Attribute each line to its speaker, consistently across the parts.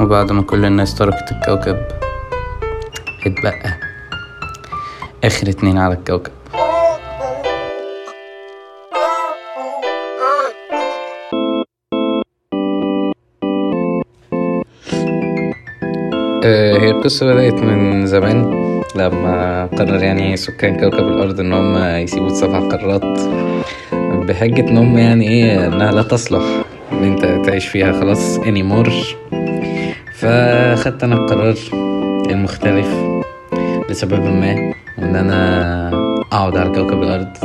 Speaker 1: بعد ما كل الناس تركت الكوكب اتبقى آخر اتنين على الكوكب آه، هي القصة بدأت من زمان لما قرر يعني سكان كوكب الأرض إن هم يسيبوا سبع قارات بحجة إن هم يعني إيه إنها لا تصلح إن أنت تعيش فيها خلاص anymore فخدت أنا القرار المختلف لسبب ما إن أنا أقعد على كوكب الأرض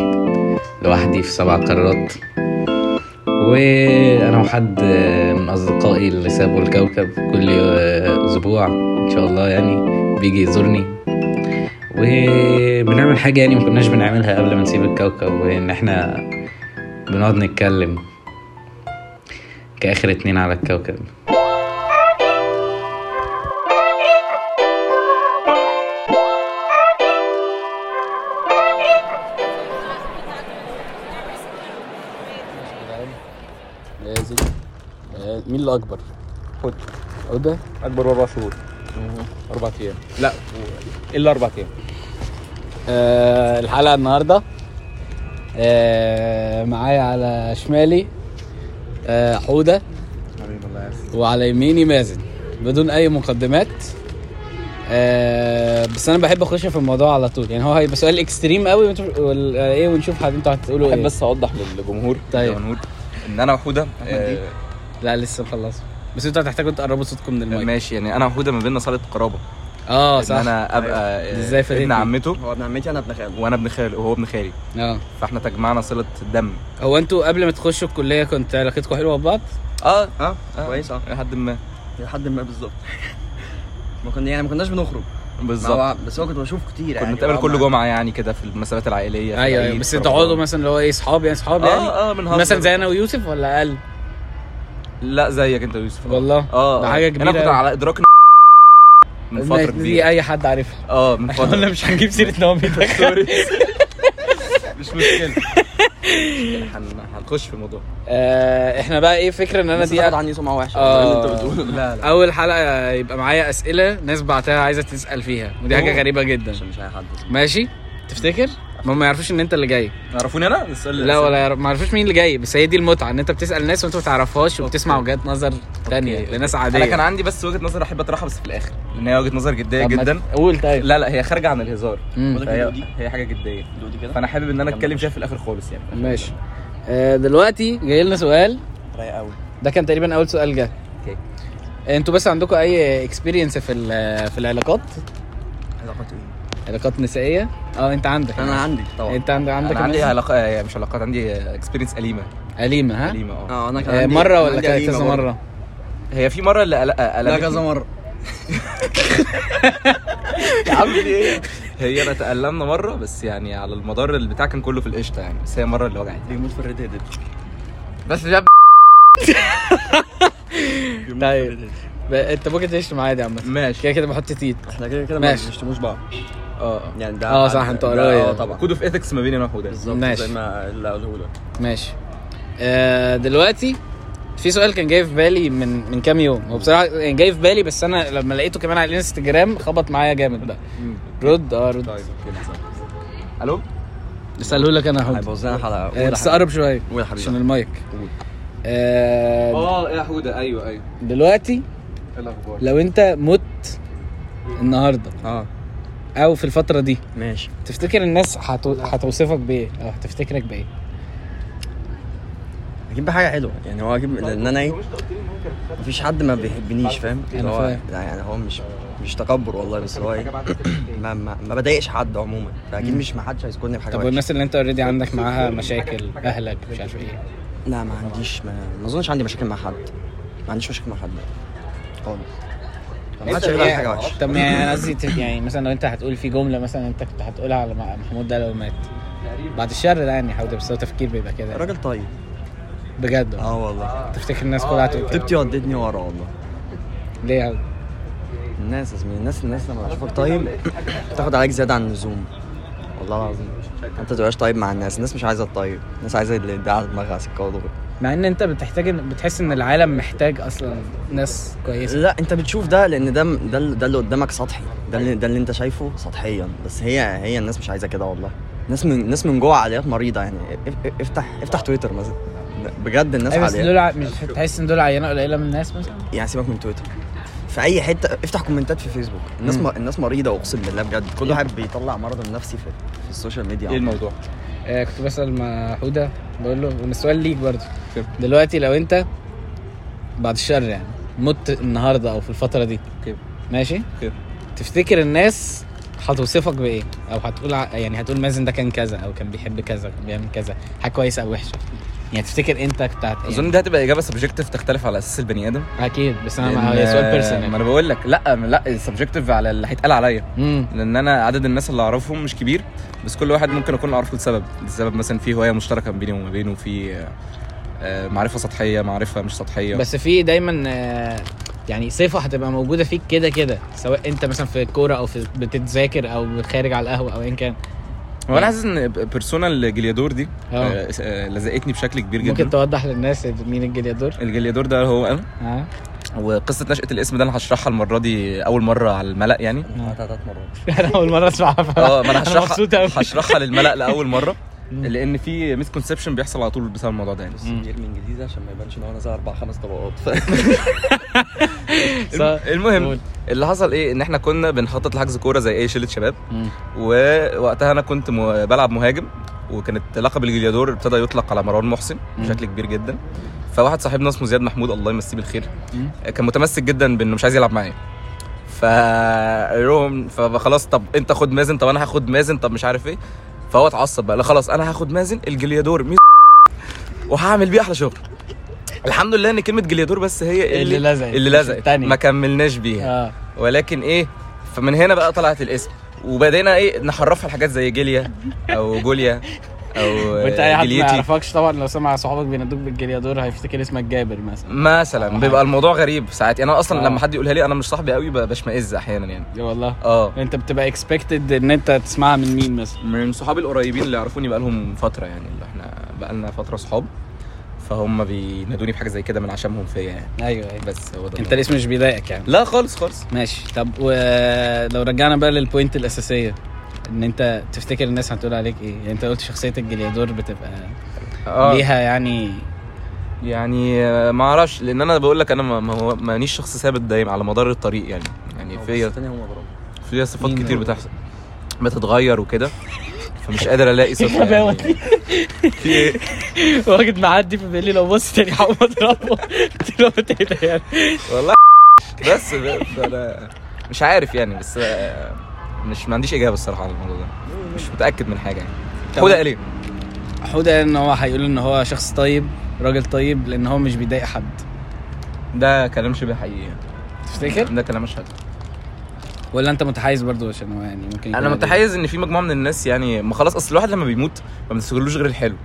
Speaker 1: لوحدي في سبع قارات وانا وحد من اصدقائي اللي سابوا الكوكب كل اسبوع ان شاء الله يعني بيجي يزورني وبنعمل حاجه يعني ما كناش بنعملها قبل ما نسيب الكوكب وان احنا بنقعد نتكلم كاخر اتنين على الكوكب
Speaker 2: لازم لازم. آه، مين الاكبر؟
Speaker 3: خد
Speaker 2: عقده
Speaker 3: اكبر اربع شهور
Speaker 2: اربع ايام
Speaker 3: لا و- الا اربع ايام
Speaker 2: آه الحلقه النهارده آه معايا على شمالي آه حوده
Speaker 3: حبيبي الله يعزك
Speaker 2: وعلى يميني مازن بدون اي مقدمات آه بس انا بحب اخش في الموضوع على طول يعني هو هيبقى سؤال اكستريم قوي ونشوف- وال- آه، ايه ونشوف حد انتوا هتقولوا
Speaker 3: بحب
Speaker 4: إيه.
Speaker 2: ايه
Speaker 3: بس اوضح للجمهور
Speaker 2: طيب.
Speaker 3: يا ونور ان انا وحوده آه،
Speaker 2: لا لسه مخلص بس انتوا هتحتاجوا تقربوا صوتكم من المايك
Speaker 3: ماشي يعني انا وحوده ما بيننا صله قرابه
Speaker 2: اه
Speaker 3: ان
Speaker 2: صح أيوه.
Speaker 3: انا ابقى
Speaker 2: دي
Speaker 3: آه،
Speaker 2: ازاي فاتتني؟
Speaker 3: ابن عمته
Speaker 4: هو ابن عمتي انا ابن خالي
Speaker 3: وانا ابن خاله وهو ابن خالي
Speaker 2: اه
Speaker 3: فاحنا تجمعنا صله دم
Speaker 2: هو انتوا قبل ما تخشوا الكليه كنت علاقتكم حلوه ببعض آه،
Speaker 3: اه
Speaker 4: اه كويس اه
Speaker 3: لحد ما
Speaker 4: لحد ما بالظبط ما كنا يعني ما كناش بنخرج مع
Speaker 3: بالظبط
Speaker 4: بعض، بس هو كنت بشوفه كتير
Speaker 3: كنا
Speaker 4: يعني
Speaker 3: بنتقابل كل
Speaker 4: جمعه
Speaker 3: جمعه يعني كده في المناسبات العائليه في
Speaker 2: ايوه ايوه
Speaker 3: العيد،
Speaker 2: بس
Speaker 3: في
Speaker 2: تقعدوا
Speaker 3: رمضان.
Speaker 2: مثلا اللي هو ايه صحاب يعني صحاب
Speaker 4: آه،
Speaker 2: يعني
Speaker 3: اه اه بنهزر
Speaker 2: مثلا زي انا ويوسف ولا اقل
Speaker 3: لا زيك انت يا يوسف آه.
Speaker 2: والله؟
Speaker 3: اه
Speaker 2: ده
Speaker 3: آه.
Speaker 2: حاجة
Speaker 3: انا
Speaker 2: كبيرة
Speaker 3: كنت
Speaker 2: أوي.
Speaker 3: على ادراك من فتره
Speaker 2: دي- دي
Speaker 3: كبيره
Speaker 2: اي حد عارفها
Speaker 3: اه من فتره
Speaker 2: قلنا مش هنجيب سيره ان هو بيتدخل
Speaker 3: سوري مش مشكله هن- هنخش في الموضوع
Speaker 2: آه، احنا بقى ايه فكره ان انا
Speaker 4: بس
Speaker 2: دي
Speaker 4: تاخد عني سمعه وحشه
Speaker 2: آه.
Speaker 4: اللي انت بتقوله
Speaker 3: لا لا
Speaker 2: اول حلقه يبقى معايا اسئله ناس بعتها عايزه تسال فيها ودي حاجه
Speaker 3: أوه.
Speaker 2: غريبه جدا
Speaker 4: عشان مش اي حد
Speaker 2: ماشي تفتكر ما هم ما يعرفوش ان انت اللي جاي
Speaker 3: يعرفوني انا السؤال
Speaker 2: لا ولا يعرف ما يعرفوش مين اللي جاي بس هي دي المتعه ان انت بتسال ناس وانت ما تعرفهاش وبتسمع وجهات نظر تانية
Speaker 3: أوكي.
Speaker 2: لناس
Speaker 3: انا كان
Speaker 2: عاديه
Speaker 3: عندي بس وجهه نظر احب اطرحها بس في الاخر لان هي وجهه نظر جديه
Speaker 2: طب ما
Speaker 3: جدا
Speaker 2: قول طيب
Speaker 3: لا لا هي خارجه عن الهزار
Speaker 2: مم.
Speaker 3: هي,
Speaker 4: دي-
Speaker 3: هي حاجه جديه
Speaker 4: دودي كده
Speaker 3: فانا حابب ان انا اتكلم فيها في الاخر خالص يعني
Speaker 2: ماشي آه، دلوقتي جاي لنا سؤال
Speaker 4: رايق قوي
Speaker 2: ده كان تقريبا اول سؤال جه
Speaker 3: اوكي
Speaker 2: انتوا بس عندكم اي اكسبيرينس في ال- في العلاقات
Speaker 4: علاقات ايه؟
Speaker 2: علاقات نسائيه اه انت عندك
Speaker 4: انا عندي طبعا
Speaker 2: انت عندك عندك
Speaker 3: انا عندي
Speaker 2: مثلا؟
Speaker 3: علاقه آه، مش علاقات عندي اكسبيرينس اليمه
Speaker 2: اليمه ها
Speaker 3: اليمه اه
Speaker 4: اه انا كان
Speaker 2: آه،
Speaker 4: عندي
Speaker 2: مره
Speaker 4: كان
Speaker 2: ولا
Speaker 4: عندي
Speaker 2: كذا
Speaker 4: قديمة
Speaker 2: كذا
Speaker 4: برضه.
Speaker 2: مره
Speaker 3: هي في مره اللي آه، قلق-
Speaker 4: لا
Speaker 3: قلقتني
Speaker 4: كذا مره
Speaker 3: يا عم دي ايه هي انا اتألمنا مره بس يعني على المدار البتاع كان كله في القشطه يعني بس هي مره اللي وجعت
Speaker 4: بيموت في الريد هيدد
Speaker 3: بس ده
Speaker 2: طيب ب- انت ممكن تشتم عادي عامه
Speaker 3: ماشي
Speaker 2: كده كده بحط تيت
Speaker 4: احنا كده كده ما
Speaker 2: ماشي.
Speaker 4: بنشتموش بعض
Speaker 3: اه
Speaker 4: يعني ده
Speaker 2: آه، صح، انتوا
Speaker 4: ده-
Speaker 2: قرايب.
Speaker 4: اه طبعا
Speaker 3: كود اوف ايثكس ما بيني انا وحوده
Speaker 4: بالظبط
Speaker 2: ماشي.
Speaker 4: زي ما اللي قاله لك
Speaker 2: ماشي آه، دلوقتي في سؤال كان جاي في بالي من من كام يوم هو بصراحه يعني جاي في بالي بس انا لما لقيته كمان على الانستجرام خبط معايا جامد بقى رد اه رد
Speaker 3: طيب اوكي نسأل. الو
Speaker 2: اساله لك انا اهو
Speaker 4: هيبوظ لنا الحلقه
Speaker 2: آه،
Speaker 4: قول
Speaker 2: بس
Speaker 4: يا حبيبي.
Speaker 2: قرب شويه
Speaker 4: قول يا حبيبي
Speaker 2: عشان المايك
Speaker 4: قول.
Speaker 2: آه، أيوة،
Speaker 3: اه يا حوده ايوه ايوه
Speaker 2: دلوقتي
Speaker 3: ايه الاخبار
Speaker 2: لو انت مت النهارده
Speaker 4: اه
Speaker 2: او في الفتره دي
Speaker 4: ماشي
Speaker 2: تفتكر الناس هتو... هتوصفك بايه او هتفتكرك بايه
Speaker 4: اجيب حاجه حلوه يعني هو اجيب لان انا ايه مفيش حد ما بيحبنيش فاهم اللي هو
Speaker 2: فاهم.
Speaker 4: لا يعني هو مش مش تكبر والله بس هو ايه ما, ما, ما بضايقش حد عموما فاكيد مش ما حدش هيسكنني بحاجه
Speaker 2: إيه؟ طب
Speaker 4: وحشه
Speaker 2: والناس اللي انت اوريدي عندك معاها مشاكل اهلك مش عارف ايه
Speaker 4: لا ما عنديش ما, ما اظنش عندي مشاكل مع حد ما عنديش مشاكل مع حد خالص ما حدش هيقول علي حاجه وحشه
Speaker 2: طب يعني انا قصدي ت- يعني مثلا لو انت هتقول في جمله مثلا انت كنت هتقولها على مع- محمود ده لو مات بعد الشر لا يعني حاول بس هو تفكير بيبقى كده
Speaker 4: راجل طيب
Speaker 2: بجد آه، والله.
Speaker 4: اه والله
Speaker 2: تفتكر الناس كلها هتقول كده؟
Speaker 4: طيبتي ودتني طيب. ورا والله آه.
Speaker 2: ليه يا عم؟
Speaker 4: الناس يا زميلي الناس الناس لما تشوفك طيب تاخد عليك زياده عن اللزوم والله العظيم انت تبقاش طيب مع الناس الناس مش عايزه الطيب الناس عايزه اللي يدعي على دماغها سكه ودغري
Speaker 2: مع ان انت بتحتاج إن- بتحس ان العالم محتاج اصلا ناس كويسه
Speaker 4: لا انت بتشوف ده لان ده ده, اللي- ده اللي قدامك سطحي ده اللي, ده اللي انت شايفه سطحيا بس هي هي الناس مش عايزه كده والله الناس من الناس من جوه عقليات مريضه يعني اف- اف- افتح افتح تويتر مثلا بجد الناس
Speaker 2: أيوة، بس
Speaker 4: عقليات
Speaker 2: دول ع- مش تحس ان دول عينه قليله من الناس مثلا
Speaker 4: يعني سيبك من تويتر في اي حته افتح كومنتات في فيسبوك الناس م... الناس مريضه اقسم بالله بجد كل واحد بيطلع مرضه النفسي في, في السوشيال ميديا
Speaker 2: إيه
Speaker 3: ايه الموضوع؟
Speaker 2: آه كنت بسال مع حوده بقول له وإن السؤال ليك برضه
Speaker 3: اوكي.
Speaker 2: دلوقتي لو انت بعد الشر يعني مت النهارده او في الفتره دي
Speaker 3: اوكي.
Speaker 2: ماشي
Speaker 3: اوكي.
Speaker 2: يعني. تفتكر الناس هتوصفك بايه او هتقول ع- يعني هتقول مازن ده كان كذا او كان بيحب كذا كان بيعمل كذا حاجه كويسه او وحشه يعني تفتكر انت كنت هت-
Speaker 3: اظن دي هتبقى اجابه سبجكتيف تختلف على اساس البني ادم
Speaker 2: يعني اكيد بس انا
Speaker 3: لأن-
Speaker 2: مع هي سؤال
Speaker 3: ما
Speaker 2: بيرسونال
Speaker 3: انا بقول لك لا لا سبجكتيف على اللي هيتقال عليا
Speaker 2: امم
Speaker 3: لان انا عدد الناس اللي اعرفهم مش كبير بس كل واحد ممكن اكون اعرفه لسبب السبب مثلا في هوايه مشتركه ما بيني وما بينه في آه، آه، معرفه سطحيه معرفه مش سطحيه
Speaker 2: بس في دايما آه، يعني صفه هتبقى موجوده فيك كده كده سواء انت مثلا في الكوره او في بتتذاكر او خارج على القهوه او ايا كان
Speaker 3: هو انا حاسس ان بيرسونا الجليادور دي
Speaker 2: يعني اه
Speaker 3: آه، آه، لزقتني بشكل كبير
Speaker 2: ممكن
Speaker 3: جدا
Speaker 2: توضح للناس مين الجليادور
Speaker 3: الجليادور ده هو انا
Speaker 2: اه
Speaker 3: وقصه نشاه الاسم ده انا هشرحها المره دي اول مره على الملأ يعني
Speaker 4: ثلاث مرات
Speaker 2: انا اول مره اسمعها ف-
Speaker 3: اه ما انا هشرحها
Speaker 2: مبسوط قوي
Speaker 3: هشرحها للملأ لاول مره
Speaker 2: مم.
Speaker 3: لان في مسكونسبشن بيحصل على طول بسبب الموضوع ده يعني
Speaker 4: بس بيرمي انجليزي عشان ما يبانش ان هو نزل اربع خمس طبقات
Speaker 2: صح.
Speaker 3: المهم
Speaker 2: قول.
Speaker 3: اللي حصل ايه ان احنا كنا بنخطط لحجز كوره زي اي شله شباب
Speaker 2: مم.
Speaker 3: ووقتها انا كنت م... بلعب مهاجم وكانت لقب الجليادور ابتدى يطلق على مروان محسن بشكل كبير جدا فواحد صاحبنا اسمه زياد محمود الله يمسيه بالخير
Speaker 2: مم.
Speaker 3: كان متمسك جدا بانه مش عايز يلعب معايا فروم فخلاص طب انت خد مازن طب انا هاخد مازن طب مش عارف ايه فهو اتعصب بقى لا خلاص انا هاخد مازن الجليادور ميز وهعمل بيه احلى شغل الحمد لله ان كلمه جليادور بس هي
Speaker 2: اللي
Speaker 3: اللي
Speaker 2: لزقت
Speaker 3: اللي
Speaker 2: مش
Speaker 3: لزقت
Speaker 2: التانية.
Speaker 3: ما كملناش بيها
Speaker 2: اه
Speaker 3: ولكن ايه فمن هنا بقى طلعت الاسم وبدينا ايه نحرفها لحاجات زي جيليا او جوليا او
Speaker 2: وانت اي حد ما
Speaker 3: جليتي
Speaker 2: يعرفكش طبعا لو سمع صحابك بينادوك بالجليادور هيفتكر اسمك جابر مثلا
Speaker 3: مثلا بيبقى الموضوع غريب ساعات يعني انا اصلا
Speaker 2: آه.
Speaker 3: لما حد يقولها لي انا مش صاحبي قوي ب- بشمئز احيانا يعني
Speaker 2: يا والله
Speaker 3: اه
Speaker 2: انت بتبقى اكسبكتد ان انت تسمعها من مين مثلا
Speaker 3: من صحابي القريبين اللي يعرفوني بقالهم فتره يعني اللي احنا بقالنا فتره صحاب فهم بينادوني بحاجه زي كده من عشمهم فيا يعني
Speaker 2: ايوه ايوه
Speaker 3: بس هو ده
Speaker 2: انت
Speaker 3: الموضوع.
Speaker 2: الاسم مش بيضايقك يعني
Speaker 3: لا خالص خالص
Speaker 2: ماشي طب ولو رجعنا بقى للبوينت الاساسيه ان انت تفتكر الناس هتقول عليك ايه يعني انت قلت شخصيه الجليادور بتبقى
Speaker 3: اه
Speaker 2: ليها يعني
Speaker 3: يعني آه، ما اعرفش لان انا بقول لك انا ما- ما هو- مانيش شخص ثابت دايم على مدار الطريق يعني يعني
Speaker 2: آه،
Speaker 3: فيا
Speaker 4: تاني هو مضروب
Speaker 3: فيها صفات
Speaker 2: مين
Speaker 3: كتير
Speaker 2: هو؟
Speaker 3: بتحصل بتتغير وكده فمش قادر الاقي صفه
Speaker 2: الغباوة
Speaker 3: يعني. في ايه؟
Speaker 2: واجد معدي فبيقول لي لو بص تاني هقوم اضربه قلت له "أنت إيه ده يعني
Speaker 3: والله بس ب- انا مش عارف يعني بس آه، مش ما عنديش اجابه الصراحه على الموضوع ده مش متاكد من حاجه يعني
Speaker 2: طب-
Speaker 3: خد ليه
Speaker 2: حوده ان هو هيقول ان هو شخص طيب راجل طيب لان هو مش بيضايق حد
Speaker 3: ده كلام شبه حقيقي يعني.
Speaker 2: تفتكر
Speaker 3: ده كلام مش حقيقي
Speaker 2: ولا انت متحيز برضو عشان هو يعني ممكن يكون
Speaker 3: انا
Speaker 2: عليه.
Speaker 3: متحيز ان في مجموعه من الناس يعني ما خلاص اصل الواحد لما بيموت ما بنستغلوش غير الحلو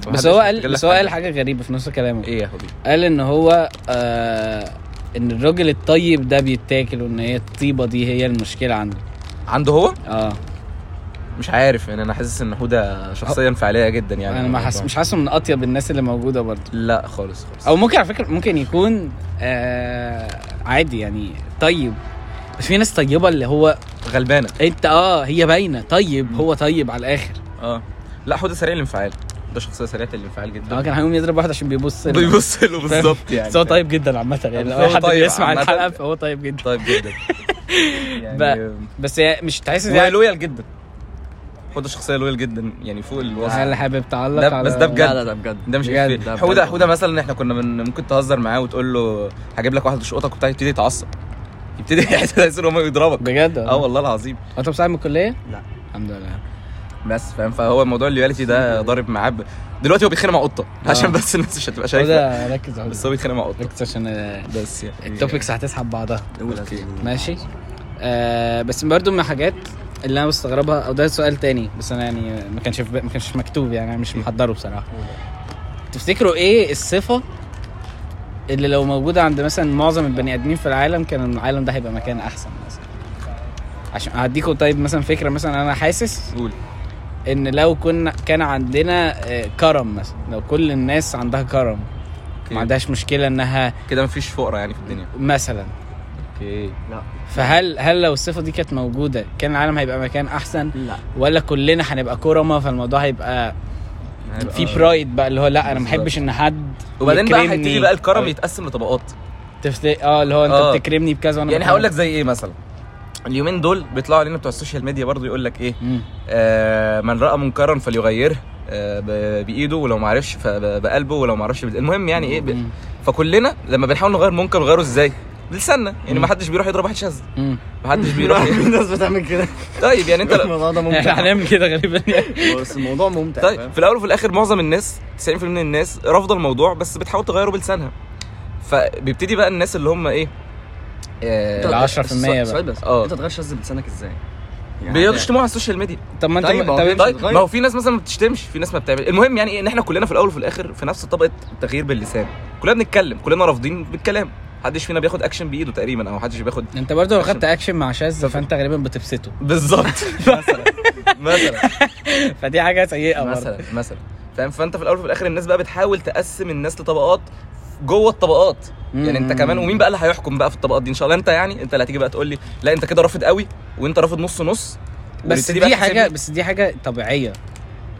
Speaker 2: بس
Speaker 3: محدش
Speaker 2: هو قال
Speaker 3: بيفتكر
Speaker 2: بس
Speaker 3: لك
Speaker 2: هو
Speaker 3: حاجة.
Speaker 2: قال حاجه غريبه في نص كلامه
Speaker 3: ايه يا حبيبي
Speaker 2: قال ان هو آه ان الراجل الطيب ده بيتاكل وان هي الطيبه دي هي المشكله عنده
Speaker 3: عنده هو
Speaker 2: اه
Speaker 3: مش عارف يعني انا حاسس ان هدى شخصيه انفعاليه جدا يعني
Speaker 2: انا ما حس... مش حاسه من اطيب الناس اللي موجوده برضو
Speaker 3: لا خالص خالص
Speaker 2: او ممكن على فكره ممكن يكون آه عادي يعني طيب بس في ناس طيبه اللي هو
Speaker 3: غلبانه
Speaker 2: انت اه هي باينه طيب هو طيب على الاخر
Speaker 3: اه لا حوده سريع الانفعال ده شخصيه سريعه الانفعال
Speaker 2: اه
Speaker 3: جدا
Speaker 2: كان هيقوم يضرب واحد عشان بيبص لنا.
Speaker 3: بيبص له بالظبط يعني
Speaker 2: بس هو طيب جدا عامة يعني لو
Speaker 3: هو
Speaker 2: أي حد
Speaker 3: طيب
Speaker 2: بيسمع
Speaker 3: عامة.
Speaker 2: الحلقة فهو طيب جدا
Speaker 3: طيب جدا يعني
Speaker 2: بقى. بس هي مش تحس
Speaker 3: وهي
Speaker 2: يعني
Speaker 3: لويال جدا حوده شخصية لويال جدا يعني فوق الوصف
Speaker 2: هل حابب تعلق
Speaker 3: ده-
Speaker 2: على
Speaker 3: بس ده بجد.
Speaker 4: لا لا ده بجد
Speaker 3: ده مش
Speaker 2: بجد،
Speaker 3: إفيه.
Speaker 4: ده بجد.
Speaker 3: حوده حوده مثلا احنا كنا من ممكن تهزر معاه وتقول له هجيب لك واحد شقطك وبتاع يبتدي يتعصب يبتدي يحس ان هو يضربك
Speaker 2: بجد
Speaker 3: اه
Speaker 2: والله.
Speaker 3: والله العظيم
Speaker 2: انت بتساعد من الكلية؟
Speaker 4: لا.
Speaker 2: الحمد لله
Speaker 3: بس فاهم فهو موضوع اللويالتي ده ضارب معاه ب- دلوقتي هو بيتخانق مع قطه
Speaker 2: آه.
Speaker 3: عشان بس الناس مش هتبقى
Speaker 2: هو
Speaker 3: شايفه
Speaker 2: ده ركز هو ده.
Speaker 3: بس هو بيتخانق مع قطه
Speaker 2: ركز عشان آه،
Speaker 3: بس يعني
Speaker 2: التوبكس هتسحب بعضها
Speaker 3: أوكي.
Speaker 2: ماشي آه بس برضو من الحاجات اللي انا بستغربها او ده سؤال تاني بس انا يعني ما كانش في بال- ما كانش مكتوب يعني انا مش محضره بصراحه تفتكروا ايه الصفه اللي لو موجوده عند مثلا معظم البني ادمين في العالم كان العالم ده هيبقى مكان احسن مثلا عشان هديكوا طيب مثلا فكره مثلا انا حاسس
Speaker 3: قول
Speaker 2: ان لو كنا كان عندنا آه، كرم مثلا لو كل الناس عندها كرم ما عندهاش مشكله انها
Speaker 3: كده مفيش فقرة يعني في الدنيا
Speaker 2: مثلا
Speaker 3: اوكي
Speaker 4: لا
Speaker 2: فهل هل لو الصفه دي كانت موجوده كان العالم هيبقى مكان احسن
Speaker 4: لا
Speaker 2: ولا كلنا هنبقى كرمه فالموضوع هيبقى في برايد بقى اللي هو لا انا ما بحبش ان حد
Speaker 3: آه. وبعدين بقى
Speaker 2: يكرمني.
Speaker 3: هيبتدي بقى الكرم يتقسم لطبقات
Speaker 2: تفت... اه اللي هو انت
Speaker 3: آه.
Speaker 2: بتكرمني بكذا وانا
Speaker 3: يعني
Speaker 2: بكرمك.
Speaker 3: هقول لك زي ايه مثلا اليومين دول بيطلعوا علينا بتوع السوشيال ميديا برضو يقول لك ايه
Speaker 2: مم.
Speaker 3: آه من راى منكرا فليغيره آه ب- بايده ولو ما عرفش فب- بقلبه ولو ما عرفش بال- المهم يعني ايه ب...
Speaker 2: مم.
Speaker 3: فكلنا لما بنحاول نغير منكر نغيره ازاي بلساننا يعني ما حدش بيروح يضرب واحد شاذ
Speaker 2: مم.
Speaker 3: ما حدش بيروح
Speaker 4: في ناس بتعمل كده
Speaker 3: طيب يعني انت لا-
Speaker 4: الموضوع ده
Speaker 2: احنا
Speaker 4: ممتع
Speaker 2: هنعمل كده غالبا يعني
Speaker 4: بس الموضوع ممتع
Speaker 3: طيب في الاول وفي الاخر معظم الناس 90% من الناس رافضه الموضوع بس بتحاول تغيره بلسانها فبيبتدي بقى الناس اللي هم آه، ايه
Speaker 2: ال 10% بقى.
Speaker 4: سؤال بس
Speaker 3: آه.
Speaker 4: انت تغير شاذ بلسانك ازاي؟ يعني-
Speaker 3: بيشتموها على السوشيال ميديا
Speaker 2: طب ما انت
Speaker 4: طيب، هو
Speaker 2: طب
Speaker 4: كده-
Speaker 3: طيب
Speaker 4: بتتغير.
Speaker 3: ما هو في ناس مثلا ما بتشتمش في ناس ما بتعمل المهم يعني ايه ان احنا كلنا في الاول وفي الاخر في نفس طبقه التغيير باللسان كلنا بنتكلم كلنا رافضين بالكلام محدش فينا بياخد اكشن بايده تقريبا او محدش بياخد
Speaker 2: انت برضه لو خدت اكشن مع شاذ فانت غالبا بتبسطه
Speaker 3: بالظبط مثلا مثلا
Speaker 2: فدي حاجه سيئه برضه
Speaker 3: مثلا مثلا فاهم فانت في الاول وفي الاخر الناس بقى بتحاول تقسم الناس لطبقات جوه الطبقات يعني انت
Speaker 2: مم.
Speaker 3: كمان ومين بقى اللي هيحكم بقى في الطبقات دي ان شاء الله انت يعني انت اللي هتيجي بقى تقول لي لا انت كده رافض قوي وانت رافض نص نص
Speaker 2: بس
Speaker 3: ونبتدي بقى
Speaker 2: دي
Speaker 3: تحسب
Speaker 2: حاجه
Speaker 3: لي-
Speaker 2: بس دي حاجه طبيعيه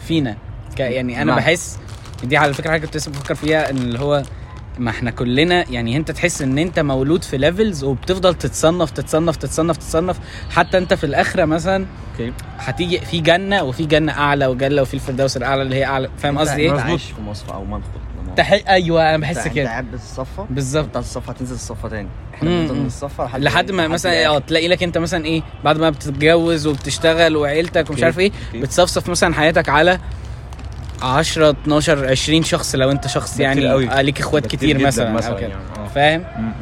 Speaker 2: فينا ك يعني انا
Speaker 3: معك.
Speaker 2: بحس دي على فكره حاجه كنت لسه بفكر فيها ان اللي هو ما احنا كلنا يعني انت تحس ان انت مولود في ليفلز وبتفضل تتصنف تتصنف تتصنف تتصنف حتى انت في الاخره مثلا
Speaker 3: اوكي
Speaker 2: هتيجي في جنه وفي جنه اعلى وجنه وفي الفردوس الاعلى اللي هي اعلى فاهم
Speaker 4: انت-
Speaker 2: قصدي
Speaker 4: انت
Speaker 2: ايه؟
Speaker 4: عايش في مصر او منخل
Speaker 2: تحقيق ايوه انا بحس
Speaker 4: انت- انت
Speaker 2: كده
Speaker 4: قاعد بالصفه
Speaker 2: بالظبط
Speaker 4: بتاع الصفه هتنزل الصفه تاني احنا
Speaker 2: مم.
Speaker 4: بنفضل من الصفه لحد
Speaker 2: لحد ما مثلا إيه، اه تلاقي لك انت مثلا ايه بعد ما بتتجوز وبتشتغل وعيلتك ومش
Speaker 3: اوكي،
Speaker 2: عارف ايه
Speaker 3: اوكي.
Speaker 2: بتصفصف مثلا حياتك على 10 12 20 شخص لو انت شخص
Speaker 3: ده كتير
Speaker 2: يعني
Speaker 3: قوي.
Speaker 2: آه، ليك اخوات
Speaker 3: ده
Speaker 2: كتير
Speaker 3: جداً
Speaker 2: مثلا, مثلاً
Speaker 3: مثلا
Speaker 2: او كده
Speaker 3: يعني. آه.
Speaker 2: فاهم
Speaker 3: مم.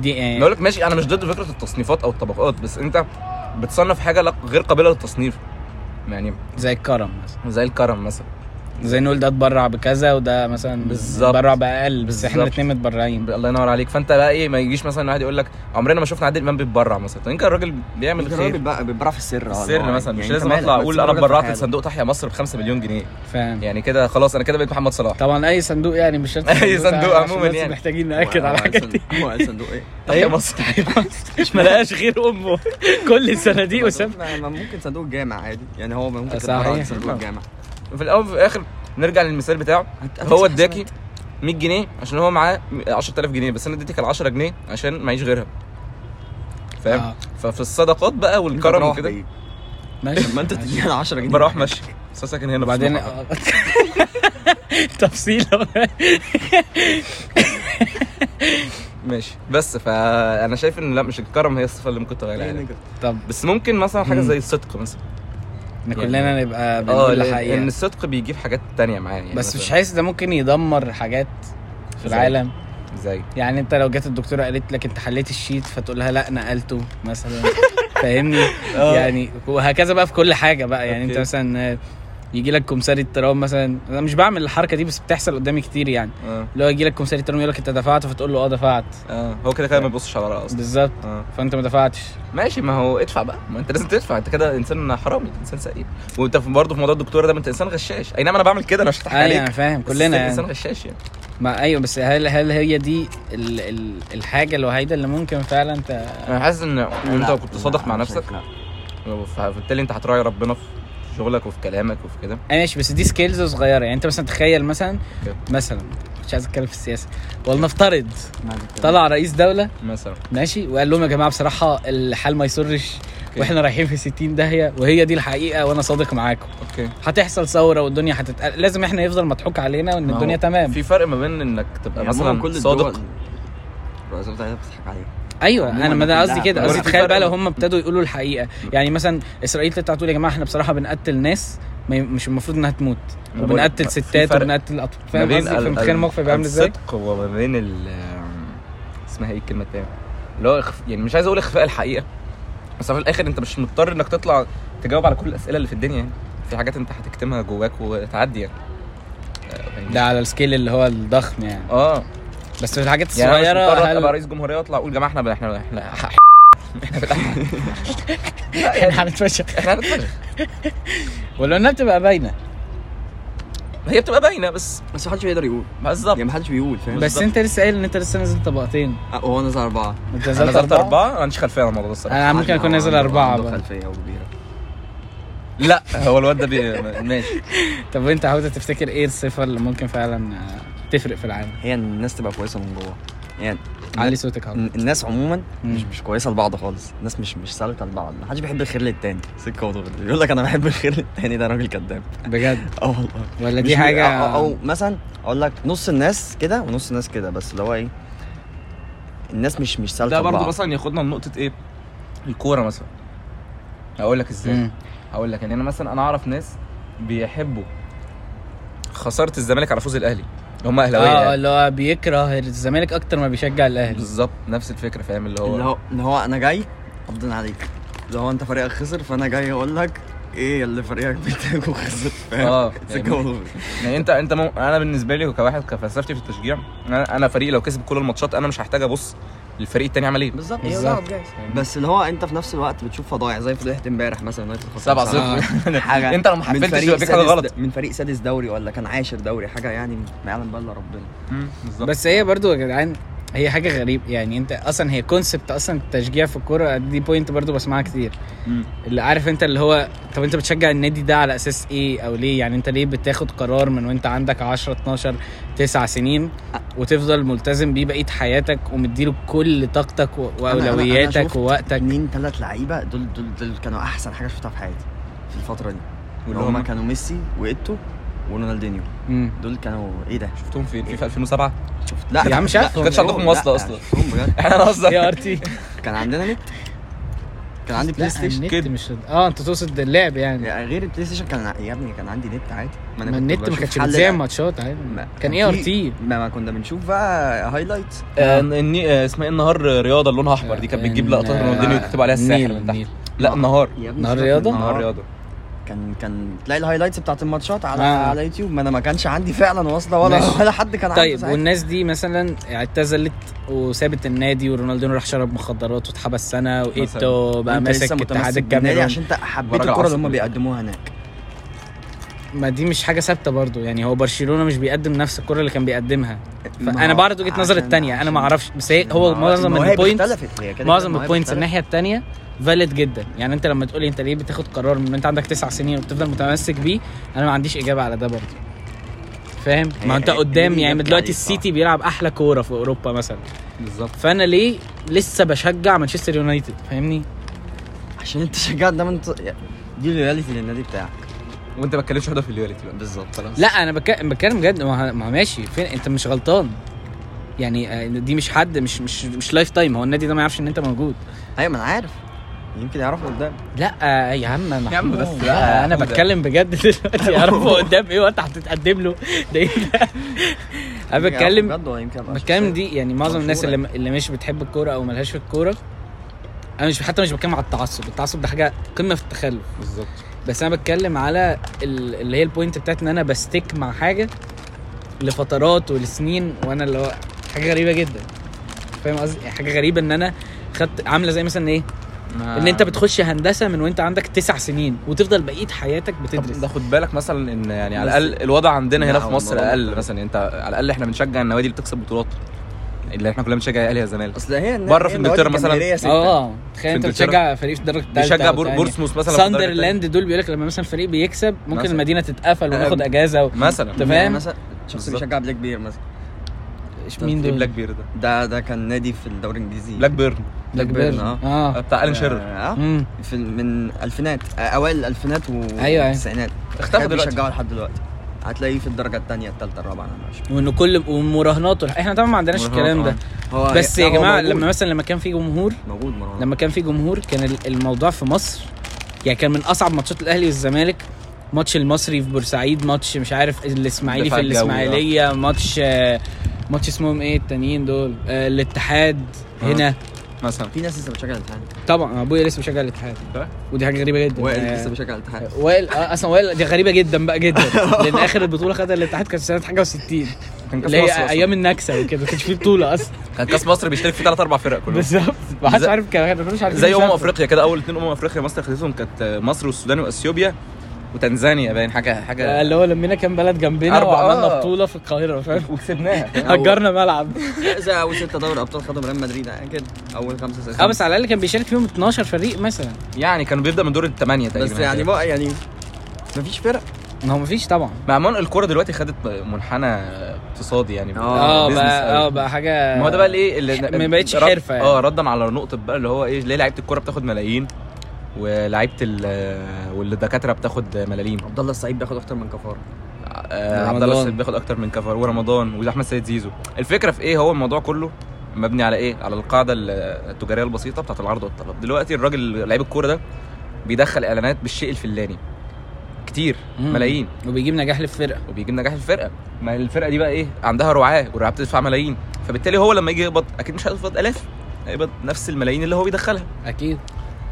Speaker 2: دي
Speaker 3: أنا
Speaker 2: يعني
Speaker 3: بقول لك ماشي انا مش ضد فكره التصنيفات او الطبقات بس انت بتصنف حاجه لا- غير قابله للتصنيف يعني
Speaker 2: زي الكرم مثلا
Speaker 3: زي الكرم مثلا
Speaker 2: زي نقول ده اتبرع بكذا وده مثلا
Speaker 3: بالظبط.
Speaker 2: اتبرع باقل بس احنا
Speaker 3: بالظبط.
Speaker 2: الاثنين متبرعين
Speaker 3: الله ينور عليك فانت بقى ايه ما يجيش مثلا واحد يقول لك عمرنا ما شفنا عادل امام بيتبرع مثلا طب يمكن الراجل بيعمل خير
Speaker 4: الراجل بيتبرع في السر اه، اللي هو
Speaker 3: السر مثلا
Speaker 4: يعني انت
Speaker 3: مش لازم
Speaker 4: مالك،
Speaker 3: اطلع
Speaker 4: بس
Speaker 3: اقول انا
Speaker 4: الراجل في
Speaker 3: اتبرعت
Speaker 4: حاله.
Speaker 3: لصندوق تحيا مصر ب 5 مليون جنيه
Speaker 2: فاهم
Speaker 3: يعني كده خلاص انا كده بقيت محمد صلاح
Speaker 2: طبعا اي صندوق يعني مش شرط
Speaker 3: أي
Speaker 2: صندوق
Speaker 3: صندوق
Speaker 2: عشان
Speaker 3: عموماً
Speaker 2: بس
Speaker 3: يعني.
Speaker 2: محتاجين ناكد على الحاجات دي
Speaker 4: هو قال صندوق ايه؟
Speaker 3: تحيا مصر
Speaker 2: مش ملاقاش غير امه كل الصناديق وسام
Speaker 4: ما- ما ممكن صندوق جامع عادي يعني هو ممكن
Speaker 2: صحيح.
Speaker 4: تتبرع في صندوق جامع
Speaker 3: في الاول وفي الاخر نرجع للمثال بتاعه هو اداكي 100 جنيه عشان هو معاه 10000 جنيه بس انا اديتك ال 10 جنيه عشان معيش غيرها فاهم
Speaker 2: آه.
Speaker 3: ففي الصداقات بقى والكرم
Speaker 4: الكرم
Speaker 3: وكده
Speaker 4: كده
Speaker 2: ماشي
Speaker 4: ما انت تديني على 10 جنيه
Speaker 3: بروح ماشي بس أنا ساكن هنا
Speaker 2: وبعدين
Speaker 3: بصراحة.
Speaker 2: تفصيلة
Speaker 3: ماشي بس فانا شايف ان لا مش الكرم هي الصفه اللي ممكن تغيرها
Speaker 4: ايه
Speaker 3: يعني.
Speaker 4: نجد؟
Speaker 2: طب
Speaker 3: بس ممكن مثلا حاجه
Speaker 2: مم.
Speaker 3: زي الصدق مثلا يعني
Speaker 2: احنا كلنا نبقى
Speaker 3: اه
Speaker 2: بنقول
Speaker 3: لان
Speaker 2: الحقيقة
Speaker 3: الصدق بيجيب حاجات تانية معاه يعني
Speaker 2: بس مش
Speaker 3: مثلاً.
Speaker 2: حاسس ده ممكن يدمر حاجات في
Speaker 3: زي-
Speaker 2: العالم
Speaker 3: ازاي
Speaker 2: يعني انت لو جت الدكتورة قالت لك انت حليت الشيت فتقول لها لا نقلته مثلا فاهمني يعني وهكذا بقى في كل حاجة بقى يعني انت
Speaker 3: آه. أوكي.
Speaker 2: مثلا يجي لك كمثاري الترام مثلا انا مش بعمل الحركة دي بس بتحصل قدامي كتير يعني
Speaker 3: اه
Speaker 2: اللي هو يجي لك كمثاري الترام يقول لك انت دفعت فتقول له اه دفعت
Speaker 3: اه هو كده كده ما بيبصش على رأى اصلا
Speaker 2: بالظبط
Speaker 3: اه
Speaker 2: فانت ما دفعتش
Speaker 3: ماشي ما هو ادفع بقى ما انت لازم تدفع انت كده انسان حرامي انسان سئيل وانت برضه في موضوع الدكتوره ده ما انت انسان غشاش اي نعم انا بعمل كده انا مش هضحك
Speaker 2: ايوه
Speaker 3: عليك
Speaker 2: انا فاهم
Speaker 3: بس
Speaker 2: كلنا
Speaker 3: انت
Speaker 2: يعني.
Speaker 3: انسان غشاش يعني
Speaker 2: ما ايوه بس هل هل هي دي ال ال الحاجه الوحيده اللي ممكن فعلا انت
Speaker 3: انا حاسس ان انت
Speaker 4: لا،
Speaker 3: لو كنت صادق
Speaker 4: لا،
Speaker 3: مع
Speaker 4: أنا شايف
Speaker 3: نفسك
Speaker 4: لا.
Speaker 3: فبالتالي انت هتراعي ربنا في شغلك وفي كلامك وفي كده
Speaker 2: ماشي بس دي سكيلز صغيره يعني انت مثلا تخيل مثلا
Speaker 3: أوكي.
Speaker 2: مثلا مش عايز اتكلم في السياسه ولنفترض
Speaker 4: ما عندك كلام.
Speaker 2: طلع رئيس دوله
Speaker 3: مثلا
Speaker 2: ماشي وقال لهم يا جماعه بصراحه الحال ما يسرش واحنا رايحين في 60 داهيه وهي دي الحقيقه وانا صادق معاكم
Speaker 3: اوكي
Speaker 2: هتحصل ثوره والدنيا هتتقل لازم احنا يفضل مضحوك علينا وان
Speaker 3: ما هو
Speaker 2: الدنيا تمام
Speaker 3: في فرق ما بين انك تبقى
Speaker 4: يعني
Speaker 3: مثلا
Speaker 4: عموماً كل
Speaker 3: صادق
Speaker 4: الدول- الرئاسات بتاعتها بتضحك عليها
Speaker 2: ايوه
Speaker 4: عموماً
Speaker 2: انا ما ده قصدي
Speaker 4: كلها-
Speaker 2: كده
Speaker 4: ما
Speaker 2: قصدي
Speaker 3: هو في
Speaker 2: تخيل
Speaker 3: فرق
Speaker 2: بقى لو
Speaker 3: بقى.
Speaker 2: هم ابتدوا يقولوا الحقيقه يعني مثلا اسرائيل تطلع تقول يا جماعه احنا بصراحه بنقتل ناس ما ي- مش المفروض انها تموت
Speaker 3: ما بقولك،
Speaker 2: وبنقتل
Speaker 3: ما- في
Speaker 2: ستات
Speaker 3: فرق
Speaker 2: وبنقتل اطفال
Speaker 3: ما
Speaker 2: فاهم
Speaker 3: بين
Speaker 2: قصدي
Speaker 3: ال-
Speaker 2: فمتخيل
Speaker 3: ال-
Speaker 2: الموقف بيبقى عامل ازاي
Speaker 3: الصدق وما بين ال اسمها ايه الكلمه التانية اللي هو إخف- يعني مش عايز اقول اخفاء الحقيقه بس في الاخر انت مش مضطر انك تطلع تجاوب على كل الاسئله اللي في الدنيا يعني في حاجات انت هتكتمها جواك وتعدي يعني آه، فاهمني؟
Speaker 2: ده على السكيل اللي هو الضخم يعني
Speaker 3: اه
Speaker 2: بس في الحاجات
Speaker 3: يعني انا مش
Speaker 2: الصغيره
Speaker 3: مضطر
Speaker 2: هل...
Speaker 3: ابقى رئيس جمهوريه واطلع اقول يا جماعه احنا احنا احنا
Speaker 2: احنا هنتفشخ
Speaker 3: احنا هنتفشخ
Speaker 2: ولو انها بتبقى باينه
Speaker 3: هي بتبقى باينه بس
Speaker 4: بس محدش بيقدر يقول
Speaker 3: بالظبط
Speaker 4: يعني محدش بيقول فاهم
Speaker 2: بس انت لسه قايل ان انت لسه نازل طبقتين
Speaker 4: آه، هو نزل اربعه
Speaker 2: انت
Speaker 3: انا نزلت اربعه انا ما عنديش خلفيه عن الموضوع ده الصراحه
Speaker 2: انا ممكن اكون نازل اربعه بقى
Speaker 4: خلفيه وكبيره
Speaker 3: لا هو الواد ده بي... ماشي
Speaker 2: طب وانت عاوز تفتكر ايه الصفه اللي ممكن فعلا آه، تفرق في العالم
Speaker 4: هي إن الناس تبقى كويسه من جوه يعني
Speaker 2: علي صوتك اهو
Speaker 4: الناس عموما
Speaker 2: مم.
Speaker 4: مش مش كويسه لبعض خالص الناس مش مش سالكه لبعض محدش بيحب الخير للتاني سكه ودغري يقول لك انا بحب الخير للتاني ده راجل كذاب
Speaker 2: بجد
Speaker 3: آه،
Speaker 4: اه والله
Speaker 2: ولا
Speaker 4: مش
Speaker 2: دي
Speaker 4: م-
Speaker 2: حاجه
Speaker 4: او, أو مثلا اقول لك نص الناس كده ونص الناس كده بس اللي هو ايه الناس مش مش سالكه
Speaker 3: ده برضه
Speaker 4: لبعض.
Speaker 3: مثلا ياخدنا لنقطه
Speaker 2: إيه؟
Speaker 3: ايه الكوره مثلا هقول لك ازاي
Speaker 2: مم.
Speaker 3: هقول لك يعني انا مثلا انا اعرف ناس بيحبوا خساره الزمالك على فوز الاهلي هم اهلاويه
Speaker 2: اه
Speaker 4: آه،
Speaker 3: يعني.
Speaker 2: اللي هو بيكره الزمالك اكتر ما بيشجع الاهلي
Speaker 3: بالظبط نفس الفكره فاهم اللي هو
Speaker 4: اللي هو اللي هو انا جاي افضل عليك اللي هو انت فريقك خسر فانا جاي اقول لك ايه اللي فريقك محتاجه خسر فاهم
Speaker 3: اه،
Speaker 4: سكه ودغري
Speaker 3: يعني انت انت مو... انا بالنسبه لي كواحد كفلسفتي في التشجيع انا انا فريق لو كسب كل الماتشات انا مش هحتاج ابص للفريق التاني عمل ايه
Speaker 4: بالظبط
Speaker 2: بالظبط.
Speaker 4: بالظبط
Speaker 3: يعني
Speaker 4: بس اللي هو انت في نفس الوقت بتشوف فضايح زي فضيحه امبارح مثلا يونايتد خسر
Speaker 3: 7
Speaker 4: سبعة.
Speaker 3: 0
Speaker 4: حاجه
Speaker 3: انت آه. لو ما
Speaker 4: آه، من
Speaker 3: حفلتش
Speaker 4: فريق
Speaker 3: يبقى فيك حاجه
Speaker 4: سادس-
Speaker 3: غلط
Speaker 4: من فريق سادس دوري ولا كان عاشر دوري حاجه يعني ما يعلم بقى الا ربنا
Speaker 3: بالظبط
Speaker 2: بس هي برضو يا جدعان هي حاجه غريب يعني انت اصلا هي كونسبت اصلا التشجيع في الكوره دي بوينت برضو بسمعها كتير
Speaker 3: مم.
Speaker 2: اللي عارف انت اللي هو طب انت بتشجع النادي ده على اساس ايه او ليه يعني انت ليه بتاخد قرار من وانت عندك 10 12 9 سنين وتفضل ملتزم بيه بقيه حياتك ومديله كل طاقتك و-
Speaker 4: أنا- أنا شفت
Speaker 2: واولوياتك ووقتك
Speaker 4: اتنين تلات لعيبه دول دول دول كانوا احسن حاجه شفتها في حياتي في الفتره دي اللي هما كانوا ميسي وايتو ورونالدينيو
Speaker 2: مم.
Speaker 4: دول كانوا ايه ده
Speaker 3: شفتهم فين في 2007
Speaker 4: شفت لا
Speaker 2: يا عم
Speaker 4: لا،
Speaker 2: شافهم.
Speaker 4: لا،
Speaker 2: كانش
Speaker 4: شافهم.
Speaker 3: عندكم مواصلة
Speaker 4: لا،
Speaker 3: أصلا.
Speaker 4: شافهم بجد
Speaker 3: احنا
Speaker 2: إيه يا
Speaker 3: نهزر
Speaker 2: ار تي
Speaker 4: كان عندنا نت كان عندي بلاي ستيشن
Speaker 2: كده مش اه انت تقصد اللعب يعني
Speaker 4: يعني غير البلاي ستيشن كان يا ابني كان عندي نت عادي أنا
Speaker 2: ما
Speaker 4: كنت
Speaker 2: النت ما
Speaker 4: بشوف
Speaker 2: كانتش
Speaker 4: حل
Speaker 2: بتذيع
Speaker 4: لا.
Speaker 2: ماتشات عادي
Speaker 4: ما-
Speaker 2: كان ايه ار
Speaker 4: في-
Speaker 2: تي
Speaker 4: ما, ما كنا بنشوف بقى هايلايت
Speaker 3: آه، إني- آه، اسمها ايه النهار رياضه لونها احمر دي كانت بتجيب لقطات
Speaker 4: آه،
Speaker 3: رونالدينيو يكتب عليها الساحر من تحت لا النهار
Speaker 4: يا ابني
Speaker 2: نهار
Speaker 4: سيبك من
Speaker 2: رياضة؟
Speaker 3: النهار رياضه
Speaker 4: كان كان تلاقي الهايلايتس بتاعت الماتشات على
Speaker 2: آه.
Speaker 4: على يوتيوب ما انا ما كانش عندي فعلا واصله ولا
Speaker 2: ماشي.
Speaker 4: ولا حد كان عنده
Speaker 2: طيب
Speaker 4: ساعتها.
Speaker 2: والناس دي مثلا اعتزلت وسابت النادي ورونالدينو راح شرب مخدرات واتحبس سنه وايتو بقى
Speaker 4: انت
Speaker 2: ماسك
Speaker 4: لسه
Speaker 2: اتحاد
Speaker 4: متمسك بالنادي
Speaker 2: الكاميرون
Speaker 4: عشان انت حبيت
Speaker 3: وراجل
Speaker 4: الكره اللي هم
Speaker 3: عصبي.
Speaker 4: بيقدموها هناك
Speaker 2: ما دي مش حاجه ثابته برضو يعني هو برشلونه مش بيقدم نفس الكره اللي كان بيقدمها
Speaker 4: ما
Speaker 2: فانا
Speaker 4: هو
Speaker 2: بعرض وجهه نظر
Speaker 4: عشان-
Speaker 2: الثانيه انا
Speaker 4: عشان-
Speaker 2: ما اعرفش بس هي هو
Speaker 4: المواهب-
Speaker 2: معظم
Speaker 4: المواهب
Speaker 2: البوينت
Speaker 4: اختلفت، هي كده كده
Speaker 2: معظم
Speaker 4: المواهب
Speaker 2: البوينتس
Speaker 4: اختلفت.
Speaker 2: الناحيه الثانيه فاليد جدا يعني انت لما تقولي انت ليه بتاخد قرار من انت عندك تسع سنين وبتفضل متمسك بيه انا ما عنديش اجابه على ده برضه فاهم ما
Speaker 4: هي-
Speaker 2: انت
Speaker 4: هي-
Speaker 2: قدام
Speaker 4: هي دي
Speaker 2: يعني
Speaker 4: اللي
Speaker 2: دلوقتي
Speaker 4: عليك، صح.
Speaker 2: السيتي بيلعب احلى كوره في اوروبا مثلا
Speaker 3: بالظبط
Speaker 2: فانا ليه لسه بشجع مانشستر يونايتد فاهمني
Speaker 4: عشان انت شجعت ده انت دي الرياليتي للنادي بتاعك
Speaker 3: وانت ما اتكلمتش واحده في الرياليتي بقى
Speaker 4: بالظبط خلاص
Speaker 2: لا انا بتكلم بتكلم بجد ما هو- ما هو ماشي فين انت مش غلطان يعني آه، دي مش حد مش مش مش لايف تايم هو النادي ده ما يعرفش ان انت موجود
Speaker 4: ايوه ما انا عارف يمكن يعرفوا قدام
Speaker 2: لا آه، يا عم محمود،
Speaker 3: يا عم بس
Speaker 2: لا،
Speaker 3: لا،
Speaker 2: انا
Speaker 3: محمود.
Speaker 2: بتكلم بجد دلوقتي يعرفوا قدام ايه وانت هتتقدم له ده ايه ده؟ انا
Speaker 4: يمكن يعرفوا
Speaker 2: بتكلم
Speaker 4: بجد ولا يمكن يبقى
Speaker 2: بتكلم
Speaker 4: شخصية.
Speaker 2: دي يعني معظم الناس
Speaker 4: مشهورة
Speaker 2: اللي اللي مش بتحب الكوره او ملهاش في الكوره انا مش حتى مش بتكلم على التعصب التعصب ده حاجه قمه في التخلف
Speaker 3: بالظبط
Speaker 2: بس انا بتكلم على ال- اللي هي البوينت بتاعت ان انا بستيك مع حاجه لفترات ولسنين وانا اللي هو حاجه غريبه جدا فاهم قصدي يعني حاجه غريبه ان انا خدت عامله زي مثلا ايه ان انت بتخش هندسه من وانت عندك تسع سنين وتفضل بقيه حياتك بتدرس
Speaker 3: ده خد بالك مثلا ان يعني على
Speaker 4: بس-
Speaker 3: الاقل الوضع عندنا هنا
Speaker 4: لا،
Speaker 3: في
Speaker 4: والله
Speaker 3: مصر
Speaker 4: الوضع
Speaker 3: اقل
Speaker 4: مختلف.
Speaker 3: مثلا انت على الاقل احنا بنشجع النوادي اللي بتكسب بطولات اللي احنا كلنا بنشجع الاهلي يا زمالك
Speaker 4: اصل هي النادي-
Speaker 3: بره في
Speaker 4: هي
Speaker 3: إنجلترا
Speaker 4: النوادي
Speaker 3: مثلا.
Speaker 4: الجماهيرية ستة.
Speaker 2: اه تخيل انت
Speaker 3: في إنجلترا.
Speaker 2: بتشجع فريق في درجه الثالثه
Speaker 3: بيشجع بور بورسموث مثلا في الدرجة
Speaker 2: ساندرلاند دول بيقول لك لما مثلا فريق بيكسب ممكن
Speaker 3: مثلا.
Speaker 2: المدينه تتقفل وناخد
Speaker 3: آه،
Speaker 2: اجازه و...
Speaker 3: التانية. مثلا
Speaker 2: انت
Speaker 4: يعني
Speaker 2: فاهم
Speaker 4: مثلا شخص
Speaker 3: بالظبط.
Speaker 4: بيشجع بلاك بير مثلا
Speaker 2: مين
Speaker 3: ايه
Speaker 2: دول
Speaker 3: بلاك بير ده
Speaker 4: ده ده كان نادي في الدوري الانجليزي
Speaker 3: بلاك بيرن
Speaker 2: بلاك
Speaker 4: بيرن،
Speaker 2: بيرن
Speaker 4: اه.
Speaker 2: اه
Speaker 3: بتاع الين شيرر
Speaker 4: آه، آه.
Speaker 2: مم.
Speaker 4: في ال- من الفينات آه، اوائل الالفينات
Speaker 2: أيوة.
Speaker 4: والتسعينات
Speaker 3: اختفى
Speaker 4: كانوا
Speaker 3: دلوقتي
Speaker 4: بيشجعوا لحد دلوقتي هتلاقيه في الدرجه الثانيه الثالثه الرابعه انا مش
Speaker 2: وانه كل ومراهنات والح- احنا طبعا ما عندناش
Speaker 3: مراهنات،
Speaker 2: الكلام ده
Speaker 3: آه.
Speaker 4: هو
Speaker 2: بس
Speaker 4: لا،
Speaker 2: يا
Speaker 4: هو
Speaker 2: جماعه
Speaker 4: موجود.
Speaker 2: لما مثلا لما كان في جمهور
Speaker 4: موجود مروان
Speaker 2: لما كان في جمهور كان ال- الموضوع في مصر يعني كان من اصعب ماتشات الاهلي والزمالك ماتش المصري في بورسعيد ماتش مش عارف الاسماعيلي
Speaker 3: الدفاع
Speaker 2: في
Speaker 3: الجوي، آه.
Speaker 2: الاسماعيليه ماتش آه، ماتش اسمهم ايه التانيين دول آه، الاتحاد
Speaker 3: آه.
Speaker 2: هنا
Speaker 3: مثلا
Speaker 4: في ناس لسه بتشجع الاتحاد
Speaker 2: طبعا ابويا لسه بيشجع الاتحاد
Speaker 3: ده؟
Speaker 2: ودي حاجه غريبه جدا
Speaker 4: وائل
Speaker 2: آه،
Speaker 4: لسه بيشجع الاتحاد
Speaker 2: وائل آه، اصلا وائل دي غريبه جدا بقى جدا لان اخر البطوله خدها الاتحاد كانت سنه حاجه و60
Speaker 3: كان كاس
Speaker 2: اللي
Speaker 3: مصر
Speaker 2: هي
Speaker 3: ايام
Speaker 2: ايام النكسه وكده ما كانش فيه بطوله اصلا
Speaker 3: كان كاس مصر بيشترك فيه ثلاث اربع فرق كلهم
Speaker 2: بالظبط ما حدش
Speaker 3: زي-
Speaker 2: عارف كان مش عارف
Speaker 3: زي امم افريقيا كده اول اثنين امم افريقيا مصر خدتهم كانت مصر والسودان واثيوبيا وتنزانيا باين حاجه حاجه
Speaker 2: آه، اللي هو لمينا كام بلد جنبنا
Speaker 3: أربعة.
Speaker 2: وعملنا بطوله في القاهره فاهم
Speaker 3: وكسبناها
Speaker 2: اجرنا ملعب
Speaker 4: زي اول ستة دوري ابطال خدهم ريال مدريد يعني كده اول خمسة ستة
Speaker 2: اه بس على الاقل كان بيشارك فيهم 12 فريق مثلا
Speaker 3: يعني كانوا بيبدا من دور الثمانيه تقريبا
Speaker 4: بس يعني بقى يعني مفيش فرق
Speaker 2: ما هو مفيش طبعا
Speaker 3: مع من الكوره دلوقتي خدت منحنى اقتصادي يعني
Speaker 4: آه،
Speaker 2: اه
Speaker 3: business
Speaker 2: بقى
Speaker 3: قوي.
Speaker 2: اه بقى حاجه
Speaker 3: ما هو ده بقى الايه اللي
Speaker 2: ما بقتش
Speaker 3: رد-
Speaker 2: حرفة يعني.
Speaker 3: اه ردا على نقطه بقى اللي هو ايه ليه لعيبه الكوره بتاخد ملايين ولعيبه ال- والدكاتره بتاخد ملاليم
Speaker 4: عبد الله السعيد بياخد اكتر من كفاره
Speaker 3: آه، عبد
Speaker 2: رمضان.
Speaker 3: الله السيد بياخد اكتر من كفر ورمضان واحمد سيد زيزو الفكره في ايه هو الموضوع كله مبني على ايه على القاعده ال- التجاريه البسيطه بتاعت العرض والطلب دلوقتي الراجل لعيب الكوره ده بيدخل اعلانات بالشيء الفلاني كتير
Speaker 2: مم.
Speaker 3: ملايين
Speaker 2: وبيجيب نجاح للفرقه
Speaker 3: وبيجيب نجاح الفرقه ما الفرقه دي بقى ايه عندها رعاه والرعاه بتدفع ملايين فبالتالي هو لما يجي يقبض اكيد مش هيقبض الاف هيقبض نفس الملايين اللي هو بيدخلها
Speaker 2: اكيد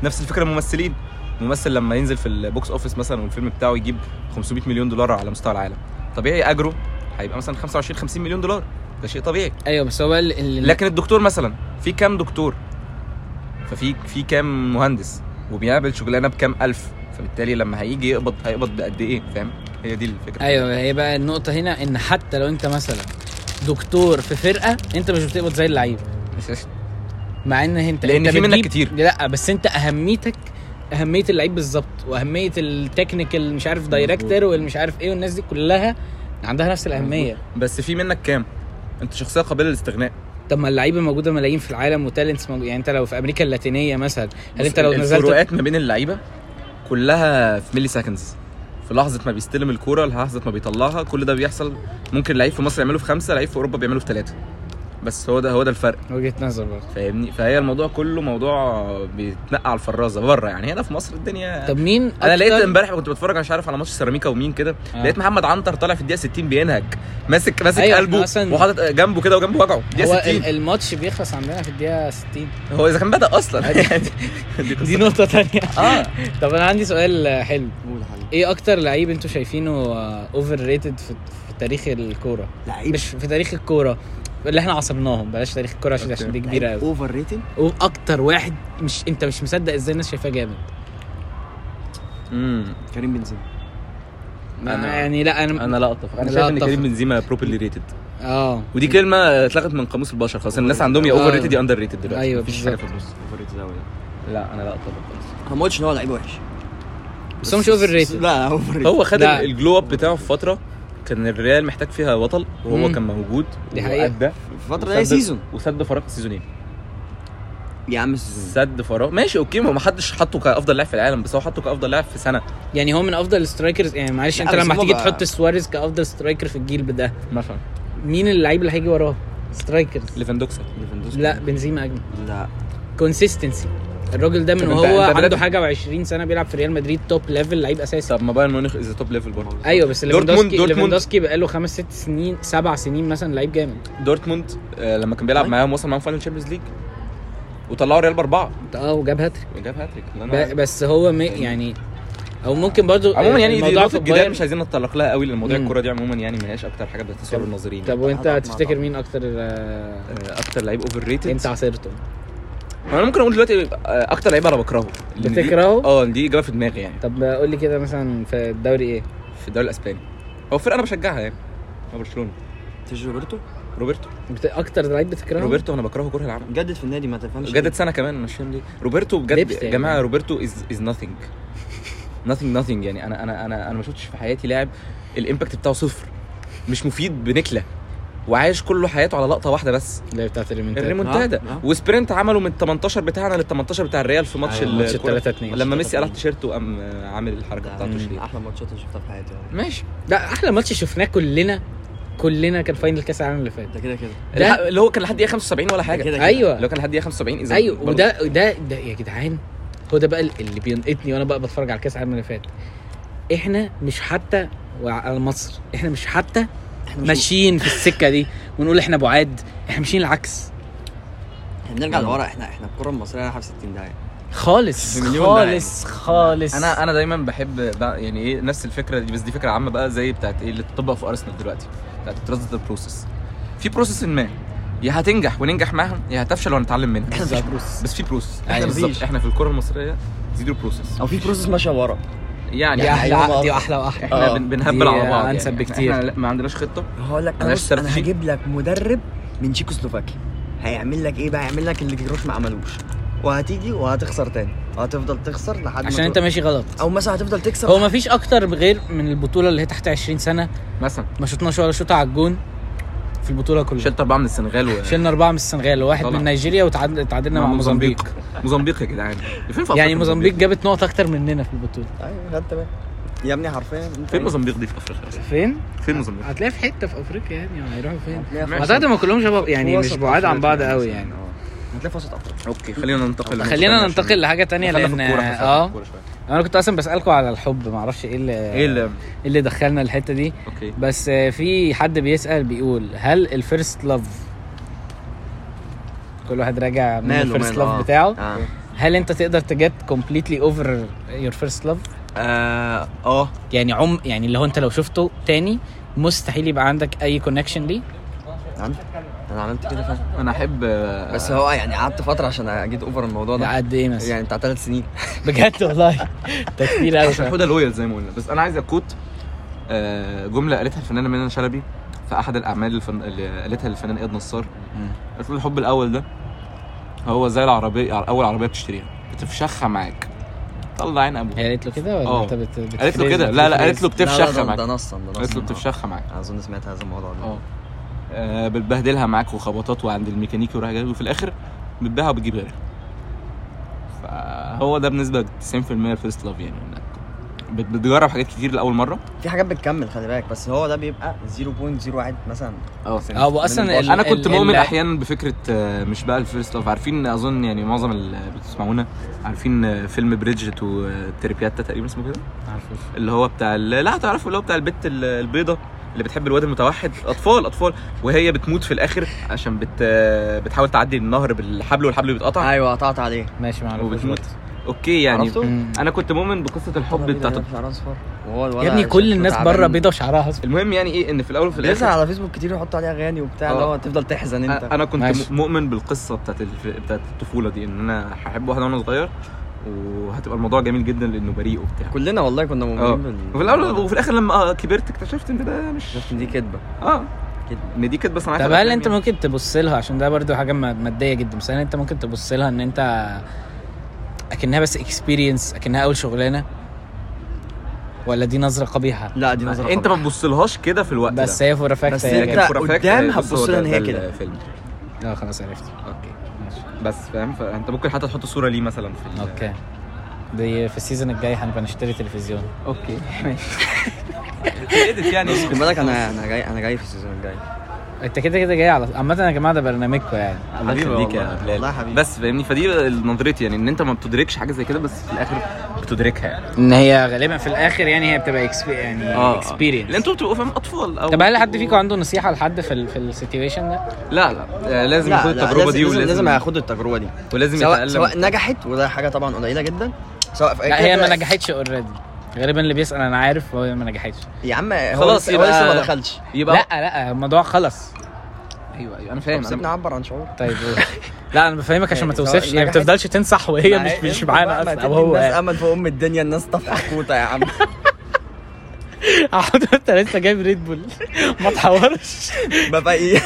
Speaker 3: نفس الفكره الممثلين الممثل لما ينزل في البوكس اوفيس مثلا والفيلم بتاعه يجيب 500 مليون دولار على مستوى العالم طبيعي اجره هيبقى مثلا 25 50 مليون دولار ده شيء طبيعي
Speaker 2: ايوه بس هو بقى ال- ال-
Speaker 3: لكن الدكتور مثلا في كام دكتور ففي في كام مهندس وبيقابل شغلانه بكام الف فبالتالي لما هيجي يقبض هيقبض بقد ايه فاهم هي دي الفكره
Speaker 2: ايوه هي بقى النقطه هنا ان حتى لو انت مثلا دكتور في فرقه انت مش بتقبض زي اللعيب مع ان انت
Speaker 3: لأن
Speaker 2: انت
Speaker 3: في منك
Speaker 2: بتجيب-
Speaker 3: كتير.
Speaker 2: لا بس انت اهميتك اهميه اللعيب بالظبط واهميه التكنيكال مش عارف دايركتور والمش عارف ايه والناس دي كلها عندها نفس الاهميه
Speaker 3: بس في منك كام انت شخصيه قابله للاستغناء
Speaker 2: طب ما اللعيبه موجوده ملايين في العالم وتالنتس موجود يعني انت لو في امريكا اللاتينيه مثلا هل يعني انت لو نزلت
Speaker 3: الفروقات ما بين اللعيبه كلها في ملي سكندز في لحظه ما بيستلم الكوره لحظه ما بيطلعها كل ده بيحصل ممكن لعيب في مصر يعمله في خمسه لعيب في اوروبا بيعمله في ثلاثه بس هو ده هو ده الفرق
Speaker 2: وجهه نظر برضه
Speaker 3: فاهمني فهي الموضوع كله موضوع بيتنقع على الفرازه بره يعني هنا في مصر الدنيا
Speaker 2: طب مين اكتر
Speaker 3: انا لقيت امبارح كنت بتفرج مش عارف على ماتش سيراميكا ومين كده
Speaker 2: آه.
Speaker 3: لقيت محمد عنتر طالع في الدقيقه 60 بينهج ماسك ماسك
Speaker 2: أيوة،
Speaker 3: قلبه
Speaker 2: إحنا أصلاً-
Speaker 3: وحاطط جنبه كده وجنبه وجعه
Speaker 2: هو
Speaker 3: دقيقه 60
Speaker 2: ال- الماتش بيخلص عندنا في الدقيقه 60
Speaker 3: هو اذا كان بدا اصلا يعني
Speaker 2: دي نقطه تانية
Speaker 3: اه
Speaker 2: طب انا عندي سؤال حلو
Speaker 4: قول يا حبيبي.
Speaker 2: ايه اكتر لعيب انتوا شايفينه اوفر ريتد في في تاريخ الكوره
Speaker 4: لعيب
Speaker 2: مش في تاريخ الكوره اللي احنا عصرناهم بلاش تاريخ الكوره عشان عشان دي كبيره قوي
Speaker 4: اوفر ريتد
Speaker 2: واكتر واحد مش انت مش مصدق ازاي الناس شايفاه جامد
Speaker 3: امم
Speaker 4: كريم بنزيما
Speaker 3: أنا-
Speaker 2: انا يعني لا انا,
Speaker 3: انا لا اتفق انا
Speaker 2: لا
Speaker 3: شايف ان
Speaker 2: أتفق.
Speaker 3: كريم بنزيما بروبرلي ريتد
Speaker 2: اه
Speaker 3: ودي كلمه اتلغت من قاموس البشر خلاص الناس عندهم يا
Speaker 2: آه.
Speaker 3: اوفر ريتد يا اندر ريتد دلوقتي
Speaker 2: أيوة،
Speaker 3: مفيش حاجه في
Speaker 2: بالظبط.
Speaker 3: النص
Speaker 4: اوفر ريتد قوي
Speaker 3: لا انا لا اتفق خالص
Speaker 4: انا ما قلتش ان هو لعيب وحش
Speaker 2: بس هو مش اوفر ريتد
Speaker 4: لا اوفر ريتد
Speaker 3: هو خد
Speaker 2: لا.
Speaker 3: الجلو اب بتاعه في فتره كان الريال محتاج فيها بطل وهو
Speaker 2: مم.
Speaker 3: كان موجود
Speaker 2: دي حقيقة.
Speaker 3: وأدى
Speaker 4: الفتره دي
Speaker 3: وسد-
Speaker 4: سيزون
Speaker 3: وسد فراغ سيزونين
Speaker 4: يا عم سيزون
Speaker 3: سد فراغ ماشي اوكي ما حدش حطه كافضل لاعب في العالم بس هو حطه كافضل لاعب في سنه
Speaker 2: يعني هو من افضل السترايكرز يعني معلش
Speaker 4: لا،
Speaker 2: انت
Speaker 4: بس
Speaker 2: لما
Speaker 4: هو
Speaker 2: هتيجي
Speaker 4: بقى-
Speaker 2: تحط سواريز كافضل سترايكر في الجيل ده
Speaker 3: مثلا
Speaker 2: مين اللعيب اللي هيجي وراه سترايكرز
Speaker 3: ليفاندوكسا
Speaker 4: ليفاندوسكي.
Speaker 2: لا بنزيما اجمل
Speaker 4: لا
Speaker 2: كونسيستنسي الراجل ده من
Speaker 3: طب أنت-
Speaker 2: وهو
Speaker 3: أنت
Speaker 2: عنده
Speaker 3: بدأت-
Speaker 2: حاجه و20 سنه بيلعب في ريال مدريد توب ليفل لعيب اساسي
Speaker 3: طب ما بايرن ميونخ از توب ليفل برضه
Speaker 2: ايوه بس
Speaker 3: دورتموند-
Speaker 2: ليفاندوسكي
Speaker 3: دورتموند-
Speaker 2: ليفاندوسكي بقاله خمس ست سنين سبع سنين مثلا لعيب جامد
Speaker 3: دورتموند آه، لما كان بيلعب
Speaker 4: طيب.
Speaker 3: معاهم وصل معاهم فاينل تشامبيونز ليج وطلعوا الريال باربعه
Speaker 2: اه وجاب هاتريك
Speaker 3: جاب هاتريك الله ينور
Speaker 2: ب- بس هو م... يعني او ممكن برضو
Speaker 3: عموما يعني دي
Speaker 2: الموضوع في
Speaker 3: نقطة جدال
Speaker 2: البايرن
Speaker 3: مش عايزين نتطرق لها قوي لان مواضيع
Speaker 2: مم.
Speaker 3: الكورة دي عموما يعني ما هياش أكتر حاجة بتثير الناظرين
Speaker 2: طب وانت
Speaker 4: هضرب مع
Speaker 2: تفتكر
Speaker 4: بعض.
Speaker 2: مين آه، اكتر آه،
Speaker 3: آه، أكتر لعيب أوفر ريتد
Speaker 2: انت عصرته
Speaker 3: أنا ممكن أقول دلوقتي آه، أكتر لعيب أنا بكرهه لأن دي-
Speaker 2: بتكرهه؟
Speaker 3: أه دي إجابة في دماغي يعني
Speaker 2: طب قول لي كده مثلا في الدوري ايه
Speaker 3: في الدوري الأسباني هو فرقة أنا بشجعها يعني هو برشلونة
Speaker 4: تيجي روبرتو
Speaker 3: روبرتو
Speaker 2: بت... اكتر لعيب بتكرهه
Speaker 3: روبرتو أنا بكرهه كره العمى
Speaker 4: جدد في النادي ما تفهمش
Speaker 3: جدد سنة كمان مش فاهم ليه روبرتو
Speaker 2: لبس
Speaker 3: بجد
Speaker 2: يعني.
Speaker 3: يا جماعة روبرتو از از nothing nothing nothing يعني أنا أنا أنا أنا ما شفتش في حياتي لاعب الإمباكت بتاعه صفر مش مفيد بنكلة وعايش كل حياته على لقطة واحدة بس
Speaker 2: اللي هي بتاعت الريمونتادا
Speaker 3: الريمونتادا
Speaker 4: آه، آه.
Speaker 3: وسبرنت عملوا من 18 بتاعنا لل 18 بتاع الريال في ماتش
Speaker 4: أيوة،
Speaker 2: ماتش
Speaker 3: الكرة.
Speaker 2: 3 2
Speaker 3: لما ميسي قلع تيشيرته وقام آه، عامل الحركه بتاعته
Speaker 2: مم.
Speaker 3: شديد
Speaker 4: احلى ماتشات انا شفتها في حياتي يعني.
Speaker 3: ماشي
Speaker 2: ده احلى ماتش شفناه كلنا كلنا كان فاينل كاس العالم اللي فات
Speaker 4: ده كده كده
Speaker 2: ده-
Speaker 3: الح- اللي هو كان لحد دقيقه 75 ولا أيوة. حاجه
Speaker 4: كده كده.
Speaker 2: ايوه
Speaker 3: اللي هو كان لحد دقيقه 75 اذا
Speaker 2: ايوه
Speaker 3: برضه.
Speaker 2: وده ده ده يا جدعان هو ده بقى اللي بينقطني وانا بقى بتفرج على كاس العالم اللي فات احنا مش حتى وعلى مصر احنا مش حتى
Speaker 4: احنا مش-
Speaker 2: ماشيين في السكه دي ونقول احنا بعاد احنا ماشيين العكس
Speaker 4: احنا بنرجع لورا احنا احنا الكره المصريه رايحه في 60 داهيه
Speaker 2: خالص
Speaker 3: في مليون داعي.
Speaker 2: خالص خالص
Speaker 3: انا انا دايما بحب بقى- يعني ايه نفس الفكره دي بس دي فكره عامه بقى زي بتاعت ايه اللي بتطبق في ارسنال دلوقتي بتاعت تراست ذا بروسس في بروسس ما يا هتنجح وننجح معاها يا هتفشل وهنتعلم منها
Speaker 2: مفيش بروسس.
Speaker 3: بس في بروسس
Speaker 2: أيوة.
Speaker 3: احنا بالظبط
Speaker 2: مفيش.
Speaker 3: احنا في الكره المصريه زيرو بروسس
Speaker 4: او في بروسس ماشيه ورا
Speaker 3: يعني
Speaker 2: دي
Speaker 3: احنا-
Speaker 2: احلى
Speaker 4: أيوة
Speaker 2: عقد، دي
Speaker 4: بقى.
Speaker 2: احلى واحلى
Speaker 3: احنا
Speaker 2: آه،
Speaker 3: بن- بنهبل
Speaker 2: دي
Speaker 3: على بعض يعني.
Speaker 2: انسب
Speaker 3: إحنا-
Speaker 2: بكتير
Speaker 3: احنا ما عندناش خطه
Speaker 4: هقول لك
Speaker 3: ملهاش
Speaker 4: انا, بص- أنا
Speaker 3: استراتيجي.
Speaker 4: هجيب لك مدرب من تشيكوسلوفاكيا هيعمل لك ايه بقى هيعمل لك اللي جروش ما عملوش وهتيجي وهتخسر تاني وهتفضل تخسر لحد ما
Speaker 2: عشان
Speaker 4: تقول-
Speaker 2: انت ماشي غلط
Speaker 4: او مثلا هتفضل تكسب
Speaker 2: هو مفيش اكتر غير من البطوله اللي هي تحت 20 سنه
Speaker 3: مثلا
Speaker 2: ما شطناش ولا شوطه على الجون في البطوله كلها
Speaker 3: شلت اربعه من السنغال و
Speaker 2: شلنا اربعه من السنغال وواحد
Speaker 3: طبعا.
Speaker 2: من نيجيريا وتعادلنا تعادلنا مع موزمبيق
Speaker 3: موزمبيق يا جدعان فين في
Speaker 2: يعني
Speaker 3: أفريقيا
Speaker 2: موزمبيق جابت نقط اكتر مننا في البطوله
Speaker 4: ايوه خدت بالك يا ابني إيه؟ حرفيا انت
Speaker 3: فين موزمبيق دي في افريقيا أصلاً؟
Speaker 2: فين؟
Speaker 3: فين موزمبيق
Speaker 2: هتلاقي في حته في افريقيا يعني هيروحوا فين؟
Speaker 4: هتلاقيها في
Speaker 2: اعتقد ما كلهم شباب يعني
Speaker 4: وسط
Speaker 2: مش بعاد عن
Speaker 4: أفريقيا
Speaker 2: بعض قوي
Speaker 4: مثلاً.
Speaker 2: يعني
Speaker 4: آه. هتلاقي في وسط افريقيا
Speaker 3: اوكي خلينا ننتقل
Speaker 2: خلينا ننتقل لحاجه تانية
Speaker 3: خلينا في
Speaker 2: لان
Speaker 3: الكورة، خلينا في
Speaker 2: اه
Speaker 3: الكورة شوية.
Speaker 2: انا كنت اصلا بسالكم على الحب معرفش ايه اللي
Speaker 3: ايه اللي
Speaker 2: إيه اللي دخلنا الحته دي
Speaker 3: اوكي
Speaker 2: بس آه، في حد بيسال بيقول هل الفيرست لاف كل واحد راجع من
Speaker 4: ماله
Speaker 2: الفيرست
Speaker 4: ماله، آه.
Speaker 2: لاف بتاعه
Speaker 4: آه.
Speaker 2: هل انت تقدر تجت كومبليتلي اوفر يور فيرست لاف
Speaker 4: اه اه
Speaker 2: يعني عم يعني اللي هو انت لو شفته تاني مستحيل يبقى عندك اي كونكشن ليه
Speaker 4: عندي. انا عملت كده فعلا
Speaker 3: انا احب آه،
Speaker 4: نعم. بس هو يعني قعدت فتره عشان اجيت اوفر الموضوع
Speaker 2: ده
Speaker 4: ده
Speaker 2: قد ايه مثلا
Speaker 4: يعني بتاع ثلاث سنين
Speaker 2: بجد والله ده كتير
Speaker 4: يعني
Speaker 3: عشان
Speaker 2: قوي
Speaker 3: حوده لويال زي ما قلنا بس انا عايز اكوت آه، جمله قالتها الفنانه منى شلبي في احد الاعمال الفن... اللي قالتها الفنان اياد نصار قالت له الحب الاول ده هو زي العربيه اول عربيه بتشتريها بتفشخها معاك طلع عين ابوك
Speaker 2: هي قالت له كده ولا
Speaker 3: آه.
Speaker 2: انت بت بت-
Speaker 3: قالت له كده لا لا قالت له
Speaker 4: يعني، لا، لا،
Speaker 3: بتفشخها
Speaker 4: ده- ده
Speaker 3: معاك
Speaker 4: نصا ده
Speaker 3: قالت له
Speaker 4: نصا.
Speaker 3: بتفشخها معاك
Speaker 4: آه. اظن سمعت هذا الموضوع ده
Speaker 3: اه آه، بتبهدلها معاك وخبطات وعند الميكانيكي وراح جاي وفي الاخر بتبيعها وبتجيب غيرها فهو ده بنسبه 90% الفيرست لاف يعني انك بت- بتجرب حاجات كتير لاول مره
Speaker 4: في حاجات بتكمل خلي بالك بس هو ده بيبقى 0.01 مثلا
Speaker 3: اه
Speaker 2: اه هو اصلا ال-
Speaker 3: انا كنت
Speaker 2: ال-
Speaker 3: مؤمن
Speaker 2: ال-
Speaker 3: احيانا بفكره آه، مش بقى الفيرست لاف عارفين اظن يعني معظم اللي بتسمعونا عارفين آه، فيلم بريدجت وتريبياتا تقريبا اسمه كده
Speaker 2: عارفه.
Speaker 3: اللي هو بتاع ال- لا تعرفوا اللي هو بتاع البت ال- البيضه اللي بتحب الواد المتوحد اطفال اطفال وهي بتموت في الاخر عشان بت بتحاول تعدي النهر بالحبل والحبل بيتقطع
Speaker 4: ايوه قطعت عليه
Speaker 2: ماشي معلش
Speaker 3: وبتموت اوكي يعني
Speaker 4: عرفته؟
Speaker 3: انا كنت مؤمن بقصه
Speaker 4: إيه
Speaker 3: الحب بتاعته
Speaker 4: يا
Speaker 2: يا ابني كل الناس بره بيضه وشعرها اصفر
Speaker 3: المهم يعني ايه ان في الاول وفي
Speaker 4: بينزل
Speaker 3: الاخر
Speaker 4: على فيسبوك كتير يحط عليها اغاني وبتاع اللي
Speaker 3: آه.
Speaker 4: هو تفضل تحزن انت
Speaker 3: انا كنت
Speaker 2: ماشي.
Speaker 3: مؤمن بالقصه بتاعت الف- بتاعت الطفوله دي ان انا هحب واحده وانا صغير وهتبقى الموضوع جميل جدا لانه بريء وبتاع
Speaker 4: كلنا والله كنا
Speaker 3: اه
Speaker 4: مؤمنين بال
Speaker 3: وفي الاول وفي الاخر لما آه، كبرت اكتشفت ان ده مش
Speaker 4: شفت إن دي كدبه
Speaker 3: اه
Speaker 4: كدبه
Speaker 3: ان دي كانت بس
Speaker 2: طب هل
Speaker 3: يعني.
Speaker 4: يعني.
Speaker 2: انت ممكن تبص لها عشان ده برضو حاجه م- ماديه جدا بس هل انت ممكن تبص لها ان انت اكنها بس اكسبيرينس اكنها اول شغلانه ولا دي نظره قبيحه
Speaker 4: لا دي نظره
Speaker 3: انت ما تبصلهاش كده في الوقت
Speaker 2: بس
Speaker 3: ده
Speaker 2: هي فور
Speaker 4: بس
Speaker 2: فاكت
Speaker 4: انت-
Speaker 2: هي
Speaker 3: لكن فور فاكت،
Speaker 4: قدام
Speaker 3: بص،
Speaker 4: هتبص
Speaker 3: هو
Speaker 4: لها
Speaker 3: ده-
Speaker 4: ان هي
Speaker 3: ده
Speaker 4: كده.
Speaker 3: الفيلم
Speaker 2: اه خلاص عرفت
Speaker 3: اوكي
Speaker 2: ماشي
Speaker 3: بس فاهم فانت ممكن حتى تحط صوره ليه مثلا في ال-
Speaker 2: اوكي دي في السيزون الجاي هنبقى نشتري تلفزيون
Speaker 3: اوكي ماشي اديت يعني
Speaker 4: خد بالك انا انا جاي انا جاي في السيزون الجاي
Speaker 2: انت كده كده جاي على عامه يا جماعه ده برنامجكم يعني
Speaker 3: الله يخليك يا
Speaker 4: والله.
Speaker 3: بلال
Speaker 4: والله حبيبي.
Speaker 3: بس فاهمني فدي نظرتي يعني ان انت ما بتدركش حاجه زي كده بس في الاخر بتدركها يعني
Speaker 2: ان هي غالبا في الاخر يعني هي بتبقى expe- يعني
Speaker 4: آه.
Speaker 3: لان
Speaker 2: اكسبيرينس
Speaker 3: انتوا آه. بتبقوا فاهم اطفال او
Speaker 2: طب هل حد فيكم عنده نصيحه لحد في ال في السيتويشن ده؟
Speaker 3: لا لا آه، لازم ياخد التجربه
Speaker 4: لازم-
Speaker 3: دي
Speaker 4: لازم-
Speaker 3: ولازم
Speaker 4: لازم هياخدوا التجربه دي
Speaker 3: ولازم
Speaker 4: سواء
Speaker 3: يتعلم
Speaker 4: سواء نجحت وده حاجه طبعا قليله جدا سواء في
Speaker 2: لا هي
Speaker 4: إيه كده-
Speaker 2: ما نجحتش اوريدي غالبا اللي بيسال انا عارف هو ما نجحتش
Speaker 4: يا عم هو
Speaker 3: خلاص
Speaker 4: لسه- هو
Speaker 3: يبقى-
Speaker 4: لسه ما دخلش
Speaker 3: يبقى
Speaker 2: لا لا الموضوع خلص
Speaker 3: ايوه ايوه انا
Speaker 4: طب
Speaker 3: فاهم
Speaker 4: سيبني
Speaker 3: أنا-
Speaker 4: اعبر عن شعور
Speaker 2: طيب قول. لا انا بفهمك عشان ما
Speaker 4: يعني سواء
Speaker 2: توصفش يعني ما
Speaker 4: نجحت-
Speaker 2: بتفضلش تنصح وهي
Speaker 4: ما هي-
Speaker 2: مش مش معانا
Speaker 4: ما- ما
Speaker 2: اصلا
Speaker 4: تدي
Speaker 2: او هو
Speaker 4: الناس
Speaker 2: يعني.
Speaker 4: امل في ام الدنيا الناس طفحه حكوته يا عم
Speaker 2: حضرتك انت لسه جايب ريد بول ما تحورش
Speaker 4: بقى ايه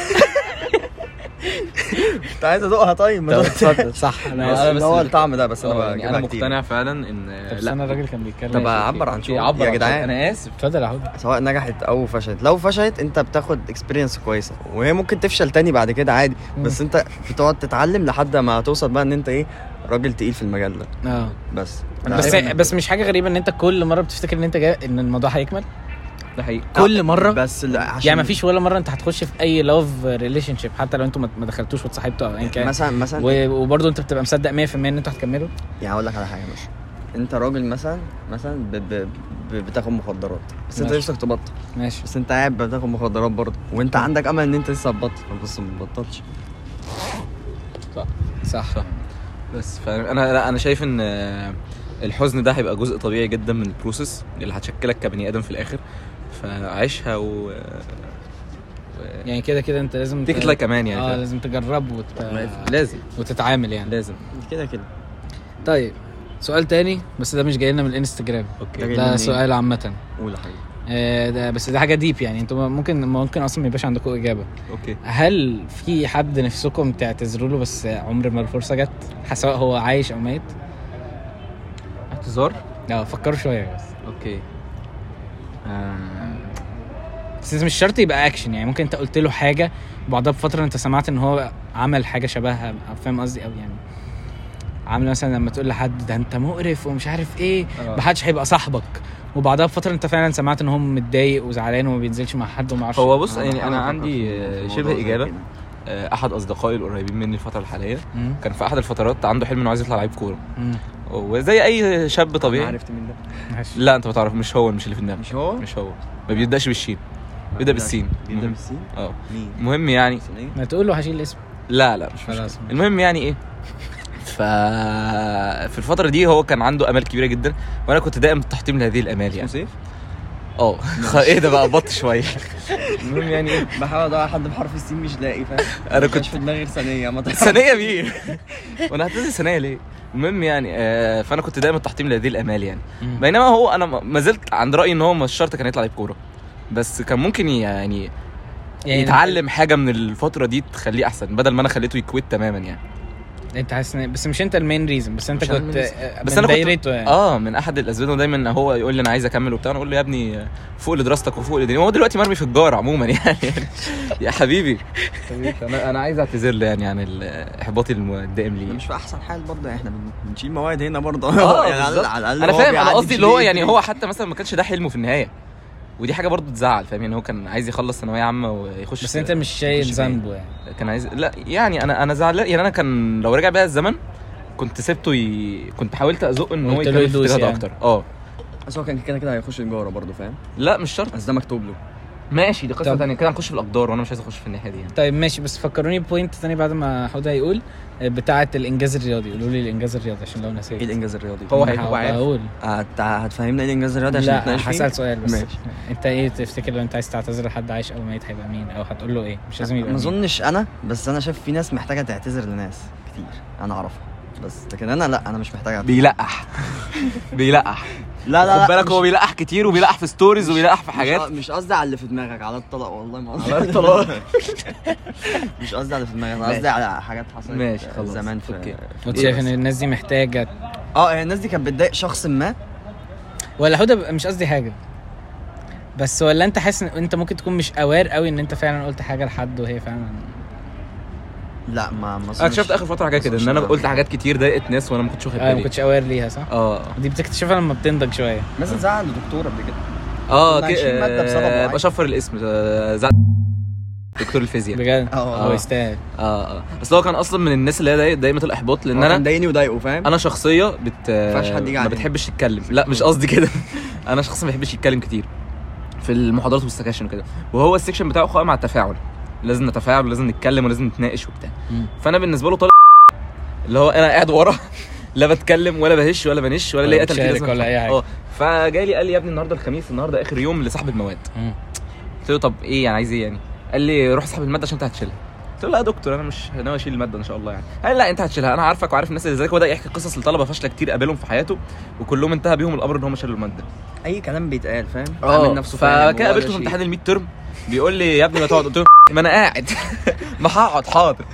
Speaker 4: انت عايز ادوقها طيب ما
Speaker 2: طب
Speaker 4: دقت.
Speaker 2: اتفضل صح
Speaker 3: أنا
Speaker 2: انا
Speaker 4: بس
Speaker 3: أنا
Speaker 4: اللي
Speaker 3: بس-
Speaker 4: هو الطعم ده بس انا
Speaker 3: آه، يعني انا
Speaker 4: بجيبها كتير.
Speaker 3: مقتنع فعلا ان
Speaker 2: طب
Speaker 3: لا
Speaker 2: استنى الراجل كان بيتكلم
Speaker 4: طب
Speaker 2: ماشي.
Speaker 4: عبر عن شعور
Speaker 3: عبر
Speaker 4: يا
Speaker 3: عن شعور.
Speaker 4: جدعان
Speaker 3: انا اسف
Speaker 2: اتفضل يا حبيبي
Speaker 4: سواء نجحت او فشلت لو فشلت انت بتاخد اكسبيرينس كويسه وهي ممكن تفشل تاني بعد كده عادي بس انت بتقعد تتعلم لحد ما توصل بقى ان انت ايه راجل تقيل في المجال ده
Speaker 2: اه
Speaker 4: بس آه. أنا
Speaker 2: بس
Speaker 4: عارف إن-
Speaker 2: بس مش حاجه غريبه ان انت كل مره بتفتكر ان انت جاي ان الموضوع هيكمل
Speaker 3: ده حقيقي
Speaker 2: كل مره
Speaker 4: بس لا، عشان
Speaker 2: يعني ما فيش ولا مره انت هتخش في اي لاف ريليشن شيب حتى لو انتوا ما ما دخلتوش واتصاحبتوا او ايا كان
Speaker 4: مثلا مثلا
Speaker 2: و- وبرضه انت بتبقى مصدق 100% ان انتوا هتكملوا
Speaker 4: يعني اقول لك على حاجه مثلا انت راجل مثلا مثلا ب... ب... ب... بتاخد مخدرات بس انت
Speaker 2: ماشي.
Speaker 4: نفسك تبطل
Speaker 2: ماشي
Speaker 4: بس انت قاعد بتاخد مخدرات برضه وانت عندك امل ان انت لسه هتبطل بس ما بتبطلش
Speaker 2: صح
Speaker 3: صح. بس فانا لا انا شايف ان آه، الحزن ده هيبقى جزء طبيعي جدا من البروسيس اللي هتشكلك كبني ادم في الاخر فعيشها و آه،
Speaker 2: يعني كده كده انت لازم
Speaker 3: تيك لايك كمان يعني
Speaker 2: اه
Speaker 3: فاهم؟
Speaker 2: لازم تجرب وت...
Speaker 3: لازم
Speaker 2: وتتعامل يعني
Speaker 3: لازم
Speaker 4: كده كده
Speaker 2: طيب سؤال تاني بس ده مش جاي لنا من الانستجرام
Speaker 4: ده
Speaker 3: اوكي
Speaker 4: جاي- لنا
Speaker 2: ده
Speaker 4: منين؟
Speaker 2: سؤال عامة
Speaker 4: قول يا حبيبي
Speaker 2: آه، ده بس ده حاجة ديب يعني انتوا ممكن ممكن اصلا ما يبقاش عندكم اجابة
Speaker 3: اوكي
Speaker 2: هل في حد نفسكم تعتذروا له بس عمر ما الفرصة جت سواء هو عايش او ميت
Speaker 3: اعتذار
Speaker 2: لا فكروا شوية بس
Speaker 3: اوكي آم،
Speaker 2: بس مش شرط يبقى اكشن يعني ممكن انت قلت له حاجه بعدها بفتره انت سمعت ان هو عمل حاجه شبهها أو فاهم قصدي او يعني عامل مثلا لما تقول لحد ده انت مقرف ومش عارف ايه
Speaker 3: آه.
Speaker 2: محدش هيبقى صاحبك وبعدها بفتره انت فعلا سمعت ان هو متضايق وزعلان وما بينزلش مع حد وما اعرفش
Speaker 3: هو بص يعني
Speaker 4: بحاول
Speaker 3: انا
Speaker 4: أفكر
Speaker 3: عندي
Speaker 4: في- في
Speaker 3: آه،
Speaker 4: موضوع
Speaker 3: شبه
Speaker 4: زي
Speaker 3: اجابه
Speaker 4: كده.
Speaker 3: آه، احد اصدقائي القريبين مني الفتره الحاليه
Speaker 2: مم.
Speaker 3: كان في احد الفترات عنده حلم انه عايز يطلع لعيب كوره
Speaker 2: مم.
Speaker 3: وزي اي شاب
Speaker 4: أنا
Speaker 3: طبيعي
Speaker 4: عرفت مين ده
Speaker 2: ماشي.
Speaker 3: لا انت ما تعرف مش هو مش اللي في دماغي
Speaker 4: مش هو؟
Speaker 3: مش هو ما بيبداش بالشين بيبدا بالسين
Speaker 4: بيبدا
Speaker 3: المهم.
Speaker 4: بالسين
Speaker 3: اه
Speaker 4: مين؟
Speaker 3: المهم يعني
Speaker 4: سنين؟
Speaker 2: ما تقول له هشيل اسمه
Speaker 3: لا لا مش مشكلة.
Speaker 2: خلاص ماشي.
Speaker 3: المهم يعني ايه ف في الفتره دي هو كان عنده امال كبيره جدا وانا كنت دائما تحطيم لهذه الامال
Speaker 4: اسمه
Speaker 3: يعني
Speaker 4: سيف؟
Speaker 3: اه ايه ده بقى بط شويه المهم يعني ايه
Speaker 4: بحاول ادور على حد بحرف السين مش لاقي فاهم ما
Speaker 3: أنا كنت-
Speaker 4: كانش في دماغي غير ثانيه ما تعرف.
Speaker 3: ثانيه مين وانا هتنزل ثانيه ليه المهم يعني آه فانا كنت دائما تحطيم لهذه الامال يعني
Speaker 2: مم.
Speaker 3: بينما هو انا ما ما زلت عند رايي ان هو مش شرط كان يطلع لعيب كوره بس كان ممكن يعني
Speaker 2: يعني
Speaker 3: يتعلم حاجه من الفتره دي تخليه احسن بدل ما انا خليته يكويت تماما يعني
Speaker 2: انت- انت حاسس إن- بس مش انت المين ريزن بس انت
Speaker 3: مش أنا
Speaker 2: كنت
Speaker 3: main reason.
Speaker 2: آه،
Speaker 3: بس
Speaker 2: من
Speaker 3: انا كنت
Speaker 2: دايرته يعني
Speaker 3: اه من احد الاسباب دايما هو يقول لي انا عايز اكمل وبتاع انا اقول له يا ابني فوق لدراستك وفوق لدنيا هو دلوقتي مرمي في الجار عموما يعني يا حبيبي انا انا عايز اعتذر له يعني عن ال- احباطي الدائم
Speaker 4: احنا
Speaker 3: ليه
Speaker 4: مش في احسن حال برضه يعني احنا بن- بنشيل مواد هنا برضه
Speaker 3: اه
Speaker 4: يعني على الأقل-
Speaker 3: بالظبط.
Speaker 4: على الاقل
Speaker 3: انا
Speaker 4: هو
Speaker 3: فاهم انا
Speaker 4: بيعدي
Speaker 3: قصدي
Speaker 4: في
Speaker 3: اللي هو
Speaker 4: دي-
Speaker 3: يعني
Speaker 4: دي-
Speaker 3: هو حتى مثلا ما كانش ده حلمه في النهايه ودي حاجه برضه تزعل فاهم يعني هو كان عايز يخلص ثانويه عامه ويخش
Speaker 2: بس انت مش شايل
Speaker 3: يخش في إيه.
Speaker 2: ذنبه يعني
Speaker 3: كان عايز لا يعني انا انا زعلان يعني انا كان لو رجع بيا الزمن كنت سبته ي... كنت حاولت ازقه ان هو
Speaker 2: قلت له
Speaker 3: يكمل في
Speaker 2: يدوس
Speaker 3: اتجاه ده
Speaker 2: يعني.
Speaker 3: اكتر اه
Speaker 4: بس هو كان كده كده هيخش تجاره برضه فاهم
Speaker 3: لا مش شرط
Speaker 4: بس ده مكتوب له
Speaker 3: ماشي دي قصه
Speaker 2: طب.
Speaker 3: ثانيه كده هنخش في الاقدار وانا مش عايز اخش في الناحيه دي يعني
Speaker 2: طيب ماشي بس فكروني بوينت تاني بعد ما حوده هيقول بتاعه الانجاز الرياضي قولوا لي الانجاز الرياضي عشان لو نسيت
Speaker 4: ايه الانجاز الرياضي؟
Speaker 3: إيه، هو
Speaker 2: أنا
Speaker 3: هيبقى
Speaker 2: هبقى
Speaker 3: عارف.
Speaker 2: اقول
Speaker 4: هت- هتفهمنا ايه الانجاز الرياضي عشان
Speaker 2: لا
Speaker 4: نتناقش فيه؟
Speaker 2: هسأل سؤال بس
Speaker 4: ماشي.
Speaker 2: انت ايه تفتكر لو انت عايز تعتذر لحد عايش او ميت هيبقى مين او هتقول له ايه مش لازم يبقى
Speaker 4: ما
Speaker 2: مين.
Speaker 4: اظنش انا بس انا شايف في ناس محتاجه تعتذر لناس كتير انا اعرفها بس لكن انا لا انا مش محتاجه أعتذر.
Speaker 3: بيلقح بيلقح
Speaker 4: لا لا لا
Speaker 3: خد بالك
Speaker 4: مش-
Speaker 3: هو بيلقح كتير وبيلقح في ستوريز وبيلقح في
Speaker 4: مش
Speaker 3: حاجات
Speaker 4: قص- مش قصدي على اللي في دماغك على الطلاق والله ما قصدي
Speaker 3: على الطلاق.
Speaker 4: مش قصدي على اللي في دماغك انا
Speaker 3: ماشي.
Speaker 4: قصدي على حاجات حصلت
Speaker 3: ماشي، خلاص.
Speaker 4: زمان في
Speaker 3: أوكي.
Speaker 2: وانت شايف ان الناس دي محتاجه
Speaker 4: اه هي الناس دي كانت بتضايق شخص ما
Speaker 2: ولا حوده بقى- مش قصدي حاجه بس ولا انت حاسس ان انت ممكن تكون مش اوير قوي ان انت فعلا قلت حاجه لحد وهي فعلا
Speaker 4: لا ما ما
Speaker 3: انا
Speaker 4: أظنش.
Speaker 3: اكتشفت اخر فتره حاجه كده ان انا قلت حاجات كتير ضايقت ناس وانا ما كنتش واخد
Speaker 2: اه ما
Speaker 3: بالي
Speaker 2: كنتش اوير ليها صح
Speaker 3: اه
Speaker 2: دي بتكتشفها لما بتنضج شويه
Speaker 4: الناس زعلوا دكتور قبل كده
Speaker 3: اه
Speaker 4: كنا عايشين مادة بسبب
Speaker 3: كده
Speaker 4: معين.
Speaker 3: بشفر الاسم آه، زع- دكتور الفيزياء
Speaker 2: بجد
Speaker 4: اه والله.
Speaker 3: آه.
Speaker 2: هو يستاهل
Speaker 3: اه اه اصل هو كان اصلا من الناس اللي هي داي- دايمه الاحباط لان
Speaker 4: هو كان
Speaker 3: انا
Speaker 4: ضايقني وضايقه فاهم
Speaker 3: انا شخصيه بت
Speaker 4: ينفعش حد يجي
Speaker 3: ما
Speaker 4: علينا.
Speaker 3: بتحبش تتكلم لا مش قصدي كده انا شخص ما بيحبش يتكلم كتير في المحاضرات والسكاشن وكده وهو السكشن بتاعه قائم على التفاعل لازم نتفاعل ولازم نتكلم ولازم نتناقش وبتاع
Speaker 2: مم.
Speaker 3: فانا بالنسبه له طالب اللي هو انا قاعد ورا لا بتكلم ولا بهش ولا بنش ولا
Speaker 2: ولا
Speaker 3: ليا قتل كده
Speaker 2: بتشارك
Speaker 3: لازم
Speaker 2: طيب، ولا أي حاجة.
Speaker 3: اه فجالي قال لي يا ابني النهارده الخميس النهارده اخر يوم لسحب المواد
Speaker 2: مم.
Speaker 3: قلت له طب ايه يعني عايز ايه يعني؟ قال لي روح اسحب الماده عشان انت هتشيلها. قلت له لا يا دكتور انا مش ناوي اشيل الماده ان شاء الله يعني. قال لا انت هتشيلها انا عارفك وعارف الناس اللي زيك وبدا يحكي قصص لطلبه فاشله كتير قابلهم في حياته وكلهم انتهى بيهم الامر ان هم شالوا الماده.
Speaker 4: اي كلام بيتقال فاهم
Speaker 2: آه،
Speaker 4: عامل
Speaker 3: عامل
Speaker 4: نفسه فاهم ولا
Speaker 3: فكان آه، قابلته في
Speaker 4: شيء.
Speaker 3: امتحان الميد ترم بيقول لي يا ابني ما تقعد قلت له ما انا قاعد ما هقعد حاضر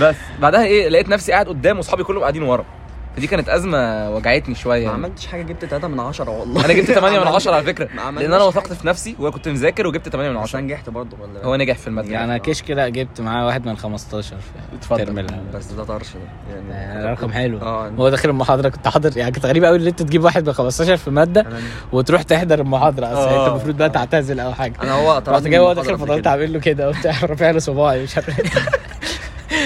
Speaker 3: بس بعدها ايه لقيت نفسي قاعد قدام واصحابي كلهم قاعدين ورا فدي كانت ازمه وجعتني شويه
Speaker 4: ما
Speaker 3: يعني.
Speaker 4: عملتش حاجه جبت 3 من 10 والله
Speaker 3: انا جبت 8 من
Speaker 4: عملت-
Speaker 3: 10 على فكره
Speaker 4: ما عملناش
Speaker 3: لان انا وثقت
Speaker 4: حاجة.
Speaker 3: في نفسي وكنت مذاكر وجبت 8 من
Speaker 4: بس
Speaker 3: 10
Speaker 4: انا نجحت برضه ولا
Speaker 3: هو نجح في الماده
Speaker 2: يعني انا كش كده جبت معاه واحد من 15 الترم
Speaker 3: اتفضل
Speaker 2: الأول.
Speaker 4: بس ده طرش ده يعني
Speaker 2: آه، رقم حلو
Speaker 4: اه
Speaker 2: هو داخل المحاضره كنت حاضر يعني كانت غريبه قوي ان انت تجيب واحد ب 15 في ماده
Speaker 4: انا
Speaker 2: وتروح تحضر المحاضره اصل
Speaker 3: آه.
Speaker 2: انت المفروض بقى تعتزل او حاجه
Speaker 4: انا هو
Speaker 2: رحت
Speaker 4: طردني
Speaker 2: جاي هو
Speaker 4: من
Speaker 2: داخل
Speaker 4: آه. المحاضرة قبل
Speaker 2: فضلت
Speaker 4: كده.
Speaker 2: اعمل له كده وبتاع رافع له صباعي مش عارف إيه.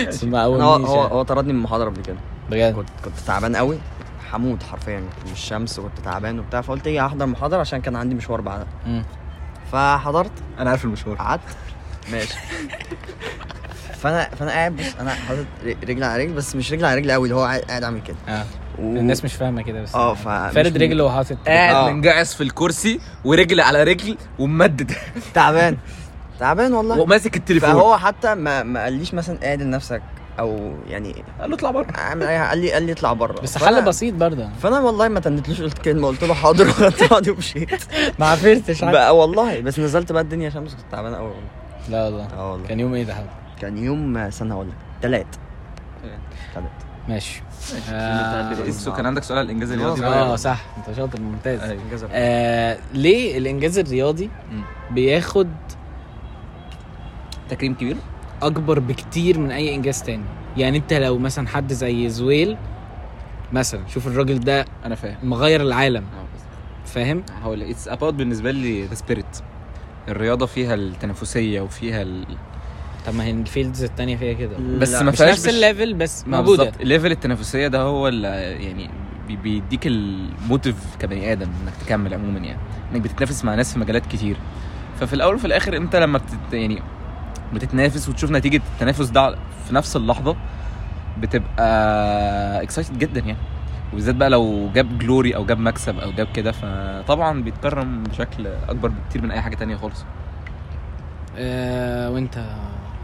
Speaker 2: بس ما
Speaker 4: أنا هو هو
Speaker 2: قومنيش
Speaker 4: هو طردني من المحاضره قبل كده
Speaker 2: بجد
Speaker 4: كنت كنت تعبان قوي حمود حرفيا كنت مش شمس وكنت تعبان وبتاع فقلت ايه هحضر محاضره عشان كان عندي مشوار بعدها
Speaker 2: مم.
Speaker 4: فحضرت
Speaker 3: انا عارف المشوار
Speaker 4: قعدت ماشي فانا فانا قاعد بص انا حاطط ر- رجل على رجل بس مش رجل على رجل قوي اللي هو قاعد قاعد عامل كده
Speaker 2: اه
Speaker 4: و...
Speaker 2: الناس مش فاهمه كده بس
Speaker 4: اه، فمش
Speaker 2: فارد
Speaker 4: م-
Speaker 2: رجله وحاطط
Speaker 4: آه.
Speaker 3: قاعد منجعس في الكرسي ورجل على رجل وممدد
Speaker 4: تعبان تعبان والله
Speaker 3: وماسك التليفون
Speaker 4: فهو حتى ما ما قاليش مثلا اعدل نفسك او يعني
Speaker 3: قال له اطلع بره
Speaker 4: اعمل اي حاجة. قال لي قال لي اطلع بره
Speaker 2: بس
Speaker 4: فأنا-
Speaker 2: حل بسيط برضه
Speaker 4: فانا والله ما تنتلوش قلت كلمه قلت له حاضر وطلعت ومشيت
Speaker 2: ما عفرتش عادي.
Speaker 4: بقى والله بس نزلت بقى الدنيا شمس كنت تعبان قوي والله.
Speaker 2: لا والله
Speaker 4: اه والله
Speaker 2: كان يوم ايه ده حبيبي
Speaker 4: كان يوم استنى اقول لك تلات
Speaker 3: تلات.
Speaker 4: تلات
Speaker 2: ماشي
Speaker 4: بتقلب.
Speaker 2: اه
Speaker 3: إيسو، كان عندك سؤال على الانجاز الرياضي
Speaker 2: آه، صح انت شاطر ممتاز
Speaker 3: الانجاز الرياضي.
Speaker 2: آه ليه الانجاز الرياضي
Speaker 3: أيوة، مم.
Speaker 2: بياخد
Speaker 3: تكريم كبير
Speaker 2: اكبر بكتير من اي انجاز تاني يعني انت لو مثلا حد زي زويل مثلا شوف الراجل ده
Speaker 3: انا فاهم
Speaker 2: مغير العالم فاهم
Speaker 3: هقول اتس اباوت بالنسبه لي ذا سبيريت الرياضه فيها التنافسيه وفيها ال...
Speaker 2: طب ما هي الفيلدز التانية فيها كده
Speaker 3: بس ما
Speaker 2: مش
Speaker 3: فيهاش
Speaker 2: نفس
Speaker 3: بش-
Speaker 2: الليفل بس
Speaker 3: ما
Speaker 2: موجوده
Speaker 3: بالظبط، ليفل التنافسيه ده هو اللي يعني بي- بيديك الموتيف كبني ادم انك تكمل عموما يعني انك بتتنافس مع ناس في مجالات كتير ففي الاول وفي الاخر انت لما بتت يعني بتتنافس وتشوف نتيجه التنافس ده في نفس اللحظه بتبقى اكسايتد جدا يعني وبالذات بقى لو جاب جلوري او جاب مكسب او جاب كده فطبعا بيتكرم بشكل اكبر بكتير من اي حاجه تانية خالص
Speaker 2: آه وانت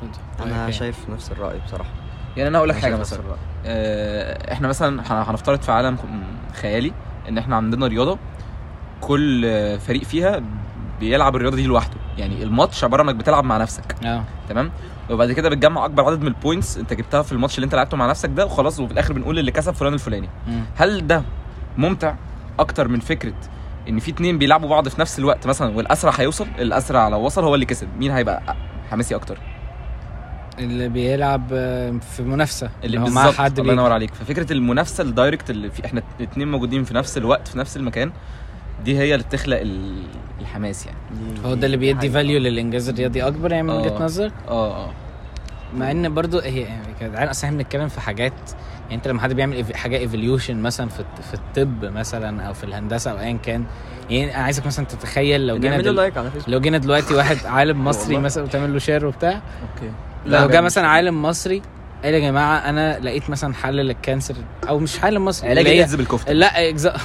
Speaker 2: وانت
Speaker 4: انا
Speaker 2: رأيك إيه؟
Speaker 4: شايف نفس الراي بصراحه
Speaker 3: يعني انا هقول لك
Speaker 4: أنا
Speaker 3: حاجه
Speaker 4: شايف
Speaker 3: مثلا
Speaker 4: نفس الرأي.
Speaker 3: آه، احنا مثلا هن- هنفترض في عالم خ- خيالي ان احنا عندنا رياضه كل آه، فريق فيها بيلعب الرياضه دي لوحده يعني الماتش عباره عن انك بتلعب مع نفسك
Speaker 2: اه
Speaker 3: تمام وبعد كده بتجمع اكبر عدد من البوينتس انت جبتها في الماتش اللي انت لعبته مع نفسك ده وخلاص وفي الاخر بنقول اللي كسب فلان الفلاني
Speaker 2: مم.
Speaker 3: هل ده ممتع اكتر من فكره ان في اتنين بيلعبوا بعض في نفس الوقت مثلا والاسرع هيوصل الاسرع لو وصل هو اللي كسب مين هيبقى حماسي اكتر
Speaker 2: اللي بيلعب آه، في منافسه
Speaker 3: اللي
Speaker 2: هو مع
Speaker 3: بالظبط
Speaker 2: حد
Speaker 3: الله
Speaker 2: بي...
Speaker 3: ينور عليك ففكره المنافسه الدايركت اللي في احنا الاثنين موجودين في نفس الوقت في نفس المكان دي هي اللي بتخلق ال- الحماس يعني
Speaker 4: دي-
Speaker 2: هو
Speaker 4: دي
Speaker 2: ده اللي بيدي
Speaker 4: حاجة.
Speaker 2: فاليو للانجاز الرياضي اكبر يعني من
Speaker 3: آه.
Speaker 2: وجهه نظر
Speaker 3: اه اه
Speaker 2: مع ان برضو هي يعني يا جدعان اصل احنا بنتكلم في حاجات يعني انت لما حد بيعمل إيف- حاجه ايفوليوشن مثلا في الط- في الطب مثلا او في الهندسه او ايا كان يعني انا عايزك مثلا تتخيل لو جينا
Speaker 4: نعمل له
Speaker 2: دل...
Speaker 4: لايك على فيسبوك
Speaker 2: لو جينا دلوقتي واحد عالم مصري
Speaker 4: والله.
Speaker 2: مثلا وتعمل له شير وبتاع
Speaker 3: اوكي
Speaker 2: لو جه مثلا عالم مصري قال يا جماعه انا لقيت مثلا حل للكانسر او مش حل مصري
Speaker 3: علاج
Speaker 2: اللي هي-
Speaker 3: الايدز بالكفته
Speaker 2: لا إجزاء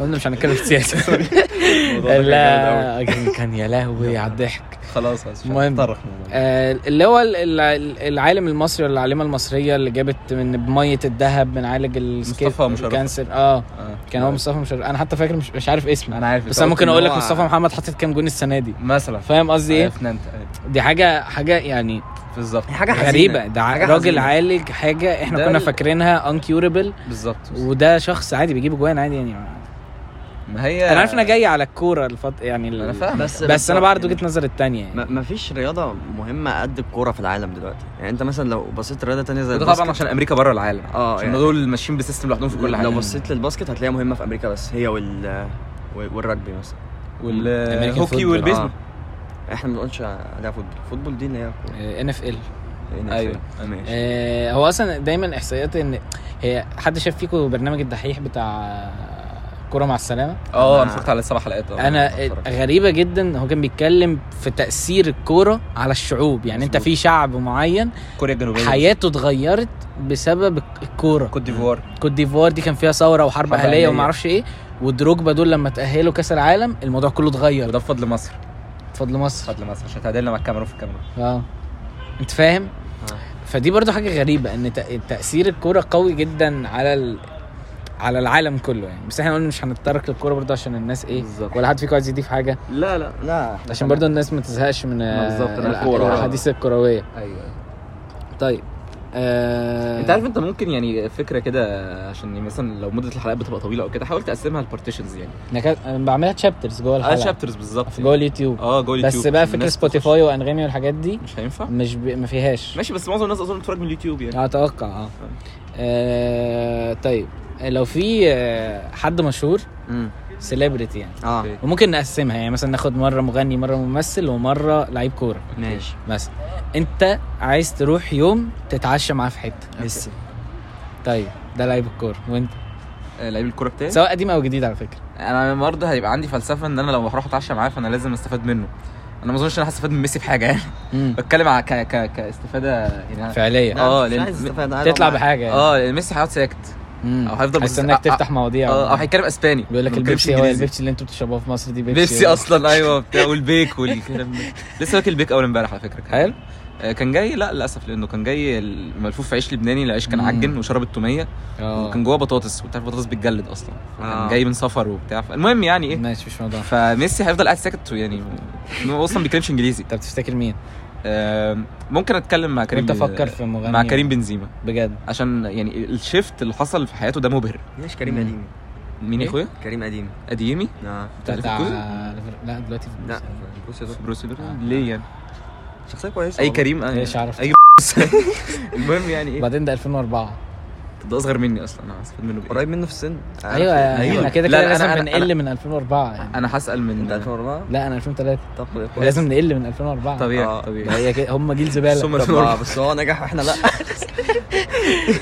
Speaker 2: قلنا مش هنتكلم في السياسه
Speaker 3: الموضوع ده كان جامد
Speaker 2: لا كان- كان يا لهوي على الضحك
Speaker 3: أوي. خلاص خلاص، مش
Speaker 2: المهم.
Speaker 3: هنتطرق للموضوع.
Speaker 2: آه، اللي هو ال- ال- العالم المصري ولا العالمه المصريه اللي جابت من بميه الذهب بنعالج السكيف
Speaker 3: مصطفى مشرف.
Speaker 2: الكانسر اه
Speaker 3: آه.
Speaker 2: كان هو مصطفى مش انا حتى فاكر مش, مش عارف اسمه
Speaker 3: انا عارف
Speaker 2: بس
Speaker 3: أنت
Speaker 2: انا
Speaker 3: قلت
Speaker 2: ممكن
Speaker 3: إن
Speaker 2: اقول لك
Speaker 3: هو
Speaker 2: مصطفى محمد حطت كام جون السنه دي
Speaker 3: مثلا
Speaker 2: فاهم قصدي ايه
Speaker 3: عرفنا انت أيوة.
Speaker 2: دي حاجه حاجه يعني
Speaker 3: بالظبط
Speaker 4: هي حاجة حزينة.
Speaker 2: غريبه ده ع-
Speaker 4: حاجة
Speaker 2: راجل
Speaker 4: حزينة.
Speaker 2: عالج حاجه احنا
Speaker 3: ده
Speaker 2: كنا
Speaker 3: ال-
Speaker 2: فاكرينها انكيوربل
Speaker 3: بالظبط
Speaker 2: وده شخص عادي بيجيب جوان عادي يعني
Speaker 3: ما هي
Speaker 2: انا عارف انا جاي على الكوره الفط... يعني ال-
Speaker 3: انا فاهم
Speaker 4: بس
Speaker 2: بس انا بعرض وجهه نظر التانية يعني.
Speaker 4: ما فيش رياضه مهمه قد الكوره في العالم دلوقتي يعني انت مثلا لو بصيت رياضه تانية زي
Speaker 3: وده
Speaker 4: الباسكت
Speaker 3: طبعا عشان امريكا بره العالم
Speaker 2: آه،
Speaker 4: اه
Speaker 3: عشان
Speaker 4: يعني.
Speaker 3: دول ماشيين بسيستم لوحدهم في كل حاجه
Speaker 4: لو بصيت للباسكت هتلاقيها مهمه في امريكا بس هي وال والرجبي مثلا
Speaker 2: American
Speaker 3: والهوكي
Speaker 2: football.
Speaker 3: والبيسبول
Speaker 4: احنا ما بنقولش عليها فوتبول فوتبول دي اللي هي كورة.
Speaker 2: ان اف ال
Speaker 4: يعني
Speaker 3: ايوه
Speaker 4: فاهم. ماشي
Speaker 2: آه، هو اصلا دايما احصائيات ان هي حد شاف فيكم برنامج الدحيح بتاع كرة مع السلامة
Speaker 3: اه انا
Speaker 4: أنا-
Speaker 3: اتفرجت على السبع حلقات اه
Speaker 2: انا
Speaker 3: اتفرجت.
Speaker 2: غريبة جدا هو كان بيتكلم في تأثير الكورة على الشعوب يعني انت
Speaker 3: مظبوط.
Speaker 2: في شعب معين
Speaker 3: كوريا الجنوبيه
Speaker 2: حياته اتغيرت بسبب الكورة
Speaker 3: كوت ديفوار
Speaker 2: كوت ديفوار دي كان فيها ثورة وحرب
Speaker 3: حرب
Speaker 2: أهلية
Speaker 3: أهلية.
Speaker 2: ومعرفش ايه ودروجبا دول لما تأهلوا كأس العالم الموضوع كله اتغير
Speaker 3: وده بفضل مصر
Speaker 2: بفضل مصر
Speaker 3: بفضل مصر عشان تعادلنا مع الكاميرون في الكاميرون
Speaker 2: اه انت فاهم
Speaker 4: آه.
Speaker 3: اه.
Speaker 2: فدي برضو حاجه غريبه ان تأ- تاثير الكوره قوي جدا على ال... على العالم كله يعني بس احنا قلنا مش هنتطرق للكوره برضو عشان الناس ايه
Speaker 3: بالظبط.
Speaker 2: ولا حد فيكم عايز يضيف حاجه
Speaker 4: لا لا لا
Speaker 2: عشان برضو الناس ما تزهقش من آه،
Speaker 3: بالظبط، أنا
Speaker 2: الأ-
Speaker 3: الكورة.
Speaker 2: الاحاديث الكرويه
Speaker 3: ايوه
Speaker 2: طيب آه...
Speaker 3: انت عارف انت ممكن يعني فكره كده عشان مثلا لو مده الحلقات بتبقى طويله او كده حاول تقسمها لبارتيشنز يعني
Speaker 2: انا كان- أنا بعملها تشابترز جوه
Speaker 3: اه
Speaker 2: الحلقه
Speaker 3: شابترز بالظبط
Speaker 2: في جوه اليوتيوب
Speaker 3: اه جوه اليوتيوب
Speaker 2: بس بقى
Speaker 3: عشان
Speaker 2: فكره
Speaker 3: الناس
Speaker 2: سبوتيفاي وانغامي والحاجات دي
Speaker 3: تخش. مش هينفع
Speaker 2: مش ب... ما فيهاش
Speaker 3: ماشي بس معظم الناس اظن بتتفرج من اليوتيوب يعني
Speaker 2: اتوقع اه, آه... طيب لو في آه، حد مشهور
Speaker 4: مم.
Speaker 2: سيلبرتي يعني
Speaker 4: اه
Speaker 3: أوكي.
Speaker 2: وممكن نقسمها يعني مثلا ناخد مره مغني مره ممثل ومره لعيب كوره
Speaker 4: ماشي
Speaker 2: مثلا انت عايز تروح يوم تتعشى معاه في حته
Speaker 4: ميسي
Speaker 2: طيب ده لعيب الكوره وانت
Speaker 3: آه، لعيب الكوره بتاعي
Speaker 2: سواء قديم او جديد على فكره
Speaker 3: انا برضه هيبقى عندي فلسفه ان انا لو هروح اتعشى معاه فانا لازم استفاد منه انا ما اظنش إن انا هستفاد من ميسي بحاجه يعني
Speaker 2: مم.
Speaker 3: بتكلم على ك... ك... كاستفاده يعني
Speaker 2: فعليا
Speaker 3: آه.
Speaker 4: مش
Speaker 3: لأن-
Speaker 4: عايز استفاد، عايز
Speaker 2: تطلع
Speaker 4: أقعد معاك.
Speaker 2: بحاجه يعني.
Speaker 3: اه لأن ميسي هيقعد ساكت
Speaker 2: مم.
Speaker 3: أو هيفضل بس-
Speaker 2: هيستناك
Speaker 3: آه،
Speaker 2: تفتح مواضيع
Speaker 3: اه او هيتكلم اسباني
Speaker 2: بيقول لك
Speaker 3: ما بيتكلمش
Speaker 2: البيبسي هو
Speaker 3: إنجليزي.
Speaker 2: البيبسي اللي انتوا بتشربوه في مصر دي بيبسي
Speaker 3: بيبسي اصلا ايوه بتاع والبيك والكلام ده لسه واكل بيك اول امبارح على فكره
Speaker 2: حلو
Speaker 3: آه، كان جاي لا للاسف لانه كان جاي ملفوف عيش لبناني العيش كان
Speaker 2: مم.
Speaker 3: عجن وشرب التوميه
Speaker 2: اه
Speaker 3: وكان جواه بطاطس وانت عارف البطاطس بتجلد اصلا كان
Speaker 4: آه.
Speaker 3: جاي من سفر وبتاع المهم يعني ايه
Speaker 2: ماشي مش موضوع
Speaker 3: فميسي هيفضل قاعد ساكت يعني هو اصلا ما بيتكلمش انجليزي
Speaker 2: انت بتفتكر مين
Speaker 3: آم، ممكن اتكلم مع كريم
Speaker 2: وانت فكر في مغني
Speaker 3: مع كريم بنزيما
Speaker 2: بجد
Speaker 3: عشان يعني الشيفت اللي حصل في حياته ده مبهر
Speaker 4: ليش كريم
Speaker 2: مم.
Speaker 4: قديم
Speaker 3: مين يا
Speaker 2: إيه؟
Speaker 3: اخويا
Speaker 4: كريم قديم
Speaker 3: اديمي
Speaker 4: اه
Speaker 3: بتاع
Speaker 2: بتاع
Speaker 3: ليفركوزن؟
Speaker 2: ليفر- لا دلوقتي في
Speaker 4: لا
Speaker 2: بروسيا.
Speaker 4: بص يا دكتور،
Speaker 3: بروسي بيرلو؟
Speaker 2: آه.
Speaker 3: ليه يعني
Speaker 4: شخصيه كويسه
Speaker 3: اي
Speaker 4: والله.
Speaker 3: كريم آه،
Speaker 2: ايش عرفت
Speaker 3: اي المهم يعني ايه
Speaker 2: بعدين ده 2004
Speaker 3: ده اصغر مني اصلا انا هستفاد منه بإيه؟
Speaker 4: قريب منه في السن
Speaker 2: ايوه
Speaker 3: أيوة.
Speaker 2: احنا كده
Speaker 3: لا،
Speaker 2: كده
Speaker 3: لا، أنا-
Speaker 2: لازم
Speaker 3: أنا-
Speaker 2: بنقل من 2004 يعني
Speaker 3: انا هسال من
Speaker 4: انت 2004
Speaker 2: لا انا 2003
Speaker 4: طب كويس.
Speaker 2: لازم نقل من 2004
Speaker 3: طبيعي
Speaker 4: آه.
Speaker 2: ده
Speaker 3: طبيعي
Speaker 2: هي كده هم جيل
Speaker 3: ثم
Speaker 2: زباله
Speaker 4: طب ما بس هو نجح واحنا لا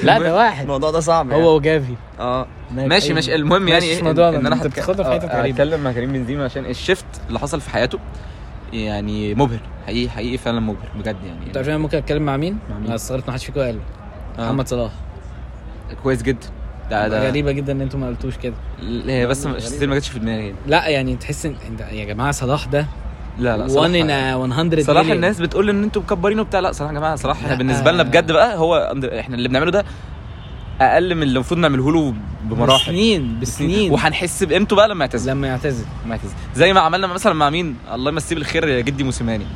Speaker 2: لا ده واحد
Speaker 4: الموضوع ده صعب يعني.
Speaker 2: هو وجافي
Speaker 4: اه
Speaker 3: ماشي ماشي المهم يعني
Speaker 2: مش
Speaker 3: إيه؟
Speaker 2: موضوعنا
Speaker 3: ان انا
Speaker 2: انت بتاخدها في حته
Speaker 3: هتك- آه،
Speaker 2: غريبه
Speaker 3: هتكلم مع كريم بنزيما عشان الشيفت اللي حصل في حياته يعني مبهر حقيقي حقيقي فعلا مبهر بجد يعني
Speaker 2: انت عارف انا ممكن اتكلم مع مين؟
Speaker 3: مع مين؟
Speaker 2: انا استغربت ما حدش فيكم قال
Speaker 3: آه.
Speaker 2: محمد صلاح
Speaker 3: كويس جدا ده ده
Speaker 2: غريبه جدا ان انتوا ما قلتوش كده
Speaker 3: ل- هي بس
Speaker 4: غريبة.
Speaker 3: ستيل ما جاتش في دماغي يعني.
Speaker 2: لا يعني تحس ان انت- يا جماعه صلاح ده
Speaker 3: لا لا
Speaker 2: 1
Speaker 3: صراحة-
Speaker 2: ان 100
Speaker 3: صلاح
Speaker 2: million.
Speaker 3: الناس بتقول ان انتوا مكبرينه وبتاع لا صلاح يا جماعه صلاح احنا
Speaker 2: لا.
Speaker 3: بالنسبه لنا بجد بقى هو under- احنا اللي بنعمله ده اقل من اللي المفروض نعمله له بمراحل
Speaker 2: بسنين بسنين
Speaker 3: وهنحس بقيمته بقى لما يعتزل
Speaker 2: لما يعتزل
Speaker 3: ما يعتزل زي ما عملنا مثلا مع مين الله يمسيه بالخير يا جدي موسيماني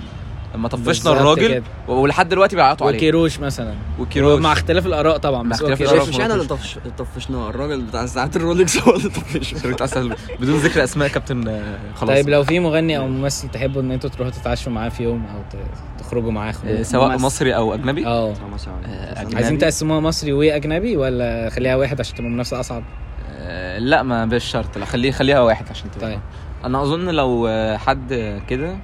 Speaker 3: لما طفشنا
Speaker 2: بالظبط
Speaker 3: الراجل
Speaker 2: كده.
Speaker 3: و- ولحد دلوقتي بيعيطوا عليه
Speaker 2: وكيروش مثلا
Speaker 3: وكيروش
Speaker 2: مع اختلاف الاراء طبعا
Speaker 3: مع
Speaker 2: بس
Speaker 3: اختلاف
Speaker 2: هو
Speaker 3: الآراء.
Speaker 2: كيروش
Speaker 4: شايف مش احنا اللي طفش طفشناه الراجل بتاع ساعات الرولكس هو اللي طفشه
Speaker 3: شريط أسد بدون ذكر اسماء كابتن آه، خلاص
Speaker 2: طيب لو في مغني او ممثل تحبوا ان انتوا تروحوا تتعشوا معاه في يوم او ت- تخرجوا معاه خروج
Speaker 3: آه، سواء
Speaker 2: ممثل.
Speaker 3: مصري او اجنبي
Speaker 2: اه عايزين
Speaker 3: آه، أجنبي.
Speaker 2: تقسموها مصري واجنبي ولا خليها واحد عشان تبقى منافسه اصعب
Speaker 3: آه، لا ما مش شرط لا خليه خليها واحد عشان تبقى
Speaker 2: طيب
Speaker 3: انا اظن لو آه، حد آه، كده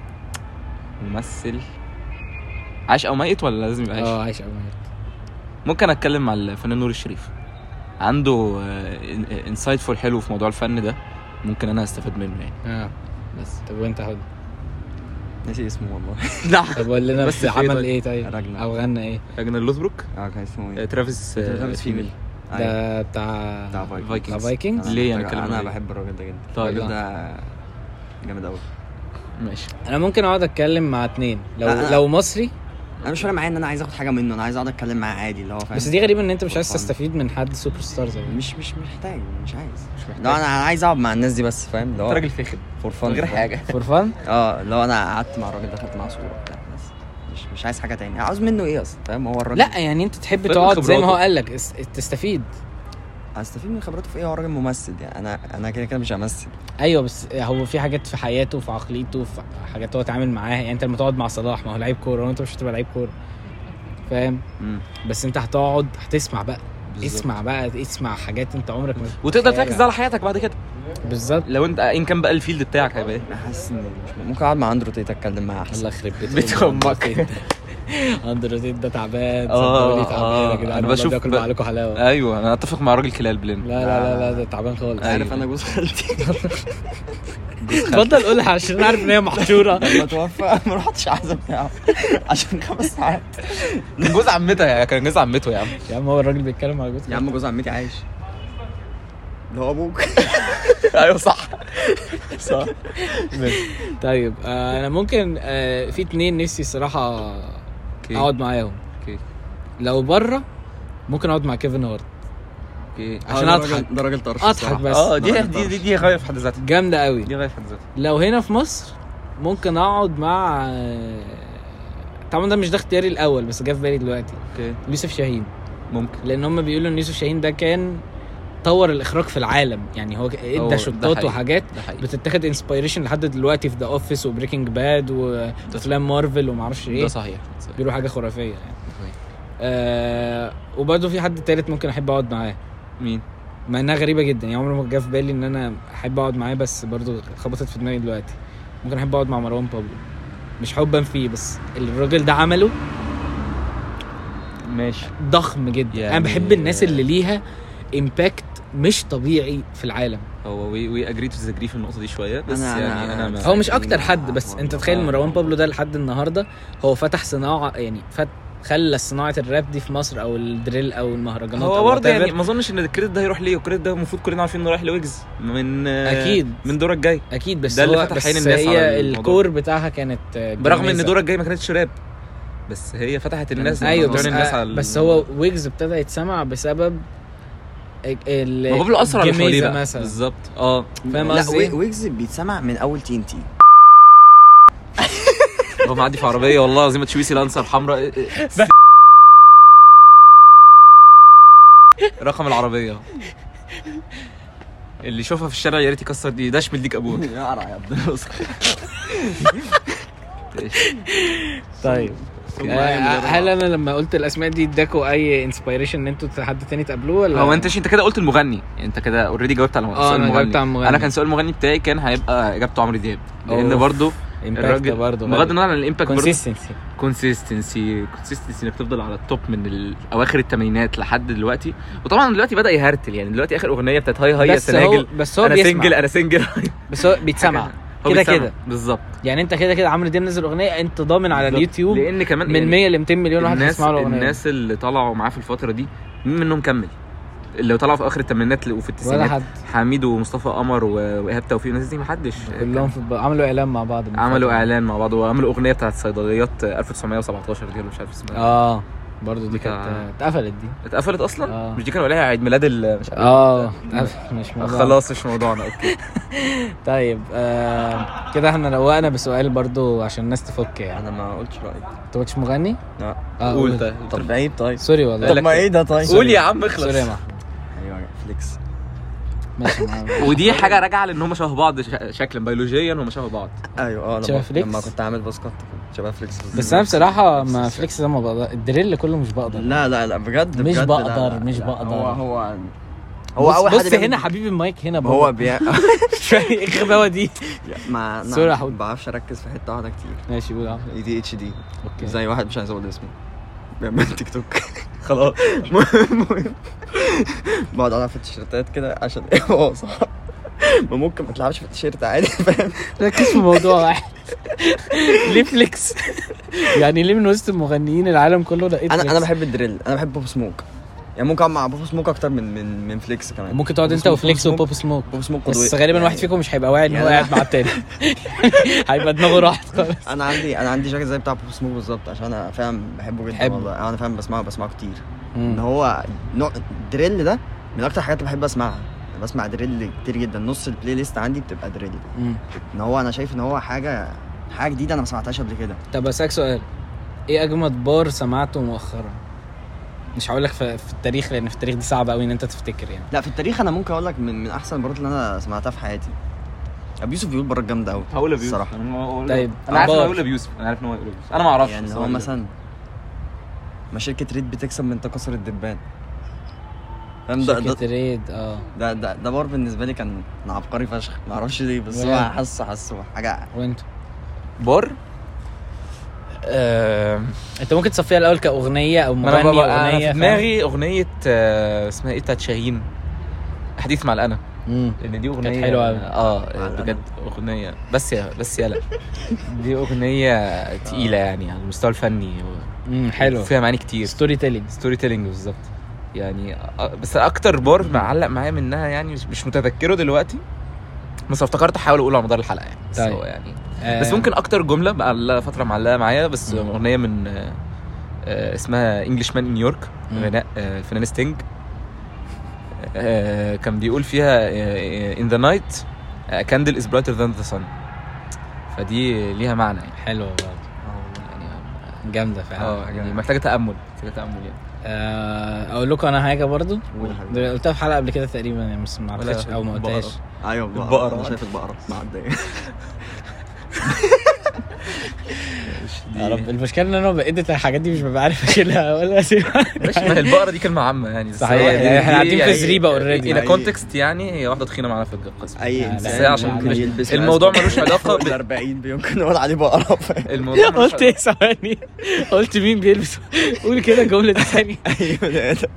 Speaker 3: ممثل عايش او ميت ولا لازم يبقى
Speaker 2: اه
Speaker 3: عايش
Speaker 2: عايش او ميت
Speaker 3: ممكن اتكلم مع الفنان نور الشريف عنده انسايت فول حلو في موضوع الفن ده ممكن انا استفاد منه يعني
Speaker 2: اه
Speaker 3: بس
Speaker 2: طب وانت هدى
Speaker 4: ناسي اسمه والله
Speaker 2: طب قول لنا
Speaker 3: بس
Speaker 2: بس
Speaker 3: في إيه
Speaker 2: عمل
Speaker 3: طيب؟ إيه؟
Speaker 2: ايه طيب
Speaker 4: رجنا.
Speaker 2: او غنى ايه
Speaker 3: راجنر لوثبروك
Speaker 4: اه كان اسمه
Speaker 3: آه، ترافيس آه،
Speaker 4: ترافيس فيميل. أيوة.
Speaker 3: أيوه.
Speaker 2: ده بتاع
Speaker 4: بتاع فايكنجز.
Speaker 2: بتاع فايكنجز؟
Speaker 4: أنا-
Speaker 3: ليه يعني
Speaker 4: أنا-
Speaker 3: كلام
Speaker 4: انا
Speaker 3: غريب؟
Speaker 4: بحب الراجل ده جدا
Speaker 3: طيب.
Speaker 4: الراجل ده جامد قوي
Speaker 3: ماشي
Speaker 2: انا ممكن اقعد اتكلم مع اتنين لو
Speaker 4: لا، لا.
Speaker 2: لو مصري
Speaker 4: انا مش فارق معايا ان انا عايز اخد حاجه منه انا عايز اقعد اتكلم معاه عادي اللي هو فاهم
Speaker 2: بس
Speaker 3: أيوه.
Speaker 2: دي غريبه ان انت مش عايز
Speaker 4: فاهم.
Speaker 2: تستفيد من حد سوبر ستار زي ده.
Speaker 4: مش مش محتاج مش عايز
Speaker 3: مش محتاج
Speaker 4: لا انا أنا عايز اقعد مع الناس دي بس فاهم اللي
Speaker 3: أنت
Speaker 4: هو
Speaker 3: راجل فاخر
Speaker 4: فور فن
Speaker 3: من غير حاجه
Speaker 2: فور فن
Speaker 4: اه لو انا قعدت مع الراجل ده خدت معاه صوره بتاع بس مش مش عايز حاجه تاني عاوز منه ايه اصلا فاهم هو الراجل
Speaker 2: لا يعني انت تحب
Speaker 3: فاهم
Speaker 2: تقعد زي ما هو
Speaker 3: خبراته.
Speaker 2: قال لك اس- تستفيد
Speaker 4: هستفيد من خبراته في ايه هو راجل ممثل يعني انا انا كده كده مش همثل
Speaker 2: ايوه بس هو في حاجات في حياته في عقليته في حاجات هو اتعامل معاها يعني انت لما تقعد مع صلاح ما هو لعيب كوره وانت مش هتبقى لعيب كوره فاهم
Speaker 3: مم.
Speaker 2: بس انت هتقعد هتسمع بقى
Speaker 3: بالظبط.
Speaker 2: اسمع بقى اسمع حاجات انت عمرك ما
Speaker 3: وتقدر
Speaker 2: تتخيلها.
Speaker 3: تركز على حياتك بعد كده
Speaker 2: بالظبط
Speaker 3: لو انت ان كان بقى الفيلد بتاعك هيبقى ايه
Speaker 4: انا حاسس ان مش ممكن اقعد مع اندرو تيت اتكلم معاه احسن
Speaker 2: الله يخرب بيت
Speaker 3: بيت أمك.
Speaker 2: اندروتيت ده تعبان
Speaker 3: آه،
Speaker 2: صدقوني تعبان
Speaker 3: آه.
Speaker 2: يا جدعان
Speaker 3: أنا
Speaker 2: انا
Speaker 3: بشوف
Speaker 2: بشوف بياكل
Speaker 3: ب-
Speaker 2: معاكم حلاوه لا
Speaker 3: ايوه انا اتفق مع راجل كلال بلين
Speaker 2: لا لا لا ده تعبان خالص
Speaker 4: عارف
Speaker 3: أيوة.
Speaker 4: انا جوز خالتي
Speaker 2: اتفضل قولها عشان نعرف ان هي محشوره
Speaker 4: لما توفى ما رحتش عزم بتاعه عشان خمس ساعات
Speaker 3: كان جوز عمتها يا كان جوز عمته يا عم
Speaker 2: يا عم هو الراجل بيتكلم على جوزها
Speaker 4: يا عم جوز عمتي عايش اللي هو ابوك
Speaker 3: ايوه صح صح
Speaker 2: طيب آه، انا ممكن آه، في اتنين نفسي الصراحه
Speaker 3: اوكي
Speaker 2: اقعد معاهم
Speaker 3: اوكي
Speaker 2: لو بره ممكن اقعد مع كيفن هارت
Speaker 3: اوكي
Speaker 2: عشان
Speaker 4: ده راجل-
Speaker 2: أضحك.
Speaker 4: ده راجل طرش
Speaker 2: اضحك
Speaker 4: الصراحة.
Speaker 2: بس
Speaker 3: اه دي دي دي, دي غايه في حد ذاتها
Speaker 2: جامده قوي
Speaker 3: دي غايه في حد ذاتها
Speaker 2: لو هنا في مصر ممكن اقعد مع آه، طبعا ده مش ده اختياري الاول بس جه في بالي دلوقتي
Speaker 3: اوكي
Speaker 2: يوسف شاهين
Speaker 3: ممكن
Speaker 2: لان هم بيقولوا ان يوسف شاهين ده كان طور الاخراج في العالم يعني هو
Speaker 3: هو
Speaker 2: ادى
Speaker 3: ده
Speaker 2: شطات
Speaker 3: حقيقي.
Speaker 2: وحاجات
Speaker 3: ده حقيقي
Speaker 2: بتتاخد انسبيريشن لحد دلوقتي في ذا اوفيس وبريكنج باد وافلام مارفل ومعرفش ايه
Speaker 3: ده صحيح صحيح.
Speaker 2: بيقولوا حاجه خرافيه يعني آه وبرده في حد تالت ممكن احب اقعد معاه
Speaker 3: مين
Speaker 2: مع انها غريبه جدا يعني عمري ما جه في بالي ان انا احب اقعد معاه بس برضه خبطت في دماغي دلوقتي ممكن احب اقعد مع مروان بابلو مش حبا فيه بس اللي الراجل ده عمله
Speaker 3: ماشي
Speaker 2: ضخم جدا يعني
Speaker 3: يعني-
Speaker 2: انا بحب الناس اللي ليها امباكت مش طبيعي في العالم
Speaker 3: هو وي وي اجري تو في النقطه دي شويه بس
Speaker 4: أنا- أنا-
Speaker 3: يعني انا,
Speaker 4: أنا-
Speaker 2: هو مش اكتر حد بس انت تخيل مروان بابلو ده لحد النهارده هو فتح صناعه يعني فت خلى صناعه الراب دي في مصر او الدريل او المهرجانات
Speaker 3: هو
Speaker 2: أو
Speaker 3: برضه
Speaker 2: whatever.
Speaker 3: يعني ما اظنش ان الكريدت ده هيروح ليه والكريدت ده المفروض كلنا عارفين انه رايح لويجز من آه،
Speaker 2: أكيد.
Speaker 3: من دورك الجاي
Speaker 2: اكيد بس
Speaker 3: ده اللي
Speaker 2: هو
Speaker 3: فتح
Speaker 2: بس
Speaker 3: عين الناس على
Speaker 2: هي
Speaker 3: الموضوع.
Speaker 2: الكور بتاعها كانت آه،
Speaker 3: برغم ان
Speaker 2: جميزة.
Speaker 3: دورك الجاي ما كانتش راب بس هي فتحت الناس
Speaker 2: ايوه بس,
Speaker 3: بتعين الناس
Speaker 2: آه
Speaker 3: على
Speaker 2: بس هو ويجز ابتدى يتسمع بسبب ال
Speaker 3: ما بابلو اسرع اللي حواليه
Speaker 2: الجميزة
Speaker 3: بقى
Speaker 2: مثلا
Speaker 3: بالظبط اه
Speaker 2: فاهم
Speaker 4: لا وي-
Speaker 2: قصدي؟
Speaker 4: ويجز بيتسمع من اول تي ان تي
Speaker 3: هو معدي في عربيه والله العظيم تشويسي لانسر حمراء إيه، رقم العربيه اللي يشوفها في الشارع يا ريت يكسر دي داش من ديك ابوك
Speaker 4: يا قرع يا ابني
Speaker 2: طيب
Speaker 3: يعني
Speaker 2: آه، هل انا لما قلت الاسماء دي اداكوا اي انسبيريشن ان انتوا حد تاني تقابلوه ولا
Speaker 3: هو انت انت كده قلت المغني انت كده اوريدي جاوبت على
Speaker 2: آه، أنا
Speaker 3: سؤال المغني
Speaker 2: جاوبت على المغني.
Speaker 3: انا كان سؤال المغني بتاعي كان هيبقى اجابته عمرو دياب لان
Speaker 2: أوف.
Speaker 3: برضه الراجل
Speaker 2: برضه
Speaker 3: بغض النظر عن الامباكت برضه
Speaker 2: كونسيستنسي
Speaker 3: كونسيستنسي كونسيستنسي انك تفضل على التوب من ال- اواخر الثمانينات لحد دلوقتي وطبعا دلوقتي بدا يهرتل يعني دلوقتي اخر اغنيه بتاعت هاي هاي يا
Speaker 2: بس هو
Speaker 3: سناجل
Speaker 2: بس هو
Speaker 3: انا سنجل
Speaker 2: بيسمع
Speaker 3: انا سنجل
Speaker 2: بس هو بيتسمع
Speaker 3: هو
Speaker 2: كده
Speaker 3: بيسمع.
Speaker 2: كده.
Speaker 3: بالظبط
Speaker 2: يعني انت كده كده عمرو دياب نزل اغنيه انت ضامن على
Speaker 3: بالظبط.
Speaker 2: اليوتيوب
Speaker 3: لان كمان يعني
Speaker 2: من 100 ل 200 مليون واحد
Speaker 3: الناس
Speaker 2: هيسمعوا الاغنيه
Speaker 3: الناس اللي طلعوا معاه في الفتره دي مين منهم كمل اللي طلعوا في اخر الثمانينات وفي
Speaker 2: ولا
Speaker 3: التسعينات
Speaker 2: حد
Speaker 3: حميد ومصطفى قمر و- وايهاب توفيق الناس دي محدش
Speaker 2: كلهم في- عملوا اعلان مع بعض من
Speaker 3: عملوا
Speaker 2: فترة.
Speaker 3: اعلان مع بعض وعملوا اغنيه بتاعت صيدليات 1917 دي ولا مش عارف اسمها
Speaker 2: اه برضه
Speaker 4: آه.
Speaker 2: دي كانت
Speaker 3: بتاع-
Speaker 2: اتقفلت دي
Speaker 3: اتقفلت اصلا
Speaker 2: آه.
Speaker 3: مش دي كانوا عليها عيد ميلاد ال- مش عارف
Speaker 2: اه اتقفل مش موضوع
Speaker 3: خلاص مش موضوعنا اوكي
Speaker 2: طيب آه كده احنا روقنا بسؤال برضو عشان الناس تفك يعني
Speaker 4: انا ما قلتش رايي
Speaker 2: انت ما كنتش مغني؟
Speaker 4: لا
Speaker 2: اه
Speaker 3: قول
Speaker 2: قول.
Speaker 3: طيب
Speaker 4: طب عيب طيب
Speaker 2: سوري والله
Speaker 4: طب ما ايه ده طيب
Speaker 3: قول يا عم اخلص
Speaker 2: سوري يا محمد
Speaker 4: ايوه فليكس
Speaker 2: ماشي يا محمد.
Speaker 3: ودي حاجه راجعه لان هم شبه بعض ش- شكلا بيولوجيا هم شبه بعض
Speaker 4: ايوه اه لما-
Speaker 2: شبه فليكس؟
Speaker 4: لما كنت عامل باسكت شبه فليكس
Speaker 2: بس انا بصراحه ما فليكس ده ما بقدر الدريل كله مش بقدر
Speaker 4: لا لا لا بجد
Speaker 2: مش
Speaker 4: بجد لا،
Speaker 2: بقدر،
Speaker 4: لا،
Speaker 2: مش
Speaker 4: لا،
Speaker 2: بقدر.
Speaker 4: هو هو
Speaker 2: بص- بص
Speaker 4: بيعمل-
Speaker 2: هنا حبيبي المايك هنا بابا
Speaker 4: هو بي...
Speaker 2: ايه الغباوه دي
Speaker 4: ما أنا
Speaker 2: سوري يا حود.
Speaker 4: ما بعرفش اركز في حته واحده كتير
Speaker 2: ماشي قول يا عم.
Speaker 4: اي دي اتش دي
Speaker 2: اوكي
Speaker 4: زي واحد مش عايز اقول اسمه بيعمل تيك توك خلاص المهم المهم. بقعد العب في التيشيرتات كده عشان هو صح ما ممكن ما تلعبش في التيشيرت عادي فاهم
Speaker 2: ركز في موضوع واحد ليه فليكس يعني ليه من وسط المغنيين العالم كله لقيت
Speaker 4: انا انا
Speaker 2: فليكس؟
Speaker 4: بحب الدريل انا بحب بوب سموك يعني ممكن اقعد مع بوب سموك اكتر من من من فليكس كمان
Speaker 2: ممكن تقعد انت
Speaker 4: بوب
Speaker 2: وفليكس
Speaker 4: سموك-
Speaker 2: وبوب سموك
Speaker 4: بوب سموك
Speaker 2: بس
Speaker 4: ودوي-
Speaker 2: غالبا
Speaker 4: يعني
Speaker 2: واحد فيكم مش هيبقى واعي ان هو
Speaker 4: يعني-
Speaker 2: قاعد مع التاني هيبقى دماغه راحت خالص
Speaker 4: انا عندي انا عندي جاكيت زي بتاع بوب سموك بالظبط عشان انا فاهم بحبه جدا
Speaker 2: بتحبه.
Speaker 4: والله انا فاهم بسمعه بسمعه كتير ان هو نوع دريل ده من اكتر الحاجات اللي بحب اسمعها أنا بسمع دريل كتير جدا نص البلاي ليست عندي بتبقى دريل
Speaker 2: مم.
Speaker 4: ان هو انا شايف ان هو حاجه حاجه جديده انا ما سمعتهاش قبل كده
Speaker 2: طب اسالك سؤال ايه اجمد بار سمعته مؤخرا؟ مش هقول لك في, في التاريخ لان في التاريخ دي صعب قوي ان انت تفتكر يعني
Speaker 4: لا في التاريخ انا ممكن اقول لك من من احسن المرات اللي انا سمعتها في حياتي ابو يوسف بيقول برات جامده قوي
Speaker 3: هقول ابو يوسف
Speaker 4: الصراحه
Speaker 3: أنا-
Speaker 2: طيب،
Speaker 3: انا عارف إن هو
Speaker 2: أخبار.
Speaker 3: هيقول ابو يوسف انا عارف ان هو هيقول ابو يوسف انا ما اعرفش
Speaker 4: يعني
Speaker 3: بس
Speaker 4: هو
Speaker 3: هيقول
Speaker 4: مثلا ما شركه ريد بتكسب من تكسر الدبان فاهم ده ده
Speaker 2: شركة ريد اه
Speaker 4: ده, ده, ده بار بالنسبه لي كان كان عبقري فشخ ما اعرفش ليه بس هو
Speaker 2: Yeah.
Speaker 4: حاسه حاسه حاجه
Speaker 2: وانت
Speaker 3: بار آه،
Speaker 2: انت ممكن تصفيها الاول كاغنيه او
Speaker 3: ما انا
Speaker 2: مغني
Speaker 3: بابا انا
Speaker 2: اغنيه
Speaker 3: في دماغي اغنيه آه، اسمها ايه بتاعت شاهين حديث مع الانا
Speaker 2: مم.
Speaker 3: لان دي اغنيه
Speaker 2: كانت حلوه أوي.
Speaker 3: اه
Speaker 4: الألم.
Speaker 3: بجد اغنيه بس يا بس يلا دي اغنيه تقيله يعني على المستوى الفني و-
Speaker 2: امم حلو
Speaker 3: وفيها معاني كتير
Speaker 2: ستوري تيلينج
Speaker 3: ستوري تيلينج بالظبط يعني آه، بس اكتر بار معلق معايا منها يعني مش, مش متذكره دلوقتي بس لو افتكرت احاول اقوله على مدار الحلقه يعني بس
Speaker 2: طيب.
Speaker 3: هو يعني بس ممكن اكتر جمله معلقه فتره معلقه معايا بس
Speaker 2: مم.
Speaker 3: اغنيه من آه، آه، اسمها انجلش مان نيويورك
Speaker 2: مم.
Speaker 3: غناء آه، الفنان ستينج آه، كان بيقول فيها آه، ان ذا نايت كاندل از برايتر ذان ذا سن فدي ليها معنى يعني
Speaker 2: حلوه آه، برضه
Speaker 3: يعني
Speaker 2: جامده فعلا
Speaker 3: اه يعني محتاجه تامل محتاجه تامل يعني
Speaker 2: آه، اقول لكم انا حاجه برضو
Speaker 4: قول يا حبيبي.
Speaker 2: ده قلتها في حلقه قبل كده تقريبا يعني بس ما
Speaker 3: ولا
Speaker 2: عرفتش او ما
Speaker 3: البقرة.
Speaker 2: قلتهاش
Speaker 4: ايوه البقرة.
Speaker 3: البقرة.
Speaker 4: انا شايف البقره معديه
Speaker 2: يا رب المشكله ان انا بقيت الحاجات دي مش ببقى عارف اشيلها ولا اسيبها
Speaker 3: ماشي ما هي البقره دي كلمه عامه يعني بس
Speaker 2: صحيح،
Speaker 3: هي-
Speaker 2: يعني
Speaker 3: دي-
Speaker 2: احنا قاعدين في
Speaker 3: يعني-
Speaker 2: زريبة already.
Speaker 3: الى
Speaker 4: أي-
Speaker 3: كونتكست يعني هي واحده تخينه معانا في القسم
Speaker 4: اي
Speaker 2: لا،
Speaker 4: انسان
Speaker 3: بس هي عشان
Speaker 4: ممكن
Speaker 3: مش-
Speaker 4: يلبس
Speaker 3: الموضوع
Speaker 4: أزرق.
Speaker 3: ملوش علاقة
Speaker 4: فوق
Speaker 3: بال-
Speaker 4: ال 40 ممكن نقول عليه بقرة
Speaker 3: الموضوع ملوش
Speaker 2: قلت ايه
Speaker 3: علاقة-
Speaker 2: ثواني قلت مين بيلبس قول كده الجمله دي ثاني
Speaker 4: ايوه ده-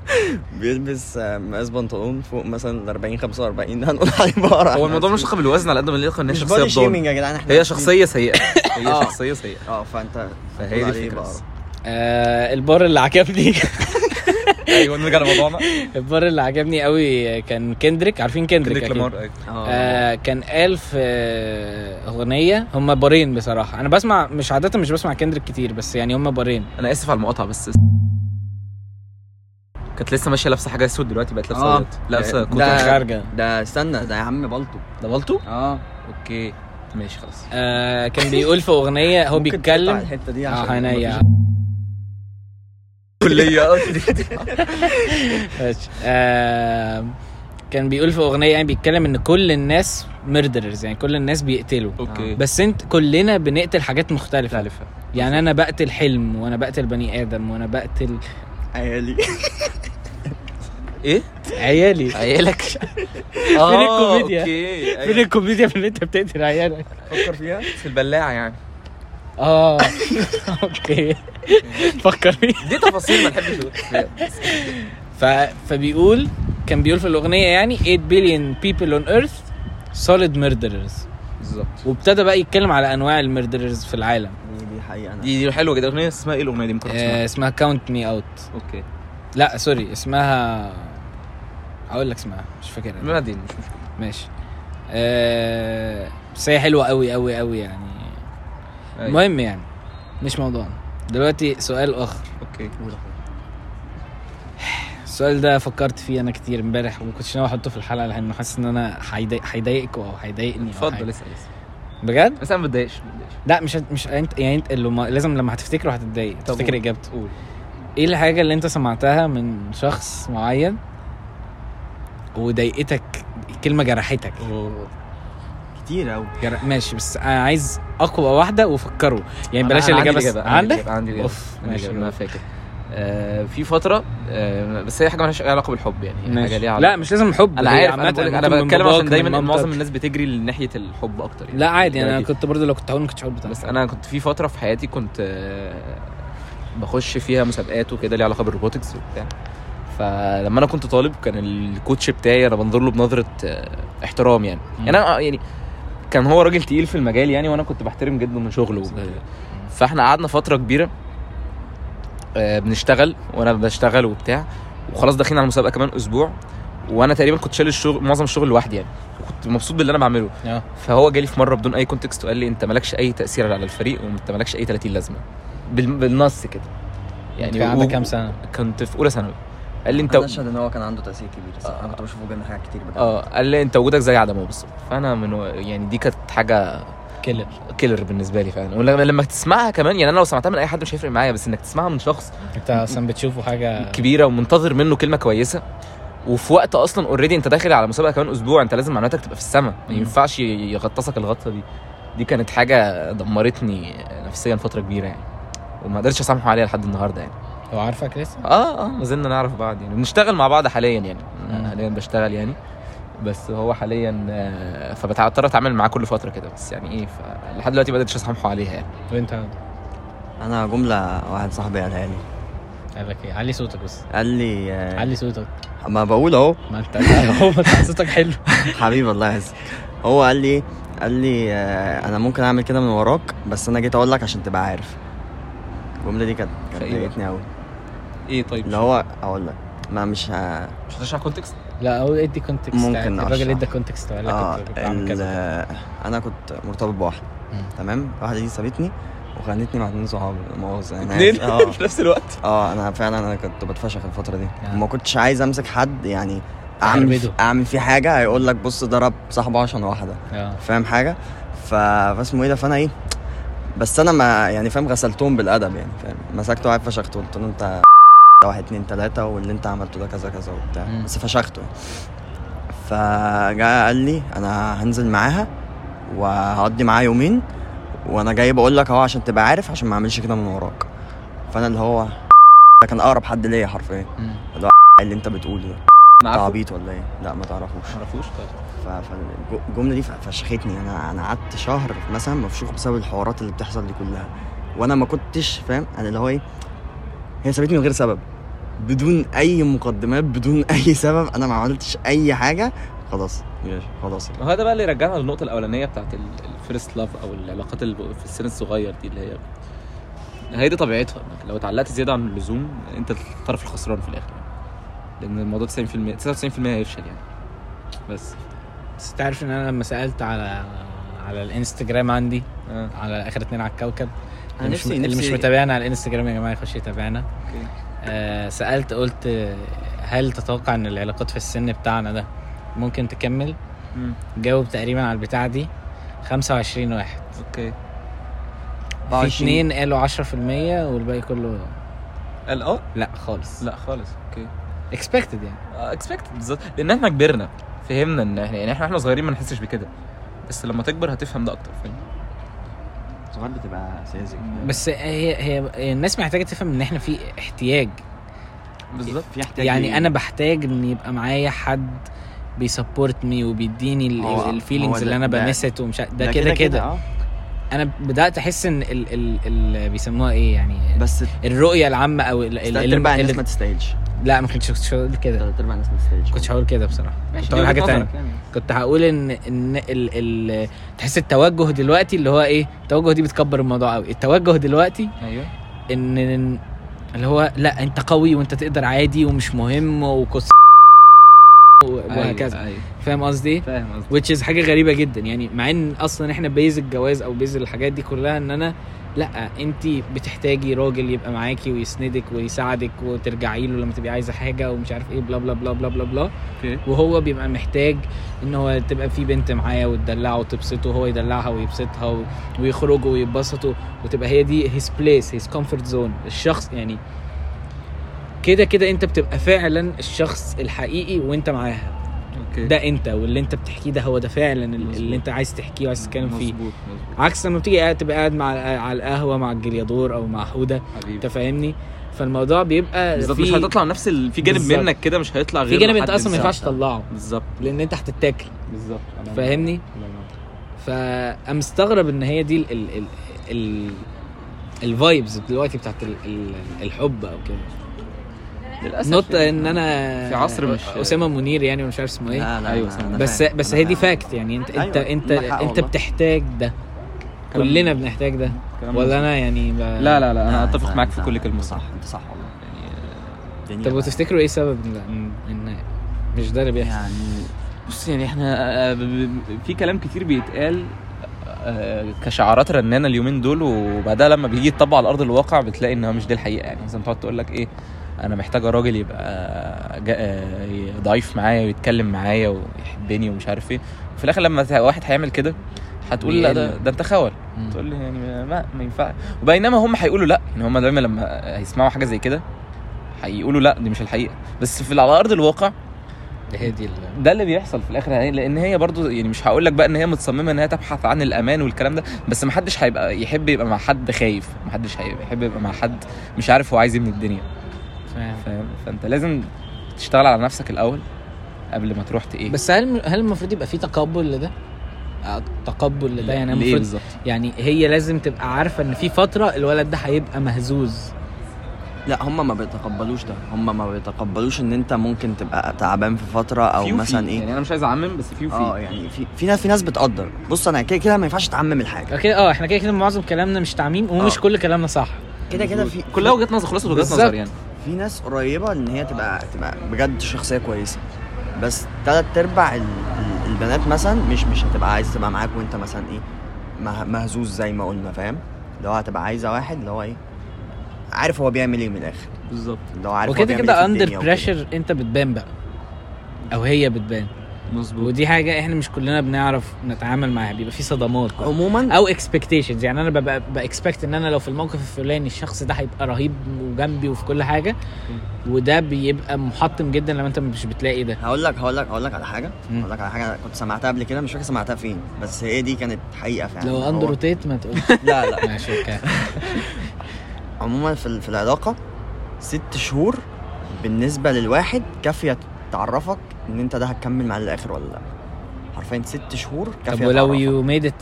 Speaker 4: بيلبس آه، مقاس بنطلون فوق مثلا ال 40 45 ده هنقول عليه بقرة
Speaker 3: هو
Speaker 4: إحنا
Speaker 3: الموضوع مش
Speaker 4: عارفين.
Speaker 3: علاقه بالوزن على قد ما ليه علاقه ان هي
Speaker 4: مش بودي
Speaker 3: شخصيه
Speaker 4: شيمنج
Speaker 3: بضل
Speaker 4: يا جدعان احنا
Speaker 3: هي
Speaker 4: عارفين.
Speaker 3: شخصيه سيئه هي
Speaker 4: آه.
Speaker 3: شخصيه سيئه
Speaker 4: اه فانت
Speaker 3: فهي
Speaker 4: هتقول
Speaker 3: دي
Speaker 4: عليه
Speaker 3: الفكرة.
Speaker 4: بقرة.
Speaker 2: آه، البار اللي عجبني
Speaker 3: ايوه نرجع لموضوعنا
Speaker 2: البار اللي عجبني قوي كان كندريك عارفين كندريك
Speaker 3: كندريك
Speaker 2: أكيد.
Speaker 3: لامار أيوة.
Speaker 4: اه
Speaker 2: آه كان قال في آه، اغنيه هم بارين بصراحه انا بسمع مش عاده مش بسمع كندريك كتير بس يعني هم بارين
Speaker 3: انا اسف على المقاطعه بس كانت لسه ماشيه لابسه حاجه اسود دلوقتي بقت لابسه
Speaker 4: آه.
Speaker 3: أبيض. لابسه
Speaker 4: ده-
Speaker 3: كوتا
Speaker 2: خارجه
Speaker 4: ده استنى ده يا عم بلطو
Speaker 3: ده بالطو
Speaker 4: اه
Speaker 3: اوكي ماشي خلاص
Speaker 2: آه كان بيقول في اغنيه هو
Speaker 4: ممكن تقطع
Speaker 2: بيتكلم
Speaker 4: الحتة دي
Speaker 2: اه
Speaker 4: عشان
Speaker 2: عينيا
Speaker 3: كليه
Speaker 2: ماشي. آه كان بيقول في اغنيه يعني بيتكلم ان كل الناس ميردرز يعني كل الناس بيقتلوا
Speaker 4: آه.
Speaker 3: اوكي
Speaker 2: بس انت كلنا بنقتل حاجات مختلفه
Speaker 3: مختلفه
Speaker 2: يعني انا بقتل حلم وانا بقتل بني ادم وانا بقتل
Speaker 4: عيالي
Speaker 3: ايه
Speaker 2: عيالي
Speaker 3: عيالك
Speaker 2: الكوميديا؟
Speaker 3: اوكي
Speaker 2: فين
Speaker 3: آه، أيوة.
Speaker 2: الكوميديا في اللي انت بتقتل عيالك
Speaker 4: فكر فيها
Speaker 3: في البلاعه يعني
Speaker 2: اه اوكي فكر فيه
Speaker 3: دي تفاصيل ما نحبش نقولها.
Speaker 2: ف... فبيقول كان بيقول في الاغنيه يعني 8 بليون people on earth solid murderers
Speaker 3: بالظبط
Speaker 2: وابتدى بقى يتكلم على انواع الميردرز في العالم
Speaker 4: دي دي حقيقة انا
Speaker 3: دي دي حلوه جدا اغنيه اسمها ايه الاغنيه دي ممكن
Speaker 2: آه
Speaker 3: اسمها
Speaker 2: اسمها كاونت مي اوت
Speaker 3: اوكي
Speaker 2: لا سوري اسمها هقول لك اسمها مش فاكرها
Speaker 3: ما دي مش مشكله
Speaker 2: ماشي آه... بس هي حلوه قوي قوي قوي يعني
Speaker 3: أيوة.
Speaker 2: المهم يعني مش موضوعنا دلوقتي سؤال اخر
Speaker 3: اوكي
Speaker 2: السؤال ده فكرت فيه انا كتير امبارح وما كنتش ناوي احطه في الحلقه لانه حاسس ان انا هيضايق هيضايقكوا او هيضايقني أو
Speaker 3: اتفضل
Speaker 2: حاجة.
Speaker 3: اسال اسال
Speaker 2: بجد
Speaker 3: بس انا ما بتضايقش ما بتضايقش
Speaker 2: لا مش هت- مش انت يعني انت اللي ما- لازم لما هتفتكره هتتضايق تفتكر
Speaker 3: قول.
Speaker 2: اجابته
Speaker 3: قول
Speaker 2: ايه الحاجه اللي انت سمعتها من شخص معين وضايقتك كلمه جرحتك
Speaker 4: كتير اوي
Speaker 2: جر... ماشي بس انا عايز اقوى واحده وفكره يعني
Speaker 3: أنا-
Speaker 2: بلاش
Speaker 3: أنا عندي
Speaker 2: الاجابه بس
Speaker 3: إجابة، أنا عندي
Speaker 2: عندك
Speaker 3: إجابة، عندي الاجابه
Speaker 2: اوف
Speaker 3: ماشي
Speaker 2: ماشي
Speaker 3: انا فاكر آه، في فتره آه، بس هي حاجه مالهاش أي علاقه بالحب يعني هي حاجه
Speaker 2: ماشي.
Speaker 3: ليها علاقه
Speaker 2: لا مش لازم حب
Speaker 3: انا
Speaker 2: هي
Speaker 3: عارف
Speaker 2: عامة
Speaker 3: انا بقولك
Speaker 2: ممكن
Speaker 3: انا
Speaker 2: من
Speaker 3: بتكلم عشان
Speaker 2: باباك، من
Speaker 3: دايما
Speaker 2: مامتك.
Speaker 3: معظم الناس بتجري لناحيه الحب اكتر يعني
Speaker 2: لا عادي انا
Speaker 3: أكيد.
Speaker 2: كنت برضه لو كنت هقول ما كنتش هقول بتاع
Speaker 3: بس انا كنت في فتره في حياتي كنت آه، بخش فيها مسابقات وكده ليها علاقه بالروبوتكس وبتاع فلما انا كنت طالب كان الكوتش بتاعي انا بنظر له بنظره آه، احترام يعني
Speaker 2: مم.
Speaker 3: يعني انا آه، يعني كان هو راجل تقيل في المجال يعني وانا كنت بحترم جدا من شغله فاحنا قعدنا فتره كبيره آه، بنشتغل وانا بشتغل وبتاع وخلاص داخلين على المسابقه كمان اسبوع وانا تقريبا كنت شايل الشغل معظم الشغل لوحدي يعني كنت مبسوط باللي انا بعمله
Speaker 2: آه.
Speaker 3: فهو جالي في مره بدون اي كونتكست وقال لي انت مالكش اي تاثير على الفريق وانت مالكش اي 30 لازمه بال- بالنص كده
Speaker 2: يعني
Speaker 3: و-
Speaker 2: كان عندك كام سنه
Speaker 3: كنت في اولى ثانوي قال لي انت
Speaker 4: انا اشهد ان هو كان عنده تأثير كبير الصراحة.
Speaker 3: آه.
Speaker 4: انا كنت بشوفه بيعمل حاجات كتير
Speaker 2: آه.
Speaker 4: بجد
Speaker 3: اه قال لي انت وجودك زي عدمه بالظبط فانا من و- يعني دي كانت حاجه
Speaker 2: كيلر
Speaker 3: كيلر بالنسبه لي فعلا ولما لما تسمعها كمان يعني انا لو سمعتها من اي حد مش هيفرق معايا بس انك تسمعها من شخص
Speaker 2: انت اصلا بتشوفه حاجه
Speaker 3: كبيره ومنتظر منه كلمه كويسه وفي وقت اصلا اوريدي انت داخل على مسابقه كمان اسبوع انت لازم معلوماتك تبقى في السما ما
Speaker 2: مم.
Speaker 3: ينفعش يغطسك الغطسه دي دي كانت حاجه دمرتني نفسيا فتره كبيره يعني وما قدرتش اسامحه عليها لحد النهارده يعني
Speaker 2: هو عارفك لسه
Speaker 3: اه اه ما زلنا نعرف بعض يعني بنشتغل مع بعض حاليا يعني
Speaker 2: مم.
Speaker 3: انا حاليا بشتغل يعني بس هو حاليا آه، فبضطر اتعامل معاه كل فتره كده بس يعني ايه ف- لحد دلوقتي ما قدرتش اسامحه عليها يعني
Speaker 2: وانت
Speaker 4: انا جملة واحد صاحبي قالها لي
Speaker 2: قال لك ايه علي صوتك بس
Speaker 4: قال لي آه،
Speaker 2: علي صوتك
Speaker 4: ما بقول اهو
Speaker 2: ما انت هو ما انت صوتك حلو
Speaker 4: حبيبي الله يعزك هو قال لي قال لي آه، انا ممكن اعمل كده من وراك بس انا جيت اقول لك عشان تبقى عارف الجمله دي كانت كانت
Speaker 3: فإيه بقى؟
Speaker 4: ضايقتني قوي
Speaker 3: ايه طيب
Speaker 4: اللي هو اقول لك ما مش ه...
Speaker 3: مش هتشرح كونتكست
Speaker 2: لا هو ادي كونتكست
Speaker 4: ممكن
Speaker 2: الراجل
Speaker 4: أشرح.
Speaker 2: ادى كونتكست وقال لك
Speaker 4: اه
Speaker 2: كنت بعمل
Speaker 4: ال-
Speaker 2: كذا
Speaker 4: انا كنت مرتبط بواحده
Speaker 2: مم.
Speaker 4: تمام الواحده دي سابتني وخانتني مع اتنين صحابي لا مؤاخذه يعني
Speaker 3: اتنين
Speaker 4: اه
Speaker 3: في نفس الوقت
Speaker 4: اه انا فعلا انا كنت بتفشخ الفتره دي
Speaker 2: آه.
Speaker 4: وما كنتش عايز امسك حد يعني اعمل
Speaker 2: أهربده.
Speaker 4: اعمل فيه حاجه هيقول لك بص ضرب صاحبه عشان واحده
Speaker 2: اه
Speaker 4: فاهم حاجه ف... فاسمه ايه ده فانا ايه بس انا ما يعني فاهم غسلتهم بالادب يعني فاهم مسكته قاعد فشخته قلت له انت واحد اتنين تلاته واللي انت عملته ده كذا كذا وبتاع
Speaker 2: مم.
Speaker 4: بس فشخته يعني. فجاء قال لي انا هنزل معاها وهقضي معاها يومين وانا جاي بقول لك اهو عشان تبقى عارف عشان ما اعملش كده من وراك فانا اللي هو ده كان اقرب حد ليا حرفيا
Speaker 2: مم.
Speaker 4: اللي هو اللي انت بتقوله ده
Speaker 3: انا
Speaker 4: انت
Speaker 3: عارفه
Speaker 4: عبيط ولا ايه لا ما تعرفوش
Speaker 3: معرفوش طيب
Speaker 4: فالجمله دي فشختني انا انا قعدت شهر مثلا مفشوخ بسبب الحوارات اللي بتحصل دي كلها وانا ما كنتش فاهم انا اللي هو ايه هي سابتني من غير سبب بدون اي مقدمات بدون اي سبب انا ما عملتش اي حاجه خلاص ماشي خلاص
Speaker 3: ما هو ده بقى اللي يرجعنا للنقطه الاولانيه بتاعت الفيرست لاف او العلاقات اللي بقى في السن الصغير دي اللي هي هي دي طبيعتها إنك لو اتعلقت زياده عن اللزوم انت الطرف الخسران في الاخر لان الموضوع 90% 99% هيفشل يعني بس
Speaker 2: بس انت عارف ان انا لما سالت على على الانستجرام عندي
Speaker 3: آه.
Speaker 2: على اخر اتنين على الكوكب
Speaker 4: أنا
Speaker 2: اللي مش-
Speaker 4: نفسي-
Speaker 2: اللي مش
Speaker 4: نفسي-
Speaker 2: متابعنا على الانستجرام يا جماعه يخش يتابعنا
Speaker 3: أوكي.
Speaker 2: آه سالت قلت آه، هل تتوقع ان العلاقات في السن بتاعنا ده ممكن تكمل
Speaker 3: مم.
Speaker 2: جاوب تقريبا على البتاعه دي 25 واحد
Speaker 3: اوكي
Speaker 2: في
Speaker 4: 24.
Speaker 2: اتنين قالوا 10% والباقي كله
Speaker 3: قال اه
Speaker 2: لا خالص
Speaker 3: لا خالص اوكي
Speaker 2: اكسبكتد يعني
Speaker 3: اكسبكتد آه، بالظبط لان احنا كبرنا فهمنا ان احنا يعني احنا احنا صغيرين ما نحسش بكده بس لما تكبر هتفهم ده اكتر فاهم
Speaker 4: صغير بتبقى ساذج
Speaker 2: بس هي هي هي الناس محتاجه تفهم ان احنا في احتياج
Speaker 3: بالظبط
Speaker 4: في احتياج
Speaker 2: يعني انا بحتاج ان يبقى معايا حد بيسبورت مي وبيديني
Speaker 4: هو- هو
Speaker 2: الفيلينجز
Speaker 4: ده-
Speaker 2: اللي انا
Speaker 4: ده- آه.
Speaker 2: بمست ومش ع- ده كده كده انا بدات احس ان ال ال ال بيسموها ايه يعني
Speaker 4: بس
Speaker 2: الرؤيه العامه او ال ال-
Speaker 4: تلات ارباع
Speaker 2: ال-
Speaker 4: الناس ما طيب. تستاهلش
Speaker 2: لا ما كنتش هقول كده
Speaker 4: تلات ارباع الناس ما تستاهلش آه.
Speaker 2: ما كنتش هقول كده بصراحه كنت
Speaker 3: دي
Speaker 2: هقول حاجه
Speaker 3: وجهة
Speaker 2: تانية
Speaker 3: نظرك يعني.
Speaker 2: كنت هقول ان ان ال ال تحس التوجه دلوقتي اللي هو ايه التوجه دي بتكبر الموضوع قوي التوجه دلوقتي
Speaker 3: ايوه
Speaker 2: ان إن- اللي هو لا انت قوي وانت تقدر عادي ومش مهم وقص و- وهكذا
Speaker 3: ايوه
Speaker 2: فاهم قصدي ايه؟
Speaker 3: فاهم قصدي
Speaker 2: which is حاجه غريبه جدا يعني مع ان اصلا احنا بيز الجواز او بيز الحاجات دي كلها ان انا لا انت بتحتاجي راجل يبقى معاكي ويسندك ويساعدك وترجعي له لما تبقي عايزه حاجه ومش عارف ايه بلا بلا بلا بلا بلا بلا
Speaker 3: اوكي
Speaker 2: وهو بيبقى محتاج ان هو تبقى في بنت معاه وتدلعه وتبسطه وهو يدلعها ويبسطها و- ويخرجوا ويتبسطوا وتبقى هي دي his place his comfort zone الشخص يعني كده كده انت بتبقى فعلا الشخص الحقيقي وانت معاها
Speaker 3: اوكي
Speaker 2: ده انت واللي انت بتحكيه ده هو ده فعلا ال-
Speaker 3: مظبوط.
Speaker 2: اللي انت عايز تحكيه وعايز تتكلم فيه
Speaker 3: مظبوط مظبوط
Speaker 2: عكس لما بتيجي قاعد تبقى قاعد مع على القهوه مع الجليادور او مع حوده انت
Speaker 3: حبيبي
Speaker 2: فاهمني فالموضوع بيبقى
Speaker 3: بالظبط
Speaker 2: في-
Speaker 3: مش هتطلع نفس ال... في جانب
Speaker 2: بالظبط.
Speaker 3: منك كده مش هيطلع غير
Speaker 2: في جانب
Speaker 3: لحد
Speaker 2: انت اصلا ما ينفعش تطلعه
Speaker 3: بالظبط
Speaker 2: لان انت هتتاكل
Speaker 3: بالظبط
Speaker 2: فاهمني فانا مستغرب ان هي دي ال ال ال الفايبز دلوقتي بتاعت ال ال الحب او كده
Speaker 3: للاسف
Speaker 2: نوت
Speaker 3: يعني.
Speaker 2: ان انا
Speaker 3: في عصر مش-
Speaker 2: اسامه منير يعني ومش عارف اسمه ايه
Speaker 4: لا لا
Speaker 3: أيوة،
Speaker 4: أنا- أنا
Speaker 2: بس
Speaker 4: فاهم،
Speaker 2: بس
Speaker 4: أنا
Speaker 2: هي دي
Speaker 4: فاهم.
Speaker 2: فاكت يعني انت
Speaker 4: أيوة،
Speaker 2: انت انت
Speaker 4: عندك حق
Speaker 2: انت
Speaker 4: والله.
Speaker 2: بتحتاج ده
Speaker 3: كلام-
Speaker 2: كلنا بنحتاج ده
Speaker 3: كلام
Speaker 2: ولا
Speaker 3: مظبوط.
Speaker 2: انا يعني ب...
Speaker 3: لا لا لا انا
Speaker 4: لا،
Speaker 3: اتفق
Speaker 4: أنت-
Speaker 3: معاك في
Speaker 4: أنت-
Speaker 3: كل كلمه
Speaker 4: أنت صح انت صح والله
Speaker 3: يعني
Speaker 4: الدنيا
Speaker 2: طب
Speaker 4: بقى-
Speaker 2: وتفتكروا ايه سبب إن- إن- ان مش ده اللي بيحصل
Speaker 4: يعني
Speaker 3: بص يعني احنا آه، ب- ب- في كلام كتير بيتقال آه، كشعارات رنانه اليومين دول وبعدها لما بيجي يتطبق على ارض الواقع بتلاقي انها مش دي الحقيقه يعني مثلا بتقعد تقول لك ايه انا محتاجه راجل يبقى جا- آه، ضعيف معايا ويتكلم معايا ويحبني ومش عارف ايه وفي الاخر لما ت- واحد هيعمل كده هتقول لا ده,
Speaker 2: بيقل.
Speaker 3: ده انت خول
Speaker 2: مم.
Speaker 3: تقول لي يعني ما, ما ينفع وبينما هم هيقولوا لا يعني هم دايما لما هيسمعوا حاجه زي كده هيقولوا لا دي مش الحقيقه بس في على ارض الواقع
Speaker 4: يعني.
Speaker 2: هي دي ال-
Speaker 3: ده اللي بيحصل في الاخر يعني لان هي برضو يعني مش هقول لك بقى ان هي متصممه ان هي تبحث عن الامان والكلام ده بس محدش هيبقى يحب يبقى مع حد خايف محدش هيبقى- يحب يبقى مع حد مش عارف هو عايز ايه من الدنيا
Speaker 2: فاهم.
Speaker 3: فاهم فانت لازم تشتغل على نفسك الاول قبل ما تروح ايه
Speaker 2: بس هل هل المفروض يبقى في تقبل لده؟ آه، تقبل لده يعني
Speaker 3: ليه
Speaker 2: المفروض
Speaker 3: بالظبط
Speaker 2: يعني هي لازم تبقى عارفه ان في فتره الولد ده هيبقى مهزوز
Speaker 4: لا هم ما بيتقبلوش ده هم ما بيتقبلوش ان انت ممكن تبقى تعبان في فتره او
Speaker 3: في وفي.
Speaker 4: مثلا ايه
Speaker 3: يعني انا مش عايز اعمم بس في وفي
Speaker 4: اه يعني في في ناس في ناس بتقدر بص انا كده كده ما ينفعش تعمم الحاجه
Speaker 2: كده اه احنا كده كده معظم كلامنا مش تعميم ومش
Speaker 4: آه.
Speaker 2: كل كلامنا صح
Speaker 4: كده كده في
Speaker 3: كلها وجهه نظر خلاص وجهه
Speaker 2: بالظبط.
Speaker 3: نظر يعني
Speaker 4: في ناس قريبه ان هي تبقى تبقى بجد شخصيه كويسه بس تلات ارباع ال- ال- البنات مثلا مش مش هتبقى عايز تبقى معاك وانت مثلا ايه مه- مهزوز زي ما قلنا فاهم اللي هو هتبقى عايزه واحد اللي هو ايه عارف هو بيعمل ايه من الاخر
Speaker 3: بالظبط
Speaker 4: اللي هو عارف هو
Speaker 2: وكده
Speaker 4: بيعمل إيه
Speaker 2: كده
Speaker 4: في الدنيا
Speaker 2: اندر
Speaker 4: وكده.
Speaker 2: بريشر انت بتبان بقى او هي بتبان
Speaker 3: مظبوط
Speaker 2: ودي حاجه احنا مش كلنا بنعرف نتعامل معاها بيبقى في صدمات
Speaker 4: عموما
Speaker 2: او اكسبكتيشنز يعني انا ببقى باكسبكت ان انا لو في الموقف الفلاني الشخص ده هيبقى رهيب وجنبي وفي كل حاجه وده بيبقى محطم جدا لما انت مش بتلاقي ده
Speaker 4: هقول لك هقول لك هقول لك على حاجه
Speaker 2: مم.
Speaker 4: هقول لك على حاجه كنت سمعتها قبل كده مش فاكر سمعتها فين بس هي دي كانت حقيقه فعلا
Speaker 2: لو
Speaker 4: يعني هو-
Speaker 2: اندر روتيت ما تقولش
Speaker 4: لا لا
Speaker 2: ماشي اوكي
Speaker 4: عموما في ال- في العلاقه ست شهور بالنسبه للواحد كافيه تعرفك ان انت ده هتكمل معاه للاخر ولا لا حرفيا ست شهور
Speaker 2: طب
Speaker 4: كافيه
Speaker 2: ولو
Speaker 4: تعرفك.
Speaker 2: يو ميد ات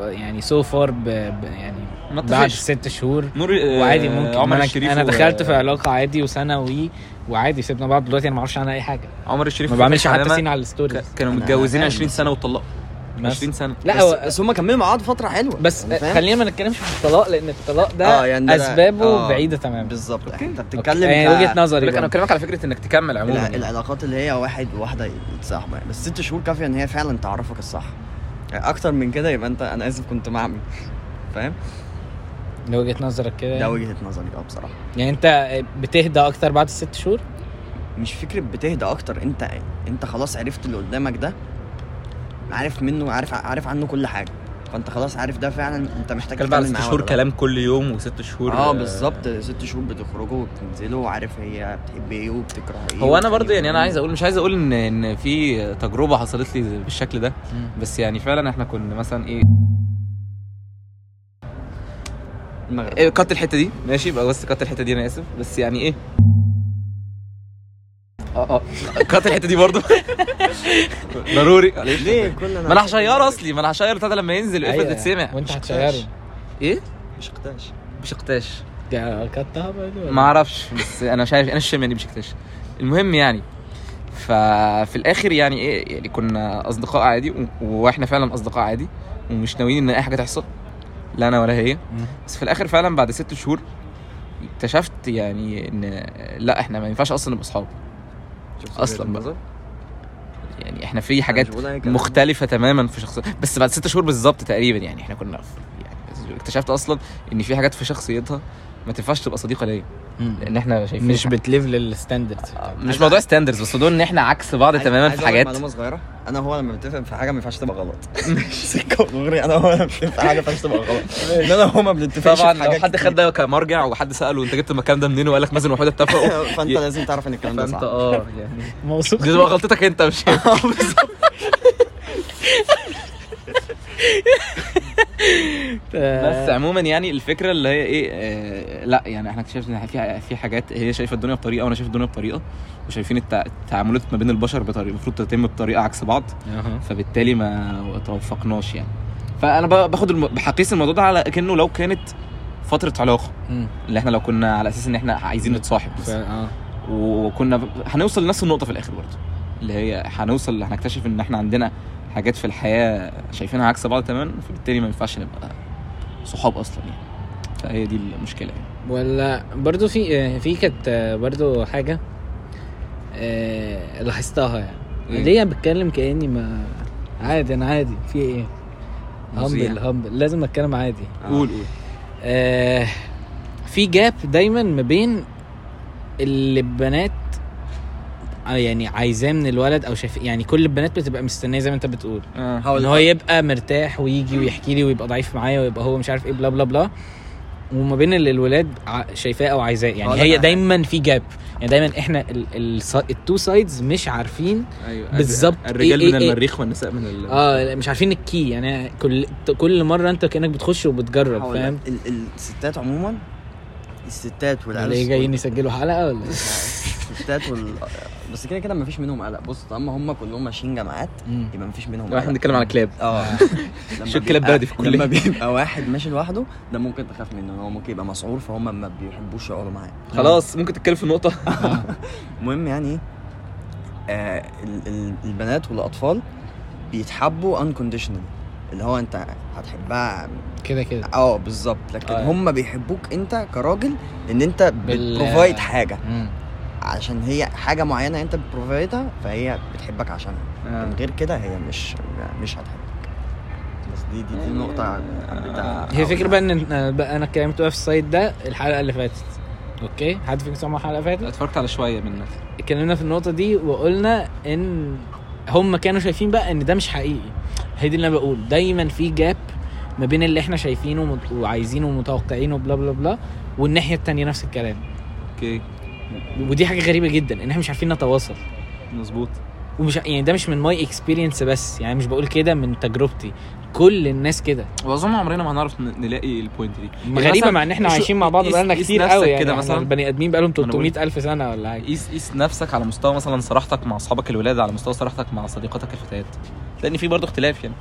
Speaker 2: يعني سو فار يعني
Speaker 3: ما
Speaker 2: بعد
Speaker 3: اتفقش
Speaker 2: ست شهور
Speaker 3: نور آه،
Speaker 2: وعادي ممكن
Speaker 3: عمر
Speaker 2: انا
Speaker 3: الشريف
Speaker 2: انا
Speaker 3: و-
Speaker 2: دخلت في علاقه عادي وثانوي وعادي سيبنا بعض دلوقتي انا ما اعرفش عنها اي حاجه
Speaker 3: عمر الشريف
Speaker 2: ما بعملش
Speaker 3: وفاتن
Speaker 2: حتى
Speaker 3: حمامة
Speaker 2: سين على الستوري
Speaker 3: ك- كانوا
Speaker 4: أنا-
Speaker 3: متجوزين
Speaker 4: أنا
Speaker 3: 20
Speaker 4: عارف.
Speaker 3: سنه واتطلقوا
Speaker 2: بس.
Speaker 3: 20 سنه
Speaker 2: لا
Speaker 4: بس,
Speaker 2: هو
Speaker 4: بس هم كملوا مع بعض فتره حلوه
Speaker 2: بس
Speaker 4: يعني فاهم؟
Speaker 2: خلينا ما نتكلمش في الطلاق لان الطلاق ده
Speaker 4: آه، يعني ده-
Speaker 2: اسبابه
Speaker 4: آه،
Speaker 2: بعيده تماما
Speaker 4: بالظبط
Speaker 3: أوكي.
Speaker 4: انت
Speaker 2: أوكي.
Speaker 4: بتتكلم
Speaker 2: يعني
Speaker 4: ف-
Speaker 2: وجهه نظري
Speaker 3: لكن انا
Speaker 2: برضه.
Speaker 3: بكلمك على فكره انك تكمل عموما
Speaker 4: الع-
Speaker 3: يعني.
Speaker 4: العلاقات اللي هي واحد وواحده يتصاحبوا يعني. بس ست شهور كافيه ان هي فعلا تعرفك الصح يعني اكتر من كده يبقى انت انا اسف كنت مع مين فاهم
Speaker 2: ده وجهه نظرك كده
Speaker 4: ده
Speaker 2: يعني.
Speaker 4: وجهه نظري اه بصراحه
Speaker 2: يعني انت بتهدى اكتر بعد الست شهور
Speaker 4: مش فكره بتهدى اكتر انت انت خلاص عرفت اللي قدامك ده عارف منه عارف عارف عنه كل حاجه فانت خلاص عارف ده فعلا انت محتاج
Speaker 3: كان بقى
Speaker 4: تكمل
Speaker 3: ست
Speaker 4: معاه
Speaker 3: شهور
Speaker 4: ولا لا.
Speaker 3: كلام كل يوم وست شهور
Speaker 4: اه
Speaker 3: آه،
Speaker 4: بالظبط ست شهور بتخرجوا وبتنزلوا وعارف هي بتحب ايه وبتكره ايه
Speaker 3: هو انا
Speaker 4: وبتخليه
Speaker 3: برضه يعني انا
Speaker 4: مين.
Speaker 3: عايز اقول مش عايز اقول ان ان في تجربه حصلت لي بالشكل ده بس يعني فعلا احنا كنا مثلا ايه
Speaker 4: المغرب
Speaker 3: إيه، كات الحته دي ماشي يبقى بس كات الحته دي انا اسف بس يعني ايه اه اه كات الحته دي برضه ضروري معلش.
Speaker 4: ليه كل
Speaker 3: ما انا هشير اصلي ما انا هشير بتاع لما ينزل افرض
Speaker 2: أيوة.
Speaker 3: اتسمع
Speaker 2: وانت
Speaker 4: مش
Speaker 2: هتشغله
Speaker 4: كتاش.
Speaker 3: ايه
Speaker 4: مش اختاش
Speaker 3: بشقتاش
Speaker 2: ده كتها برضه
Speaker 3: ما اعرفش بس انا مش عارف انا الشمالي بشكتاش المهم يعني ففي الاخر يعني ايه يعني كنا اصدقاء عادي و- واحنا فعلا اصدقاء عادي ومش ناويين ان اي حاجه تحصل لا انا ولا هي بس في الاخر فعلا بعد ست شهور اكتشفت يعني ان لا احنا ما ينفعش اصلا نبقى اصحاب اصلا بقى يعني احنا في حاجات
Speaker 4: مش بقول أي كلام.
Speaker 3: مختلفه تماما في شخص بس بعد ست شهور بالظبط تقريبا يعني احنا كنا في- يعني اكتشفت اصلا ان في حاجات في شخصيتها ما تنفعش تبقى صديقه ليا لان احنا شايفين
Speaker 2: مش بتليف للستاندرد
Speaker 3: مش موضوع ستاندرز بس موضوع ان احنا عكس بعض
Speaker 4: عايز-
Speaker 3: تماما
Speaker 4: عايز
Speaker 3: في
Speaker 4: أقول لك
Speaker 3: حاجات
Speaker 4: معلومه صغيره انا هو لما بتفق في حاجه ما ينفعش تبقى غلط سكه ودغري انا هو لما بتفق في حاجه ما ينفعش تبقى غلط ان انا هو ما بنتفقش
Speaker 3: طبعا
Speaker 4: في
Speaker 3: لو
Speaker 4: حاجه
Speaker 3: حد خد ده كمرجع وحد ساله انت جبت المكان ده منين وقال لك مازن وحوده اتفقوا
Speaker 4: كتير. فانت
Speaker 3: ي-
Speaker 4: لازم تعرف ان الكلام ده
Speaker 3: فانت
Speaker 4: صح
Speaker 3: اه يعني
Speaker 2: موثوق
Speaker 3: دي تبقى غلطتك انت مش بس
Speaker 2: آه،
Speaker 3: عموما يعني الفكره اللي هي ايه آه لا يعني احنا اكتشفنا ان في في حاجات هي شايفه الدنيا بطريقه وانا شايف الدنيا بطريقه وشايفين التع- التعاملات ما بين البشر بطريقه المفروض تتم بطريقه عكس بعض
Speaker 2: أها.
Speaker 3: فبالتالي ما توفقناش يعني فانا ب- باخد الم- بقيس الموضوع ده على كانه لو كانت فتره علاقه
Speaker 2: مم.
Speaker 3: اللي احنا لو كنا على اساس ان احنا عايزين نتصاحب
Speaker 2: ف-
Speaker 3: بس.
Speaker 2: آه.
Speaker 3: وكنا ب- هنوصل لنفس النقطه في الاخر برضه اللي هي هنوصل هنكتشف ان احنا عندنا حاجات في الحياه شايفينها عكس بعض تماما فبالتالي ما ينفعش نبقى صحاب اصلا يعني فهي دي المشكله يعني
Speaker 2: ولا برضو في آه، في كانت برضو حاجة آه، لاحظتها يعني
Speaker 3: إيه؟
Speaker 2: ليه انا بتكلم كأني ما عادي انا عادي في ايه
Speaker 3: مذيع.
Speaker 2: همبل همبل لازم اتكلم عادي
Speaker 3: قول قول
Speaker 2: آه، في جاب دايما ما بين اللي البنات آه، يعني عايزاه من الولد او شايف يعني كل البنات بتبقى مستنيه زي ما انت بتقول
Speaker 3: آه.
Speaker 4: هقول
Speaker 2: ان
Speaker 4: لك.
Speaker 2: هو يبقى مرتاح ويجي ويحكي لي ويبقى ضعيف معايا ويبقى هو مش عارف ايه بلا بلا بلا وما بين اللي الولاد ع- شايفاه او عايزاه
Speaker 4: هقول
Speaker 2: يعني
Speaker 4: لك
Speaker 2: هي
Speaker 4: على حاجة.
Speaker 2: دايما في جاب يعني دايما احنا ال- ال- التو سايدز مش عارفين
Speaker 3: ايوه
Speaker 2: بالظبط.
Speaker 3: الرجال
Speaker 2: إيه-
Speaker 3: من
Speaker 2: إيه-
Speaker 3: المريخ والنساء من ال...
Speaker 2: اه لا، مش عارفين الكي يعني كل كل مره انت كانك بتخش وبتجرب
Speaker 4: هقول لك.
Speaker 2: فاهم
Speaker 4: ال- الستات عموما الستات والعيال
Speaker 2: اللي جايين يسجلوا حلقه ولا إيه؟
Speaker 4: الستات وال... بس كده كده مفيش منهم قلق بص طالما هم كلهم ماشيين جامعات
Speaker 2: مم.
Speaker 4: يبقى مفيش منهم
Speaker 3: لو احنا
Speaker 4: قلق
Speaker 3: بنتكلم على كلاب
Speaker 4: اه لما
Speaker 3: شو الكلاب
Speaker 4: بيبقى-
Speaker 3: بلدي في الكلية.
Speaker 4: لما بيبقى واحد ماشي لوحده ده ممكن تخاف منه إن هو ممكن يبقى مسعور فهم ما بيحبوش يقعدوا معاه
Speaker 3: خلاص ممكن تتكلم في النقطه
Speaker 4: المهم يعني ايه آه ال- ال- البنات والاطفال بيتحبوا unconditionally اللي هو انت هتحبها
Speaker 2: كده كده
Speaker 4: اه بالظبط لكن
Speaker 3: آه.
Speaker 4: هم بيحبوك انت كراجل ان انت
Speaker 2: بال-
Speaker 4: بتبروفايد حاجه
Speaker 2: مم.
Speaker 4: عشان هي حاجه معينه انت بتبروفايدها فهي بتحبك عشانها من غير كده هي مش مش هتحبك بس دي دي, دي نقطه حبيت
Speaker 2: هي
Speaker 4: أقولها.
Speaker 2: فكرة بقى ان أنا- بقى انا اتكلمت بقى في السايد ده الحلقة اللي فاتت اوكي حد فيكم سمع الحلقة اللي فاتت
Speaker 3: اتفرجت على شويه منك
Speaker 2: اتكلمنا في النقطة دي وقلنا ان هم كانوا شايفين بقى ان ده مش حقيقي هي دي اللي انا بقول دايما في جاب ما بين اللي احنا شايفينه ومت- وعايزينه ومتوقعينه بلا بلا بلا والناحيه التانية نفس الكلام
Speaker 3: اوكي
Speaker 2: ودي حاجه غريبه جدا ان احنا مش عارفين نتواصل
Speaker 3: مظبوط
Speaker 2: ومش يعني ده مش من ماي اكسبيرينس بس يعني مش بقول كده من تجربتي كل الناس كده
Speaker 3: واظن عمرنا ما هنعرف ن- نلاقي البوينت دي يعني
Speaker 2: غريبه
Speaker 3: مثلاً
Speaker 2: مع ان احنا
Speaker 3: شو-
Speaker 2: عايشين مع بعض
Speaker 3: قيس-
Speaker 2: بقالنا
Speaker 3: قيس
Speaker 2: كتير
Speaker 3: نفسك
Speaker 2: قوي يعني
Speaker 3: كده
Speaker 2: كده
Speaker 3: مثلا.
Speaker 2: مثلا البني ادمين بقالهم
Speaker 3: أنا بقول-
Speaker 2: 300 الف سنه ولا حاجه
Speaker 3: قيس قيس نفسك على مستوى مثلا صراحتك مع اصحابك الولاد على مستوى صراحتك مع صديقاتك الفتيات لان في برضه اختلاف يعني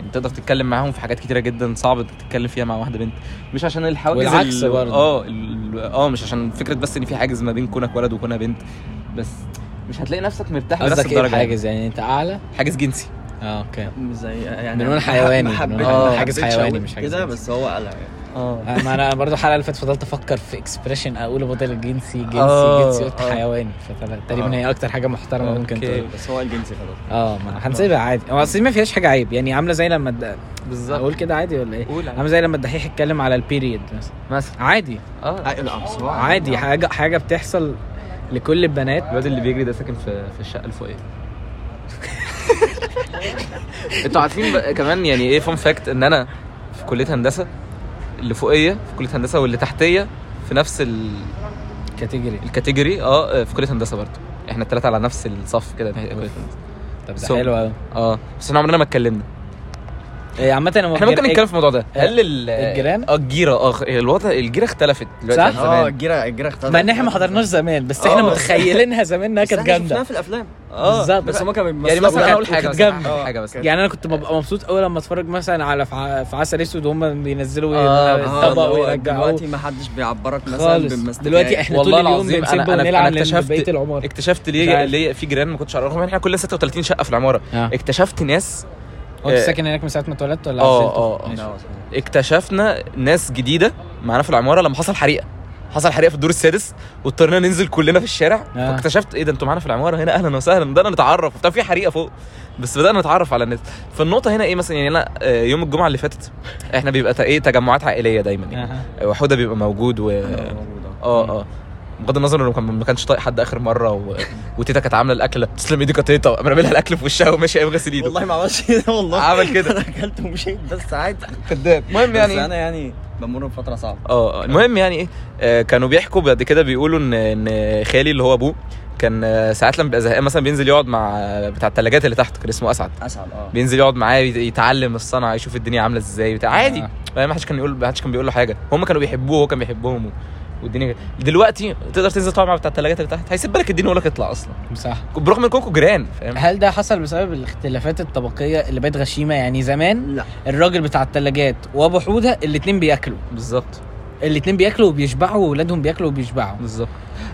Speaker 3: يعني تقدر تتكلم معاهم في حاجات كتيره جدا صعب انك تتكلم فيها مع واحده بنت مش عشان الحواجز
Speaker 2: والعكس برضه.
Speaker 3: اه ال- اه مش عشان فكره بس ان في حاجز ما بين كونك ولد وكونها بنت بس مش هتلاقي نفسك مرتاح بنفس
Speaker 2: قصدك ايه
Speaker 3: الدرجه يعني. آه،
Speaker 2: حاجز يعني انت اعلى
Speaker 3: حاجز جنسي
Speaker 2: اه اوكي
Speaker 4: زي يعني
Speaker 2: بنقول حيواني،
Speaker 4: ما حبيت-
Speaker 2: بنقول
Speaker 4: ما
Speaker 2: حاجز
Speaker 4: حبيتش
Speaker 2: حيواني،
Speaker 4: أقول
Speaker 2: مش حاجز
Speaker 4: كده
Speaker 2: جنسي.
Speaker 4: بس هو قالها يعني
Speaker 3: اه
Speaker 2: آه، ما انا برضو الحلقه اللي فاتت فضلت افكر في اكسبريشن اقوله بدل جنسي جنسي
Speaker 3: آه،
Speaker 2: جنسي قلت
Speaker 3: آه.
Speaker 2: حيواني فتقريبا
Speaker 3: آه.
Speaker 2: تقريبا هي اكتر حاجه محترمه آه، ممكن
Speaker 3: أوكي.
Speaker 2: تقول
Speaker 4: بس هو قال جنسي خلاص
Speaker 2: اه ما هنسيبها عادي هو اصل ما فيهاش حاجه عيب يعني عامله زي لما الد-
Speaker 3: بالظبط
Speaker 2: اقول كده عادي ولا ايه
Speaker 3: قول عادي.
Speaker 2: عامله زي لما الدحيح اتكلم على البيريد مثلا
Speaker 3: مثلا
Speaker 2: عادي
Speaker 4: آه.
Speaker 3: اه
Speaker 2: عادي حاجه حاجه بتحصل لكل البنات
Speaker 3: الواد اللي بيجري ده ساكن في في الشقه الفوقيه انتوا عارفين بقى كمان يعني ايه فان فاكت ان انا في كليه هندسه اللي فوقيه في كليه هندسه واللي تحتيه في نفس ال-
Speaker 2: كاتيجوري
Speaker 3: الكاتيجوري اه في كليه هندسه برضه احنا الثلاثه على نفس الصف كده في كليه هندسه
Speaker 2: طب ده
Speaker 3: سو-
Speaker 2: حلو قوي
Speaker 3: اه بس احنا عمرنا ما اتكلمنا
Speaker 2: إيه، عامه هو
Speaker 3: احنا ممكن
Speaker 2: الجر-
Speaker 3: نتكلم في الموضوع ده
Speaker 2: آه،
Speaker 3: هل ال-
Speaker 2: الجيران؟
Speaker 3: اه الجيره اه الوضع الجيره اختلفت دلوقتي
Speaker 2: صح؟
Speaker 3: عن
Speaker 4: اه
Speaker 3: زمان
Speaker 4: الجيره الجيره اختلفت
Speaker 2: مع ان احنا ما حضرناش زمان بس احنا
Speaker 3: آه.
Speaker 2: متخيلينها زمان انها كانت جامده
Speaker 4: في آه، الافلام
Speaker 3: اه
Speaker 2: بالظبط.
Speaker 3: بس هم كانوا يعني
Speaker 2: بيمثلوا
Speaker 3: مثلا
Speaker 2: وكانت-
Speaker 3: اقول حاجه
Speaker 2: وكانت
Speaker 3: مثلاً،
Speaker 2: جامدة.
Speaker 4: آه.
Speaker 3: أقول حاجه بس
Speaker 2: يعني انا كنت ببقى مبسوط قوي لما اتفرج مثلا على في ع- في عسل اسود وهم بينزلوا
Speaker 3: آه، آه،
Speaker 2: الطبق ويرجعوه
Speaker 4: دلوقتي ما حدش بيعبرك مثلا
Speaker 2: خالص
Speaker 4: بمستك
Speaker 2: دلوقتي
Speaker 4: يعني.
Speaker 2: احنا طول اليوم
Speaker 3: العظيم
Speaker 2: بنسب
Speaker 3: أنا- أنا- أنا
Speaker 2: ونلعب
Speaker 3: اكتشفت-
Speaker 2: لبقيه العمارة
Speaker 3: اكتشفت
Speaker 2: مش
Speaker 3: ليه
Speaker 2: عارف.
Speaker 3: ليه في جيران ما كنتش اعرفهم يعني احنا كلنا 36 شقه في العماره
Speaker 2: آه.
Speaker 3: اكتشفت ناس
Speaker 2: هو انت
Speaker 3: آه.
Speaker 2: ساكن هناك من ساعه ما اتولدت ولا
Speaker 3: آه،
Speaker 2: عزلت؟
Speaker 3: آه، آه.
Speaker 2: ماشي.
Speaker 3: اكتشفنا ناس جديده معانا في العماره لما حصل حريقه حصل حريقه في الدور السادس واضطرينا ننزل كلنا في الشارع
Speaker 2: آه.
Speaker 3: فاكتشفت ايه ده انتوا معانا في العماره هنا اهلا وسهلا بدانا نتعرف طب في حريقه فوق بس بدانا نتعرف على الناس فالنقطه هنا ايه مثلا يعني انا آه، يوم الجمعه اللي فاتت احنا بيبقى تا- ايه تجمعات عائليه دايما يعني
Speaker 2: أها.
Speaker 3: وحوده بيبقى موجود و
Speaker 4: أنا موجود أهو.
Speaker 3: اه اه بغض النظر انه كان- ما كانش طايق حد اخر مره و... وتيتا كانت عامله الاكله تسلم ايدك يا تيتا قام رامي لها الاكل في وشها وماشي قام غسل ايده
Speaker 4: والله ما عملش كده والله
Speaker 3: عمل كده.
Speaker 4: انا اكلت ومشيت بس عادي
Speaker 3: كداب المهم
Speaker 4: يعني
Speaker 3: يعني
Speaker 4: انا يعني بمر بفتره صعبه
Speaker 3: اه المهم يعني ايه آه، كانوا بيحكوا بعد كده بيقولوا ان ان خالي اللي هو ابوه كان آه، ساعات لما بيبقى زهقان مثلا بينزل يقعد مع آه، بتاع الثلاجات اللي تحت كان اسمه اسعد
Speaker 4: اسعد اه
Speaker 3: بينزل يقعد معاه يت- يتعلم الصنعه يشوف الدنيا عامله ازاي بتاع عادي
Speaker 2: آه.
Speaker 3: يعني ما حدش كان يقول ما حدش كان بيقول له حاجه هم كانوا بيحبوه وهو كان بيحبهم و- والدنيا دلوقتي تقدر تنزل تقعد مع بتاع الثلاجات اللي تحت هيسيب بالك الدنيا يقول لك اطلع اصلا
Speaker 2: صح
Speaker 3: برغم انكم جيران فاهم
Speaker 2: هل ده حصل بسبب الاختلافات الطبقيه اللي بقت غشيمه يعني زمان
Speaker 4: لا
Speaker 2: الراجل بتاع الثلاجات وابو حوده الاثنين بياكلوا
Speaker 3: بالظبط
Speaker 2: الاثنين بياكلوا وبيشبعوا واولادهم بياكلوا وبيشبعوا
Speaker 3: بالظبط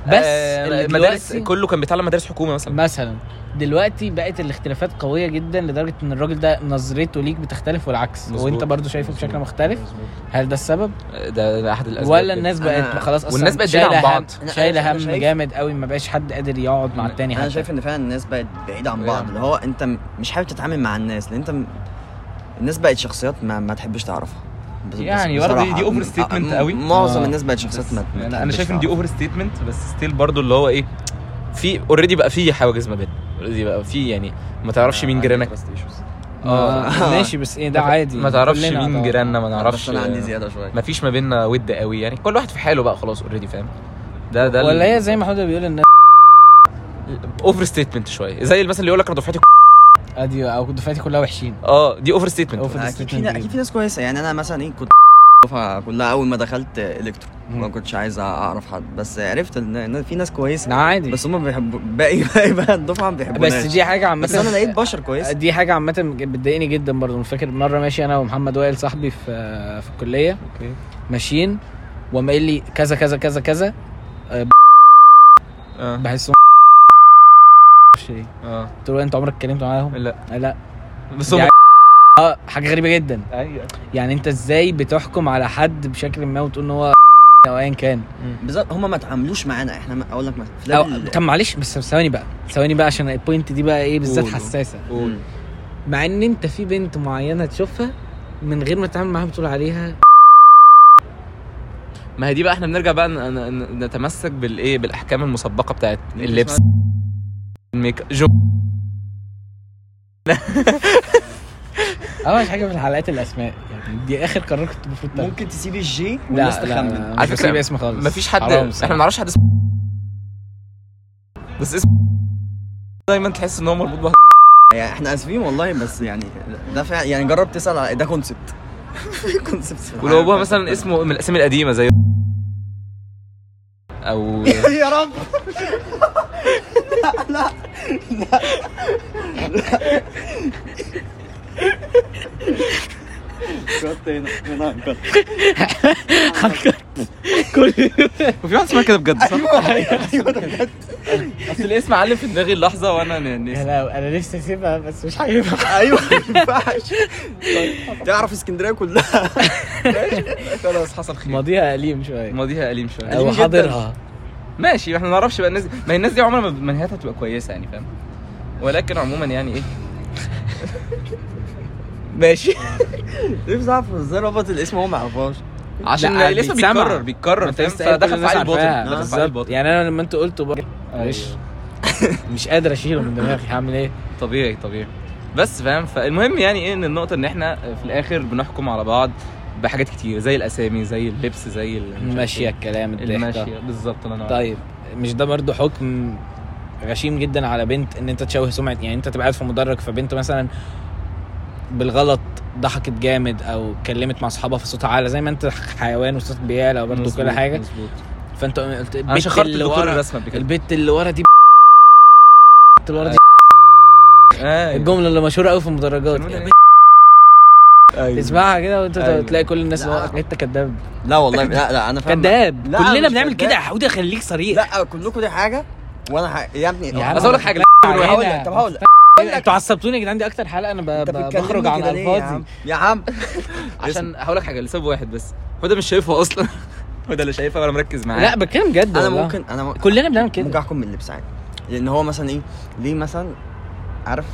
Speaker 2: بس اللي
Speaker 3: المدارس
Speaker 2: دلوقتي-
Speaker 3: كله كان بيتعلم مدارس حكومه مثلا
Speaker 2: مثلا دلوقتي بقت الاختلافات قويه جدا لدرجه ان الراجل ده نظرته ليك بتختلف والعكس
Speaker 3: مظبوط.
Speaker 2: وانت برضو شايفه بشكل مختلف هل ده السبب
Speaker 3: ده ده احد الاسباب
Speaker 2: ولا
Speaker 3: جدا.
Speaker 2: الناس بقت
Speaker 4: أنا-
Speaker 2: خلاص اصلا
Speaker 3: والناس بقت بعيدة عن
Speaker 2: شايلة
Speaker 3: بعض.
Speaker 2: هم-
Speaker 4: أنا-
Speaker 2: شايله
Speaker 4: أنا
Speaker 2: هم
Speaker 4: شايف-
Speaker 2: جامد قوي ما بقاش حد قادر يقعد مع
Speaker 3: أنا-
Speaker 2: التاني
Speaker 4: انا
Speaker 2: حتى
Speaker 4: شايف ان فعلا الناس بقت بعيده عن
Speaker 3: بعيدة
Speaker 4: بعض
Speaker 3: عن
Speaker 4: اللي هو انت م- مش حابب تتعامل مع الناس لان انت م- الناس بقت شخصيات ما, ما تحبش تعرفها بس- بس-
Speaker 3: يعني برضه
Speaker 4: بصراحة.
Speaker 3: دي- دي over
Speaker 4: م-
Speaker 3: statement
Speaker 4: م-
Speaker 3: قوي.
Speaker 4: معظم
Speaker 2: آه.
Speaker 4: الناس بقت شخصيات ما ما
Speaker 3: انا انا
Speaker 4: تحبش
Speaker 3: شايف ان دي
Speaker 4: تعرفها.
Speaker 3: اوفر ستيتمنت بس ستيل برضو اللي هو ايه في اوريدي بقى في حواجز ما بين اوريدي بقى في يعني ما تعرفش مين
Speaker 4: عندي
Speaker 3: جيرانك
Speaker 4: trust issues.
Speaker 2: آه،
Speaker 4: آه.
Speaker 2: ماشي بس ايه ده عادي
Speaker 3: ما تعرفش
Speaker 2: كلنا
Speaker 3: مين
Speaker 2: طبعاً.
Speaker 3: جيراننا ما
Speaker 4: بس
Speaker 3: نعرفش
Speaker 4: انا عندي زياده شويه
Speaker 3: ما فيش ما بيننا ود قوي يعني كل واحد في حاله بقى خلاص اوريدي فاهم ده ده
Speaker 2: ولا هي زي ما حوده بيقول الناس
Speaker 3: اوفر ستيتمنت شويه زي مثلا اللي يقول لك انا دفعتي
Speaker 2: ادي او دفعتي كلها وحشين
Speaker 3: اه دي اوفر ستيتمنت
Speaker 2: Over-
Speaker 4: أنا اكيد آه، في
Speaker 2: statement
Speaker 4: اكيد
Speaker 2: دي.
Speaker 4: في ناس كويسه يعني انا مثلا ايه كنت دفعة كلها اول ما دخلت الكترو
Speaker 2: مم.
Speaker 4: ما كنتش عايز اعرف حد بس عرفت ان إن في ناس كويسه
Speaker 2: لا عادي
Speaker 4: بس هم بيحبوا باقي باقي بقى الدفعه ما بيحبوناش
Speaker 2: نعم. بس دي حاجه عامه
Speaker 4: بس انا لقيت بشر كويس
Speaker 2: دي حاجه عامه بتضايقني جدا برضه فاكر مره ماشي انا ومحمد وائل صاحبي في في الكليه
Speaker 3: اوكي
Speaker 2: ماشيين وقام قايل لي كذا كذا كذا كذا
Speaker 3: اه
Speaker 2: بحسهم معرفش ايه
Speaker 3: اه
Speaker 2: قلت له انت عمرك اتكلمت معاهم؟
Speaker 3: لا
Speaker 2: لا
Speaker 3: بس هم
Speaker 2: يعني- اه حاجه غريبه جدا
Speaker 3: ايوه
Speaker 2: يعني انت ازاي بتحكم على حد بشكل ما وتقول ان هو او ايا كان
Speaker 4: بالظبط هم ما تعاملوش معانا احنا ما- اقول لك ما في
Speaker 2: او
Speaker 4: level-
Speaker 2: طب معلش بس ثواني بقى ثواني بقى عشان البوينت دي بقى ايه بالذات
Speaker 3: قول.
Speaker 2: حساسه
Speaker 3: قول
Speaker 2: مع ان انت في بنت معينه تشوفها من غير ما تتعامل معاها بتقول عليها
Speaker 3: ما هي دي بقى احنا بنرجع بقى ن- ن- ن- نتمسك بالايه بالاحكام المسبقه بتاعت اللبس الميك جو
Speaker 2: اوحش حاجه في الحلقات الاسماء يعني دي اخر قرار كنت المفروض تاخده
Speaker 4: ممكن تسيب الجي والناس
Speaker 2: لا لا
Speaker 4: تخمن
Speaker 2: لا
Speaker 3: على
Speaker 2: مش
Speaker 3: فكرة
Speaker 2: بسيب اسم خالص
Speaker 3: مفيش حد
Speaker 2: حرام
Speaker 3: احنا ما
Speaker 2: الصراحة.
Speaker 3: نعرفش حد اسمه بس اسمه دايما تحس ان هو مربوط بواحد
Speaker 4: يعني احنا اسفين والله بس يعني ده فعلا يعني جرب تسال على- ده كونسبت كونسبت
Speaker 3: ولو ابوها مثلا اسمه من الاسامي القديمه زي او
Speaker 4: يا رب لا لا لا هنا هنا
Speaker 3: وفي واحد اسمها كده بجد صح؟ أيوة، اصل الاسم علم في دماغي اللحظه وانا ن-
Speaker 2: يا
Speaker 3: نسيت
Speaker 2: لهوي، انا نفسي اسيبها بس مش هينفع
Speaker 4: ايوه ما ينفعش طيب، تعرف اسكندريه كلها
Speaker 3: خلاص حصل خير
Speaker 2: ماضيها قليم شويه
Speaker 3: ماضيها أليم شويه
Speaker 2: او حاضرها
Speaker 3: ماشي احنا ما نعرفش بقى الناس دي ما هي الناس دي عمرها ما ما نهايتها تبقى كويسه يعني فاهم ولكن عموما يعني ايه ماشي
Speaker 4: ليه بتعرف ازاي ربط الاسم هو ما يعرفهاش
Speaker 3: عشان
Speaker 2: لا،
Speaker 3: الاسم
Speaker 2: بيتسمع.
Speaker 3: بيتكرر بيتكرر
Speaker 2: انت
Speaker 3: فاهم
Speaker 2: لسه قايل كل
Speaker 3: فدخل في
Speaker 2: الناس
Speaker 3: عيل الباطن
Speaker 2: عارفاها.
Speaker 3: دخل في عيل
Speaker 2: بالظبط.
Speaker 3: الباطن
Speaker 2: يعني انا لما انت قلته بقى مش
Speaker 3: أيوه.
Speaker 2: مش قادر اشيله من دماغي هعمل ايه
Speaker 3: طبيعي طبيعي بس فاهم فالمهم يعني ايه ان النقطه ان احنا في الاخر بنحكم على بعض بحاجات كتير زي الاسامي زي اللبس زي ال- مش عارف
Speaker 2: ماشيه
Speaker 3: إيه.
Speaker 2: الكلام الضحك ده.
Speaker 3: الماشيه بالظبط الله ينور
Speaker 2: طيب مش ده برضه حكم غشيم جدا على بنت ان انت تشوه سمعه يعني انت تبقى قاعد في مدرج فبنت مثلا بالغلط ضحكت جامد او اتكلمت مع اصحابها في صوت عالي زي ما انت حيوان وصوت بياله برضه
Speaker 3: مظبوط،
Speaker 2: كل حاجه
Speaker 3: مظبوط
Speaker 2: فانت قلت
Speaker 3: انا
Speaker 2: البت
Speaker 3: شخرت
Speaker 2: اللي
Speaker 3: الدكتور
Speaker 2: ورا
Speaker 3: الرسمي قبل كده
Speaker 2: البت اللي ورا دي البت اللي ورا دي
Speaker 3: ايوه
Speaker 2: الجمله اللي مشهوره قوي في المدرجات
Speaker 3: الجملة
Speaker 2: يعني
Speaker 3: دي.
Speaker 4: أيوة.
Speaker 3: أيوه.
Speaker 2: تسمعها كده وانت
Speaker 4: أيوه.
Speaker 2: تلاقي كل الناس اللي
Speaker 4: لا.
Speaker 2: هو انت كداب
Speaker 4: لا والله لا لا انا فاهم
Speaker 2: كداب
Speaker 4: لا،
Speaker 2: كلنا
Speaker 4: مش
Speaker 2: بنعمل
Speaker 4: كداب.
Speaker 2: كده حودي اخليك صريح
Speaker 4: لا كلكم دي حاجه وانا ح... يا ابني
Speaker 2: يا عم،
Speaker 3: بس اقول لك حاجه
Speaker 4: هقول
Speaker 2: علينا.
Speaker 4: لك طب هقول لك
Speaker 2: انتوا عصبتوني يا جدعان دي اكتر حلقه انا ب-
Speaker 4: انت
Speaker 2: ب-
Speaker 4: بتكلمني
Speaker 2: بخرج عن
Speaker 4: كده ليه يا
Speaker 2: الفاظي
Speaker 4: عم؟ يا عم
Speaker 3: عشان هقول لك حاجه لسبب واحد بس هدى مش شايفها اصلا هدى اللي شايفها وانا مركز معاه
Speaker 2: لا بتكلم جد
Speaker 4: انا
Speaker 2: والله.
Speaker 4: ممكن انا م-
Speaker 2: كلنا بنعمل
Speaker 4: ممكن
Speaker 2: كده
Speaker 4: احكم من اللبس عادي لان هو مثلا ايه ليه مثلا عارف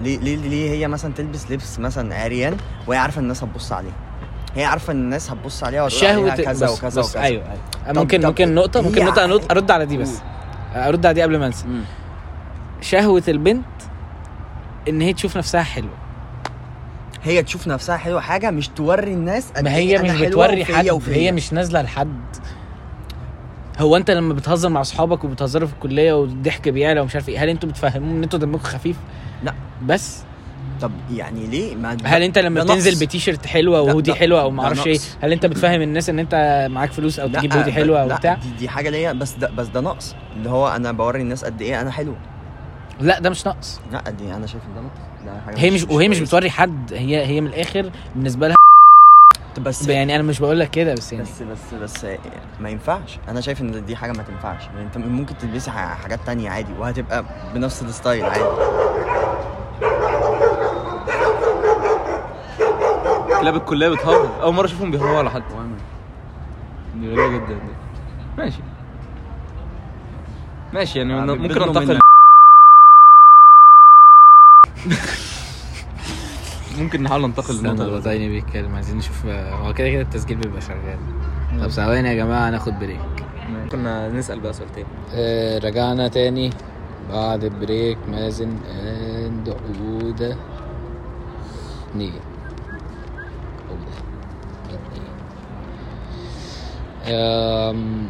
Speaker 4: ليه ليه ليه هي مثلا تلبس لبس مثلا عريان وهي عارفه الناس هتبص عليها هي عارفه ان الناس هتبص عليها وتقول
Speaker 2: شهوة
Speaker 4: عليها كذا
Speaker 2: بس-
Speaker 4: وكذا
Speaker 2: بس
Speaker 4: وكذا
Speaker 2: ايوه ايوه
Speaker 4: طب-
Speaker 2: ممكن
Speaker 4: طب-
Speaker 2: ممكن نقطة ممكن
Speaker 4: هي
Speaker 2: نقطة
Speaker 4: عارفة.
Speaker 2: أنط- أرد على دي بس أرد على دي قبل ما أنسى
Speaker 4: مم.
Speaker 2: شهوة البنت إن هي تشوف نفسها حلوة
Speaker 4: هي تشوف نفسها حلوه حاجه مش توري الناس قد
Speaker 2: ما
Speaker 4: إيه
Speaker 2: هي
Speaker 4: أنا
Speaker 2: مش
Speaker 4: حلوة
Speaker 2: بتوري
Speaker 4: وفيا
Speaker 2: حد
Speaker 4: وفيا.
Speaker 2: هي مش نازلة لحد هو انت لما بتهزر مع اصحابك وبتهزروا في الكليه والضحك بيعلى ومش عارف ايه هل انتوا بتفهمون ان انتوا دمكم خفيف؟
Speaker 4: لا.
Speaker 2: بس
Speaker 4: طب يعني ليه ما
Speaker 2: هل انت لما
Speaker 4: ده نقص.
Speaker 2: بتنزل بتيشيرت حلوه
Speaker 4: ده-
Speaker 2: وهودي
Speaker 4: ده-
Speaker 2: حلوه او
Speaker 4: ده
Speaker 2: معرفش ايه
Speaker 4: نقص.
Speaker 2: هل انت بتفهم الناس ان انت معاك فلوس او
Speaker 4: لا،
Speaker 2: تجيب هودي
Speaker 4: ب-
Speaker 2: حلوه
Speaker 4: لا،
Speaker 2: وبتاع؟
Speaker 4: دي, دي حاجه ليا بس ده بس ده نقص اللي هو انا بوري الناس قد ايه انا حلو
Speaker 2: لا ده مش نقص
Speaker 4: لا دي انا شايف ان ده نقص ده حاجه
Speaker 2: هي مش وهي مش
Speaker 4: كويسة.
Speaker 2: بتوري حد هي هي من الاخر بالنسبه لها
Speaker 4: بس
Speaker 2: يعني انا مش بقول لك كده بس يعني
Speaker 4: بس بس بس ما ينفعش انا شايف ان دي حاجه ما تنفعش يعني انت ممكن تلبسي ح- حاجات تانية عادي وهتبقى بنفس الستايل عادي
Speaker 3: كلاب الكليه بتهور اول مره اشوفهم بيهوروا على حد دي غريبه جدا دي ماشي ماشي يعني
Speaker 4: يعني
Speaker 3: ممكن
Speaker 4: بيغنوا
Speaker 3: ننتقل
Speaker 4: منك.
Speaker 3: ممكن نحاول ننتقل
Speaker 1: استنى
Speaker 3: للنقطه
Speaker 1: الوضعيني بيتكلم عايزين نشوف هو كده كده التسجيل بيبقى شغال طب ثواني يا جماعه هناخد بريك
Speaker 3: ماشي. كنا نسال بقى سؤال تاني
Speaker 1: آه، رجعنا تاني بعد بريك مازن اند عودة نيجي عودة آم، آه،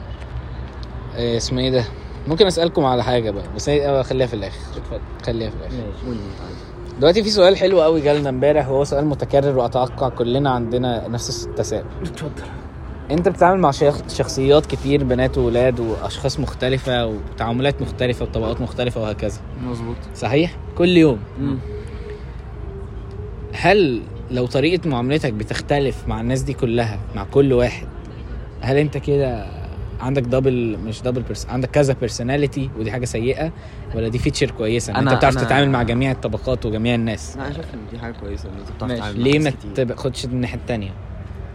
Speaker 1: Ehm, اسمه ايه ده ممكن اسالكم على حاجه بقى بس هي- آه، خليها في الاخر
Speaker 3: اتفضل
Speaker 1: خليها في الاخر
Speaker 4: قول لي.
Speaker 1: دلوقتي في سؤال حلو قوي جالنا امبارح وهو سؤال متكرر واتوقع كلنا عندنا نفس التساؤل
Speaker 4: اتفضل
Speaker 1: انت بتتعامل مع شخ- شخصيات كتير بنات وولاد واشخاص مختلفه وتعاملات مختلفه وطبقات مختلفه وهكذا
Speaker 3: مظبوط
Speaker 1: صحيح كل يوم
Speaker 3: مم.
Speaker 1: هل لو طريقه معاملتك بتختلف مع الناس دي كلها مع كل واحد هل انت كده عندك دبل مش دبل برس عندك كذا بيرسوناليتي ودي حاجه سيئه ولا دي فيتشر كويسه ان انت
Speaker 3: انا-
Speaker 1: بتعرف
Speaker 3: انا-
Speaker 1: تتعامل مع جميع الطبقات وجميع الناس
Speaker 4: لا انا شايف ان دي حاجه كويسه ان انت بتعرف
Speaker 3: ماشي.
Speaker 4: تتعامل مع
Speaker 1: ليه
Speaker 4: ناس
Speaker 1: ما
Speaker 4: كتير.
Speaker 1: تاخدش الناحيه التانية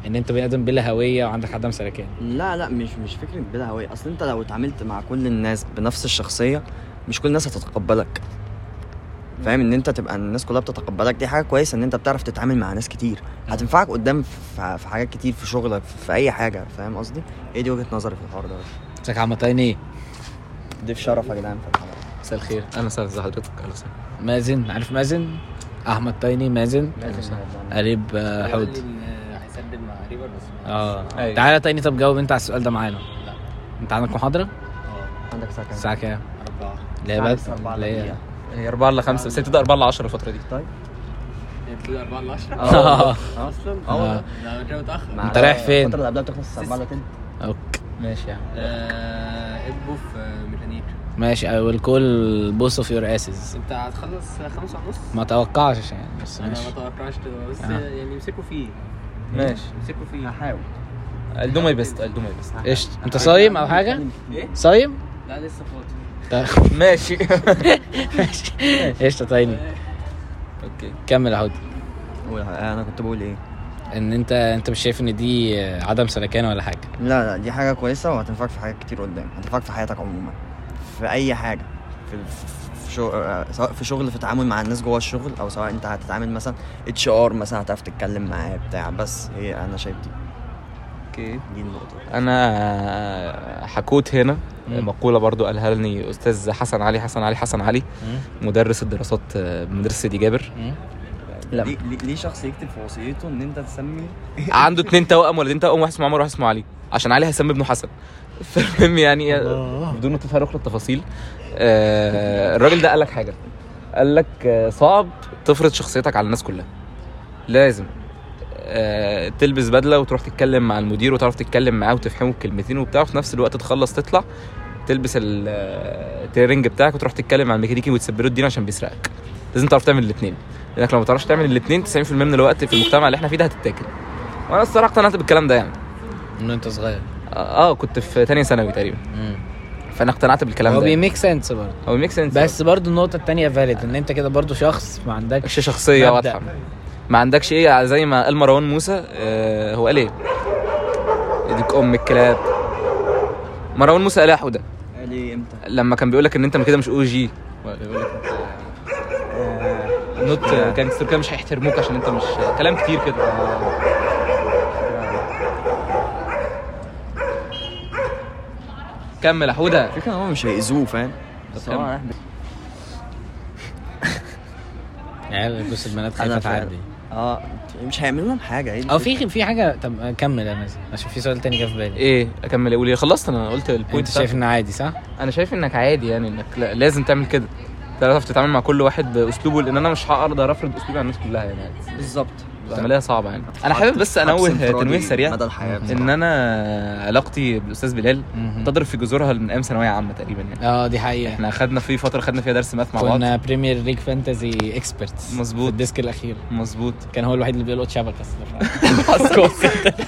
Speaker 1: ان انت بني ادم بلا هويه وعندك عدم سلكان
Speaker 4: لا لا مش مش فكره بلا هوية اصل انت لو اتعاملت مع كل الناس بنفس الشخصيه مش كل الناس هتتقبلك فاهم ان انت تبقى الناس كلها بتتقبلك دي حاجه كويسه ان انت بتعرف تتعامل مع ناس كتير هتنفعك قدام في في حاجات كتير في شغلك في اي حاجه فاهم قصدي هي دي وجهه نظري في الحوار ده
Speaker 1: بس عمتين ايه
Speaker 4: ضيف شرف يا جدعان في الحلقه
Speaker 1: مساء الخير
Speaker 3: انا سهل زي حضرتك انا سهل
Speaker 1: مازن عارف مازن
Speaker 2: احمد تايني مازن قريب آه، حوت
Speaker 5: هيسدد مع ريفر بس
Speaker 2: اه
Speaker 5: آه.
Speaker 3: أيوة.
Speaker 2: تعالى تايني طب جاوب انت على السؤال ده معانا انت عندك محاضره
Speaker 4: عندك ساعة كام؟
Speaker 2: الساعه كام
Speaker 5: اربعه
Speaker 2: لا يا
Speaker 4: الساعة لسه
Speaker 2: بنت،
Speaker 4: أربعة
Speaker 2: لا يا-
Speaker 4: دقيقة.
Speaker 3: هي 4 ل 5 بس هي بتبدا 4 ل 10 الفتره دي
Speaker 4: طيب
Speaker 5: يبتدي 4 ل 10
Speaker 2: آه.
Speaker 5: اصلا
Speaker 2: آه.
Speaker 5: اه ده كده متاخر
Speaker 4: مع
Speaker 2: أنت رايح فين؟
Speaker 4: الفترة اللي قبلها بتخلص الساعة 4 تلت
Speaker 2: اوكي
Speaker 3: ماشي يا عم
Speaker 5: آه، ابقوا في ميكانيك
Speaker 2: ماشي اي ويل كول بوث اوف يور
Speaker 5: بس
Speaker 2: اسز
Speaker 5: انت هتخلص خمسة ونص
Speaker 2: ما توقعش يعني بس
Speaker 5: انا ما
Speaker 2: ماشي
Speaker 5: توقعش تبقى بس
Speaker 1: Ah.
Speaker 2: آه.
Speaker 5: يعني يمسكوا فيه
Speaker 3: ماشي
Speaker 5: يمسكوا فيه
Speaker 4: هحاول
Speaker 3: قلدوا ماي بيست قلدوا ماي بيست
Speaker 2: قشطه
Speaker 5: طيب،
Speaker 2: انت صايم او حاجه
Speaker 5: ايه؟
Speaker 2: صايم
Speaker 5: لا لسه فاضي
Speaker 2: طيب،
Speaker 3: ماشي
Speaker 2: ماشي قشطه تايني
Speaker 3: اوكي
Speaker 2: طيب. كمل يا حوت
Speaker 4: قول انا كنت بقول ايه
Speaker 2: ان انت انت مش شايف ان دي عدم سلكان ولا حاجه
Speaker 4: لا لا دي حاجة كويسة وهتنفعك في حاجات كتير قدام هتنفعك في حياتك عموما في أي حاجة في في شغل سواء في شغل في التعامل مع الناس جوه الشغل أو سواء أنت هتتعامل مثلا اتش ار مثلا هتعرف تتكلم معاه بتاع بس هي أنا شايف دي
Speaker 3: اوكي
Speaker 4: دي النقطة
Speaker 3: انا حكوت هنا
Speaker 2: مم.
Speaker 3: مقوله برضو قالها لي استاذ حسن علي حسن علي حسن علي مدرس الدراسات بمدرسه سيدي جابر
Speaker 4: لا ليه, ليه- ليه شخص يكتب في وصيته إن أنت تسمي
Speaker 3: عنده اتنين توأم ولدين توأم واحد اسمه عمر واحد اسمه علي عشان علي هيسمي ابنه حسن فالمهم يعني بدون ما تتطرق للتفاصيل آه، الراجل ده قال لك حاجه قال لك آه، صعب تفرض شخصيتك على الناس كلها لازم آه، تلبس بدله وتروح تتكلم مع المدير وتعرف تتكلم معاه وتفهمه بكلمتين وبتاع وفي نفس الوقت تخلص تطلع تلبس ال- آه، الترينج بتاعك وتروح تتكلم مع الميكانيكي وتسبله الدين عشان بيسرقك لازم تعرف تعمل الاثنين لانك لو ما تعرفش تعمل الاثنين 90% من الوقت في المجتمع اللي احنا فيه ده هتتاكل وانا الصراحه اقتنعت بالكلام ده يعني
Speaker 2: من انت صغير
Speaker 3: اه آه، كنت في تانية ثانوي تقريبا فانا اقتنعت بالكلام
Speaker 2: هو
Speaker 3: ده يعني.
Speaker 2: بيميك سنس برضه
Speaker 3: هو ميك سنس
Speaker 2: بس برضه النقطه التانية فاليد ان انت كده برضه شخص ما عندكش
Speaker 3: مش شخصيه
Speaker 2: مبدأ.
Speaker 3: واضحه ما عندكش ايه زي ما قال مروان موسى آه هو قال ايه اديك ام الكلاب مروان موسى قال حوده
Speaker 4: ليه إمتى؟
Speaker 3: لما كان بيقول لك ان انت كده مش او جي بيقول لك آه، نوت جانجستر كده مش هيحترموك عشان انت مش كلام كتير كده آه. كمل يا حوده
Speaker 4: الفكرة إن هو مش هيأذوه فاهم؟ بس هو
Speaker 3: كمل.
Speaker 4: رايح بي-
Speaker 2: يعني بص البنات
Speaker 4: أنا
Speaker 2: خايفه تعدي
Speaker 4: اه مش هيعملوا لهم حاجة ايه
Speaker 2: او في في حاجه طب كمل يا مازن عشان في سؤال تاني جه في بالي
Speaker 3: ايه اكمل اقول ايه خلصت انا قلت البوينت
Speaker 2: انت شايف إيه؟
Speaker 3: بتاعتي.
Speaker 2: انه عادي صح؟
Speaker 3: انا شايف انك عادي يعني انك لا- لازم تعمل كده تعرف تتعامل مع كل واحد باسلوبه لان انا مش هقدر افرض اسلوبي على الناس كلها يعني
Speaker 4: بالظبط
Speaker 3: عمليه صعبه يعني انا حابب بس انوه تنويه
Speaker 2: يعني.
Speaker 3: سريع
Speaker 4: مدى الحياة
Speaker 3: ان انا علاقتي بالاستاذ بلال تضرب في جذورها من ايام ثانويه عامه تقريبا يعني
Speaker 2: اه دي حقيقه
Speaker 3: احنا خدنا في فتره خدنا فيها درس ماث مع بعض
Speaker 2: كنا بريمير ليج فانتزي اكسبرتس
Speaker 3: مظبوط.
Speaker 2: في الديسك الاخير
Speaker 3: مظبوط
Speaker 2: كان هو الوحيد اللي بيلقط شبكه الصراحة.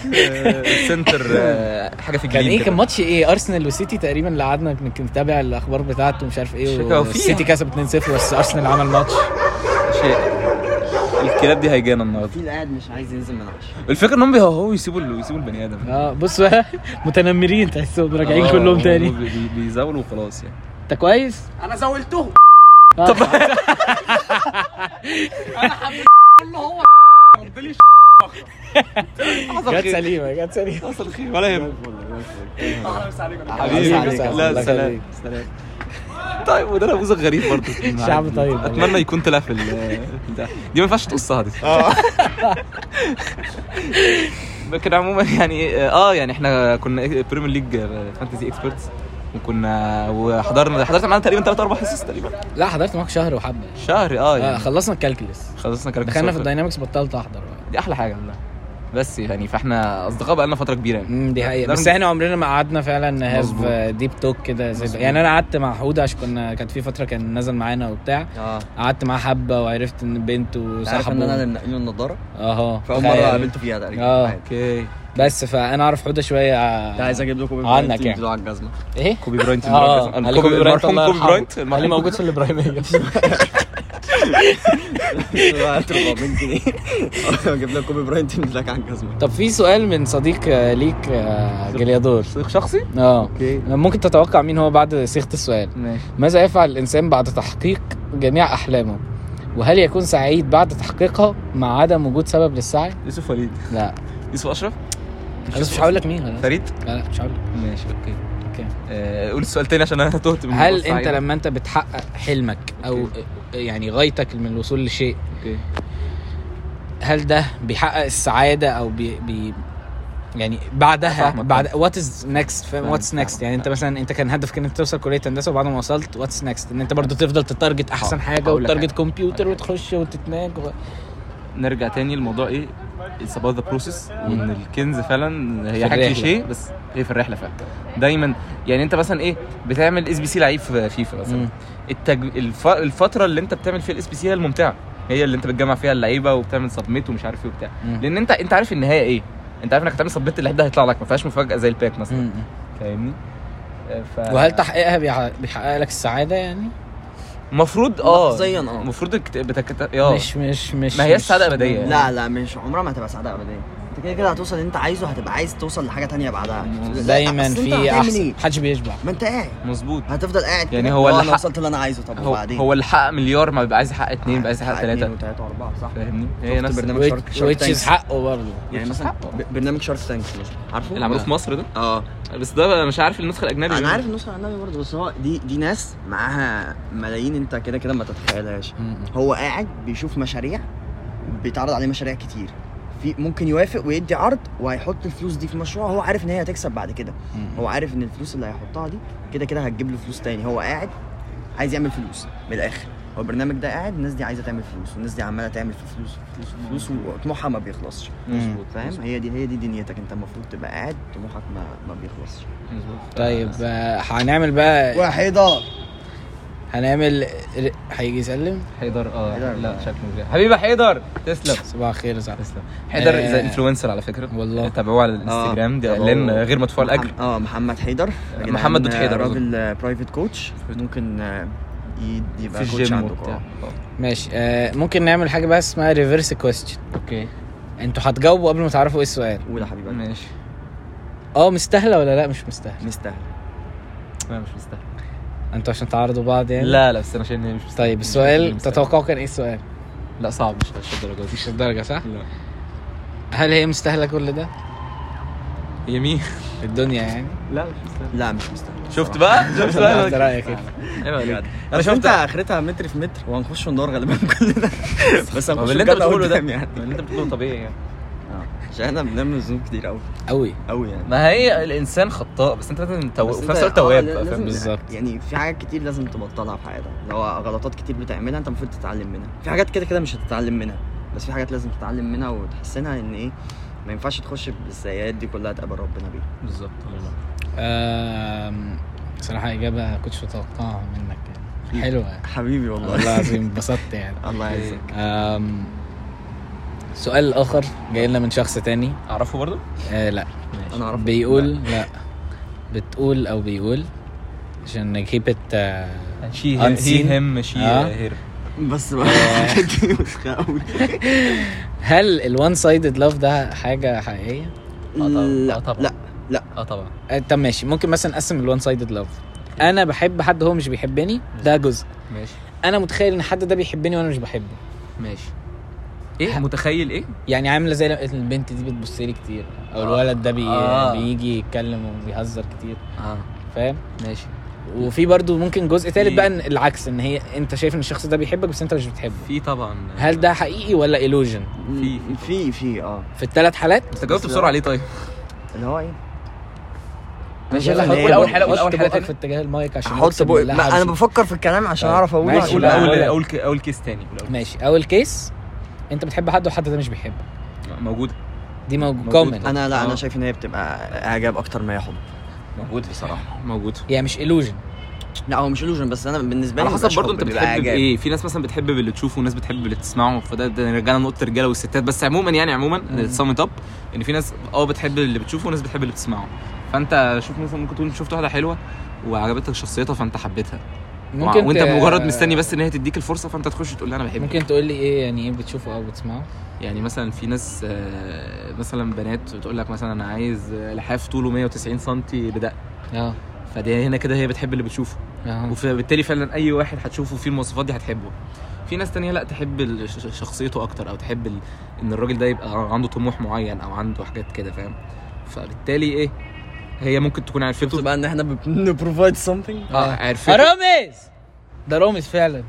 Speaker 3: سنتر آه، حاجه في
Speaker 2: كان
Speaker 3: الجليد
Speaker 2: ايه كان
Speaker 3: كده.
Speaker 2: ماتش ايه ارسنال وسيتي تقريبا اللي قعدنا كنا نتابع الاخبار بتاعته ومش عارف
Speaker 3: مش
Speaker 2: ايه
Speaker 3: فاكر هو فيه.
Speaker 2: والسيتي كسب 2-0 بس ارسنال عمل ماتش
Speaker 3: شيء الكلاب دي هيجانا النهارده
Speaker 4: في اللي قاعد مش عايز ينزل من عشان
Speaker 3: الفكره انهم بيهوهوا يسيبوا ال- يسيبوا البني ادم
Speaker 2: اه بص بقى متنمرين تحسهم راجعين
Speaker 3: آه،
Speaker 2: كلهم
Speaker 3: هم
Speaker 2: تاني
Speaker 3: بي- بي- بيزاولوا وخلاص يعني
Speaker 2: انت كويس؟ آه.
Speaker 5: انا زولتهم
Speaker 2: طب جت سليمه جت سليمه
Speaker 3: حصل خير ولا يهمك
Speaker 5: اهلا وسهلا
Speaker 4: حبيبي،
Speaker 3: حبيبي
Speaker 2: الله
Speaker 3: لا سلام
Speaker 2: يخليك.
Speaker 3: سلام طيب وده ابوزه غريب برضه
Speaker 2: شعب طيب
Speaker 3: اتمنى يكون طلع في ال- ده دي ما ينفعش تقصها دي
Speaker 2: آه.
Speaker 3: لكن عموما يعني اه يعني احنا كنا بريمير ليج فانتسي اكسبرتس وكنا وحضرنا حضرت معانا تقريبا ثلاث اربع حصص تقريبا
Speaker 2: لا حضرت معاك شهر وحبه
Speaker 3: شهر اه
Speaker 2: آه،
Speaker 3: يعني
Speaker 2: خلصنا الكالكلس
Speaker 3: خلصنا كاركتر
Speaker 2: دخلنا في
Speaker 3: سوفت.
Speaker 2: الداينامكس بطلت احضر بقى.
Speaker 3: دي احلى حاجه والله بس يعني فاحنا اصدقاء بقالنا فتره كبيره يعني
Speaker 2: امم دي حقيقة
Speaker 3: ده
Speaker 2: بس
Speaker 3: من-
Speaker 2: احنا عمرنا ما قعدنا فعلا هاف
Speaker 3: مظبوط.
Speaker 2: ديب توك كده زي ده. يعني انا قعدت مع حودة عشان كنا كانت في فترة كان نزل معانا وبتاع
Speaker 4: اه
Speaker 2: قعدت معاه حبة وعرفت ان بنت
Speaker 4: عارف ان
Speaker 2: وصاحبه
Speaker 4: انا اللي منقل له النضاره
Speaker 2: اهو
Speaker 4: فاول مره
Speaker 2: تخيل.
Speaker 4: قابلته فيها تقريبا
Speaker 2: آه.
Speaker 4: عادي.
Speaker 3: اوكي
Speaker 2: بس فانا اعرف حودة شوية
Speaker 4: ده عايز اجيب لكم
Speaker 2: عنك يعني.
Speaker 4: على الجزمه
Speaker 2: ايه؟
Speaker 3: كوبي براينت
Speaker 2: اه
Speaker 3: المرحوم-
Speaker 2: علي كوبي براينت
Speaker 3: المرحوم
Speaker 2: الله يرحمه.
Speaker 3: كوبي براينت
Speaker 2: علي
Speaker 3: المرحوم
Speaker 2: موجود في الابراهيمية
Speaker 4: 400 جنيه اجيب لك كوبي براينت يمدلك على الجزمه
Speaker 2: طب في سؤال من صديق آه، ليك آه، جليادور
Speaker 3: صديق شخصي
Speaker 2: اه
Speaker 3: اوكي
Speaker 2: ممكن تتوقع مين هو بعد صيغة السؤال
Speaker 3: ماشي
Speaker 2: ماذا يفعل الإنسان بعد تحقيق جميع أحلامه؟ وهل يكون سعيد بعد تحقيقها مع عدم وجود سبب للسعي؟
Speaker 3: يوسف وليد
Speaker 2: لا
Speaker 3: يوسف اشرف
Speaker 2: بس مش هقول لك مين خلاص.
Speaker 3: فريد
Speaker 2: لا لا مش هقول لك
Speaker 3: ماشي اوكي
Speaker 2: اوكي
Speaker 3: آه، قول السؤال تاني عشان انا تهت من
Speaker 2: هل
Speaker 3: الموضوع
Speaker 2: انت
Speaker 3: الصعيب.
Speaker 2: لما انت بتحقق حلمك او يعني غايتك من الوصول لشيء
Speaker 3: اوكي
Speaker 2: هل ده بيحقق السعاده او بي, بي يعني بعدها
Speaker 3: فاهمك.
Speaker 2: بعد وات از نيكست فاهم
Speaker 3: فاهمك،
Speaker 2: واتس نيكست
Speaker 3: فاهمك.
Speaker 2: يعني انت مثلا انت كان هدفك ان انت توصل كليه هندسه وبعد ما وصلت واتس نيكست ان انت برضو تفضل تتارجت احسن
Speaker 3: اه،
Speaker 2: حاجه
Speaker 3: أه. هقول لك
Speaker 2: وتارجت
Speaker 3: حاجة.
Speaker 2: كمبيوتر وتخش وتتناج و...
Speaker 3: نرجع تاني لموضوع ايه اتس اباوت ذا بروسيس وان الكنز فعلا
Speaker 2: في
Speaker 3: هي
Speaker 2: الرحلة.
Speaker 3: حاجه كليشيه بس هي في الرحله فعلا دايما يعني انت مثلا ايه بتعمل اس بي سي لعيب في فيفا مثلا
Speaker 2: مم.
Speaker 3: التج... الف... الفتره اللي انت بتعمل فيها الاس بي سي هي الممتعه هي اللي انت بتجمع فيها اللعيبه وبتعمل سبميت ومش عارف ايه وبتاع
Speaker 2: مم.
Speaker 3: لان انت انت عارف النهايه ايه انت عارف انك هتعمل سبميت اللعيب ده هيطلع لك ما فيهاش مفاجاه زي الباك مثلا
Speaker 2: مم.
Speaker 3: فاهمني آه، ف...
Speaker 2: وهل تحقيقها بيح- بيحقق لك السعاده يعني
Speaker 3: المفروض اه
Speaker 4: لحظياً اه.
Speaker 3: المفروض الكت... بتكت... اه
Speaker 2: آه. مش مش مش
Speaker 3: ما هي
Speaker 2: مش-
Speaker 3: السعادة أبدية.
Speaker 4: لا لا مش عمرها ما هتبقى سعاده ابديه انت كده كده هتوصل اللي انت عايزه هتبقى عايز توصل لحاجه تانية بعدها لا،
Speaker 2: دايما
Speaker 4: أصل انت
Speaker 2: في
Speaker 4: هتعمل
Speaker 2: احسن
Speaker 4: ايه؟
Speaker 2: محدش بيشبع
Speaker 4: ما انت قاعد
Speaker 3: مظبوط
Speaker 4: هتفضل قاعد
Speaker 3: يعني
Speaker 4: كده.
Speaker 3: هو
Speaker 4: اه،
Speaker 3: اللي
Speaker 4: انا
Speaker 3: حق-
Speaker 4: وصلت اللي انا عايزه طب
Speaker 3: هو,
Speaker 4: وبعدين
Speaker 3: هو اللي حقق مليار ما بيبقى عايز يحقق اتنين بيبقى عايز يحقق
Speaker 4: حق اتنين
Speaker 3: تلاته
Speaker 4: وتلاته واربعه صح
Speaker 3: فاهمني هي
Speaker 4: شفت
Speaker 3: نفس
Speaker 4: برنامج
Speaker 2: which-
Speaker 4: شارك- شارك
Speaker 2: which is
Speaker 4: تانكس.
Speaker 2: حقه برضه
Speaker 4: يعني مثلا ب- برنامج شارك تانكس مثلا عارفه؟
Speaker 3: اللي عملوه في مصر ده
Speaker 4: اه
Speaker 3: بس ده بقى مش عارف النسخه الاجنبي
Speaker 4: انا عارف النسخه النبي برضه بس هو دي دي ناس معاها ملايين انت كده كده ما تتخيلهاش هو قاعد بيشوف مشاريع بيتعرض عليه مشاريع كتير في ممكن يوافق ويدي عرض وهيحط الفلوس دي في مشروع هو عارف ان هي هتكسب بعد كده هو عارف ان الفلوس اللي هيحطها دي كده كده هتجيب له فلوس تاني هو قاعد عايز يعمل فلوس من الاخر هو البرنامج ده قاعد الناس دي عايزه تعمل فلوس والناس دي عماله تعمل في فلوس في فلوس في فلوس وطموحها ما بيخلصش
Speaker 3: مظبوط
Speaker 4: فاهم هي دي هي دي دنيتك انت المفروض تبقى قاعد طموحك ما, ما بيخلصش
Speaker 3: مظبوط
Speaker 2: طيب آه، هنعمل بقى
Speaker 4: وحيدة
Speaker 2: هنعمل ر- هيجي يسلم
Speaker 3: حيدر اه
Speaker 4: حيدر.
Speaker 3: لا شكله كده. حبيبي يا حيدر تسلم
Speaker 2: صباح الخير يا صاحبي
Speaker 3: تسلم حيدر
Speaker 2: آه.
Speaker 3: زي انفلونسر على فكره
Speaker 2: والله.
Speaker 3: تابعوه على الانستجرام دي اعلان غير مدفوع الاجر
Speaker 4: اه آه. محمد حيدر
Speaker 3: آه، محمد دوت حيدر
Speaker 4: راجل آه، برايفت كوتش ممكن آه، ي-
Speaker 3: في
Speaker 4: يبقى كوتش
Speaker 3: الجيم
Speaker 4: عندك
Speaker 3: وبتاع
Speaker 4: اه
Speaker 3: آه.
Speaker 2: ماشي آه، ممكن نعمل حاجه بقى اسمها ريفرس كويستشن
Speaker 3: اوكي
Speaker 2: انتوا هتجاوبوا قبل ما تعرفوا ايه السؤال
Speaker 4: قول يا حبيبي
Speaker 3: ماشي
Speaker 2: اه مستاهله ولا لا مش مستاهله
Speaker 4: مستاهل
Speaker 3: لا مش مستاهل
Speaker 2: انتوا عشان تعارضوا بعض يعني
Speaker 3: لا لا بس انا شايف ان هي مش مستاهل
Speaker 2: طيب
Speaker 3: مش-
Speaker 2: السؤال
Speaker 3: مش مستاهل.
Speaker 2: تتوقعوا كان ايه السؤال
Speaker 3: لا صعب مش مش الدرجه دي
Speaker 2: مش الدرجه صح
Speaker 3: لا
Speaker 2: هل هي مستاهله كل ده
Speaker 3: يمين
Speaker 2: الدنيا يعني
Speaker 3: لا مش مستاهل
Speaker 4: لا مش مستاهل
Speaker 3: شفت بقى شفت
Speaker 2: ده
Speaker 3: بقى أيوة،
Speaker 2: رايك إيه؟
Speaker 3: عيب عليك.
Speaker 4: انا
Speaker 3: انا
Speaker 4: شفت
Speaker 3: شفت
Speaker 4: اخرتها متر في متر وهنخش النار غالبا كلنا بس
Speaker 3: ما
Speaker 4: هنخش
Speaker 3: باللي انت
Speaker 4: الجنة
Speaker 3: بتقوله ده
Speaker 4: قدام يعني
Speaker 3: ما اللي انت بتقوله طبيعي يعني
Speaker 4: عشان احنا بنعمل ذنوب كتير قوي
Speaker 2: قوي
Speaker 4: قوي يعني
Speaker 3: ما هي الانسان خطاء بس انت آه، لازم تو...
Speaker 4: بس
Speaker 3: في
Speaker 4: انت-
Speaker 3: نفس الوقت
Speaker 4: اه،
Speaker 3: تواب
Speaker 4: لا-
Speaker 3: بقى،
Speaker 4: لازم-
Speaker 3: فاهم بالظبط
Speaker 4: يعني في حاجات كتير لازم تبطلها في حياتك لو غلطات كتير بتعملها انت المفروض تتعلم منها في حاجات كده كده مش هتتعلم منها بس في حاجات لازم تتعلم منها وتحسنها ان ايه ما ينفعش تخش بالسيئات دي كلها تقابل ربنا بيها
Speaker 3: بالظبط
Speaker 2: آم، بصراحه اجابه كنتش متوقعها منك يعني حلوه
Speaker 4: حبيبي
Speaker 2: والله
Speaker 4: والله
Speaker 2: العظيم انبسطت يعني
Speaker 4: الله يعزك
Speaker 2: أم، سؤال اخر جاي لنا من شخص تاني
Speaker 3: اعرفه برضو
Speaker 2: آه لا
Speaker 4: انا اعرف
Speaker 2: بيقول لا بتقول او بيقول عشان آه، نجيب ات
Speaker 3: شي
Speaker 2: Unseen.
Speaker 3: هي هم شي
Speaker 2: اه.
Speaker 3: هير
Speaker 4: بس بقى دي مسخه قوي
Speaker 2: هل الوان سايدد لاف ده حاجه حقيقيه؟
Speaker 3: طبعا.
Speaker 4: لا
Speaker 3: اه طبعا.
Speaker 4: لا
Speaker 3: اه طبعا
Speaker 2: آه طب ماشي ممكن مثلا نقسم الوان سايدد لاف انا بحب حد هو مش بيحبني ده جزء
Speaker 3: ماشي
Speaker 2: انا متخيل ان حد ده بيحبني وانا مش بحبه
Speaker 3: ماشي ايه متخيل ايه؟
Speaker 2: يعني عامله زي البنت دي بتبص لي كتير او الولد ده بي...
Speaker 3: آه.
Speaker 2: بيجي يتكلم وبيهزر كتير
Speaker 3: اه
Speaker 2: فاهم
Speaker 3: ماشي
Speaker 2: وفي برضو ممكن جزء تالت
Speaker 3: في-
Speaker 2: بقى إن العكس ان هي انت شايف ان الشخص ده بيحبك بس انت مش بتحبه
Speaker 3: في طبعا
Speaker 2: هل ده حقيقي ولا illusion
Speaker 3: في-
Speaker 4: في في اه
Speaker 2: في الثلاث حالات
Speaker 3: انت جاوبت بسرعه ليه طيب؟
Speaker 4: اللي هو ايه
Speaker 2: ماشي يلا
Speaker 4: لا،
Speaker 2: قول
Speaker 4: هي
Speaker 2: اول
Speaker 4: بقى-
Speaker 2: حلقه قول
Speaker 3: حط
Speaker 2: اول حلقه
Speaker 3: بقك
Speaker 2: في اتجاه المايك عشان
Speaker 4: احط
Speaker 2: أقسم
Speaker 4: بقى
Speaker 2: بالله
Speaker 4: ما انا
Speaker 2: هبزق.
Speaker 4: بفكر في الكلام عشان
Speaker 2: طيب.
Speaker 4: اعرف اقول
Speaker 2: ماشي،
Speaker 3: اول
Speaker 2: لا،
Speaker 3: اول
Speaker 2: لا.
Speaker 3: اول ك- اول كيس تاني قول أول
Speaker 2: ماشي اول كيس انت بتحب حد وحد ده مش بيحبك
Speaker 3: كيس. موجود
Speaker 2: دي موجود
Speaker 3: موجود.
Speaker 2: كومن
Speaker 4: انا لا انا
Speaker 3: اه.
Speaker 4: شايف ان هي بتبقى اعجاب اكتر ما هي حب
Speaker 3: موجود بصراحه موجود
Speaker 2: يعني مش illusion
Speaker 4: لا هو مش illusion بس انا بالنسبه لي
Speaker 3: على
Speaker 4: مبيبقاش
Speaker 3: حسب برضه
Speaker 4: حب،
Speaker 3: انت
Speaker 4: بيبقى
Speaker 3: بتحب إيه؟
Speaker 4: إعجاب.
Speaker 3: بايه في ناس مثلا بتحب باللي تشوفه وناس بتحب باللي تسمعه فده ده رجعنا لنقطه الرجاله والستات بس عموما يعني عموما سم اب ان في ناس اه بتحب اللي بتشوفه وناس بتحب اللي بتسمعه فانت شوف مثلا ممكن تكون شفت واحده حلوه وعجبتك شخصيتها فانت حبيتها ممكن وانت
Speaker 2: ت-
Speaker 3: مجرد مستني بس ان هي تديك الفرصه فانت تخش تقول لها انا بحبك
Speaker 2: ممكن تقول لي ايه يعني ايه بتشوفه او بتسمعه
Speaker 3: يعني مثلا في ناس آه، مثلا بنات بتقول لك مثلا انا عايز آه، لحاف طوله 190 سم بدق
Speaker 2: اه
Speaker 3: فدي هنا كده هي بتحب اللي بتشوفه
Speaker 2: اه
Speaker 3: وبالتالي فعلا اي واحد هتشوفه فيه المواصفات دي هتحبه في ناس تانية لا تحب ال- ش- ش- شخصيته اكتر او تحب ال... ان الراجل ده يبقى عنده طموح معين او عنده حاجات كده فاهم فبالتالي ايه هي ممكن تكون
Speaker 4: شفت
Speaker 3: عرفته آه،
Speaker 4: آه.
Speaker 2: آه.
Speaker 4: بقى ان احنا بنبروفايد سمثينج
Speaker 3: اه عرفته
Speaker 2: رامز ده رامز فعلا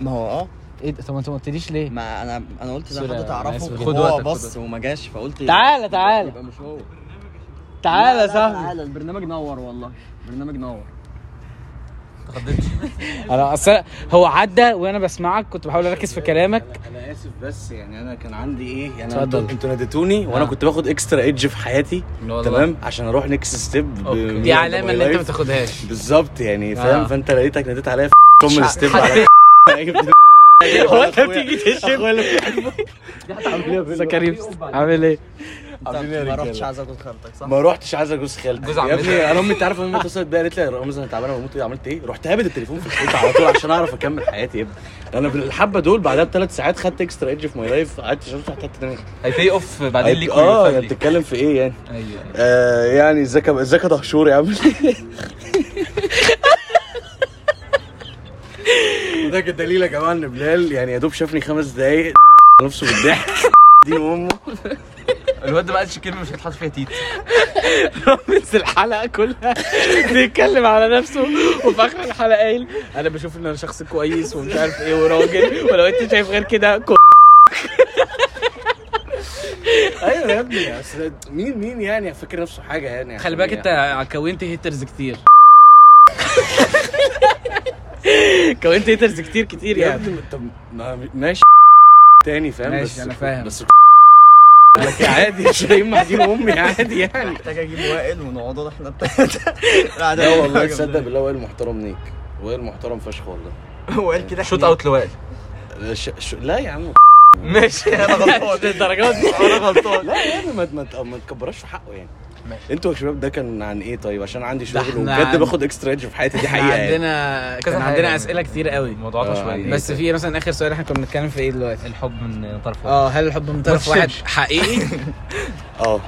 Speaker 4: ما هو اه
Speaker 2: ايه ده طب ما انت ما قلتليش ليه؟
Speaker 4: ما انا انا قلت
Speaker 2: سوري،
Speaker 4: لو حد
Speaker 2: أنا آسف
Speaker 4: تعرفه
Speaker 2: جدا.
Speaker 3: خد
Speaker 4: هو
Speaker 3: وقتك، خد
Speaker 4: بص
Speaker 3: وقتك.
Speaker 4: وما جاش فقلت
Speaker 2: تعالى تعالى
Speaker 4: يبقى مش هو
Speaker 2: تعالى
Speaker 5: لا،
Speaker 2: يا
Speaker 5: لا،
Speaker 2: صاحبي
Speaker 5: تعالى البرنامج نور والله البرنامج نور
Speaker 3: اتخضيتش
Speaker 2: انا اصل هو عدى وانا بسمعك كنت بحاول اركز في كلامك
Speaker 6: انا اسف بس يعني انا كان عندي ايه يعني أنا-
Speaker 2: اتفضل. نعم.
Speaker 6: انتوا ناديتوني وانا كنت باخد اكسترا ايدج في حياتي
Speaker 3: والله.
Speaker 6: تمام عشان اروح نكست ستيب
Speaker 3: أوكي.
Speaker 2: دي علامه ان انت ما تاخدهاش
Speaker 6: بالظبط يعني
Speaker 2: آه.
Speaker 6: فاهم فانت لقيتك ناديت عليا في كومن ستيب على
Speaker 2: هو انت بتيجي تشم سكاريبس عامل ايه؟
Speaker 4: ما رحتش عايز اخد خالتك صح؟
Speaker 6: ما روحتش عايز اجوز خالتي
Speaker 3: جوز
Speaker 6: يا
Speaker 3: عمتك.
Speaker 6: ابني انا امي انت عارف امي اتصلت بيا قالت لي يا رامز انا تعبانه بموت إيه، عملت ايه؟ رحت هابد التليفون في البيت على طول عشان اعرف اكمل حياتي يا ابني انا بالحبه دول بعدها بثلاث ساعات خدت اكسترا ايدج في ماي لايف قعدت شفت حته تانيه
Speaker 3: هيبي اوف بعدين ليك
Speaker 6: اه يعني
Speaker 3: والفاميلي.
Speaker 6: بتتكلم في ايه يعني؟
Speaker 3: ايوه
Speaker 6: آه يعني ازيك يا- ازيك يا دهشور يا عم وده كان دليل يا جماعه ان بلال يعني يا دوب شافني خمس دقايق نفسه بالضحك دين امه
Speaker 3: الواد ده ما قالش كلمه مش هيتحط فيها تيت
Speaker 2: بس الحلقه كلها بيتكلم على نفسه وفي اخر الحلقه قايل انا بشوف ان انا شخص كويس ومش عارف
Speaker 6: إيه
Speaker 2: ايه وراجل ولو انت شايف غير كده ك-
Speaker 6: ايوه يا ابني اصل مين مين يعني فاكر نفسه حاجه يعني
Speaker 2: خلي بالك انت كونت هيترز كتير كونت هيترز كتير كتير
Speaker 6: يا
Speaker 2: يعني
Speaker 6: ابني طب ما- ماشي تاني فاهم
Speaker 2: ماشي،
Speaker 6: بس
Speaker 2: أنا فاهم.
Speaker 6: بس عادي شايم مع دين امي عادي يعني
Speaker 4: محتاج اجيب وائل ونقعدوا احنا التلاته لا
Speaker 6: لا والله تصدق بالله وائل محترم نيك وائل محترم فشخ والله
Speaker 4: وائل كده
Speaker 3: شوت اوت لوائل
Speaker 6: ش... ش... لا يا عم
Speaker 3: ماشي انا غلطان
Speaker 2: الدرجات دي
Speaker 3: انا غلطان
Speaker 6: لا يا عم ما ما ت- ما تكبرش في حقه يعني
Speaker 3: ماشي.
Speaker 6: انتوا يا شباب ده كان عن ايه طيب عشان عندي شغل
Speaker 2: احنا
Speaker 6: وبجد
Speaker 2: عن-
Speaker 6: باخد اكسترا ايدج في حياتي دي حقيقه يعني.
Speaker 2: عندنا
Speaker 3: كذا
Speaker 2: كان
Speaker 3: حاجة
Speaker 2: عندنا
Speaker 3: يعني.
Speaker 2: اسئله كتير قوي
Speaker 3: الموضوع
Speaker 6: آه،
Speaker 3: ده شويه
Speaker 2: بس في مثلا اخر سؤال احنا كنا بنتكلم في ايه دلوقتي
Speaker 3: الحب من طرف واحد
Speaker 2: اه هل الحب من طرف
Speaker 3: ما
Speaker 2: واحد
Speaker 3: تشيلش.
Speaker 2: حقيقي
Speaker 6: اه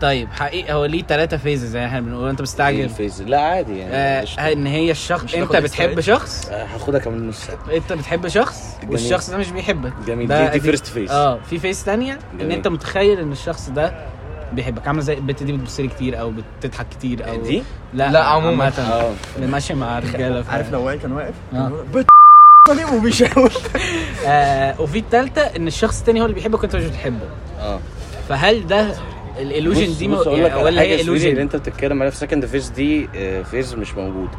Speaker 2: طيب حقيقي هو ليه ثلاثة فيزز يعني احنا بنقول انت
Speaker 6: ايه
Speaker 2: مستعجل
Speaker 6: الفيز لا عادي يعني
Speaker 2: آه
Speaker 6: قشطة.
Speaker 2: ان هي الشخص
Speaker 3: مش
Speaker 2: انت
Speaker 3: هتاخد
Speaker 2: بتحب
Speaker 3: إكسترا
Speaker 2: شخص
Speaker 6: آه، هاخدها كمان نص ساعه
Speaker 2: انت بتحب شخص
Speaker 6: جميل.
Speaker 2: والشخص ده مش بيحبك
Speaker 6: جميل
Speaker 2: ده
Speaker 6: دي, دي
Speaker 2: أدي-
Speaker 6: فيرست فيز
Speaker 2: اه في فيس تانية ان
Speaker 6: جميل.
Speaker 2: انت متخيل ان الشخص ده بيحبك عامله زي البت دي بتبصلي كتير او بتضحك كتير او
Speaker 6: دي
Speaker 2: لا
Speaker 3: لا، عموما.
Speaker 2: عامة.
Speaker 6: اه
Speaker 2: اللي ماشيه مع رجاله ف-
Speaker 4: عارف لو وائل كان واقف كان
Speaker 2: آه.
Speaker 4: يقول بت وبيشاور
Speaker 2: آه وفي التالتة ان الشخص التاني هو اللي بيحبك وانت مش بتحبه
Speaker 6: اه
Speaker 2: فهل ده الالوجن
Speaker 6: بص-
Speaker 2: دي
Speaker 6: بص
Speaker 2: مو-
Speaker 6: أقول لك
Speaker 2: يعني
Speaker 6: على
Speaker 2: ولا
Speaker 6: حاجة
Speaker 2: هي
Speaker 6: سوري، اللي
Speaker 2: illusion؟
Speaker 6: انت بتتكلم عليها في سكند فيز دي آه، فيز مش موجوده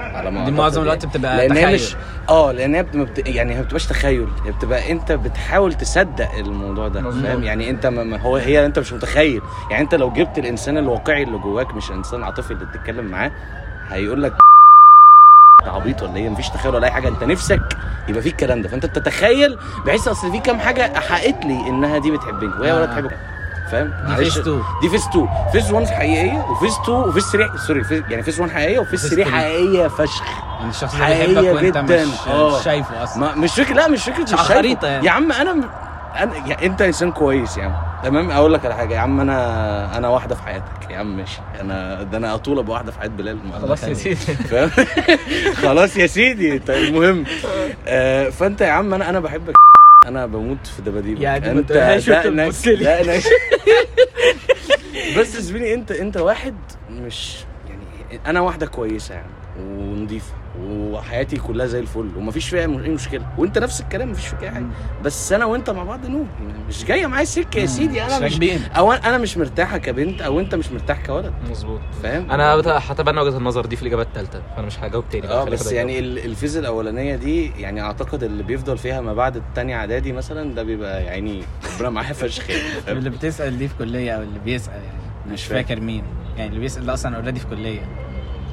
Speaker 6: على ما
Speaker 2: دي
Speaker 6: أعتقد
Speaker 2: معظم الوقت
Speaker 6: يعني.
Speaker 2: بتبقى
Speaker 6: لان هي
Speaker 2: تخيل.
Speaker 6: مش اه لان هي بت- ما بت... يعني هي ما بتبقاش تخيل هي بتبقى انت بتحاول تصدق الموضوع ده
Speaker 3: مظبوط.
Speaker 6: فاهم يعني انت ما ما هو هي انت مش متخيل يعني انت لو جبت الانسان الواقعي اللي جواك مش انسان عاطفي اللي بتتكلم معاه هيقول لك أنت عبيط ولا ايه مفيش تخيل ولا اي حاجه انت نفسك يبقى فيه الكلام ده فانت بتتخيل بحيث اصل في كام حاجه احقت لي انها دي بتحبني وهي ولا
Speaker 2: آه.
Speaker 6: تحبك فاهم
Speaker 2: دي
Speaker 6: معلش.
Speaker 2: phase two.
Speaker 6: دي فيز 2 فيز 1 حقيقيه وفيز 2 وفيز 3 سوري فيز يعني فيز 1 حقيقيه وفيز
Speaker 2: Phase
Speaker 6: 3
Speaker 2: three.
Speaker 6: حقيقيه فشخ
Speaker 2: ان الشخص ده
Speaker 6: حقيقية
Speaker 2: بيحبك وانت
Speaker 6: جداً.
Speaker 2: مش
Speaker 6: آه.
Speaker 2: مش شايفه اصلا
Speaker 6: ما مش فكره لا مش فكره
Speaker 2: على
Speaker 6: مش شايفه.
Speaker 2: الخريطة يعني.
Speaker 6: يا عم انا انا يا انت انسان كويس يا عم تمام اقول لك على حاجه يا عم انا انا واحده في حياتك يا عم ماشي انا ده انا اطول ابقى واحده في حياه بلال
Speaker 3: خلاص يا سيدي
Speaker 6: فاهم خلاص يا سيدي طيب المهم آه فانت يا عم انا انا بحبك انا بموت في دباديبك
Speaker 2: يا دي ما
Speaker 6: انت
Speaker 2: تقولهاش وأنت
Speaker 6: ده ناس-
Speaker 2: بتبص لي.
Speaker 6: ده ناس- بس يا زميلي انت انت واحد مش يعني انا واحده كويسه يعني ونضيفه وحياتي كلها زي الفل ومفيش فيها م- اي مشكله وانت نفس الكلام مفيش فيك اي حاجه بس انا وانت مع بعض نو يعني مش جايه معايا سكه يا سيدي انا مش
Speaker 2: راكبين
Speaker 6: او انا مش مرتاحه كبنت او انت مش مرتاح كولد
Speaker 3: مظبوط
Speaker 6: فاهم
Speaker 3: انا بت- هتبنى وجهه النظر دي في الاجابه الثالثه فانا مش هجاوب تاني بقى،
Speaker 6: اه
Speaker 3: خليك
Speaker 6: بس
Speaker 3: ده
Speaker 6: يعني ال- الفيز الاولانيه دي يعني اعتقد اللي بيفضل فيها ما بعد التانية اعدادي مثلا ده بيبقى يا عيني ربنا معاه فشخ يعني، فاهم؟
Speaker 2: اللي بتسال دي في كليه او اللي بيسال يعني مش
Speaker 6: مش
Speaker 2: فاكر مين يعني اللي بيسال ده اصلا اوريدي في كليه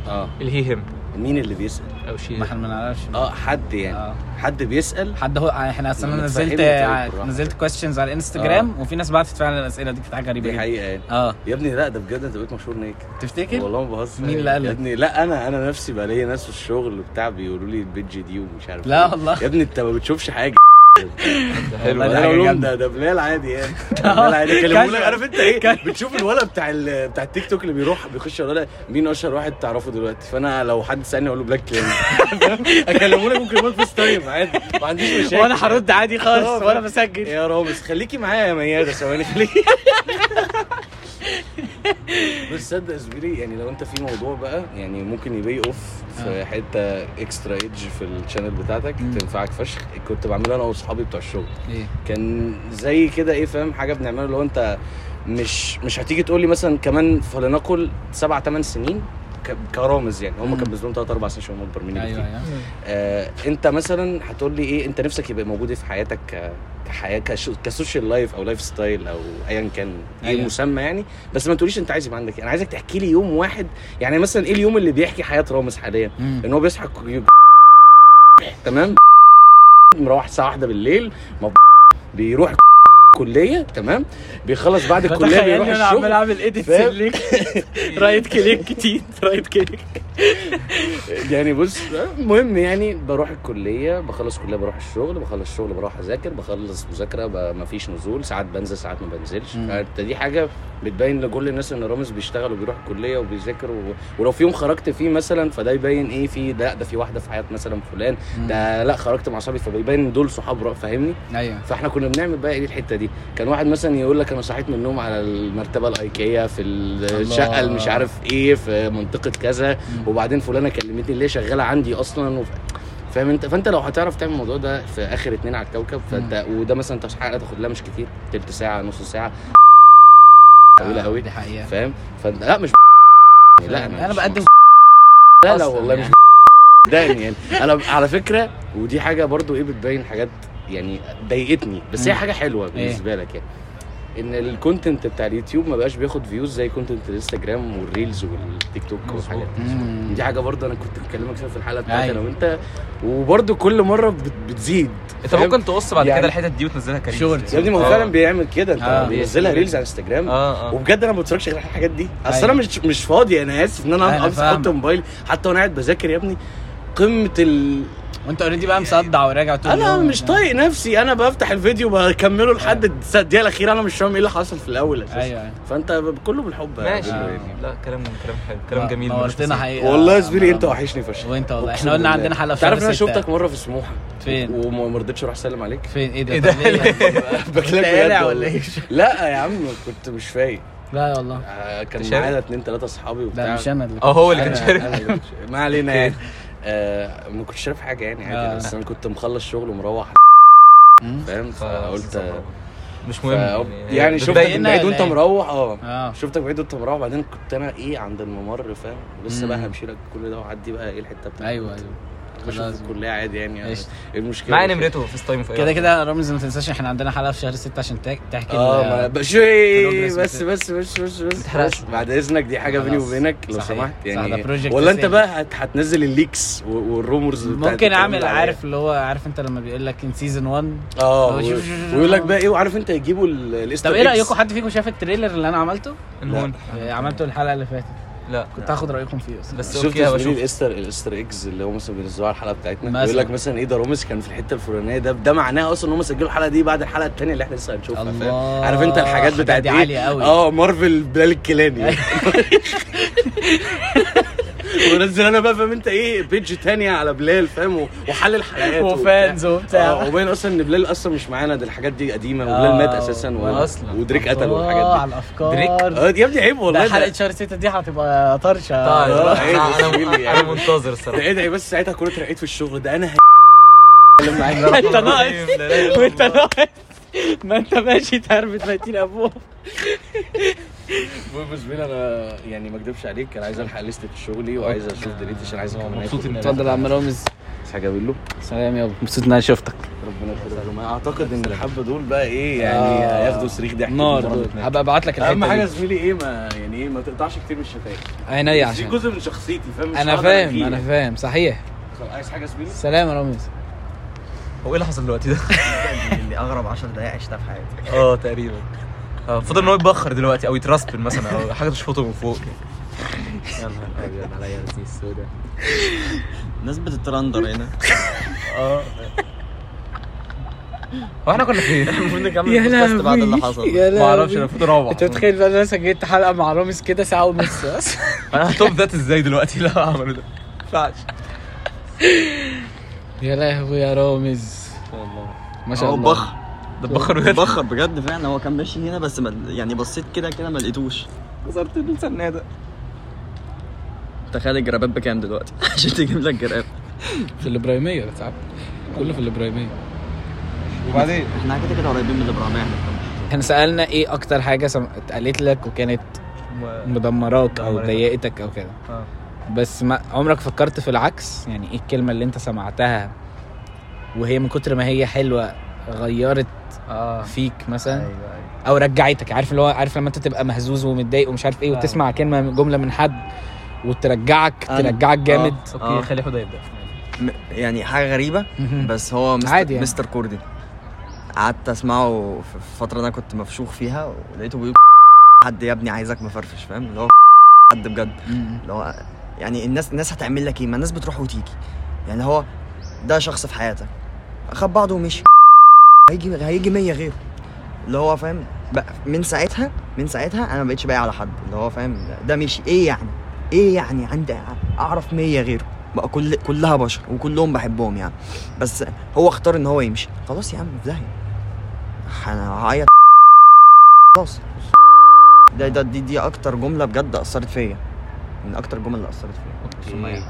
Speaker 6: اه
Speaker 3: جاوب. الهي هم
Speaker 6: مين اللي بيسال
Speaker 3: او شي
Speaker 2: ما احنا ما نعرفش
Speaker 6: اه حد يعني
Speaker 2: آه.
Speaker 6: حد بيسال
Speaker 2: حد هو احنا اصلا
Speaker 6: ما
Speaker 2: أنا نزلت آه،
Speaker 6: تفهمني طيب براحتك.
Speaker 2: نزلت كويشنز على الانستجرام وفي ناس بعتت فعلا الاسئله دي كانت حاجه غريبه
Speaker 6: دي
Speaker 2: جدا
Speaker 6: حقيقه يعني
Speaker 2: اه
Speaker 6: يا ابني لا ده بجد انت بقيت مشهور نيك
Speaker 2: تفتكر
Speaker 6: والله ما بهزر
Speaker 2: مين اللي قال
Speaker 6: يا
Speaker 2: لك؟
Speaker 6: ابني لا انا انا نفسي بقى ليا ناس في الشغل وبتاع بيقولوا لي البيج دي ومش عارف
Speaker 2: لا
Speaker 6: إيه.
Speaker 2: والله.
Speaker 6: يا ابني انت ما بتشوفش حاجه
Speaker 3: حلو
Speaker 2: والله
Speaker 6: انا
Speaker 2: حاجة
Speaker 6: اقول لهم
Speaker 2: جامدة.
Speaker 6: ده ده بلال عادي يعني بلال عادي كلموا لك عارف انت ايه بتشوف الولد بتاع ال- بتاع التيك توك اللي بيروح بيخش يقول لها مين اشهر واحد تعرفه دلوقتي فانا لو حد سالني اقول له بلاك كلين اكلمه لك ممكن في ستايم عادي ما عنديش مشاكل
Speaker 2: وانا هرد عادي خالص
Speaker 6: آه،
Speaker 2: وانا بسجل
Speaker 6: يا رامز خليكي معايا يا ميادة ثواني خليكي بس تصدق يا زميلي يعني لو انت في موضوع بقى يعني ممكن يبي اوف في حته اكسترا ايدج في الشانل بتاعتك تنفعك فشخ كنت بعملها انا واصحابي بتوع الشغل
Speaker 2: ايه
Speaker 6: كان زي كده ايه فاهم حاجه بنعمله لو انت مش مش هتيجي تقول لي مثلا كمان فلنقل سبع ثمان سنين ك- كرامز يعني هم كان بالنسبه لهم ثلاث اربع سنين شويه اكبر مني
Speaker 2: ايوه
Speaker 6: بكتير
Speaker 2: ايوه
Speaker 6: آه، انت مثلا هتقول لي ايه انت نفسك يبقى موجود إيه في حياتك ك- كحياه كش- كسوشيال لايف او لايف ستايل او ايا كان ايه
Speaker 2: أيوة.
Speaker 6: مسمى يعني بس ما تقوليش انت عايز يبقى عندك إيه. انا عايزك تحكي لي يوم واحد يعني مثلا ايه اليوم اللي بيحكي حياه رامز حاليا
Speaker 2: مم.
Speaker 6: ان هو بيصحى ك- تمام مروح الساعه واحدة بالليل ما بيروح كليه تمام بيخلص بعد الكليه
Speaker 2: تخيل
Speaker 6: بيروح
Speaker 2: انا عمال
Speaker 6: الشغل
Speaker 2: اعمل ايديت
Speaker 6: فاهم؟
Speaker 2: ليك رايت كليك كتير رايت كليك
Speaker 6: يعني بص المهم يعني بروح الكليه بخلص كليه بروح الشغل بخلص الشغل بروح اذاكر بخلص مذاكره ب- مفيش نزول ساعات بنزل ساعات ما بنزلش
Speaker 2: مم.
Speaker 6: فانت دي حاجه بتبين لكل الناس ان رامز بيشتغل وبيروح الكليه وبيذاكر و... ولو في يوم خرجت فيه مثلا فده يبين ايه في لا ده في واحده في حياه مثلا فلان ده لا خرجت مع صحابي فبيبين إن دول صحاب را- فاهمني
Speaker 2: ايوه
Speaker 6: فاحنا كنا بنعمل بقى ايه الحته دي كان واحد مثلا يقول لك انا صحيت من النوم على المرتبه الايكيا في الشقه اللي مش عارف ايه في منطقه كذا وبعدين فلانه كلمتني اللي هي شغاله عندي اصلا وف... فاهم انت فانت لو هتعرف تعمل الموضوع ده في اخر اتنين على الكوكب فانت وده مثلا انت حلقه تاخد لها مش كتير تلت ساعه نص ساعه طويله قوي
Speaker 2: دي حقيقه
Speaker 6: فاهم فانت لا مش يعني لا انا
Speaker 2: انا
Speaker 6: مش-
Speaker 2: بقدم
Speaker 6: لا لا
Speaker 2: أصلاً
Speaker 6: والله مش
Speaker 2: يعني.
Speaker 6: صدقني يعني انا على فكره ودي حاجه برضو ايه بتبين حاجات يعني ضايقتني بس هي
Speaker 2: مم. إيه.
Speaker 6: حاجه حلوه بالنسبه لك يعني ان الكونتنت بتاع اليوتيوب ما بقاش بياخد فيوز زي كونتنت الانستجرام والريلز والتيك توك والحاجات دي.
Speaker 2: مم.
Speaker 6: دي حاجه برضو انا كنت بكلمك فيها في الحلقه بتاعتي
Speaker 2: أيوة.
Speaker 6: انا وانت وبرضو كل مره بت- بتزيد
Speaker 3: انت
Speaker 6: فاهم؟
Speaker 3: ممكن تقص بعد
Speaker 6: يعني-
Speaker 3: كده الحتت دي وتنزلها كريم
Speaker 2: شورت.
Speaker 6: يا ابني ما هو
Speaker 3: آه.
Speaker 6: فعلا بيعمل كده انت
Speaker 2: آه.
Speaker 6: بينزلها ريلز على انستجرام
Speaker 3: اه اه
Speaker 6: وبجد انا ما بتفرجش غير على الحاجات دي اصل
Speaker 2: أيوة.
Speaker 6: انا مش مش فاضي انا اسف ان انا
Speaker 2: أيوة،
Speaker 6: امسك
Speaker 2: فاهمك.
Speaker 6: احط موبايل حتى وانا قاعد بذاكر يا ابني قمه ال
Speaker 2: وانت اوريدي بقى مصدع وراجع طول
Speaker 6: انا
Speaker 2: اليوم.
Speaker 6: مش طايق نفسي انا بفتح الفيديو بكمله لحد الدقيقه الاخيره انا مش فاهم ايه اللي حصل في الاول اساسا
Speaker 2: ايوه أيوة.
Speaker 6: فانت ب- كله بالحب يا
Speaker 3: ماشي
Speaker 6: بلو.
Speaker 3: لا كلام كلام حلو كلام جميل ملوش
Speaker 2: نورتنا
Speaker 3: مثيل.
Speaker 2: حقيقه
Speaker 6: والله يا زميلي انت وحشني فشخ
Speaker 2: وانت والله
Speaker 6: أقسم
Speaker 2: احنا قلنا
Speaker 6: بالله.
Speaker 2: عندنا حلقه في
Speaker 6: تعرف
Speaker 2: شهر
Speaker 6: ان انا
Speaker 2: ستة.
Speaker 6: شفتك مره في سموحه
Speaker 2: فين؟
Speaker 6: وما ما رضيتش اروح اسلم عليك
Speaker 2: فين ايه ده
Speaker 6: إيه
Speaker 2: ايه ده
Speaker 6: بكلمك
Speaker 4: إيه؟
Speaker 6: بجد والله. لا يا عم كنت مش فايق
Speaker 2: لا والله
Speaker 6: آه، كان
Speaker 3: شارع؟
Speaker 6: معانا اتنين تلاته اصحابي وبتاع
Speaker 2: لا مش انا اللي
Speaker 3: اه هو اللي كان
Speaker 6: أنا-
Speaker 3: شارب
Speaker 6: أنا اللي كنت شارب. ما علينا يعني آه، ما كنتش شارب حاجه يعني
Speaker 2: آه.
Speaker 6: عادي بس انا كنت مخلص شغل ومروح
Speaker 2: مم.
Speaker 6: فاهم فقلت
Speaker 3: مش
Speaker 6: ف-
Speaker 3: مهم
Speaker 6: اه، يعني شفتك
Speaker 3: بتضايقني.
Speaker 6: من بعيد وانت
Speaker 2: لا.
Speaker 6: مروح اه
Speaker 2: اه
Speaker 6: شفتك بعيد وانت مروح بعدين كنت انا ايه عند الممر فاهم لسه بقى همشي لك كل ده وعدي بقى ايه الحته بتاعتك
Speaker 2: ايوه ايوه خلاص.
Speaker 6: بشوف الكليه عادي يعني يعني
Speaker 2: قشطة.
Speaker 6: ايه المشكله
Speaker 3: معايا نمرته في تايم في أي
Speaker 2: كده
Speaker 3: وقت.
Speaker 2: كده رامز ما تنساش احنا عندنا حلقه في شهر 6 عشان تاك- تحكي
Speaker 6: اه
Speaker 2: ال-
Speaker 6: ما بقى- شو إيه،
Speaker 2: progress
Speaker 6: بس
Speaker 2: بتاعتك.
Speaker 6: بس بس بس بس
Speaker 3: تحرقش.
Speaker 6: بس بعد اذنك دي حاجه بيني
Speaker 2: خلاص.
Speaker 6: وبينك لو
Speaker 2: صحيح.
Speaker 6: سمحت
Speaker 2: صح، ده
Speaker 6: يعني
Speaker 2: project
Speaker 6: ولا انت
Speaker 2: تاني.
Speaker 6: بقى هت- هتنزل الليكس و- والرومرز بتاعت
Speaker 2: ممكن
Speaker 6: الكلام
Speaker 2: اعمل
Speaker 6: اللي عليا.
Speaker 2: عارف اللي هو عارف انت لما بيقول لك ان سيزون 1
Speaker 6: اه
Speaker 2: هو
Speaker 6: و-
Speaker 2: شوف- شوف- شوف-
Speaker 6: ويقول لك بقى ايه وعارف انت يجيبوا ال- الاستر
Speaker 2: طب ايه
Speaker 6: إكس.
Speaker 2: رايكم حد فيكم شاف التريلر اللي انا عملته؟
Speaker 3: المهم
Speaker 2: آه، عملته الحلقه اللي فاتت
Speaker 3: لا
Speaker 2: كنت هاخد رايكم فيه اصلا
Speaker 3: بس
Speaker 6: شفت
Speaker 3: اوكي هبقى
Speaker 6: زميلي
Speaker 3: اشوف
Speaker 6: الاستر الاستر اكس اللي هم مثلا بينزلوها على الحلقه بتاعتنا
Speaker 2: مثلا.
Speaker 6: بيقول لك مثلا ايه ده رامز كان في الحته الفلانيه ده ده معناها اصلا ان هم سجلوا الحلقه دي بعد الحلقه الثانيه اللي احنا لسه هنشوفها فاهم؟
Speaker 2: الله،
Speaker 6: عارف انت الحاجات
Speaker 2: الحاجات
Speaker 6: بتاعت
Speaker 2: دي
Speaker 6: ايه
Speaker 2: عالية قوي.
Speaker 6: اه مارفل بلال الكيلاني ونزل انا بقى فاهم انت ايه بيج تانية على بلال فاهم و- وحلل حلقات
Speaker 2: وفانز وبتاع.
Speaker 6: اه وباين اصلا ان بلال اصلا مش معانا ده الحاجات دي قديمه
Speaker 2: آه،
Speaker 6: وبلال مات اساسا و...
Speaker 3: أصلاً.
Speaker 6: ودريك قتل والحاجات
Speaker 2: اه
Speaker 6: دي
Speaker 2: على الافكار
Speaker 6: اه، يا ابني عيب والله
Speaker 2: ده
Speaker 6: ده-
Speaker 2: حلقه شهر 6 دي هتبقى طرشه
Speaker 3: طيب
Speaker 6: آه،
Speaker 3: أنا-
Speaker 6: عيب يا زميلي،
Speaker 3: انا انا
Speaker 6: عيب.
Speaker 3: منتظر
Speaker 6: ده
Speaker 3: الصراحه
Speaker 6: ايه ده بس ساعتها كنت رقيت في الشغل ده انا
Speaker 2: انت ناقص وانت ناقص ما انت ماشي تهربت ميتين ابوه
Speaker 6: المهم يا زميلي انا يعني ما اكدبش عليك انا عايز الحق لستة شغلي وعايز اشوف دنيتي عشان عايز كمان
Speaker 3: مبسوط
Speaker 6: آكل.
Speaker 3: إن-
Speaker 2: اتفضل يا عم رامز
Speaker 6: بس حاجه اقول له
Speaker 2: سلام يابا مبسوط ان انا شفتك
Speaker 6: ربنا يكرمك اعتقد ان الحبه دول بقى ايه يعني
Speaker 2: آه.
Speaker 6: هياخدوا صريخ ضحك
Speaker 2: نار
Speaker 6: المرة
Speaker 2: دول
Speaker 6: دي.
Speaker 2: هبقى ابعت لك
Speaker 6: اهم
Speaker 2: الحته
Speaker 6: حاجه يا
Speaker 2: دي
Speaker 6: زميلي ايه ما يعني ايه ما تقطعش كتير من الشتايم
Speaker 2: عينيا
Speaker 6: دي
Speaker 2: عشان
Speaker 6: جزء من شخصيتي فاهم مش
Speaker 2: انا
Speaker 6: هقدر
Speaker 2: فاهم
Speaker 6: أجيب.
Speaker 2: انا فاهم صحيح
Speaker 6: طب عايز حاجه يا زميلي
Speaker 2: سلام يا رامز
Speaker 3: هو ايه اللي حصل دلوقتي ده؟
Speaker 4: اللي اغرب 10 دقايق عشتها في حياتي
Speaker 3: اه تقريبا اه فضل ان هو يتبخر دلوقتي او يترسبن مثلا او حاجه تشفطه من فوق يا نهار ابيض عليا الزي السودا
Speaker 4: الناس بتترندر هنا
Speaker 3: اه هو احنا كنا فين؟ المفروض نكمل
Speaker 4: لهوي. بعد اللي حصل. يا
Speaker 3: ما اعرفش انا المفروض اروح
Speaker 2: انت متخيل بقى إن انا سجلت حلقه مع رامز كده ساعه ونص
Speaker 3: انا هتوب ذات ازاي دلوقتي لو عملوا ده؟ ما ينفعش
Speaker 2: يا لهوي يا رامز ما شاء
Speaker 4: هو
Speaker 2: الله
Speaker 4: بخر
Speaker 3: ده بخر
Speaker 4: بخر بجد فعلا هو كان ماشي هنا بس ما يعني بصيت كده كده ما لقيتوش
Speaker 6: كسرت السناده
Speaker 4: تخيل الجرابات بكام دلوقتي عشان تجيب لك جراب
Speaker 2: في الابراهيميه بتاع كله في الابراهيميه
Speaker 6: وبعدين
Speaker 4: احنا كده كده قريبين من الابراهيميه
Speaker 2: احنا سالنا ايه اكتر حاجه سم... اتقالت لك وكانت مدمراك او
Speaker 6: مدمرتك.
Speaker 2: ضايقتك او كده
Speaker 6: آه.
Speaker 2: بس ما عمرك فكرت في العكس يعني ايه الكلمه اللي انت سمعتها وهي من كتر ما هي حلوه غيرت آه.
Speaker 3: آه.
Speaker 6: اه
Speaker 2: فيك مثلا
Speaker 6: ايوه ايوه
Speaker 2: او رجعتك عارف اللي هو عارف لما انت تبقى مهزوز ومتضايق ومش عارف ايه
Speaker 6: فاهم.
Speaker 2: وتسمع كلمه جمله من حد وترجعك
Speaker 4: أنا-
Speaker 2: ترجعك جامد
Speaker 4: آه.
Speaker 6: اوكي خلي حوده يبدا
Speaker 4: يعني حاجه غريبه
Speaker 2: مهم.
Speaker 4: بس هو مستر,
Speaker 2: عادي يعني.
Speaker 4: مستر كوردي قعدت اسمعه في الفتره اللي انا كنت مفشوخ فيها ولقيته بيقول حد يا ابني عايزك مفرفش فاهم اللي هو حد بجد
Speaker 2: مم.
Speaker 4: اللي هو يعني الناس الناس هتعمل لك ايه ما الناس بتروح وتيجي يعني هو ده شخص في حياتك خد بعضه ومشي هيجي هيجي 100 غيره اللي هو فاهم بقى من ساعتها من ساعتها انا ما بقتش باقي على حد اللي هو فاهم ده مشي ايه يعني ايه يعني عندي اعرف 100 غيره بقى كل كلها بشر وكلهم بحبهم يعني بس هو اختار ان هو يمشي خلاص يا عم في داهيه انا هعيط خلاص ده ده دي, دي اكتر جمله بجد اثرت فيا من اكتر الجمل اللي اثرت فيا
Speaker 6: اوكي
Speaker 2: إيه.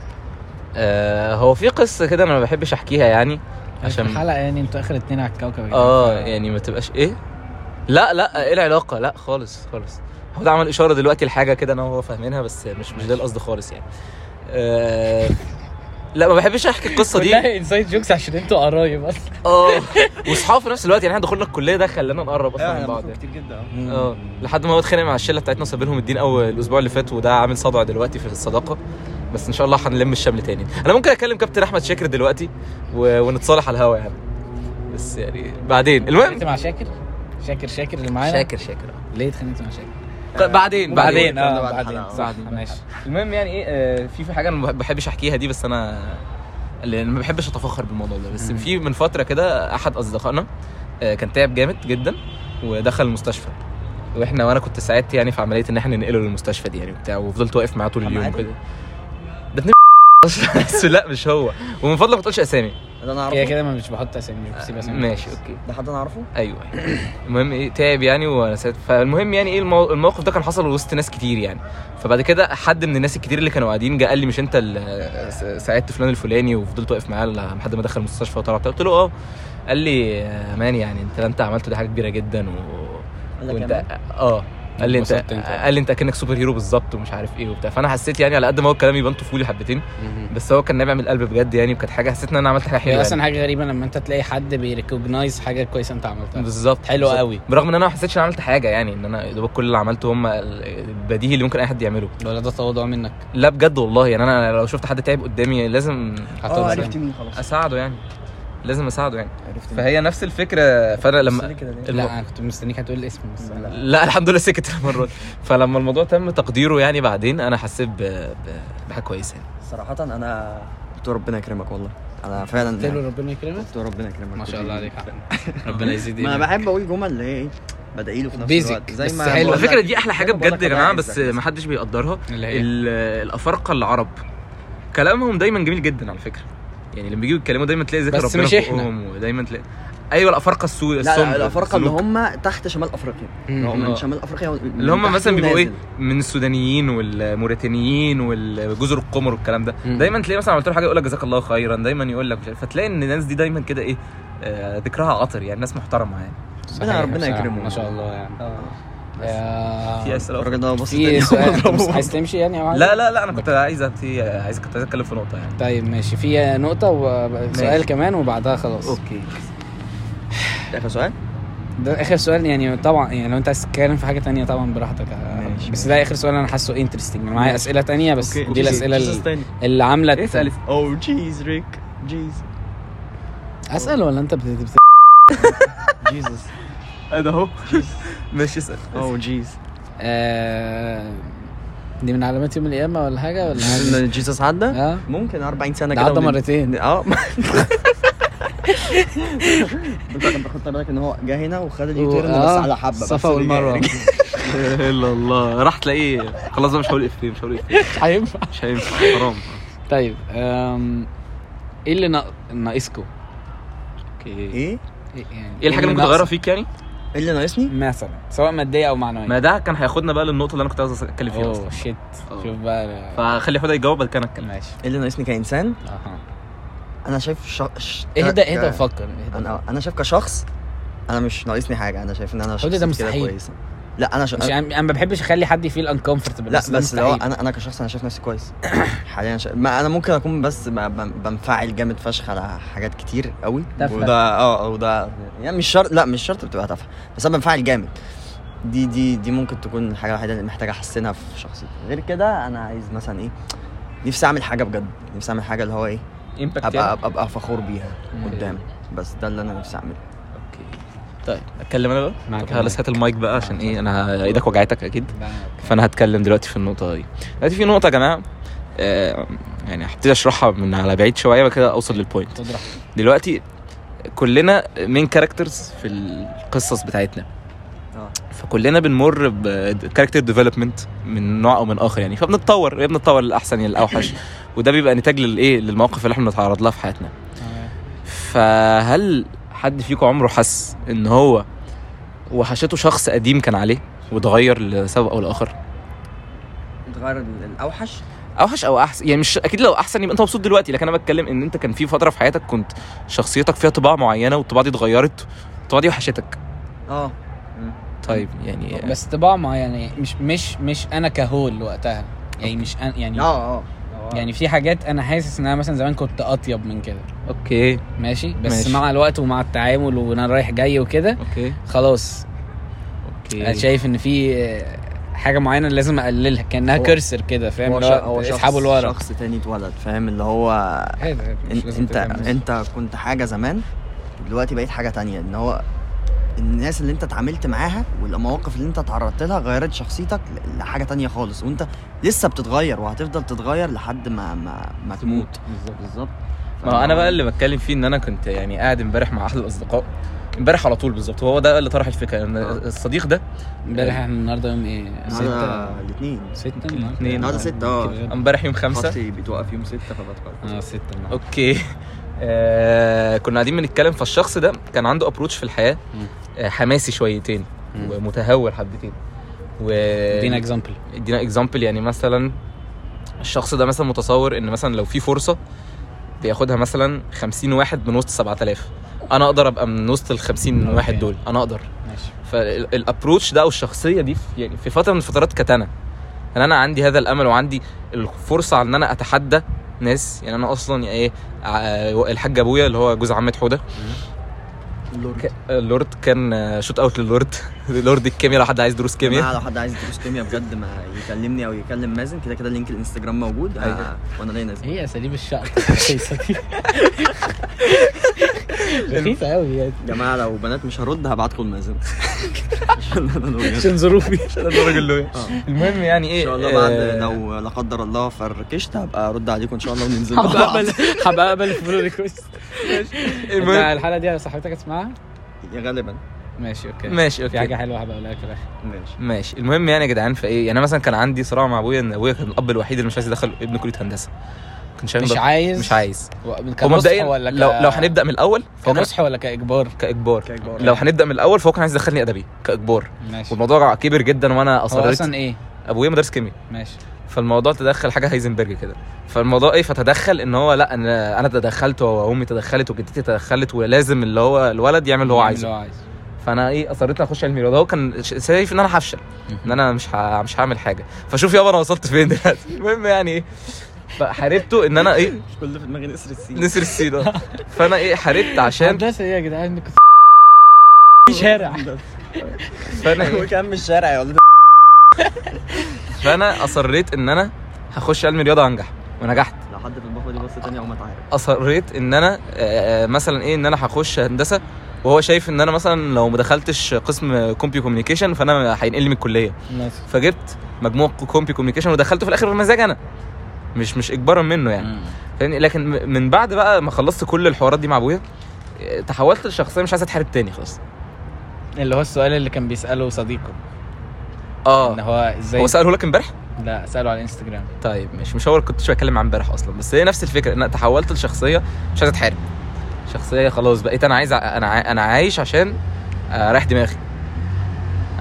Speaker 3: آه هو في قصه كده انا ما بحبش احكيها يعني عشان
Speaker 2: الحلقه يعني انتوا اخر اتنين على الكوكب يا
Speaker 3: اه
Speaker 2: جماعة.
Speaker 3: يعني ما تبقاش ايه لا لا ايه العلاقه لا خالص خالص هو ده عمل اشاره دلوقتي لحاجه كده انا وهو فاهمينها بس مش مش ده القصد خالص يعني آه لا ما بحبش احكي القصه دي
Speaker 2: كلها انسايد جوكس عشان انتوا قرايب اصلا
Speaker 3: اه واصحاب في نفس الوقت يعني احنا دخولنا الكليه ده خلانا نقرب اصلا من بعض
Speaker 6: ايوه
Speaker 3: يعني.
Speaker 6: كتير جدا
Speaker 3: اه لحد ما هو اتخانق مع الشله بتاعتنا وساب لهم الدين اول الاسبوع اللي فات وده عامل صدع دلوقتي في الصداقه بس ان شاء الله هنلم الشمل تاني انا ممكن اكلم كابتن احمد شاكر دلوقتي و... ونتصالح على الهوا يعني بس يعني بعدين المهم
Speaker 2: اتخانقت مع شاكر شاكر شاكر اللي معانا
Speaker 3: شاكر شاكر
Speaker 2: ليه اتخانقت مع شاكر
Speaker 3: بعدين بعدين
Speaker 2: بعدين اه
Speaker 4: بعد
Speaker 2: بعدين
Speaker 4: الحلقة.
Speaker 2: صح ماشي
Speaker 3: المهم يعني ايه آه، في في حاجه انا ما بحبش احكيها دي بس انا لان ما بحبش اتفاخر بالموضوع ده بس في من فتره كده احد اصدقائنا آه، كان تعب جامد جدا ودخل المستشفى واحنا وانا كنت ساعدت يعني في عمليه ان احنا ننقله للمستشفى دي يعني وبتاع وفضلت واقف معاه طول اليوم كده ده ابن بس لا مش هو ومن فضلك ما تقولش اسامي
Speaker 4: ده انا
Speaker 2: كده
Speaker 4: اعرفه
Speaker 2: كده ما مش بحط اسامي مش بسيب اسامي
Speaker 3: ماشي اوكي
Speaker 4: ده حد انا اعرفه
Speaker 3: ايوه المهم ايه تعب يعني وانا ساعت فالمهم يعني ايه المو... الموقف ده كان حصل وسط ناس كتير يعني فبعد كده حد من الناس الكتير اللي كانوا قاعدين جه قال لي مش انت اللي س- ساعدت فلان الفلاني وفضلت واقف معاه لحد ما دخل المستشفى وطلع بتاع؟ قلت له اه قال لي يا مان يعني انت اللي انت عملته دي حاجه كبيره جدا و...
Speaker 4: قال لك
Speaker 3: وانت
Speaker 4: يا
Speaker 3: اه قال لي انت
Speaker 2: انبسطت انت.
Speaker 3: قال لي انت اكنك سوبر هيرو بالظبط ومش عارف ايه وبتاع فانا حسيت يعني على قد ما هو الكلام يبان طفولي حبتين بس هو كان نابع من القلب بجد يعني وكانت حاجه حسيت ان انا عملت حاجه حلوه
Speaker 2: هي
Speaker 3: يعني.
Speaker 2: اصلا حاجه غريبه لما انت تلاقي حد بيريكوجنايز حاجه كويسه انت عملتها
Speaker 3: بالظبط
Speaker 2: طيب. حلو
Speaker 3: بالظبط.
Speaker 2: قوي.
Speaker 3: برغم ان انا ما حسيتش ان انا عملت حاجه يعني ان انا يا دوبك كل اللي عملته هم ال- البديهي اللي ممكن اي حد يعمله
Speaker 2: ولا ده تواضع منك
Speaker 3: لا بجد والله يعني انا لو شفت حد تعب قدامي لازم
Speaker 4: آه،
Speaker 2: هتقعد
Speaker 3: عرفت
Speaker 2: سنة.
Speaker 7: مين خلاص
Speaker 3: اساعده يعني لازم اساعده يعني
Speaker 4: عرفت
Speaker 3: فهي نفس الفكره فانا لما
Speaker 2: لا انا كنت مستنيك هتقول الاسم بس لا.
Speaker 3: لا الحمد لله سكت المره دي فلما الموضوع تم تقديره يعني بعدين انا حسيت ب... ب... بحاجه كويسه يعني
Speaker 4: صراحه انا قلت له ربنا يكرمك والله انا فعلا
Speaker 2: قلت له ربنا يكرمك
Speaker 4: قلت له ربنا يكرمك
Speaker 2: ما شاء الله إيه؟ عليك يا أحمد. ربنا يزيد
Speaker 4: ما انا
Speaker 2: إيدك.
Speaker 4: بحب اقول جمل اللي هي ايه بدعيله في نفس
Speaker 2: Basic،
Speaker 4: الوقت
Speaker 2: بس
Speaker 4: ما
Speaker 2: حلوة.
Speaker 4: بقول
Speaker 3: على
Speaker 4: لك-
Speaker 3: فكره دي احلى حاجه
Speaker 4: زي ما بقول
Speaker 3: بجد
Speaker 4: لك أنا
Speaker 3: يا جماعه
Speaker 4: عايزك
Speaker 3: بس
Speaker 4: بس.
Speaker 3: ما حدش بيقدرها
Speaker 2: اللي هي
Speaker 3: ال- الافارقه اللي عرب كلامهم دايما جميل جدا على فكره يعني لما بيجوا يتكلموا دايما تلاقي ذكر
Speaker 2: بس
Speaker 3: ربنا
Speaker 2: مش
Speaker 3: في
Speaker 2: إحنا.
Speaker 3: بقهم ودايما تلاقي ايوه الافارقه السو
Speaker 4: لا
Speaker 3: السمر،
Speaker 4: لا الافارقه اللي
Speaker 3: السلوك.
Speaker 4: هم تحت شمال افريقيا اللي هم
Speaker 3: آه.
Speaker 4: من شمال افريقيا ومن
Speaker 3: اللي هم
Speaker 4: تحت
Speaker 3: مثلا بيبقوا ايه
Speaker 2: إيه؟
Speaker 4: ونازل.
Speaker 3: من السودانيين والموريتانيين والجزر القمر والكلام ده
Speaker 2: مم.
Speaker 3: دايما تلاقي مثلا عملت له حاجه يقول لك جزاك الله خيرا دايما يقول لك مش عارف. فتلاقي ان الناس دي دايما كده ايه آه، ذكرها عطر يعني ناس محترمه يعني
Speaker 2: صحيح
Speaker 4: ربنا
Speaker 2: بصراحة،
Speaker 4: يكرمه.
Speaker 2: ما شاء الله يعني
Speaker 3: في
Speaker 2: آه،
Speaker 3: أسئلة أخرى؟
Speaker 4: الراجل ده بص
Speaker 2: في
Speaker 4: تاني.
Speaker 2: سؤال أنت مش عايز تمشي يعني يا معلم؟
Speaker 3: لا لا لا انا كنت عايز أبتدي- عايز كنت عايز اتكلم في نقطه يعني
Speaker 2: طيب ماشي في نقطة وسؤال
Speaker 3: ماشي.
Speaker 2: كمان وبعدها خلاص
Speaker 3: اوكي
Speaker 4: اخر سؤال
Speaker 2: ده آخر سؤال يعني طبعا يعني لو أنت عايز تتكلم في حاجة تانية طبعا براحتك
Speaker 4: ماشي.
Speaker 2: بس ده آخر سؤال أنا حاسه انترستنج أنا معايا أسئلة تانية بس دي الأسئلة اللي-
Speaker 4: تاني Oh,
Speaker 2: اللي عاملة
Speaker 3: اسال
Speaker 4: او جيز ريك جيز
Speaker 2: اسال ولا انت بت- بت...
Speaker 4: جيزس
Speaker 3: انا اهو ماشي اسال
Speaker 4: او
Speaker 2: Oh,
Speaker 4: جيز
Speaker 2: آه... دي من علامات يوم القيامه ولا حاجه ولا عادي؟
Speaker 4: هل جيسس عدى
Speaker 2: اه
Speaker 4: ممكن 40 سنه
Speaker 2: ده
Speaker 4: كده
Speaker 2: عدى
Speaker 4: ون-
Speaker 2: مرتين
Speaker 4: اه انت كنت خدت بالك ان هو جه هنا وخد اليوتيرن بس
Speaker 2: آه،
Speaker 4: على حبه بس
Speaker 2: الصفا والمروه
Speaker 3: الا الله راح تلاقيه خلاص بقى مش هقول افيه مش هقول افيه
Speaker 2: هينفع
Speaker 3: مش هينفع حرام
Speaker 2: طيب آم... ايه اللي نا- ناقصكم؟
Speaker 3: اوكي
Speaker 4: ايه
Speaker 2: يعني إيه
Speaker 3: ايه الحاجه اللي ممكن
Speaker 2: ناقصك؟
Speaker 3: تغيرها فيك يعني؟
Speaker 4: ايه إيه؟ اللي ناقصني؟
Speaker 2: مثلا سواء ماديه او معنويه
Speaker 3: ما ده كان هياخدنا بقى للنقطه اللي انا كنت عايز اتكلم فيها
Speaker 2: اوه
Speaker 3: اصلا
Speaker 2: شيت
Speaker 6: أوه.
Speaker 2: شوف بقى
Speaker 3: فخلي حوده يجاوب بعد كده انا اتكلم
Speaker 2: ماشي
Speaker 4: ايه اللي ناقصني كانسان؟
Speaker 2: اها
Speaker 4: انا شايف ش... ش...
Speaker 2: اهدى
Speaker 4: ك-
Speaker 2: اهدى وفكر اهدى.
Speaker 4: انا انا شايف كشخص انا مش ناقصني حاجه انا شايف ان
Speaker 2: حوده ده
Speaker 4: انا شخصيتي كده
Speaker 2: مستحيل.
Speaker 4: كويسه لا انا ش...
Speaker 2: مش انا أنا ما بحبش اخلي حد يفيل انكمفورتبل
Speaker 4: لا بس لو انا انا كشخص انا شايف نفسي كويس حاليا شا... ما انا ممكن اكون بس ب... ب... بنفعل جامد فشخ على حاجات كتير قوي
Speaker 2: تافهة.
Speaker 4: وده اه وده يعني مش شرط لا مش شرط بتبقى تافهه بس انا بنفعل جامد دي دي دي ممكن تكون الحاجه الوحيده اللي محتاجه احسنها في شخصيتي غير كده انا عايز مثلا ايه نفسي اعمل حاجه بجد نفسي اعمل حاجه اللي هو ايه
Speaker 3: امباكت
Speaker 4: ابقى ابقى, أبقى فخور بيها قدام بس ده اللي انا نفسي اعمله
Speaker 3: طيب اتكلم انا بقى
Speaker 2: معاك
Speaker 3: طب خلاص هات المايك بقى عشان ايه انا ايدك وجعتك اكيد
Speaker 2: لا،
Speaker 3: فانا هتكلم دلوقتي في النقطه دي دلوقتي في نقطه يا جماعه آه، يعني هبتدي اشرحها من على بعيد شويه بعد كده اوصل للبوينت
Speaker 2: خد راحتك
Speaker 3: دلوقتي كلنا مين كاركترز في القصص بتاعتنا
Speaker 4: آه.
Speaker 3: فكلنا بنمر بكاركتر ديفلوبمنت من نوع او من اخر يعني فبنتطور يا بنتطور للاحسن يا للاوحش وده بيبقى نتاج للايه للمواقف اللي احنا بنتعرض لها في حياتنا
Speaker 2: آه.
Speaker 3: فهل حد فيكم عمره حس ان هو وحشته شخص قديم كان عليه واتغير لسبب او لاخر
Speaker 4: اتغير الاوحش
Speaker 3: اوحش او احسن يعني مش اكيد لو احسن يبقى انت مبسوط دلوقتي لكن انا بتكلم ان انت كان في فتره في حياتك كنت شخصيتك فيها طباع معينه والطباع دي اتغيرت الطباع دي وحشتك
Speaker 4: اه
Speaker 3: طيب يعني
Speaker 2: بس طباع معينه مش مش مش انا كهول وقتها يعني مش أنا يعني
Speaker 4: اه اه
Speaker 2: يعني في حاجات انا حاسس ان انا مثلا زمان كنت اطيب من كده
Speaker 3: اوكي
Speaker 2: ماشي بس
Speaker 3: ماشي.
Speaker 2: ماشي. مع الوقت ومع التعامل وانا رايح جاي وكده
Speaker 3: اوكي
Speaker 2: خلاص انا
Speaker 3: اوكي
Speaker 2: شايف ان في آه، حاجه معينه لازم اقللها كانها
Speaker 4: هو-
Speaker 2: كرسر كده فاهم
Speaker 4: هو
Speaker 2: اللي
Speaker 4: ش- هو
Speaker 2: هو اسحبه لورا
Speaker 4: شخص تاني اتولد فاهم اللي هو
Speaker 2: عادي، عادي، مش
Speaker 4: إن-
Speaker 2: لازم
Speaker 4: انت
Speaker 2: تتجمع.
Speaker 4: انت كنت حاجه زمان دلوقتي بقيت حاجه تانية ان هو الناس اللي انت اتعاملت معاها والمواقف اللي انت اتعرضت لها غيرت شخصيتك ل- لحاجه تانية خالص وانت لسه بتتغير وهتفضل تتغير لحد ما ما, ما تموت بالظبط بالظبط
Speaker 3: ما هو انا بقى اللي بتكلم فيه ان انا كنت يعني قاعد امبارح مع احد الاصدقاء امبارح على طول بالظبط هو ده اللي طرح الفكره ان الصديق ده
Speaker 2: امبارح احنا النهارده يوم ايه؟ ستة
Speaker 4: النهارده الاثنين
Speaker 2: ستة
Speaker 3: الاتنين.
Speaker 4: النهارده ستة اه
Speaker 3: امبارح يوم خمسة
Speaker 4: خطي بيتوقف يوم ستة فبتغير
Speaker 2: اه ستة النهاردة.
Speaker 3: اوكي آه كنا قاعدين بنتكلم فالشخص ده كان عنده ابروتش في الحياه
Speaker 2: مم.
Speaker 3: آه حماسي شويتين
Speaker 2: مم.
Speaker 3: ومتهور حبتين و إيه.
Speaker 2: ادينا اكزامبل
Speaker 3: ادينا اكزامبل يعني مثلا الشخص ده مثلا متصور ان مثلا لو في فرصه بياخدها مثلا 50 واحد من وسط 7000 انا اقدر ابقى من وسط ال 50 واحد
Speaker 2: أوكي.
Speaker 3: دول انا اقدر
Speaker 2: ماشي
Speaker 3: فالابروتش ده او الشخصيه دي في- يعني في فتره من الفترات كانت انا ان انا عندي هذا الامل وعندي الفرصه على ان انا اتحدى ناس يعني انا اصلا ايه ع- الحاج ابويا اللي هو جوز عمه حوده ك- اللورد كان آه، شوت اوت للورد لورد الكيمياء لو حد عايز دروس كيمياء
Speaker 4: لو حد عايز يدرس كيمياء بجد ما يكلمني او يكلم مازن كده كده لينك الانستجرام موجود
Speaker 3: أيوة.
Speaker 4: آه، وانا ليا نازل
Speaker 2: ايه اساليب الشقط الرخيصه دي؟ رخيصه قوي يعني
Speaker 4: يا جماعه لو بنات مش هرد هبعتكم لمازن عشان انا لو جبت-
Speaker 2: عشان ظروفي
Speaker 3: الراجل له المهم يعني ايه
Speaker 4: ان آه. شاء الله بعد
Speaker 3: آه،
Speaker 4: لو لا قدر الله فركشت هبقى ارد عليكم ان شاء الله وننزل مع
Speaker 2: هبقى
Speaker 4: بعض
Speaker 2: اقبل هبقى اقبل الفولو ريكوست انت
Speaker 3: المهم
Speaker 2: الحلقه دي صاحبتك هتسمعها؟
Speaker 4: غالبا
Speaker 2: ماشي اوكي
Speaker 3: ماشي
Speaker 2: في حاجه
Speaker 3: اوكي
Speaker 2: حلوه هبقى اقولها لك في الاخر
Speaker 4: ماشي
Speaker 3: ماشي المهم يعني يا جدعان فايه يعني انا مثلا كان عندي صراع مع ابويا ان ابويا كان الاب الوحيد اللي مش عايز يدخل ابنه كليه هندسه كان شايف
Speaker 2: مش
Speaker 3: ده-
Speaker 2: عايز
Speaker 3: مش عايز هو
Speaker 2: كمصحى
Speaker 3: مبدئيا
Speaker 2: ولا ك...
Speaker 3: لو لو هنبدا من الاول فهو كان
Speaker 2: كنصح ولا كاجبار؟
Speaker 3: كاجبار لو هنبدا من الاول فهو كان عايز يدخلني ادبي كاجبار
Speaker 2: ماشي هو
Speaker 3: والموضوع كبر جدا وانا اصررت
Speaker 2: اصلا ايه؟
Speaker 3: ابويا مدرس كيمياء
Speaker 2: ماشي
Speaker 3: فالموضوع تدخل حاجه هايزنبرج كده فالموضوع ايه فتدخل ان هو لا انا انا تدخلت وامي تدخلت وجدتي تدخلت ولازم اللي هو الولد يعمل اللي هو
Speaker 2: يعمل
Speaker 3: عايزه
Speaker 2: اللي هو عايزه
Speaker 3: فانا ايه اصريت إني اخش علم رياضه هو كان ش- شايف ان انا هفشل ان انا مش ه... مش هعمل حاجه فشوف يابا انا وصلت فين دلوقتي المهم يعني ايه فحاربته ان انا ايه
Speaker 4: مش كل اللي في دماغي نسر السين
Speaker 3: نسر السي ده فانا ايه حاربت عشان
Speaker 2: هندسه ايه يا جدعان كنت في شارع
Speaker 3: فانا إيه؟
Speaker 4: كام الشارع يا ولد
Speaker 3: فانا اصريت ان انا هخش علم رياضه وانجح ونجحت
Speaker 4: لو حد في البخبه دي بص تاني او ما تعرف
Speaker 3: اصريت ان انا آه، آه، مثلا ايه ان انا هخش هندسه وهو شايف ان انا مثلا لو ما دخلتش قسم كومبيو كوميونيكيشن فانا هينقلني من الكليه
Speaker 2: ماشي
Speaker 3: فجبت مجموع كومبي كوميونيكيشن ودخلته في الاخر بمزاج انا مش مش اجبارا منه يعني فاهمني لكن م- من بعد بقى ما خلصت كل الحوارات دي مع ابويا إيه، تحولت لشخصيه مش عايز اتحارب تاني خلاص
Speaker 2: اللي هو السؤال اللي كان بيساله صديقه ان
Speaker 3: اه
Speaker 2: هو ازاي
Speaker 3: هو ساله لك امبارح
Speaker 2: لا ساله على الانستجرام
Speaker 3: طيب مش مش هو اللي كنتش بتكلم عن امبارح اصلا بس هي نفس الفكره ان أنا تحولت لشخصيه مش عايز اتحارب شخصيه خلاص بقيت انا عايز ع- انا ع- انا عايش عشان اريح آه، دماغي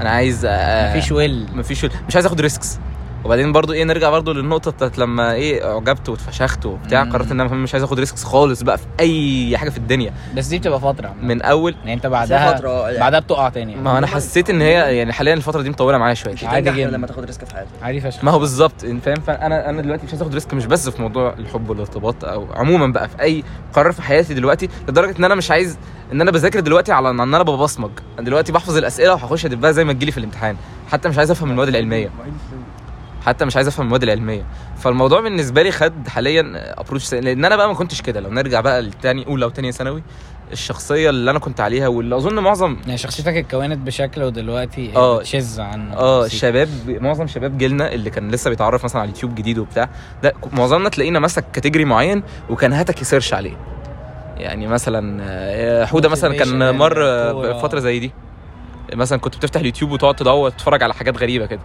Speaker 3: انا عايز آه،
Speaker 2: مفيش ويل
Speaker 3: مفيش مش عايز اخد ريسكس وبعدين برضو ايه نرجع برضو للنقطه بتاعت لما ايه عجبت واتفشخت وبتاع
Speaker 2: مم.
Speaker 3: قررت ان انا مش عايز اخد ريسكس خالص بقى في اي حاجه في الدنيا
Speaker 2: بس دي بتبقى فتره عامة.
Speaker 3: من اول
Speaker 2: يعني انت
Speaker 4: بعدها
Speaker 2: بعدها
Speaker 4: فترة يعني
Speaker 2: بعدها بتقع تاني يعني.
Speaker 3: ما انا حسيت ان هي يعني حاليا الفتره دي مطوله معايا شويه
Speaker 4: مش
Speaker 2: عادي
Speaker 4: عادي جدا
Speaker 2: جدا.
Speaker 4: لما تاخد ريسك في حياتك
Speaker 2: عادي فشخ
Speaker 3: ما هو بالظبط انت فاهم فانا انا دلوقتي مش عايز اخد ريسك مش بس في موضوع الحب والارتباط او عموما بقى في اي قرار في حياتي دلوقتي لدرجه ان انا مش عايز ان انا بذاكر دلوقتي على ان انا ببصمج انا دلوقتي بحفظ الاسئله وهخش ادبها زي ما تجيلي في الامتحان حتى مش عايز افهم المواد العلميه حتى مش عايز افهم المواد العلميه فالموضوع بالنسبه لي خد حاليا ابروتش لان انا بقى ما كنتش كده لو نرجع بقى لتاني اولى وتانيه ثانوي الشخصيه اللي انا كنت عليها واللي اظن معظم
Speaker 2: يعني شخصيتك اتكونت بشكل ودلوقتي
Speaker 3: اه.
Speaker 2: تشز عن
Speaker 3: اه
Speaker 2: شكل
Speaker 3: الشباب معظم شباب جيلنا اللي كان لسه بيتعرف مثلا على اليوتيوب جديد وبتاع ده ك- معظمنا تلاقينا مسك كاتيجري معين وكان هاتك يسيرش عليه يعني مثلا آه، حوده مثلا كان
Speaker 2: Motivation
Speaker 3: مر
Speaker 2: يعني،
Speaker 3: آه،
Speaker 2: كورة.
Speaker 3: بفتره زي دي مثلا كنت بتفتح اليوتيوب وتقعد تدور تتفرج على حاجات غريبه كده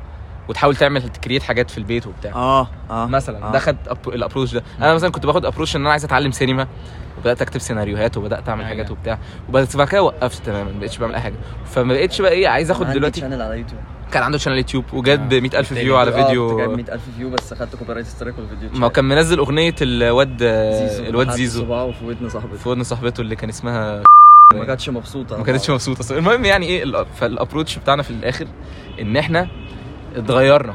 Speaker 3: وتحاول تعمل تكريت حاجات في البيت وبتاع
Speaker 4: اه اه
Speaker 3: مثلا
Speaker 4: آه.
Speaker 3: ده خد أب- الابروش ده انا مثلا كنت باخد ابروش ان انا عايز اتعلم سينما وبدات اكتب سيناريوهات وبدات اعمل
Speaker 2: أيوة.
Speaker 3: حاجات وبتاع وبس بعد كده وقفت تماما ما بقتش بعمل اي حاجه فما بقتش بقى ايه عايز اخد
Speaker 4: أنا عندي
Speaker 3: دلوقتي
Speaker 4: channel على يوتيوب
Speaker 3: كان عنده شانل يوتيوب وجاب
Speaker 2: آه.
Speaker 3: 100000 فيو على
Speaker 4: اه كنت جايب
Speaker 3: فيديو
Speaker 4: 100000 فيو بس خدت كوبي رايت سترايك والفيديو
Speaker 3: ما هو كان منزل اغنيه الواد
Speaker 4: زيزو
Speaker 3: الواد
Speaker 4: حط
Speaker 3: زيزو
Speaker 4: صباعه في ودن صاحبتي
Speaker 3: في ودن صاحبته اللي كان اسمها
Speaker 4: ما كانتش مبسوطه
Speaker 3: طيب. ما كانتش مبسوطه أصلاً. المهم يعني ايه ال- فالابروتش بتاعنا في الاخر ان احنا اتغيرنا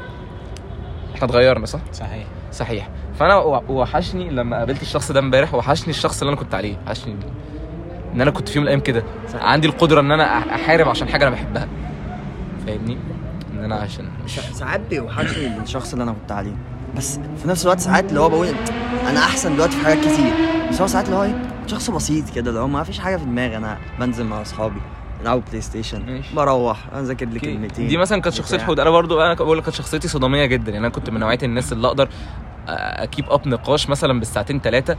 Speaker 3: احنا اتغيرنا صح
Speaker 2: صحيح
Speaker 3: صحيح فانا و- وحشني لما قابلت الشخص ده امبارح وحشني الشخص اللي انا كنت عليه وحشني ان انا كنت في يوم من الايام كده
Speaker 4: صحيح.
Speaker 3: عندي القدره ان انا أح- احارب عشان حاجه انا بحبها فاهمني ان انا عشان مش
Speaker 4: سا- ساعات بيوحشني الشخص اللي انا كنت عليه بس في نفس الوقت ساعات اللي هو بقول انا احسن دلوقتي في حاجات كتير بس هو ساعات اللي هو إيه، شخص بسيط كده اللي هو ما فيش حاجه في دماغي انا بنزل مع اصحابي نلعب بلاي ستيشن
Speaker 3: ماشي.
Speaker 4: بروح اذاكر لي
Speaker 3: اوكي.
Speaker 4: كلمتين
Speaker 3: دي مثلا كانت
Speaker 4: بتاع.
Speaker 3: شخصيه حوده انا برضو انا بقول لك كانت شخصيتي صداميه جدا يعني انا كنت من نوعيه الناس اللي اقدر اكيب اب نقاش مثلا بالساعتين ثلاثه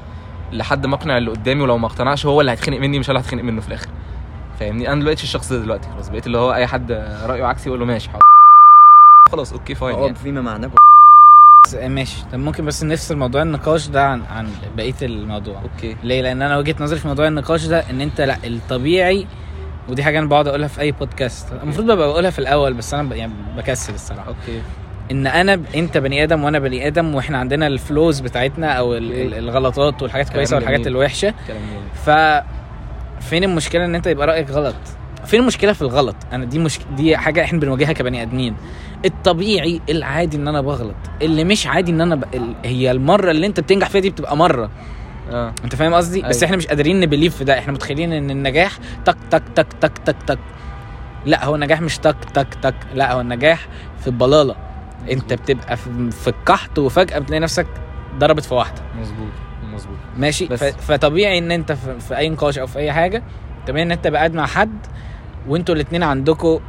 Speaker 3: لحد ما اقنع اللي قدامي ولو ما اقتنعش هو اللي هيتخانق مني مش انا اللي هتخانق منه في الاخر فاهمني انا دلوقتي الشخص ده دلوقتي خلاص بقيت اللي هو اي حد رايه عكسي يقول له ماشي حاضر. خلاص اوكي فاين
Speaker 4: هو
Speaker 3: يعني.
Speaker 4: آه، فيما معناه
Speaker 2: بس آه، ماشي طب ممكن بس نفصل موضوع النقاش ده عن عن بقيه الموضوع
Speaker 3: اوكي
Speaker 2: ليه لان انا وجهه نظري في موضوع النقاش ده ان انت لا الطبيعي ودي حاجه انا بقعد اقولها في اي بودكاست المفروض ببقى بقولها في الاول بس انا ب... يعني بكسل الصراحه
Speaker 3: اوكي
Speaker 2: ان انا ب... انت بني ادم وانا بني ادم واحنا عندنا الفلوز بتاعتنا او ال... ال- الغلطات والحاجات الكويسه
Speaker 3: إيه. كلام
Speaker 2: والحاجات
Speaker 3: جميل.
Speaker 2: الوحشه
Speaker 3: كلام جميل.
Speaker 2: ف فين المشكله ان انت يبقى رايك غلط فين المشكله في الغلط انا دي مش دي حاجه احنا بنواجهها كبني ادمين الطبيعي العادي ان انا بغلط اللي مش عادي ان انا ب... ال- هي المره اللي انت بتنجح فيها دي بتبقى مره
Speaker 3: اه
Speaker 2: انت فاهم قصدي بس
Speaker 3: أيوة.
Speaker 2: احنا مش قادرين نبليف في ده احنا متخيلين ان النجاح تك تك تك تك تك تك لا هو النجاح مش تك تك تك لا هو النجاح في البلاله انت بتبقى في, في القحط وفجاه بتلاقي نفسك ضربت في واحده
Speaker 3: مظبوط مظبوط
Speaker 2: ماشي
Speaker 3: بس.
Speaker 2: ف... فطبيعي ان انت في, في اي نقاش او في اي حاجه طبيعي ان انت تبقى قاعد مع حد وانتوا الاثنين عندكم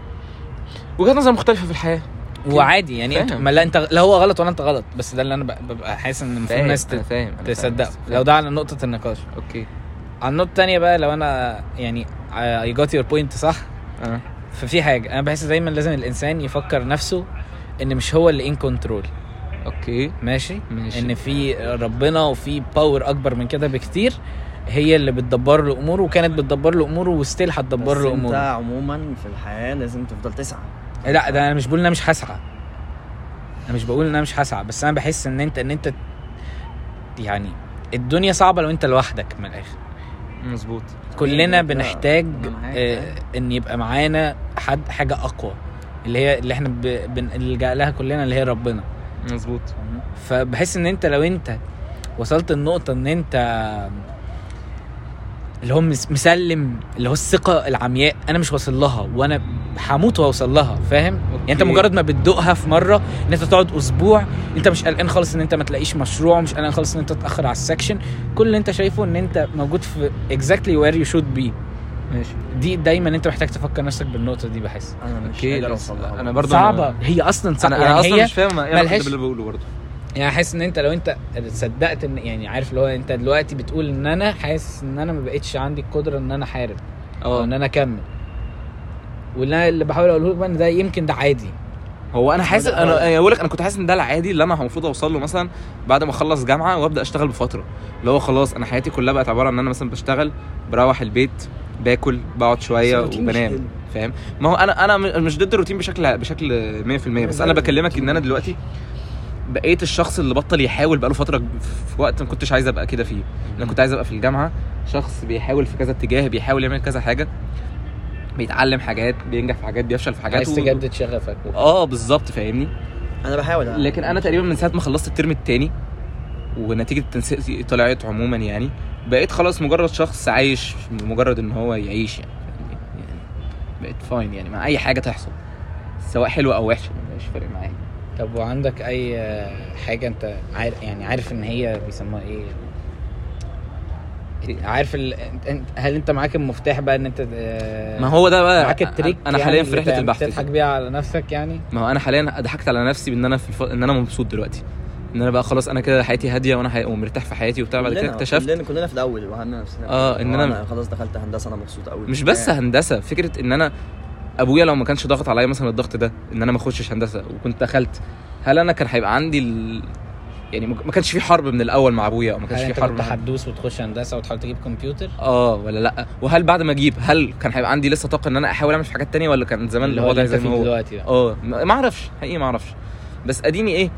Speaker 3: وجهات نظر مختلفه في الحياه
Speaker 2: وعادي يعني انت
Speaker 3: فاهم.
Speaker 2: ما لا انت لا هو غلط ولا انت غلط بس ده اللي انا ب- ببقى حاسس ان المفروض
Speaker 3: فاهم
Speaker 2: الناس
Speaker 3: أنا فاهم أنا فاهم.
Speaker 2: تصدقه
Speaker 3: فاهم.
Speaker 2: لو ده على نقطه النقاش
Speaker 3: اوكي
Speaker 2: على النقطة التانية بقى لو أنا يعني I got your point صح
Speaker 3: اه
Speaker 2: ففي حاجة أنا بحس دايما لازم الإنسان يفكر نفسه إن مش هو اللي in control
Speaker 3: اوكي
Speaker 2: ماشي؟
Speaker 3: ماشي.
Speaker 2: إن في ربنا وفي باور أكبر من كده بكتير هي اللي بتدبر له أموره وكانت بتدبر له أموره وستيل هتدبر
Speaker 4: بس
Speaker 2: له
Speaker 4: انت
Speaker 2: أموره
Speaker 4: عموما في الحياه لازم تفضل تسعى
Speaker 2: إيه، لا ده أنا مش بقول إن أنا مش هسعى أنا مش بقول إن أنا مش هسعى بس أنا بحس إن أنت إن أنت يعني الدنيا صعبة لو أنت لوحدك من الآخر
Speaker 3: مظبوط
Speaker 2: كلنا
Speaker 4: لا،
Speaker 2: بنحتاج
Speaker 4: أنا معاك، أيوة.
Speaker 2: آه، ان يبقى معانا حد حاجه اقوى اللي هي اللي احنا ب- بنلجا لها كلنا اللي هي ربنا
Speaker 3: مظبوط
Speaker 2: فبحس ان انت لو انت وصلت النقطه ان انت اللي هو مس- مسلم اللي هو الثقه العمياء انا مش واصل لها وانا هموت واوصل لها فاهم يعني انت
Speaker 3: أوكي.
Speaker 2: مجرد ما بتدوقها في مره ان انت تقعد اسبوع انت مش قلقان خالص ان انت ما تلاقيش مشروع مش قلقان خالص ان انت تتاخر على السكشن كل اللي انت شايفه ان انت موجود في exactly where you should be
Speaker 3: ماشي
Speaker 2: دي دايما انت محتاج تفكر نفسك بالنقطه دي بحس
Speaker 4: انا مش
Speaker 3: اوكي
Speaker 4: قادر
Speaker 3: بس
Speaker 4: اوصل لها
Speaker 3: انا برضه
Speaker 2: صعبه هي اصلا صعبه
Speaker 3: انا انا
Speaker 2: يعني
Speaker 3: اصلا
Speaker 2: هي
Speaker 3: مش فاهم ايه العلاقة
Speaker 2: ملهاش-
Speaker 3: باللي بقوله برضه
Speaker 2: يعني حاسس ان انت لو انت صدقت ان يعني عارف اللي هو انت دلوقتي بتقول ان انا حاسس ان انا ما بقتش عندي القدره ان انا احارب
Speaker 3: آه.
Speaker 2: او ان انا اكمل واللي انا اللي بحاول اقوله لك بقى ان ده يمكن ده عادي
Speaker 3: هو انا حاسس
Speaker 4: ده-
Speaker 3: انا انا بقول لك انا كنت حاسس ان ده العادي اللي انا المفروض اوصل له مثلا بعد ما اخلص جامعه وابدا اشتغل بفتره اللي هو خلاص انا حياتي كلها بقت عباره عن ان انا مثلا بشتغل بروح البيت باكل بقعد شويه
Speaker 4: بس الروتين مش
Speaker 3: وبنام
Speaker 4: حلو.
Speaker 3: فاهم ما هو انا انا م- مش ضد الروتين بشكل بشكل 100% بس
Speaker 4: أيوة.
Speaker 3: انا بكلمك ان انا دلوقتي بقيت الشخص اللي بطل يحاول بقاله فتره في- في وقت ما كنتش عايز ابقى كده فيه انا كنت عايز ابقى في الجامعه شخص بيحاول في كذا اتجاه بيحاول يعمل كذا حاجه بيتعلم حاجات بينجح في حاجات بيفشل في حاجات
Speaker 2: عايز
Speaker 3: و-
Speaker 2: تجدد شغفك
Speaker 3: اه بالظبط فاهمني
Speaker 4: انا بحاول
Speaker 3: لكن انا تقريبا من ساعه ما خلصت الترم التاني ونتيجه التنسيق طلعت عموما يعني بقيت خلاص مجرد شخص عايش مجرد ان هو يعيش يعني, يعني بقيت فاين يعني مع اي حاجه تحصل سواء حلوه او وحشه مش فارق معايا
Speaker 2: طب وعندك اي آه، حاجه انت عارف يعني عارف ان هي بيسموها ايه عارف ال... أنت- أنت- هل انت معاك المفتاح بقى ان انت آه،
Speaker 3: ما هو ده بقى
Speaker 2: معاك التريك
Speaker 3: انا
Speaker 2: يعني
Speaker 3: حاليا في
Speaker 2: اللي
Speaker 3: رحله
Speaker 2: تعمل-
Speaker 3: البحث
Speaker 2: تضحك
Speaker 3: دي.
Speaker 2: بيها على نفسك يعني
Speaker 3: ما هو انا حاليا ضحكت على نفسي بان انا في الف... ان انا مبسوط دلوقتي ان انا بقى خلاص انا كده حياتي هاديه وانا حي... ومرتاح في حياتي وبتاع بعد كده اكتشفت
Speaker 4: كلنا كلنا في الاول وهمنا نفسنا
Speaker 3: آه، إن أنا-
Speaker 4: خلاص دخلت هندسه انا مبسوط قوي
Speaker 3: مش بس هندسه فكره ان انا ابويا لو ما كانش ضاغط عليا مثلا الضغط ده ان انا ما اخشش هندسه وكنت دخلت هل انا كان هيبقى عندي ال... يعني ما ما كانش في حرب من الاول مع ابويا او ما
Speaker 2: هل
Speaker 3: كانش
Speaker 2: انت
Speaker 3: في حرب
Speaker 2: يعني كنت
Speaker 3: مع...
Speaker 2: حدوس وتخش هندسه وتحاول تجيب كمبيوتر
Speaker 3: اه ولا لا وهل بعد ما اجيب هل كان هيبقى عندي لسه طاقه ان انا احاول اعمل في حاجات تانية ولا كان زمان
Speaker 2: اللي هو
Speaker 3: الوضع
Speaker 2: اللي انت
Speaker 3: زي ما
Speaker 2: فيه
Speaker 3: هو
Speaker 2: دلوقتي بقى.
Speaker 3: اه ما ما اعرفش حقيقي ما اعرفش بس اديني ايه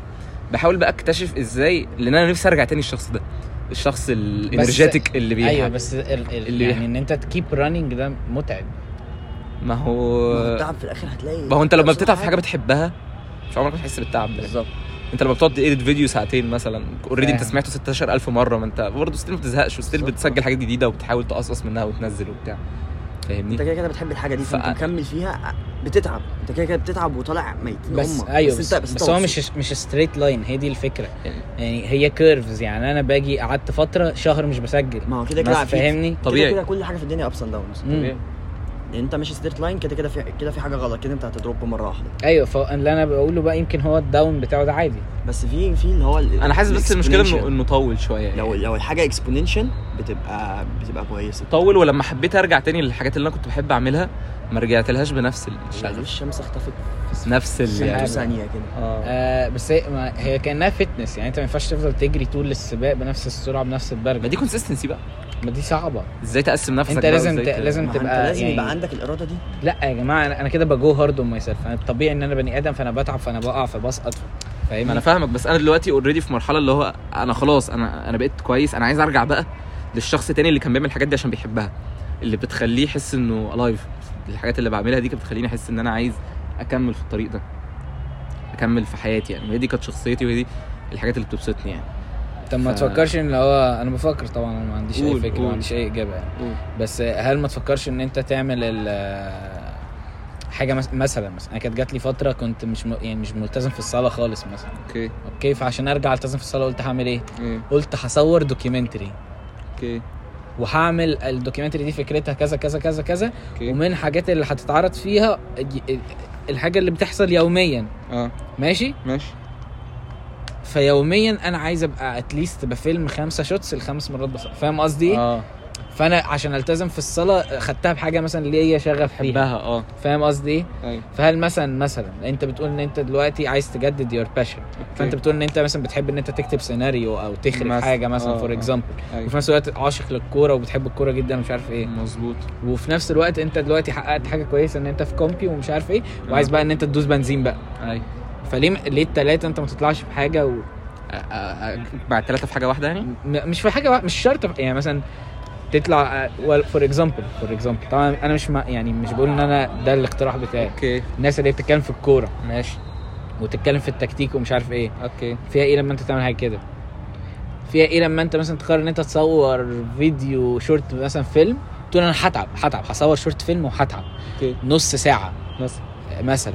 Speaker 3: بحاول بقى اكتشف ازاي لان انا نفسي ارجع تاني الشخص ده الشخص الانرجيتك اللي بيحب
Speaker 2: ايوه بس ال... ال...
Speaker 3: اللي
Speaker 2: يعني ان انت تكيب راننج ده متعب
Speaker 4: ما
Speaker 3: ما هو
Speaker 4: هو التعب في الاخر هتلاقي
Speaker 3: ما هو انت لما
Speaker 4: هتلاقي
Speaker 3: بتتعب في حاجه بتحبها مش عمرك بتحس بالتعب ده
Speaker 4: بالظبط
Speaker 3: انت لما بتقعد تedit فيديو ساعتين مثلا اوريدي انت
Speaker 2: فاهم.
Speaker 3: سمعته 16000 مره ما انت برضه ستيل ما بتزهقش وستيل بتسجل حاجات جديده وبتحاول تقصص منها وتنزل وبتاع فاهمني
Speaker 4: انت كده كده بتحب الحاجه دي فانت
Speaker 3: فأ-
Speaker 4: مكمل فيها بتتعب انت كده كده بتتعب وطالع ميت
Speaker 2: بس
Speaker 4: أمك.
Speaker 2: ايوه بس,
Speaker 4: انت-
Speaker 2: بس,
Speaker 4: انت
Speaker 2: هو
Speaker 4: مبسوط.
Speaker 2: مش مش ستريت لاين هي دي الفكره يعني هي كيرفز يعني انا باجي قعدت فتره شهر مش بسجل
Speaker 4: ما هو كده
Speaker 2: بس
Speaker 4: كده عفيف.
Speaker 2: فاهمني
Speaker 3: طبيعي.
Speaker 4: كده كده كل حاجه في الدنيا ابس اند داونز
Speaker 2: مم.
Speaker 4: انت ماشي ستريت لاين كده كده في كده في حاجه غلط كده انت هتضرب مره واحده
Speaker 2: ايوه فاللي انا بقوله بقى يمكن هو الداون بتاعه ده عادي
Speaker 4: بس في في اللي هو ال-
Speaker 3: انا حاسس بس المشكله انه
Speaker 4: exponential.
Speaker 3: انه طول شويه يعني.
Speaker 4: لو لو الحاجه اكسبوننشال بتبقى بتبقى كويسه
Speaker 3: طول ولما حبيت ارجع تاني للحاجات اللي انا كنت بحب اعملها ما رجعتلهاش بنفس
Speaker 4: شغل
Speaker 3: الشغف
Speaker 4: الشمس اختفت
Speaker 3: نفس
Speaker 4: في
Speaker 3: ال يعني.
Speaker 2: الشغف.
Speaker 4: ثانيه كده
Speaker 3: اه
Speaker 2: آه بس هي, ما هي كانها فتنس يعني انت ما ينفعش تفضل تجري طول السباق بنفس السرعه بنفس البرجه
Speaker 3: ما دي كونسيستنسي بقى
Speaker 2: ما دي صعبه
Speaker 3: ازاي تقسم نفسك
Speaker 2: انت
Speaker 3: بقى
Speaker 2: لازم
Speaker 3: وازاي
Speaker 2: ت... لازم
Speaker 4: ما هو انت
Speaker 2: تبقى
Speaker 4: لازم
Speaker 2: يعني
Speaker 4: يبقى عندك الاراده دي
Speaker 2: لا يا جماعه انا, أنا كده بجو هارد اون ماي سيلف انا الطبيعي ان انا بني ادم فانا بتعب فانا بقع فبسقط فاهم
Speaker 3: ما انا فاهمك بس انا دلوقتي اوريدي في مرحله اللي هو انا خلاص انا انا بقيت كويس انا عايز ارجع بقى للشخص تاني اللي كان بيعمل الحاجات دي عشان بيحبها اللي بتخليه يحس انه الايف الحاجات اللي بعملها دي كانت بتخليني احس ان انا عايز اكمل في الطريق ده اكمل في حياتي يعني وهي دي كانت شخصيتي وهي دي الحاجات اللي بتبسطني يعني
Speaker 2: طب ما
Speaker 3: ف-
Speaker 2: تفكرش ان هو انا بفكر طبعا انا ما عنديش اي
Speaker 3: قول-
Speaker 2: فكره
Speaker 3: قول.
Speaker 2: ما عنديش اي اجابه يعني
Speaker 3: قول.
Speaker 2: بس هل ما تفكرش ان انت تعمل ال حاجه مس- مثلا مثلا انا كانت جات لي فتره كنت مش م... يعني مش ملتزم في الصلاه خالص مثلا
Speaker 3: اوكي
Speaker 2: اوكي فعشان ارجع التزم في الصلاه قلت هعمل ايه
Speaker 3: ايه
Speaker 2: قلت هصور دوكيومنتري
Speaker 3: اوكي
Speaker 2: وهعمل الدوكيومنتري دي فكرتها كذا كذا كذا كذا
Speaker 3: اوكي
Speaker 2: ومن الحاجات اللي هتتعرض فيها ال- ال- الحاجه اللي بتحصل يوميا
Speaker 3: اه
Speaker 2: ماشي
Speaker 3: ماشي
Speaker 2: فيوميا انا عايز ابقى اتليست بفيلم خمسة شوتس الخمس مرات بس فاهم قصدي ايه
Speaker 3: اه
Speaker 2: فانا عشان التزم في الصلاه خدتها بحاجه مثلا ليا شغف فيها
Speaker 3: بحبها اه
Speaker 2: فاهم قصدي ايه
Speaker 3: ايوه
Speaker 2: فهل مثلا مثلا انت بتقول ان انت دلوقتي عايز تجدد يور باشن فانت بتقول ان انت مثلا بتحب ان انت تكتب سيناريو او تخرج
Speaker 3: مثلا.
Speaker 2: حاجه مثلا
Speaker 3: آه،
Speaker 2: فور
Speaker 3: آه.
Speaker 2: اكزامبل
Speaker 3: أيوة.
Speaker 2: وفي نفس الوقت عاشق للكوره وبتحب الكوره جدا ومش عارف ايه
Speaker 3: مظبوط
Speaker 2: وفي نفس الوقت انت دلوقتي حققت حاجه كويسه ان انت في كومبي ومش عارف ايه وعايز
Speaker 3: آه.
Speaker 2: بقى ان انت تدوس بنزين بقى
Speaker 3: ايوه
Speaker 2: فليه ليه التلاته انت ما تطلعش بحاجه و...
Speaker 3: مع الثلاثه في حاجه واحده يعني
Speaker 2: م- مش في حاجه واحدة- مش شرط يعني مثلا تطلع آه، فور اكزامبل فور اكزامبل طبعا انا مش ما يعني مش بقول ان انا ده الاقتراح بتاعي
Speaker 3: اوكي
Speaker 2: الناس اللي بتتكلم في الكوره
Speaker 3: ماشي
Speaker 2: وتتكلم في التكتيك ومش عارف ايه
Speaker 3: اوكي
Speaker 2: فيها ايه لما انت تعمل حاجه كده فيها ايه لما انت مثلا تقرر ان انت تصور فيديو شورت مثلا فيلم تقول انا هتعب هتعب هصور شورت فيلم وهتعب
Speaker 3: اوكي
Speaker 2: نص ساعه
Speaker 3: مثلا
Speaker 2: مثلا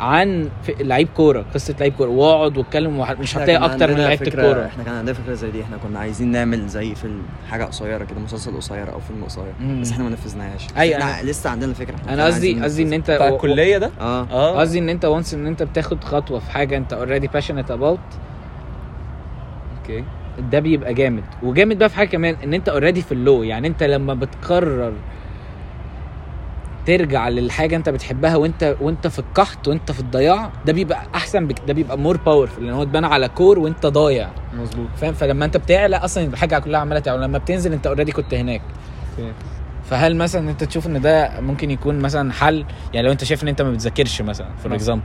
Speaker 2: عن في- لعيب كوره قصه لعيب كوره واقعد واتكلم وح- مش
Speaker 4: إحنا
Speaker 2: هتلاقي
Speaker 4: كان
Speaker 2: اكتر من
Speaker 4: عندنا
Speaker 2: لعيبه
Speaker 4: فكرة-
Speaker 2: الكوره
Speaker 4: احنا كان عندنا فكره زي دي احنا كنا عايزين نعمل زي فيلم حاجه قصيره كده مسلسل قصير او فيلم قصير
Speaker 2: مم.
Speaker 4: بس احنا ما نفذناهاش بس
Speaker 2: أيوة،
Speaker 4: احنا لسه عندنا الفكره إحنا
Speaker 2: انا
Speaker 4: كنا
Speaker 2: قصدي
Speaker 4: عايزين
Speaker 2: قصدي آه. ان
Speaker 4: ننفذها.
Speaker 2: انت
Speaker 3: بتاع
Speaker 2: و-
Speaker 3: الكليه ده
Speaker 4: اه
Speaker 3: اه
Speaker 2: قصدي ان انت وانس ان انت بتاخد خطوه في حاجه انت اوريدي باشنت اباوت
Speaker 3: اوكي
Speaker 2: ده بيبقى جامد وجامد بقى في حاجه كمان ان انت اوريدي في اللو يعني انت لما بتقرر ترجع للحاجه انت بتحبها وانت وانت في القحط وانت في الضياع ده بيبقى احسن بك ده بيبقى مور باورفل لان هو اتبنى على كور وانت ضايع
Speaker 3: مظبوط
Speaker 2: فاهم فلما انت بتعلى اصلا الحاجه كلها عماله تعلى لما بتنزل انت اوريدي كنت هناك فهل مثلا انت تشوف ان ده ممكن يكون مثلا حل يعني لو انت شايف ان انت ما بتذاكرش مثلا فور اكزامبل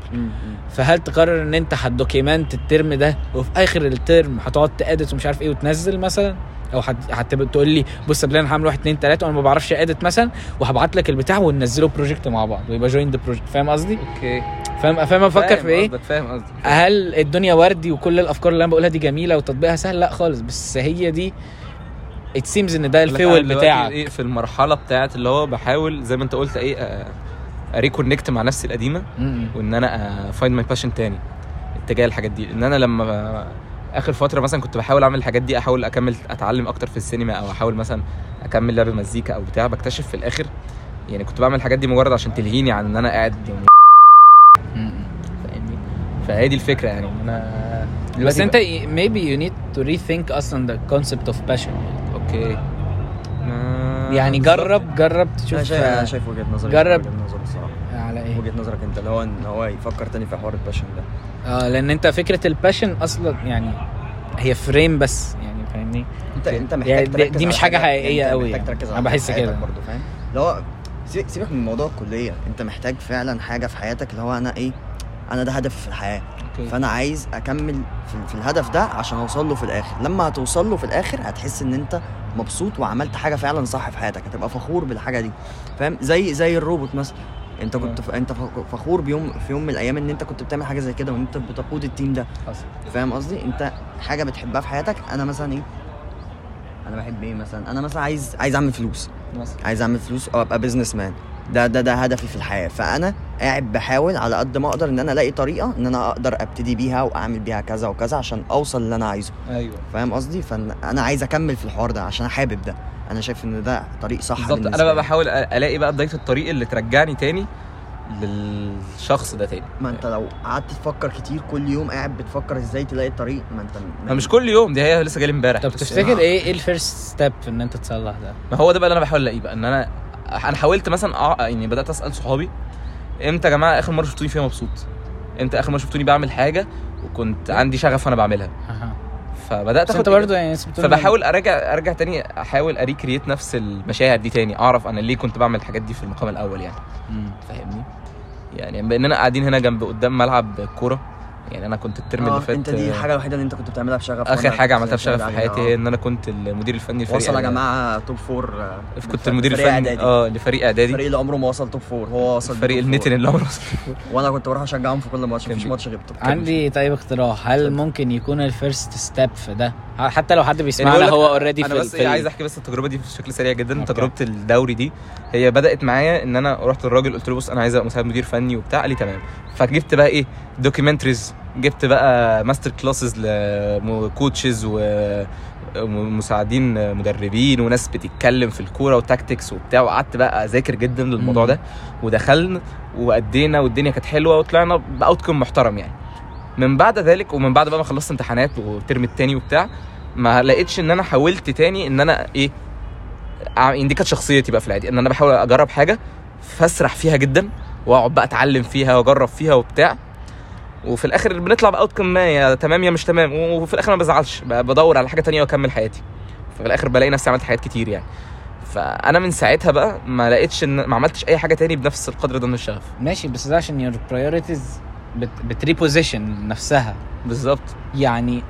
Speaker 2: فهل تقرر ان انت هتدوكيمنت الترم ده وفي اخر الترم هتقعد تادت ومش عارف ايه وتنزل مثلا او هت- هتبقى تقول لي بص يا بلان هعمل واحد اتنين تلاته وانا ما بعرفش ادت مثلا وهبعت لك البتاع وننزله بروجكت مع بعض ويبقى جوين ذا بروجكت فاهم قصدي؟
Speaker 3: اوكي
Speaker 2: فاهم فاهم افكر
Speaker 3: فاهم
Speaker 2: في ايه؟
Speaker 3: قصدك فاهم قصدك
Speaker 2: هل الدنيا وردي وكل الافكار اللي انا بقولها دي جميله وتطبيقها سهل لا خالص بس هي دي ات سيمز ان ده
Speaker 3: أنا
Speaker 2: الفيول
Speaker 3: دلوقتي
Speaker 2: بتاعك
Speaker 4: إيه؟
Speaker 3: ايه في المرحله بتاعت اللي هو بحاول زي ما انت قلت ايه اريكونكت مع نفسي القديمه
Speaker 2: م-م.
Speaker 3: وان انا فايند ماي باشن تاني اتجاه الحاجات دي ان انا لما ب- اخر فتره مثلا كنت بحاول اعمل الحاجات دي احاول اكمل اتعلم اكتر في السينما او احاول مثلا اكمل لعب مزيكا او بتاع بكتشف في الاخر يعني كنت بعمل الحاجات دي مجرد عشان تلهيني عن ان انا قاعد يعني فاهمني فهي دي الفكره يعني ان انا
Speaker 2: بس
Speaker 3: دلوقتي
Speaker 2: انت
Speaker 3: بقى-
Speaker 2: maybe you need to rethink اصلا the concept of passion
Speaker 4: آه،
Speaker 3: اوكي ما-
Speaker 2: يعني
Speaker 3: بالظبط.
Speaker 2: جرب جرب تشوف
Speaker 4: انا شايف انا شايف وجهه نظري
Speaker 2: جرب.
Speaker 4: وجهه نظري الصراحه
Speaker 2: على ايه
Speaker 4: وجهه نظرك انت اللي هو ان هو يفكر تاني في حوار الباشن ده
Speaker 2: اه لان انت فكره الباشن اصلا يعني هي فريم بس يعني فاهمني
Speaker 4: انت انت محتاج
Speaker 2: يعني دي-
Speaker 4: تركز
Speaker 2: دي
Speaker 4: على
Speaker 2: مش حاجة حقيقية
Speaker 4: انت
Speaker 2: قوي
Speaker 4: محتاج
Speaker 2: يعني.
Speaker 4: تركز
Speaker 2: انا
Speaker 4: على
Speaker 2: بحس
Speaker 4: حاجة في
Speaker 2: كده.
Speaker 4: حياتك برضه فاهم اللي هو سيبك سيبك من موضوع الكليه انت محتاج فعلا حاجه في حياتك اللي هو انا ايه انا ده هدف في الحياه
Speaker 3: أوكي.
Speaker 4: فانا عايز اكمل في, في الهدف ده عشان اوصل له في الاخر لما هتوصل له في الاخر هتحس ان انت مبسوط وعملت حاجه فعلا صح في حياتك هتبقى فخور بالحاجه دي فاهم زي زي الروبوت مثلا انت كنت
Speaker 2: آه.
Speaker 4: ف... انت فخ- فخور بيوم في يوم من الايام ان انت كنت بتعمل حاجه زي كده وان انت بتقود التيم ده
Speaker 3: حصل.
Speaker 4: فاهم قصدي انت حاجه بتحبها في حياتك انا مثلا ايه انا بحب ايه مثلا انا مثلا عايز عايز اعمل فلوس
Speaker 3: مثلا.
Speaker 4: عايز اعمل فلوس او ابقى بزنس مان ده ده ده هدفي في الحياه فانا قاعد بحاول على قد ما اقدر ان انا الاقي طريقه ان انا اقدر ابتدي بيها واعمل بيها كذا وكذا عشان اوصل اللي انا عايزه
Speaker 3: ايوه
Speaker 4: فاهم قصدي فانا عايز اكمل في الحوار ده عشان أنا حابب ده انا شايف ان ده طريق صح
Speaker 3: بالظبط
Speaker 4: بالنسبة
Speaker 3: انا بقى
Speaker 4: لي.
Speaker 3: بحاول أ- الاقي بقى بدايه الطريق اللي ترجعني تاني للشخص ده تاني
Speaker 4: ما انت لو قعدت تفكر كتير كل يوم قاعد بتفكر ازاي تلاقي الطريق ما انت
Speaker 3: ما مش كل يوم دي هي لسه جالي امبارح
Speaker 2: طب
Speaker 3: بس آه.
Speaker 2: تفتكر ايه ايه الفيرست ستيب في ان انت تصلح ده
Speaker 3: ما هو ده بقى اللي انا بحاول الاقيه بقى ان انا انا حاولت مثلا أع... يعني بدات اسال صحابي امتى يا جماعه اخر مره شفتوني فيها مبسوط امتى اخر مره شفتوني بعمل حاجه وكنت عندي شغف وانا بعملها فبدات
Speaker 2: بس انت
Speaker 4: إيه؟
Speaker 3: إجابة.
Speaker 2: برضه يعني بتقول
Speaker 3: فبحاول ارجع ارجع تاني احاول اريكريت نفس المشاعر دي تاني اعرف انا ليه كنت بعمل الحاجات دي في المقام الاول يعني
Speaker 2: مم.
Speaker 3: فاهمني يعني باننا قاعدين هنا جنب قدام ملعب كوره يعني انا كنت الترم اللي
Speaker 4: اه
Speaker 3: فات
Speaker 4: انت دي الحاجه الوحيده اللي انت كنت بتعملها بشغف
Speaker 3: اخر
Speaker 4: وأنا
Speaker 3: حاجه
Speaker 4: كنت
Speaker 3: عملتها بشغف في
Speaker 4: شغال
Speaker 3: حياتي
Speaker 4: عليها.
Speaker 3: هي ان انا كنت المدير الفني لفريق
Speaker 4: آه. وصل يا جماعه توب فور آه،
Speaker 3: كنت
Speaker 4: في
Speaker 3: المدير
Speaker 4: فريق
Speaker 3: الفني
Speaker 4: إعدادي.
Speaker 3: اه لفريق اعدادي
Speaker 4: الفريق اللي عمره ما وصل توب فور هو وصل
Speaker 3: فريق
Speaker 4: توب
Speaker 3: النتن
Speaker 4: فور.
Speaker 3: اللي عمره وصل
Speaker 4: وانا كنت بروح اشجعهم في كل ماتش
Speaker 3: كان
Speaker 4: مفيش
Speaker 3: بي-
Speaker 4: ماتش غبته
Speaker 2: عندي طيب اقتراح هل ممكن يكون الفيرست ستيب في ده حتى لو حد بيسمعنا
Speaker 3: بقول لك
Speaker 2: هو اوريدي في
Speaker 3: انا بس
Speaker 2: في
Speaker 3: ايه عايز احكي بس التجربه دي بشكل سريع جدا
Speaker 2: أوكي.
Speaker 3: تجربه الدوري دي هي بدات معايا ان انا رحت للراجل قلت له بص انا عايز ابقى مساعد مدير فني وبتاع قال لي تمام فجبت بقى ايه دوكيومنتريز جبت بقى ماستر كلاسز لكوتشز و مساعدين مدربين وناس بتتكلم في الكوره وتاكتكس وبتاع وقعدت بقى اذاكر جدا للموضوع
Speaker 2: مم.
Speaker 3: ده ودخلنا وادينا والدنيا كانت حلوه وطلعنا باوتكم محترم يعني من بعد ذلك ومن بعد بقى ما خلصت امتحانات والترم التاني وبتاع ما لقيتش ان انا حاولت تاني ان انا ايه أع- يعني دي كانت شخصيتي بقى في العادي ان انا بحاول اجرب حاجه فاسرح فيها جدا واقعد بقى اتعلم فيها واجرب فيها وبتاع وفي الاخر بنطلع باوتكم ما يا تمام يا مش تمام و- وفي الاخر ما بزعلش ب- بدور على حاجه تانية واكمل حياتي ففي الاخر بلاقي نفسي عملت حاجات كتير يعني فانا من ساعتها بقى ما لقيتش ان ما عملتش اي حاجه تاني بنفس القدر ده من الشغف
Speaker 2: ماشي بس ده عشان your priorities بت بتريبوزيشن نفسها
Speaker 3: بالظبط
Speaker 2: يعني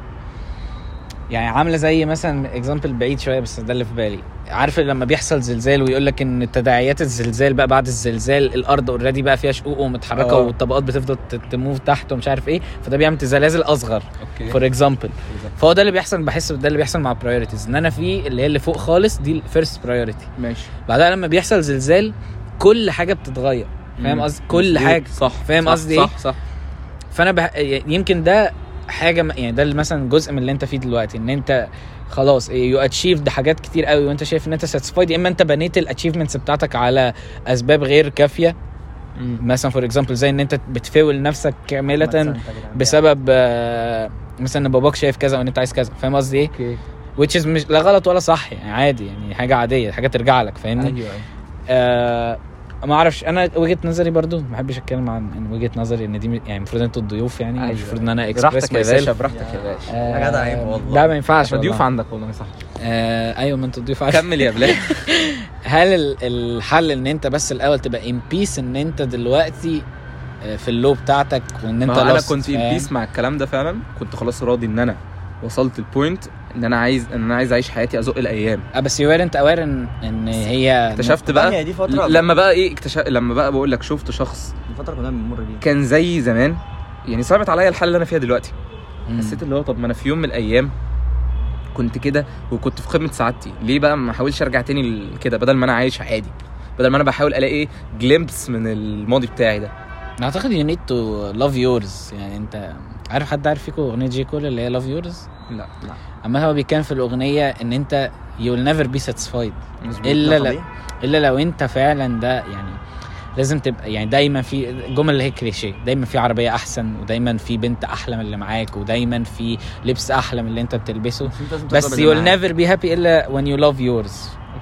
Speaker 2: يعني عامله زي مثلا اكزامبل بعيد شويه بس ده اللي في بالي عارف لما بيحصل زلزال ويقول لك ان تداعيات الزلزال بقى بعد الزلزال الارض اوريدي بقى فيها شقوق ومتحركه
Speaker 3: آه.
Speaker 2: والطبقات بتفضل ت- تموف تحت ومش عارف ايه فده بيعمل زلازل اصغر
Speaker 3: اوكي
Speaker 2: فور اكزامبل فهو ده اللي بيحصل بحس ده اللي بيحصل مع البرايورتيز ان انا في اللي هي اللي فوق خالص دي الفيرست برايورتي
Speaker 3: ماشي
Speaker 2: بعدها لما بيحصل زلزال كل حاجه بتتغير فاهم قصدي كل حاجه
Speaker 3: صح
Speaker 2: فاهم
Speaker 3: صح،
Speaker 2: قصدي إيه؟
Speaker 3: صح صح
Speaker 2: فانا بح... يمكن ده حاجه م- يعني ده اللي مثلا جزء من اللي انت فيه دلوقتي ان انت خلاص يو اتشيفد حاجات كتير قوي وانت شايف ان انت ساتسفايد يا اما انت بنيت الاتشيفمنتس بتاعتك على اسباب غير كافيه مثلا فور اكزامبل زي ان انت بتفاول نفسك كامله بسبب آه، مثلا ان باباك شايف كذا وان انت عايز كذا فاهم قصدي ايه؟
Speaker 3: اوكي
Speaker 2: which is مش لا غلط ولا صح يعني عادي يعني حاجه عاديه حاجه ترجع لك فاهمني؟
Speaker 3: ايوه
Speaker 2: آه ما اعرفش انا وجهه نظري برضو ما بحبش اتكلم عن عن وجهه نظري ان دي م- يعني المفروض انتوا الضيوف يعني مش
Speaker 3: أيوة.
Speaker 2: المفروض ان انا اكسبرس
Speaker 3: براحتك يا باشا
Speaker 2: ماي
Speaker 3: براحتك يا باشا
Speaker 4: يا جدع عيب والله.
Speaker 2: آه، لا ما ينفعش
Speaker 3: عشان ضيوف
Speaker 2: والله.
Speaker 3: عندك والله صح
Speaker 2: آه ايوه ما انت تضيف عليه
Speaker 3: كمل يا بلال
Speaker 2: هل ال- الحل ان انت بس الاول تبقى ان بيس ان انت دلوقتي آه، في اللو بتاعتك وان انت
Speaker 3: ما هو انا
Speaker 2: lost،
Speaker 3: كنت
Speaker 2: فاهم؟
Speaker 3: ان بيس مع الكلام ده فعلا كنت خلاص راضي ان انا وصلت البوينت ان انا عايز ان انا عايز اعيش حياتي ازق الايام
Speaker 2: آه، بس يو انت اوير ان ان هي
Speaker 3: اكتشفت
Speaker 4: هي
Speaker 3: بقى
Speaker 4: دي فتره
Speaker 3: لما بقى ايه اكتشف لما بقى بقول لك شفت شخص
Speaker 4: دي فتره كلنا بنمر بيها
Speaker 3: كان زي زمان يعني صعبت عليا الحاله اللي انا فيها دلوقتي
Speaker 2: مم.
Speaker 3: حسيت اللي هو طب ما انا في يوم من الايام كنت كده وكنت في قمه سعادتي ليه بقى ما احاولش ارجع تاني كده بدل ما انا عايش عادي بدل ما انا بحاول الاقي جليمبس من الماضي بتاعي ده
Speaker 2: أنا اعتقد يو نيد تو لاف يورز يعني انت عارف حد عارف فيكم اغنيه جي كول اللي هي لاف يورز
Speaker 3: لا
Speaker 2: اما هو بيتكلم في الاغنيه ان انت يو ويل نيفر بي ساتيسفايد
Speaker 3: مظبوط
Speaker 2: الا
Speaker 4: طب
Speaker 2: لا
Speaker 4: إيه؟
Speaker 2: الا لو انت فعلا ده يعني لازم تبقى يعني دايما في الجمل اللي هي كليشيه دايما في عربيه احسن ودايما في بنت احلى من اللي معاك ودايما في لبس احلى من اللي انت بتلبسه
Speaker 4: بس انت لازم تقدر
Speaker 2: بس
Speaker 4: اللي
Speaker 2: يو ويل
Speaker 4: معاك.
Speaker 2: نيفر بي هابي الا when you love yours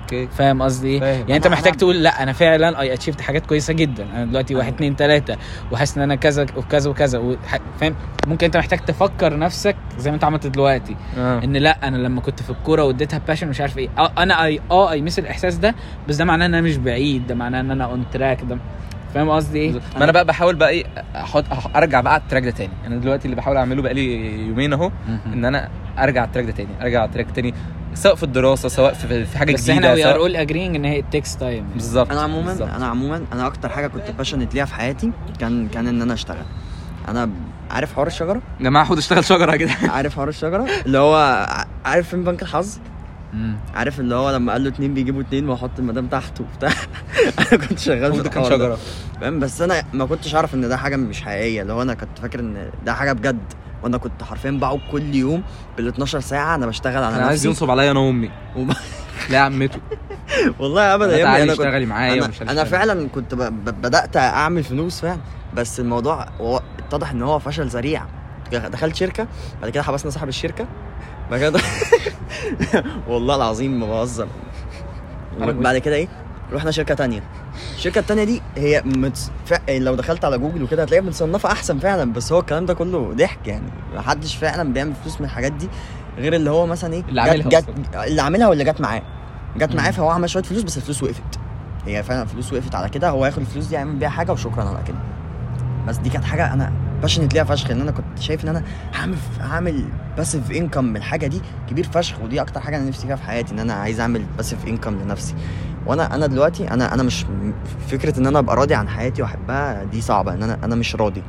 Speaker 3: اوكي
Speaker 2: فاهم قصدي ايه؟
Speaker 3: فاهم.
Speaker 2: يعني انت
Speaker 4: أنا-
Speaker 2: محتاج
Speaker 4: أنا- أيوة.
Speaker 2: تقول لا انا فعلا اي اتشيفت حاجات كويسه جدا انا دلوقتي واحد اتنين تلاته وحاسس ان انا كذا وكذا وكذا وح- فاهم ممكن انت محتاج تفكر نفسك زي ما انت عملت دلوقتي
Speaker 3: آه.
Speaker 2: ان لا انا لما كنت في الكوره واديتها باشن مش عارف ايه آه، انا اي اه اي مس الاحساس ده بس ده معناه ان انا مش بعيد ده معناه ان انا اون تراك ده فاهم قصدي ايه؟
Speaker 3: ما انا بقى بحاول بقى ايه احط أح- ارجع بقى على التراك ده تاني انا دلوقتي اللي بحاول اعمله بقى لي يومين اهو ان انا ارجع على التراك ده تاني ارجع على التراك تاني سواء في الدراسه سواء في, في حاجه
Speaker 2: بس احنا
Speaker 3: جديده
Speaker 2: وي ار
Speaker 3: سواء-
Speaker 2: اول اجرينج ان هي تيكس تايم
Speaker 3: بالظبط
Speaker 4: انا عموما
Speaker 3: بالظبط.
Speaker 4: انا عموما انا اكتر حاجه كنت باشنت ليها في حياتي كان كان ان انا اشتغل انا ب- عارف حوار الشجره
Speaker 3: يا جماعه خد اشتغل شجره كده
Speaker 4: عارف حوار الشجره اللي هو ع- عارف فين بنك الحظ عارف اللي هو لما قال له اتنين بيجيبوا اتنين واحط المدام تحت وبتاع انا كنت شغال في
Speaker 3: المفروض كان
Speaker 4: الحوار ده
Speaker 3: شجره
Speaker 4: فاهم بس انا ما كنتش اعرف ان ده حاجه مش حقيقيه اللي هو انا كنت فاكر ان ده حاجه بجد وانا كنت حرفيا بقعد كل يوم بال 12 ساعه انا بشتغل على
Speaker 3: انا عايز
Speaker 4: نفسي
Speaker 3: ينصب عليا انا وامي
Speaker 4: وب-
Speaker 3: لا يا عمته
Speaker 4: والله ابدا يا ابني
Speaker 3: تعالي
Speaker 4: انا كنت
Speaker 3: اشتغلي معايا
Speaker 4: انا,
Speaker 3: ومش
Speaker 4: أنا فعلا كنت ب... ب... بدات اعمل فلوس فعلا بس الموضوع هو اتضح ان هو فشل ذريع دخلت شركه بعد كده حبسنا صاحب الشركه بعد كده والله العظيم ما بهزر بعد كده ايه رحنا شركه تانية الشركه التانية دي هي متص... ف... لو دخلت على جوجل وكده هتلاقيها متصنفه احسن فعلا بس هو الكلام ده كله ضحك يعني محدش فعلا بيعمل فلوس من الحاجات دي غير اللي هو مثلا ايه
Speaker 3: اللي
Speaker 4: جت-
Speaker 3: عاملها
Speaker 4: جت... اللي عاملها واللي جت معاه جت معاه فهو عمل شويه فلوس بس الفلوس وقفت هي فعلا الفلوس وقفت على كده هو هياخد الفلوس دي هيعمل بيها حاجه وشكرا على كده بس دي كانت حاجه انا باشنت ليها فشخ ان انا كنت شايف ان انا هعمل هعمل باسيف انكم من الحاجه دي كبير فشخ ودي اكتر حاجه انا نفسي فيها في حياتي ان انا عايز اعمل باسيف انكم لنفسي وانا انا دلوقتي انا انا مش فكره ان انا ابقى راضي عن حياتي واحبها دي صعبه ان انا انا مش راضي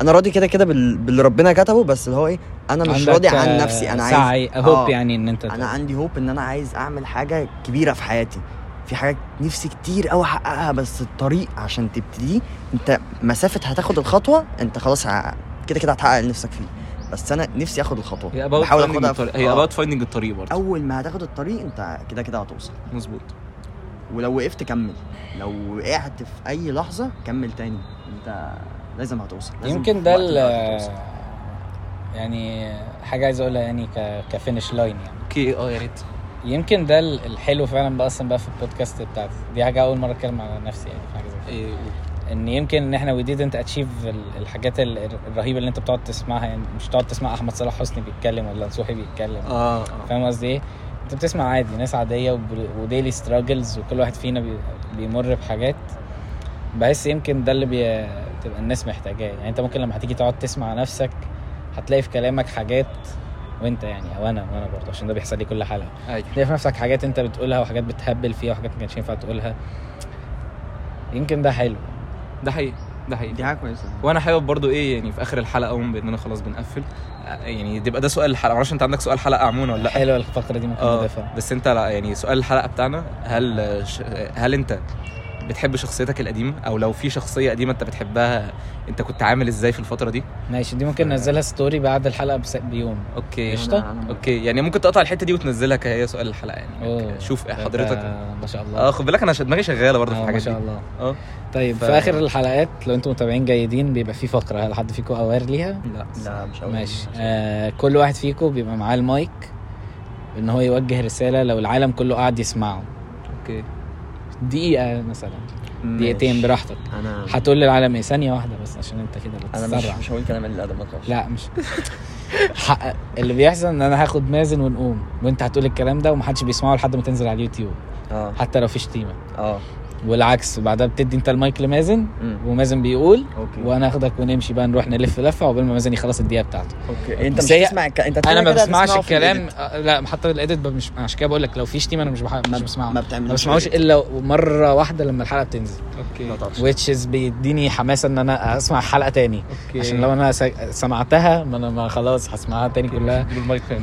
Speaker 4: انا راضي كده كده بال- باللي ربنا كتبه بس اللي هو ايه انا مش راضي عن نفسي انا عايز
Speaker 2: سعي
Speaker 4: آه.
Speaker 2: هوب يعني ان انت
Speaker 4: انا عندي هوب ان انا عايز اعمل حاجه كبيره في حياتي في حاجات نفسي كتير قوي احققها بس الطريق عشان تبتدي انت مسافه هتاخد الخطوه انت خلاص ه- كده كده هتحقق اللي نفسك فيه بس انا نفسي اخد الخطوه
Speaker 3: هي اباوت
Speaker 4: بحاول
Speaker 3: فايندنج
Speaker 4: اخدها
Speaker 3: الطريق
Speaker 4: في-
Speaker 3: هي
Speaker 4: آه.
Speaker 3: اباوت فايندنج الطريق برضه
Speaker 4: اول ما هتاخد الطريق انت كده كده هتوصل
Speaker 3: مظبوط
Speaker 4: ولو وقفت كمل لو وقعت في اي لحظه كمل تاني انت لازم هتوصل لازم
Speaker 2: يمكن
Speaker 4: في
Speaker 2: ده
Speaker 4: وقت
Speaker 2: ال-
Speaker 4: من الأوقات هتوصل.
Speaker 2: يعني حاجه عايز اقولها يعني ك... كفينش لاين يعني
Speaker 3: اوكي اه يا ريت
Speaker 2: يمكن ده ال- الحلو فعلا بقى اصلا بقى في البودكاست بتاعتي دي حاجه اول مره اتكلم على نفسي يعني في حاجه زي كده
Speaker 3: إيه،
Speaker 2: ان يمكن ان احنا وي ديدنت اتشيف الحاجات ال- الرهيبه اللي انت بتقعد تسمعها يعني مش تقعد تسمع احمد صلاح حسني بيتكلم ولا نصوحي بيتكلم
Speaker 3: اه آه.
Speaker 2: فاهم قصدي ايه؟ انت بتسمع عادي ناس عاديه وديلي ستراجلز وكل واحد فينا بي- بيمر بحاجات بحس يمكن ده اللي بي... بتبقى الناس محتاجاه يعني انت ممكن لما هتيجي تقعد تسمع نفسك هتلاقي في كلامك حاجات وانت يعني او انا وانا برضه عشان ده بيحصل لي كل حلقه
Speaker 3: ايوه
Speaker 2: تلاقي في نفسك حاجات انت بتقولها وحاجات بتهبل فيها وحاجات ما كانش ينفع تقولها يمكن ده حلو
Speaker 3: ده حقيقي ده حقيقي
Speaker 4: دي حاجه كويسه
Speaker 3: وانا حابب برضو ايه يعني في اخر الحلقه اقوم بان انا خلاص بنقفل آه، يعني تبقى ده سؤال الحلقه معرفش انت عندك سؤال حلقه عموما ولا لا
Speaker 2: حلوه الفقره دي ممكن
Speaker 3: اه
Speaker 2: نضيفها
Speaker 3: بس انت لا يعني سؤال الحلقه بتاعنا هل ش... هل انت بتحب شخصيتك القديمه او لو في شخصيه قديمه انت بتحبها انت كنت عامل ازاي في الفتره دي
Speaker 2: ماشي دي ممكن ننزلها ستوري بعد الحلقه بس- بيوم
Speaker 3: اوكي
Speaker 2: قشطة.
Speaker 3: اوكي يعني ممكن تقطع الحته دي وتنزلها كهي سؤال الحلقه يعني
Speaker 2: أوه.
Speaker 3: شوف
Speaker 2: ده
Speaker 3: حضرتك
Speaker 2: انت ما شاء الله
Speaker 3: اه خد بالك انا ش- دماغي شغاله برضه في
Speaker 2: آه، ما
Speaker 3: الحاجات
Speaker 2: شاء
Speaker 3: دي
Speaker 2: الله
Speaker 3: اه
Speaker 2: طيب
Speaker 3: ف-
Speaker 2: في اخر الحلقات لو انتم متابعين جيدين بيبقى في فقره هل حد فيكم اوار ليها
Speaker 3: لا
Speaker 4: لا مش أول.
Speaker 2: ماشي آه كل واحد فيكم بيبقى معاه المايك ان هو يوجه رساله لو العالم كله قاعد يسمعه
Speaker 3: اوكي
Speaker 2: دقيقه مثلا
Speaker 4: إيه. ماشي.
Speaker 2: دقيقتين براحتك
Speaker 4: انا
Speaker 2: هتقول للعالم ايه ثانيه واحده بس عشان انت كده
Speaker 4: انا
Speaker 2: بتسرع
Speaker 4: مش مش هقول كلام الا ده ما تخافش
Speaker 2: لا مش حقق اللي بيحصل ان انا هاخد مازن ونقوم وانت هتقول الكلام ده ومحدش بيسمعه لحد ما تنزل على اليوتيوب
Speaker 4: اه
Speaker 2: حتى لو في شتيمه
Speaker 4: اه
Speaker 2: والعكس بعدها بتدي انت المايك لمازن
Speaker 4: مم.
Speaker 2: ومازن بيقول
Speaker 4: اوكي
Speaker 2: وانا اخدك ونمشي بقى نروح نلف لفه عقبال ما مازن يخلص الدقيقه بتاعته
Speaker 4: اوكي انت
Speaker 2: بس
Speaker 4: مش
Speaker 2: هي-
Speaker 4: بتسمع الك... انت
Speaker 2: انا
Speaker 4: كده
Speaker 2: ما
Speaker 4: كده
Speaker 2: بسمعش
Speaker 4: هتسمعه في
Speaker 2: الكلام
Speaker 4: الإيديت.
Speaker 2: آه، لا حتى الاديت ب- مش عشان كده بقول لك لو في شتيمه انا مش بح... مش بسمعها
Speaker 4: ما إيه.
Speaker 2: ما
Speaker 4: بتعملوش
Speaker 2: بسمعوش
Speaker 4: edit.
Speaker 2: الا مره واحده لما الحلقه بتنزل
Speaker 4: ما تعرفش.
Speaker 2: which is بيديني حماسه ان انا اسمع حلقه تاني
Speaker 3: اوكي
Speaker 2: عشان لو انا س- سمعتها ما انا ما خلاص هسمعها تاني كلها
Speaker 3: اديله المايك فين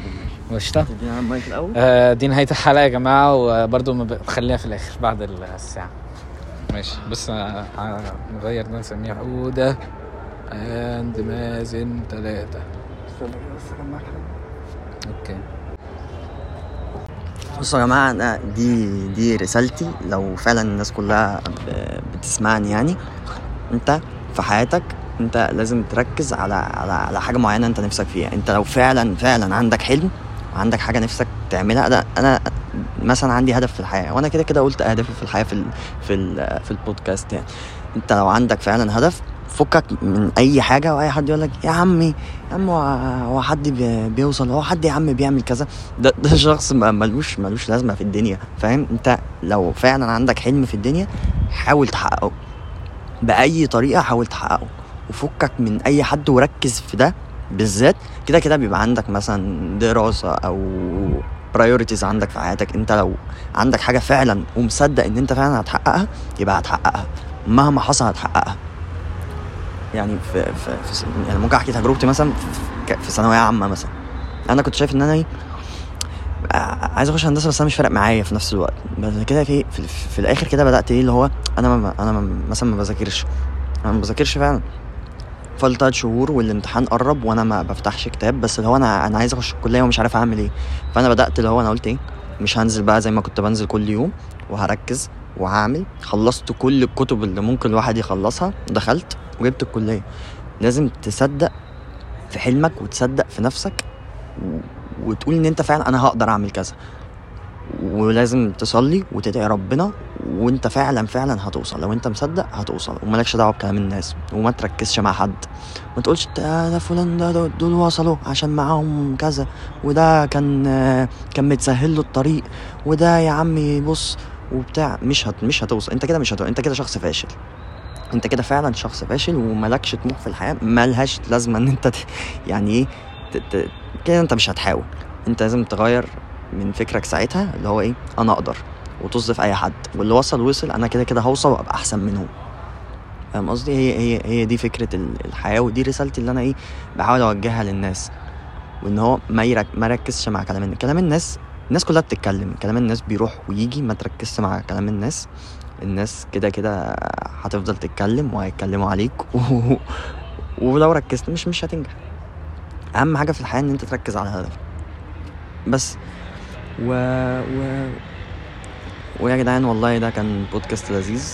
Speaker 2: وقشطه
Speaker 4: تدينا على المايك الاول
Speaker 2: آه، دي نهايه الحلقه يا جماعه وبرده ما ب- خليها في الاخر بعد الساعه ماشي بس آه، آه، نغير ده نسميها عوده اند مازن ثلاثه اوكي
Speaker 4: بصوا يا جماعه انا دي دي رسالتي لو فعلا الناس كلها ب- بتسمعني يعني انت في حياتك انت لازم تركز على على على حاجه معينه انت نفسك فيها انت لو فعلا فعلا عندك حلم وعندك حاجه نفسك تعملها انا انا مثلا عندي هدف في الحياه وانا كده كده قلت اهدافي في الحياه في ال في ال في البودكاست يعني انت لو عندك فعلا هدف فكك من اي حاجه واي حد يقول لك يا عمي يا عم هو هو حد بي- بيوصل هو حد يا عم بيعمل كذا ده, ده شخص ما- ملوش ملوش لازمه في الدنيا فاهم انت لو فعلا عندك حلم في الدنيا حاول تحققه باي طريقه حاول تحققه وفكك من اي حد وركز في ده بالذات كده كده بيبقى عندك مثلا دراسه او priorities عندك في حياتك انت لو عندك حاجه فعلا ومصدق ان انت فعلا هتحققها يبقى هتحققها مهما حصل هتحققها يعني في, في, في يعني ممكن احكي تجربتي مثلا في- في- في ثانويه عامه مثلا انا كنت شايف ان انا ايه آه، عايز اخش هندسه بس انا مش فارق معايا في نفس الوقت بس كده في في, في الاخر كده بدات ايه اللي هو انا ما انا ما مثلا ما بذاكرش انا ما بذاكرش فعلا فضل تلات شهور والامتحان قرب وانا ما بفتحش كتاب بس اللي هو انا انا عايز اخش الكليه ومش عارف اعمل ايه فانا بدات اللي هو انا قلت ايه مش هنزل بقى زي ما كنت بنزل كل يوم وهركز وهعمل خلصت كل الكتب اللي ممكن الواحد يخلصها دخلت وجبت الكليه لازم تصدق في حلمك وتصدق في نفسك و- وتقول ان انت فعلا انا هقدر اعمل كذا ولازم تصلي وتدعي ربنا وانت فعلا فعلا هتوصل لو انت مصدق هتوصل ومالكش دعوه بكلام الناس وما تركزش مع حد ما تقولش "ده- ده فلان ده ده- دول وصلوا عشان معاهم كذا وده كان آه، كان متسهل له الطريق وده يا عمي بص وبتاع مش هت مش هتوصل انت كده مش هتوصل انت كده شخص فاشل انت كده فعلا شخص فاشل وملكش طموح في الحياه ملهاش لازمه ان انت ت- يعني ايه ت- ت- كده انت مش هتحاول انت لازم تغير من فكرك ساعتها اللي هو ايه انا اقدر وتصدف اي حد واللي وصل وصل انا كده كده هوصل وابقى احسن منهم فاهم قصدي هي هي هي دي فكره ال- الحياه ودي رسالتي اللي انا ايه بحاول اوجهها للناس وان هو ما يرك ما يركزش مع كلام الناس كلام الناس الناس كلها بتتكلم كلام الناس بيروح ويجي ما تركزش مع كلام الناس الناس كده كده هتفضل تتكلم وهيتكلموا عليك و... ولو ركزت مش مش هتنجح اهم حاجه في الحياه ان انت تركز على هدفك بس و... و... ويا جدعان والله ده كان بودكاست لذيذ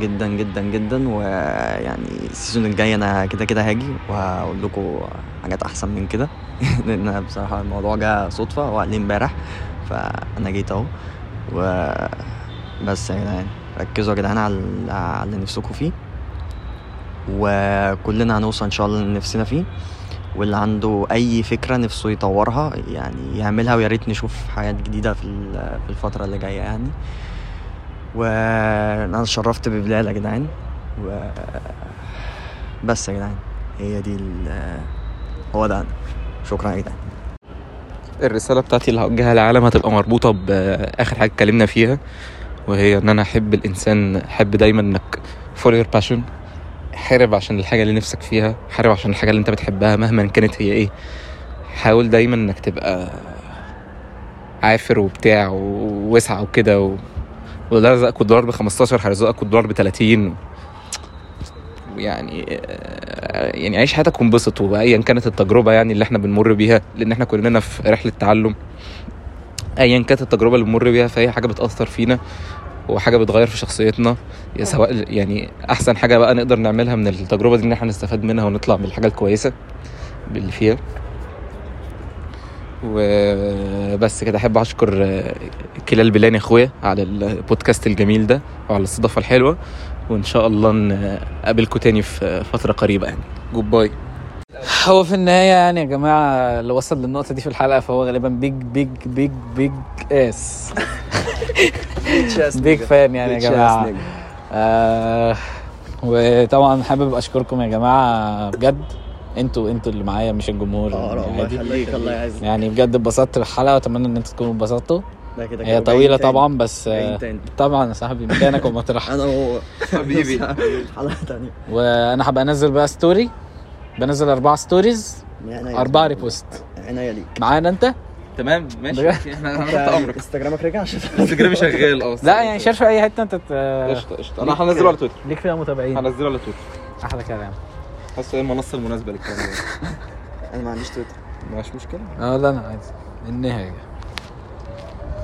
Speaker 4: جدا جدا جدا ويعني السيزون الجاي انا كده كده هاجي وهقول لكم حاجات احسن من كده لان أنا بصراحه الموضوع جه صدفه هو قال لي امبارح فانا جيت اهو و بس يا جدعان ركزوا يا جدعان على ال- على اللي نفسكم فيه وكلنا هنوصل ان شاء الله اللي نفسنا فيه واللي عنده اي فكره نفسه يطورها يعني يعملها ويا ريت نشوف حاجات جديده في ال- في الفتره اللي جايه يعني وانا اتشرفت ببلال يا جدعان و بس يا جدعان هي دي ال- هو ده انا شكرا يا جدعان
Speaker 3: الرسالة بتاعتي اللي هوجهها للعالم هتبقى مربوطة بآخر حاجة اتكلمنا فيها وهي إن أنا أحب الإنسان أحب دايما إنك follow your passion حارب عشان الحاجة اللي نفسك فيها حارب عشان الحاجة اللي أنت بتحبها مهما كانت هي إيه حاول دايما إنك تبقى عافر وبتاع ووسعة وكده و... وده رزقك والدولار ب 15 هيرزقك والدولار ب 30 ويعني آه، يعني عيش حياتك وانبسط وايا كانت التجربه يعني اللي احنا بنمر بيها لان احنا كلنا في رحله تعلم ايا كانت التجربه اللي بنمر بيها فهي حاجه بتاثر فينا وحاجه بتغير في شخصيتنا يا سواء يعني احسن حاجه بقى نقدر نعملها من التجربه دي ان احنا نستفاد منها ونطلع بالحاجه الكويسه اللي فيها وبس كده احب اشكر آه، كلال بلاني اخويا على البودكاست الجميل ده وعلى الاستضافه الحلوه وان شاء الله نقابلكم تاني في فتره قريبه يعني جود باي
Speaker 2: هو في النهايه يعني يا جماعه اللي وصل للنقطه دي في الحلقه فهو غالبا بيج بيج بيج بيج اس بيج فان يعني يا جماعه آه وطبعا حابب اشكركم يا جماعه بجد انتوا انتوا اللي معايا مش الجمهور
Speaker 4: الله
Speaker 2: عادي.
Speaker 4: يخليك الله يعزك
Speaker 2: يعني بجد اتبسطت في الحلقه واتمنى ان انتوا تكونوا اتبسطتوا
Speaker 4: ده كده
Speaker 2: هي
Speaker 4: كده.
Speaker 2: طويله
Speaker 4: بعيد تاني.
Speaker 2: طبعا بس آه،
Speaker 4: بعيد تاني.
Speaker 2: طبعا يا صاحبي مكانك ومطرحك
Speaker 4: انا و
Speaker 3: حبيبي.
Speaker 4: حلقه تانية
Speaker 2: وانا هبقى انزل بقى ستوري بنزل اربع ستوريز
Speaker 4: من عينيا
Speaker 2: اربعه ريبوست
Speaker 4: عينيا ليك
Speaker 2: معانا انت
Speaker 3: تمام ماشي احنا انا تحت امرك
Speaker 4: انستجرامك رجع عشان
Speaker 3: انستجرامي شغال اه
Speaker 2: لا يعني شير في اي حته انت ت-
Speaker 3: قشطه قشطه انا هنزله على تويتر
Speaker 2: ليك فيها متابعين
Speaker 3: هنزله على تويتر
Speaker 2: احلى كلام
Speaker 3: حاسس هي المنصه المناسبه للكلام ده
Speaker 4: انا ما عنديش تويتر
Speaker 3: مش مشكله
Speaker 2: اه لا انا آه، عايز النهايه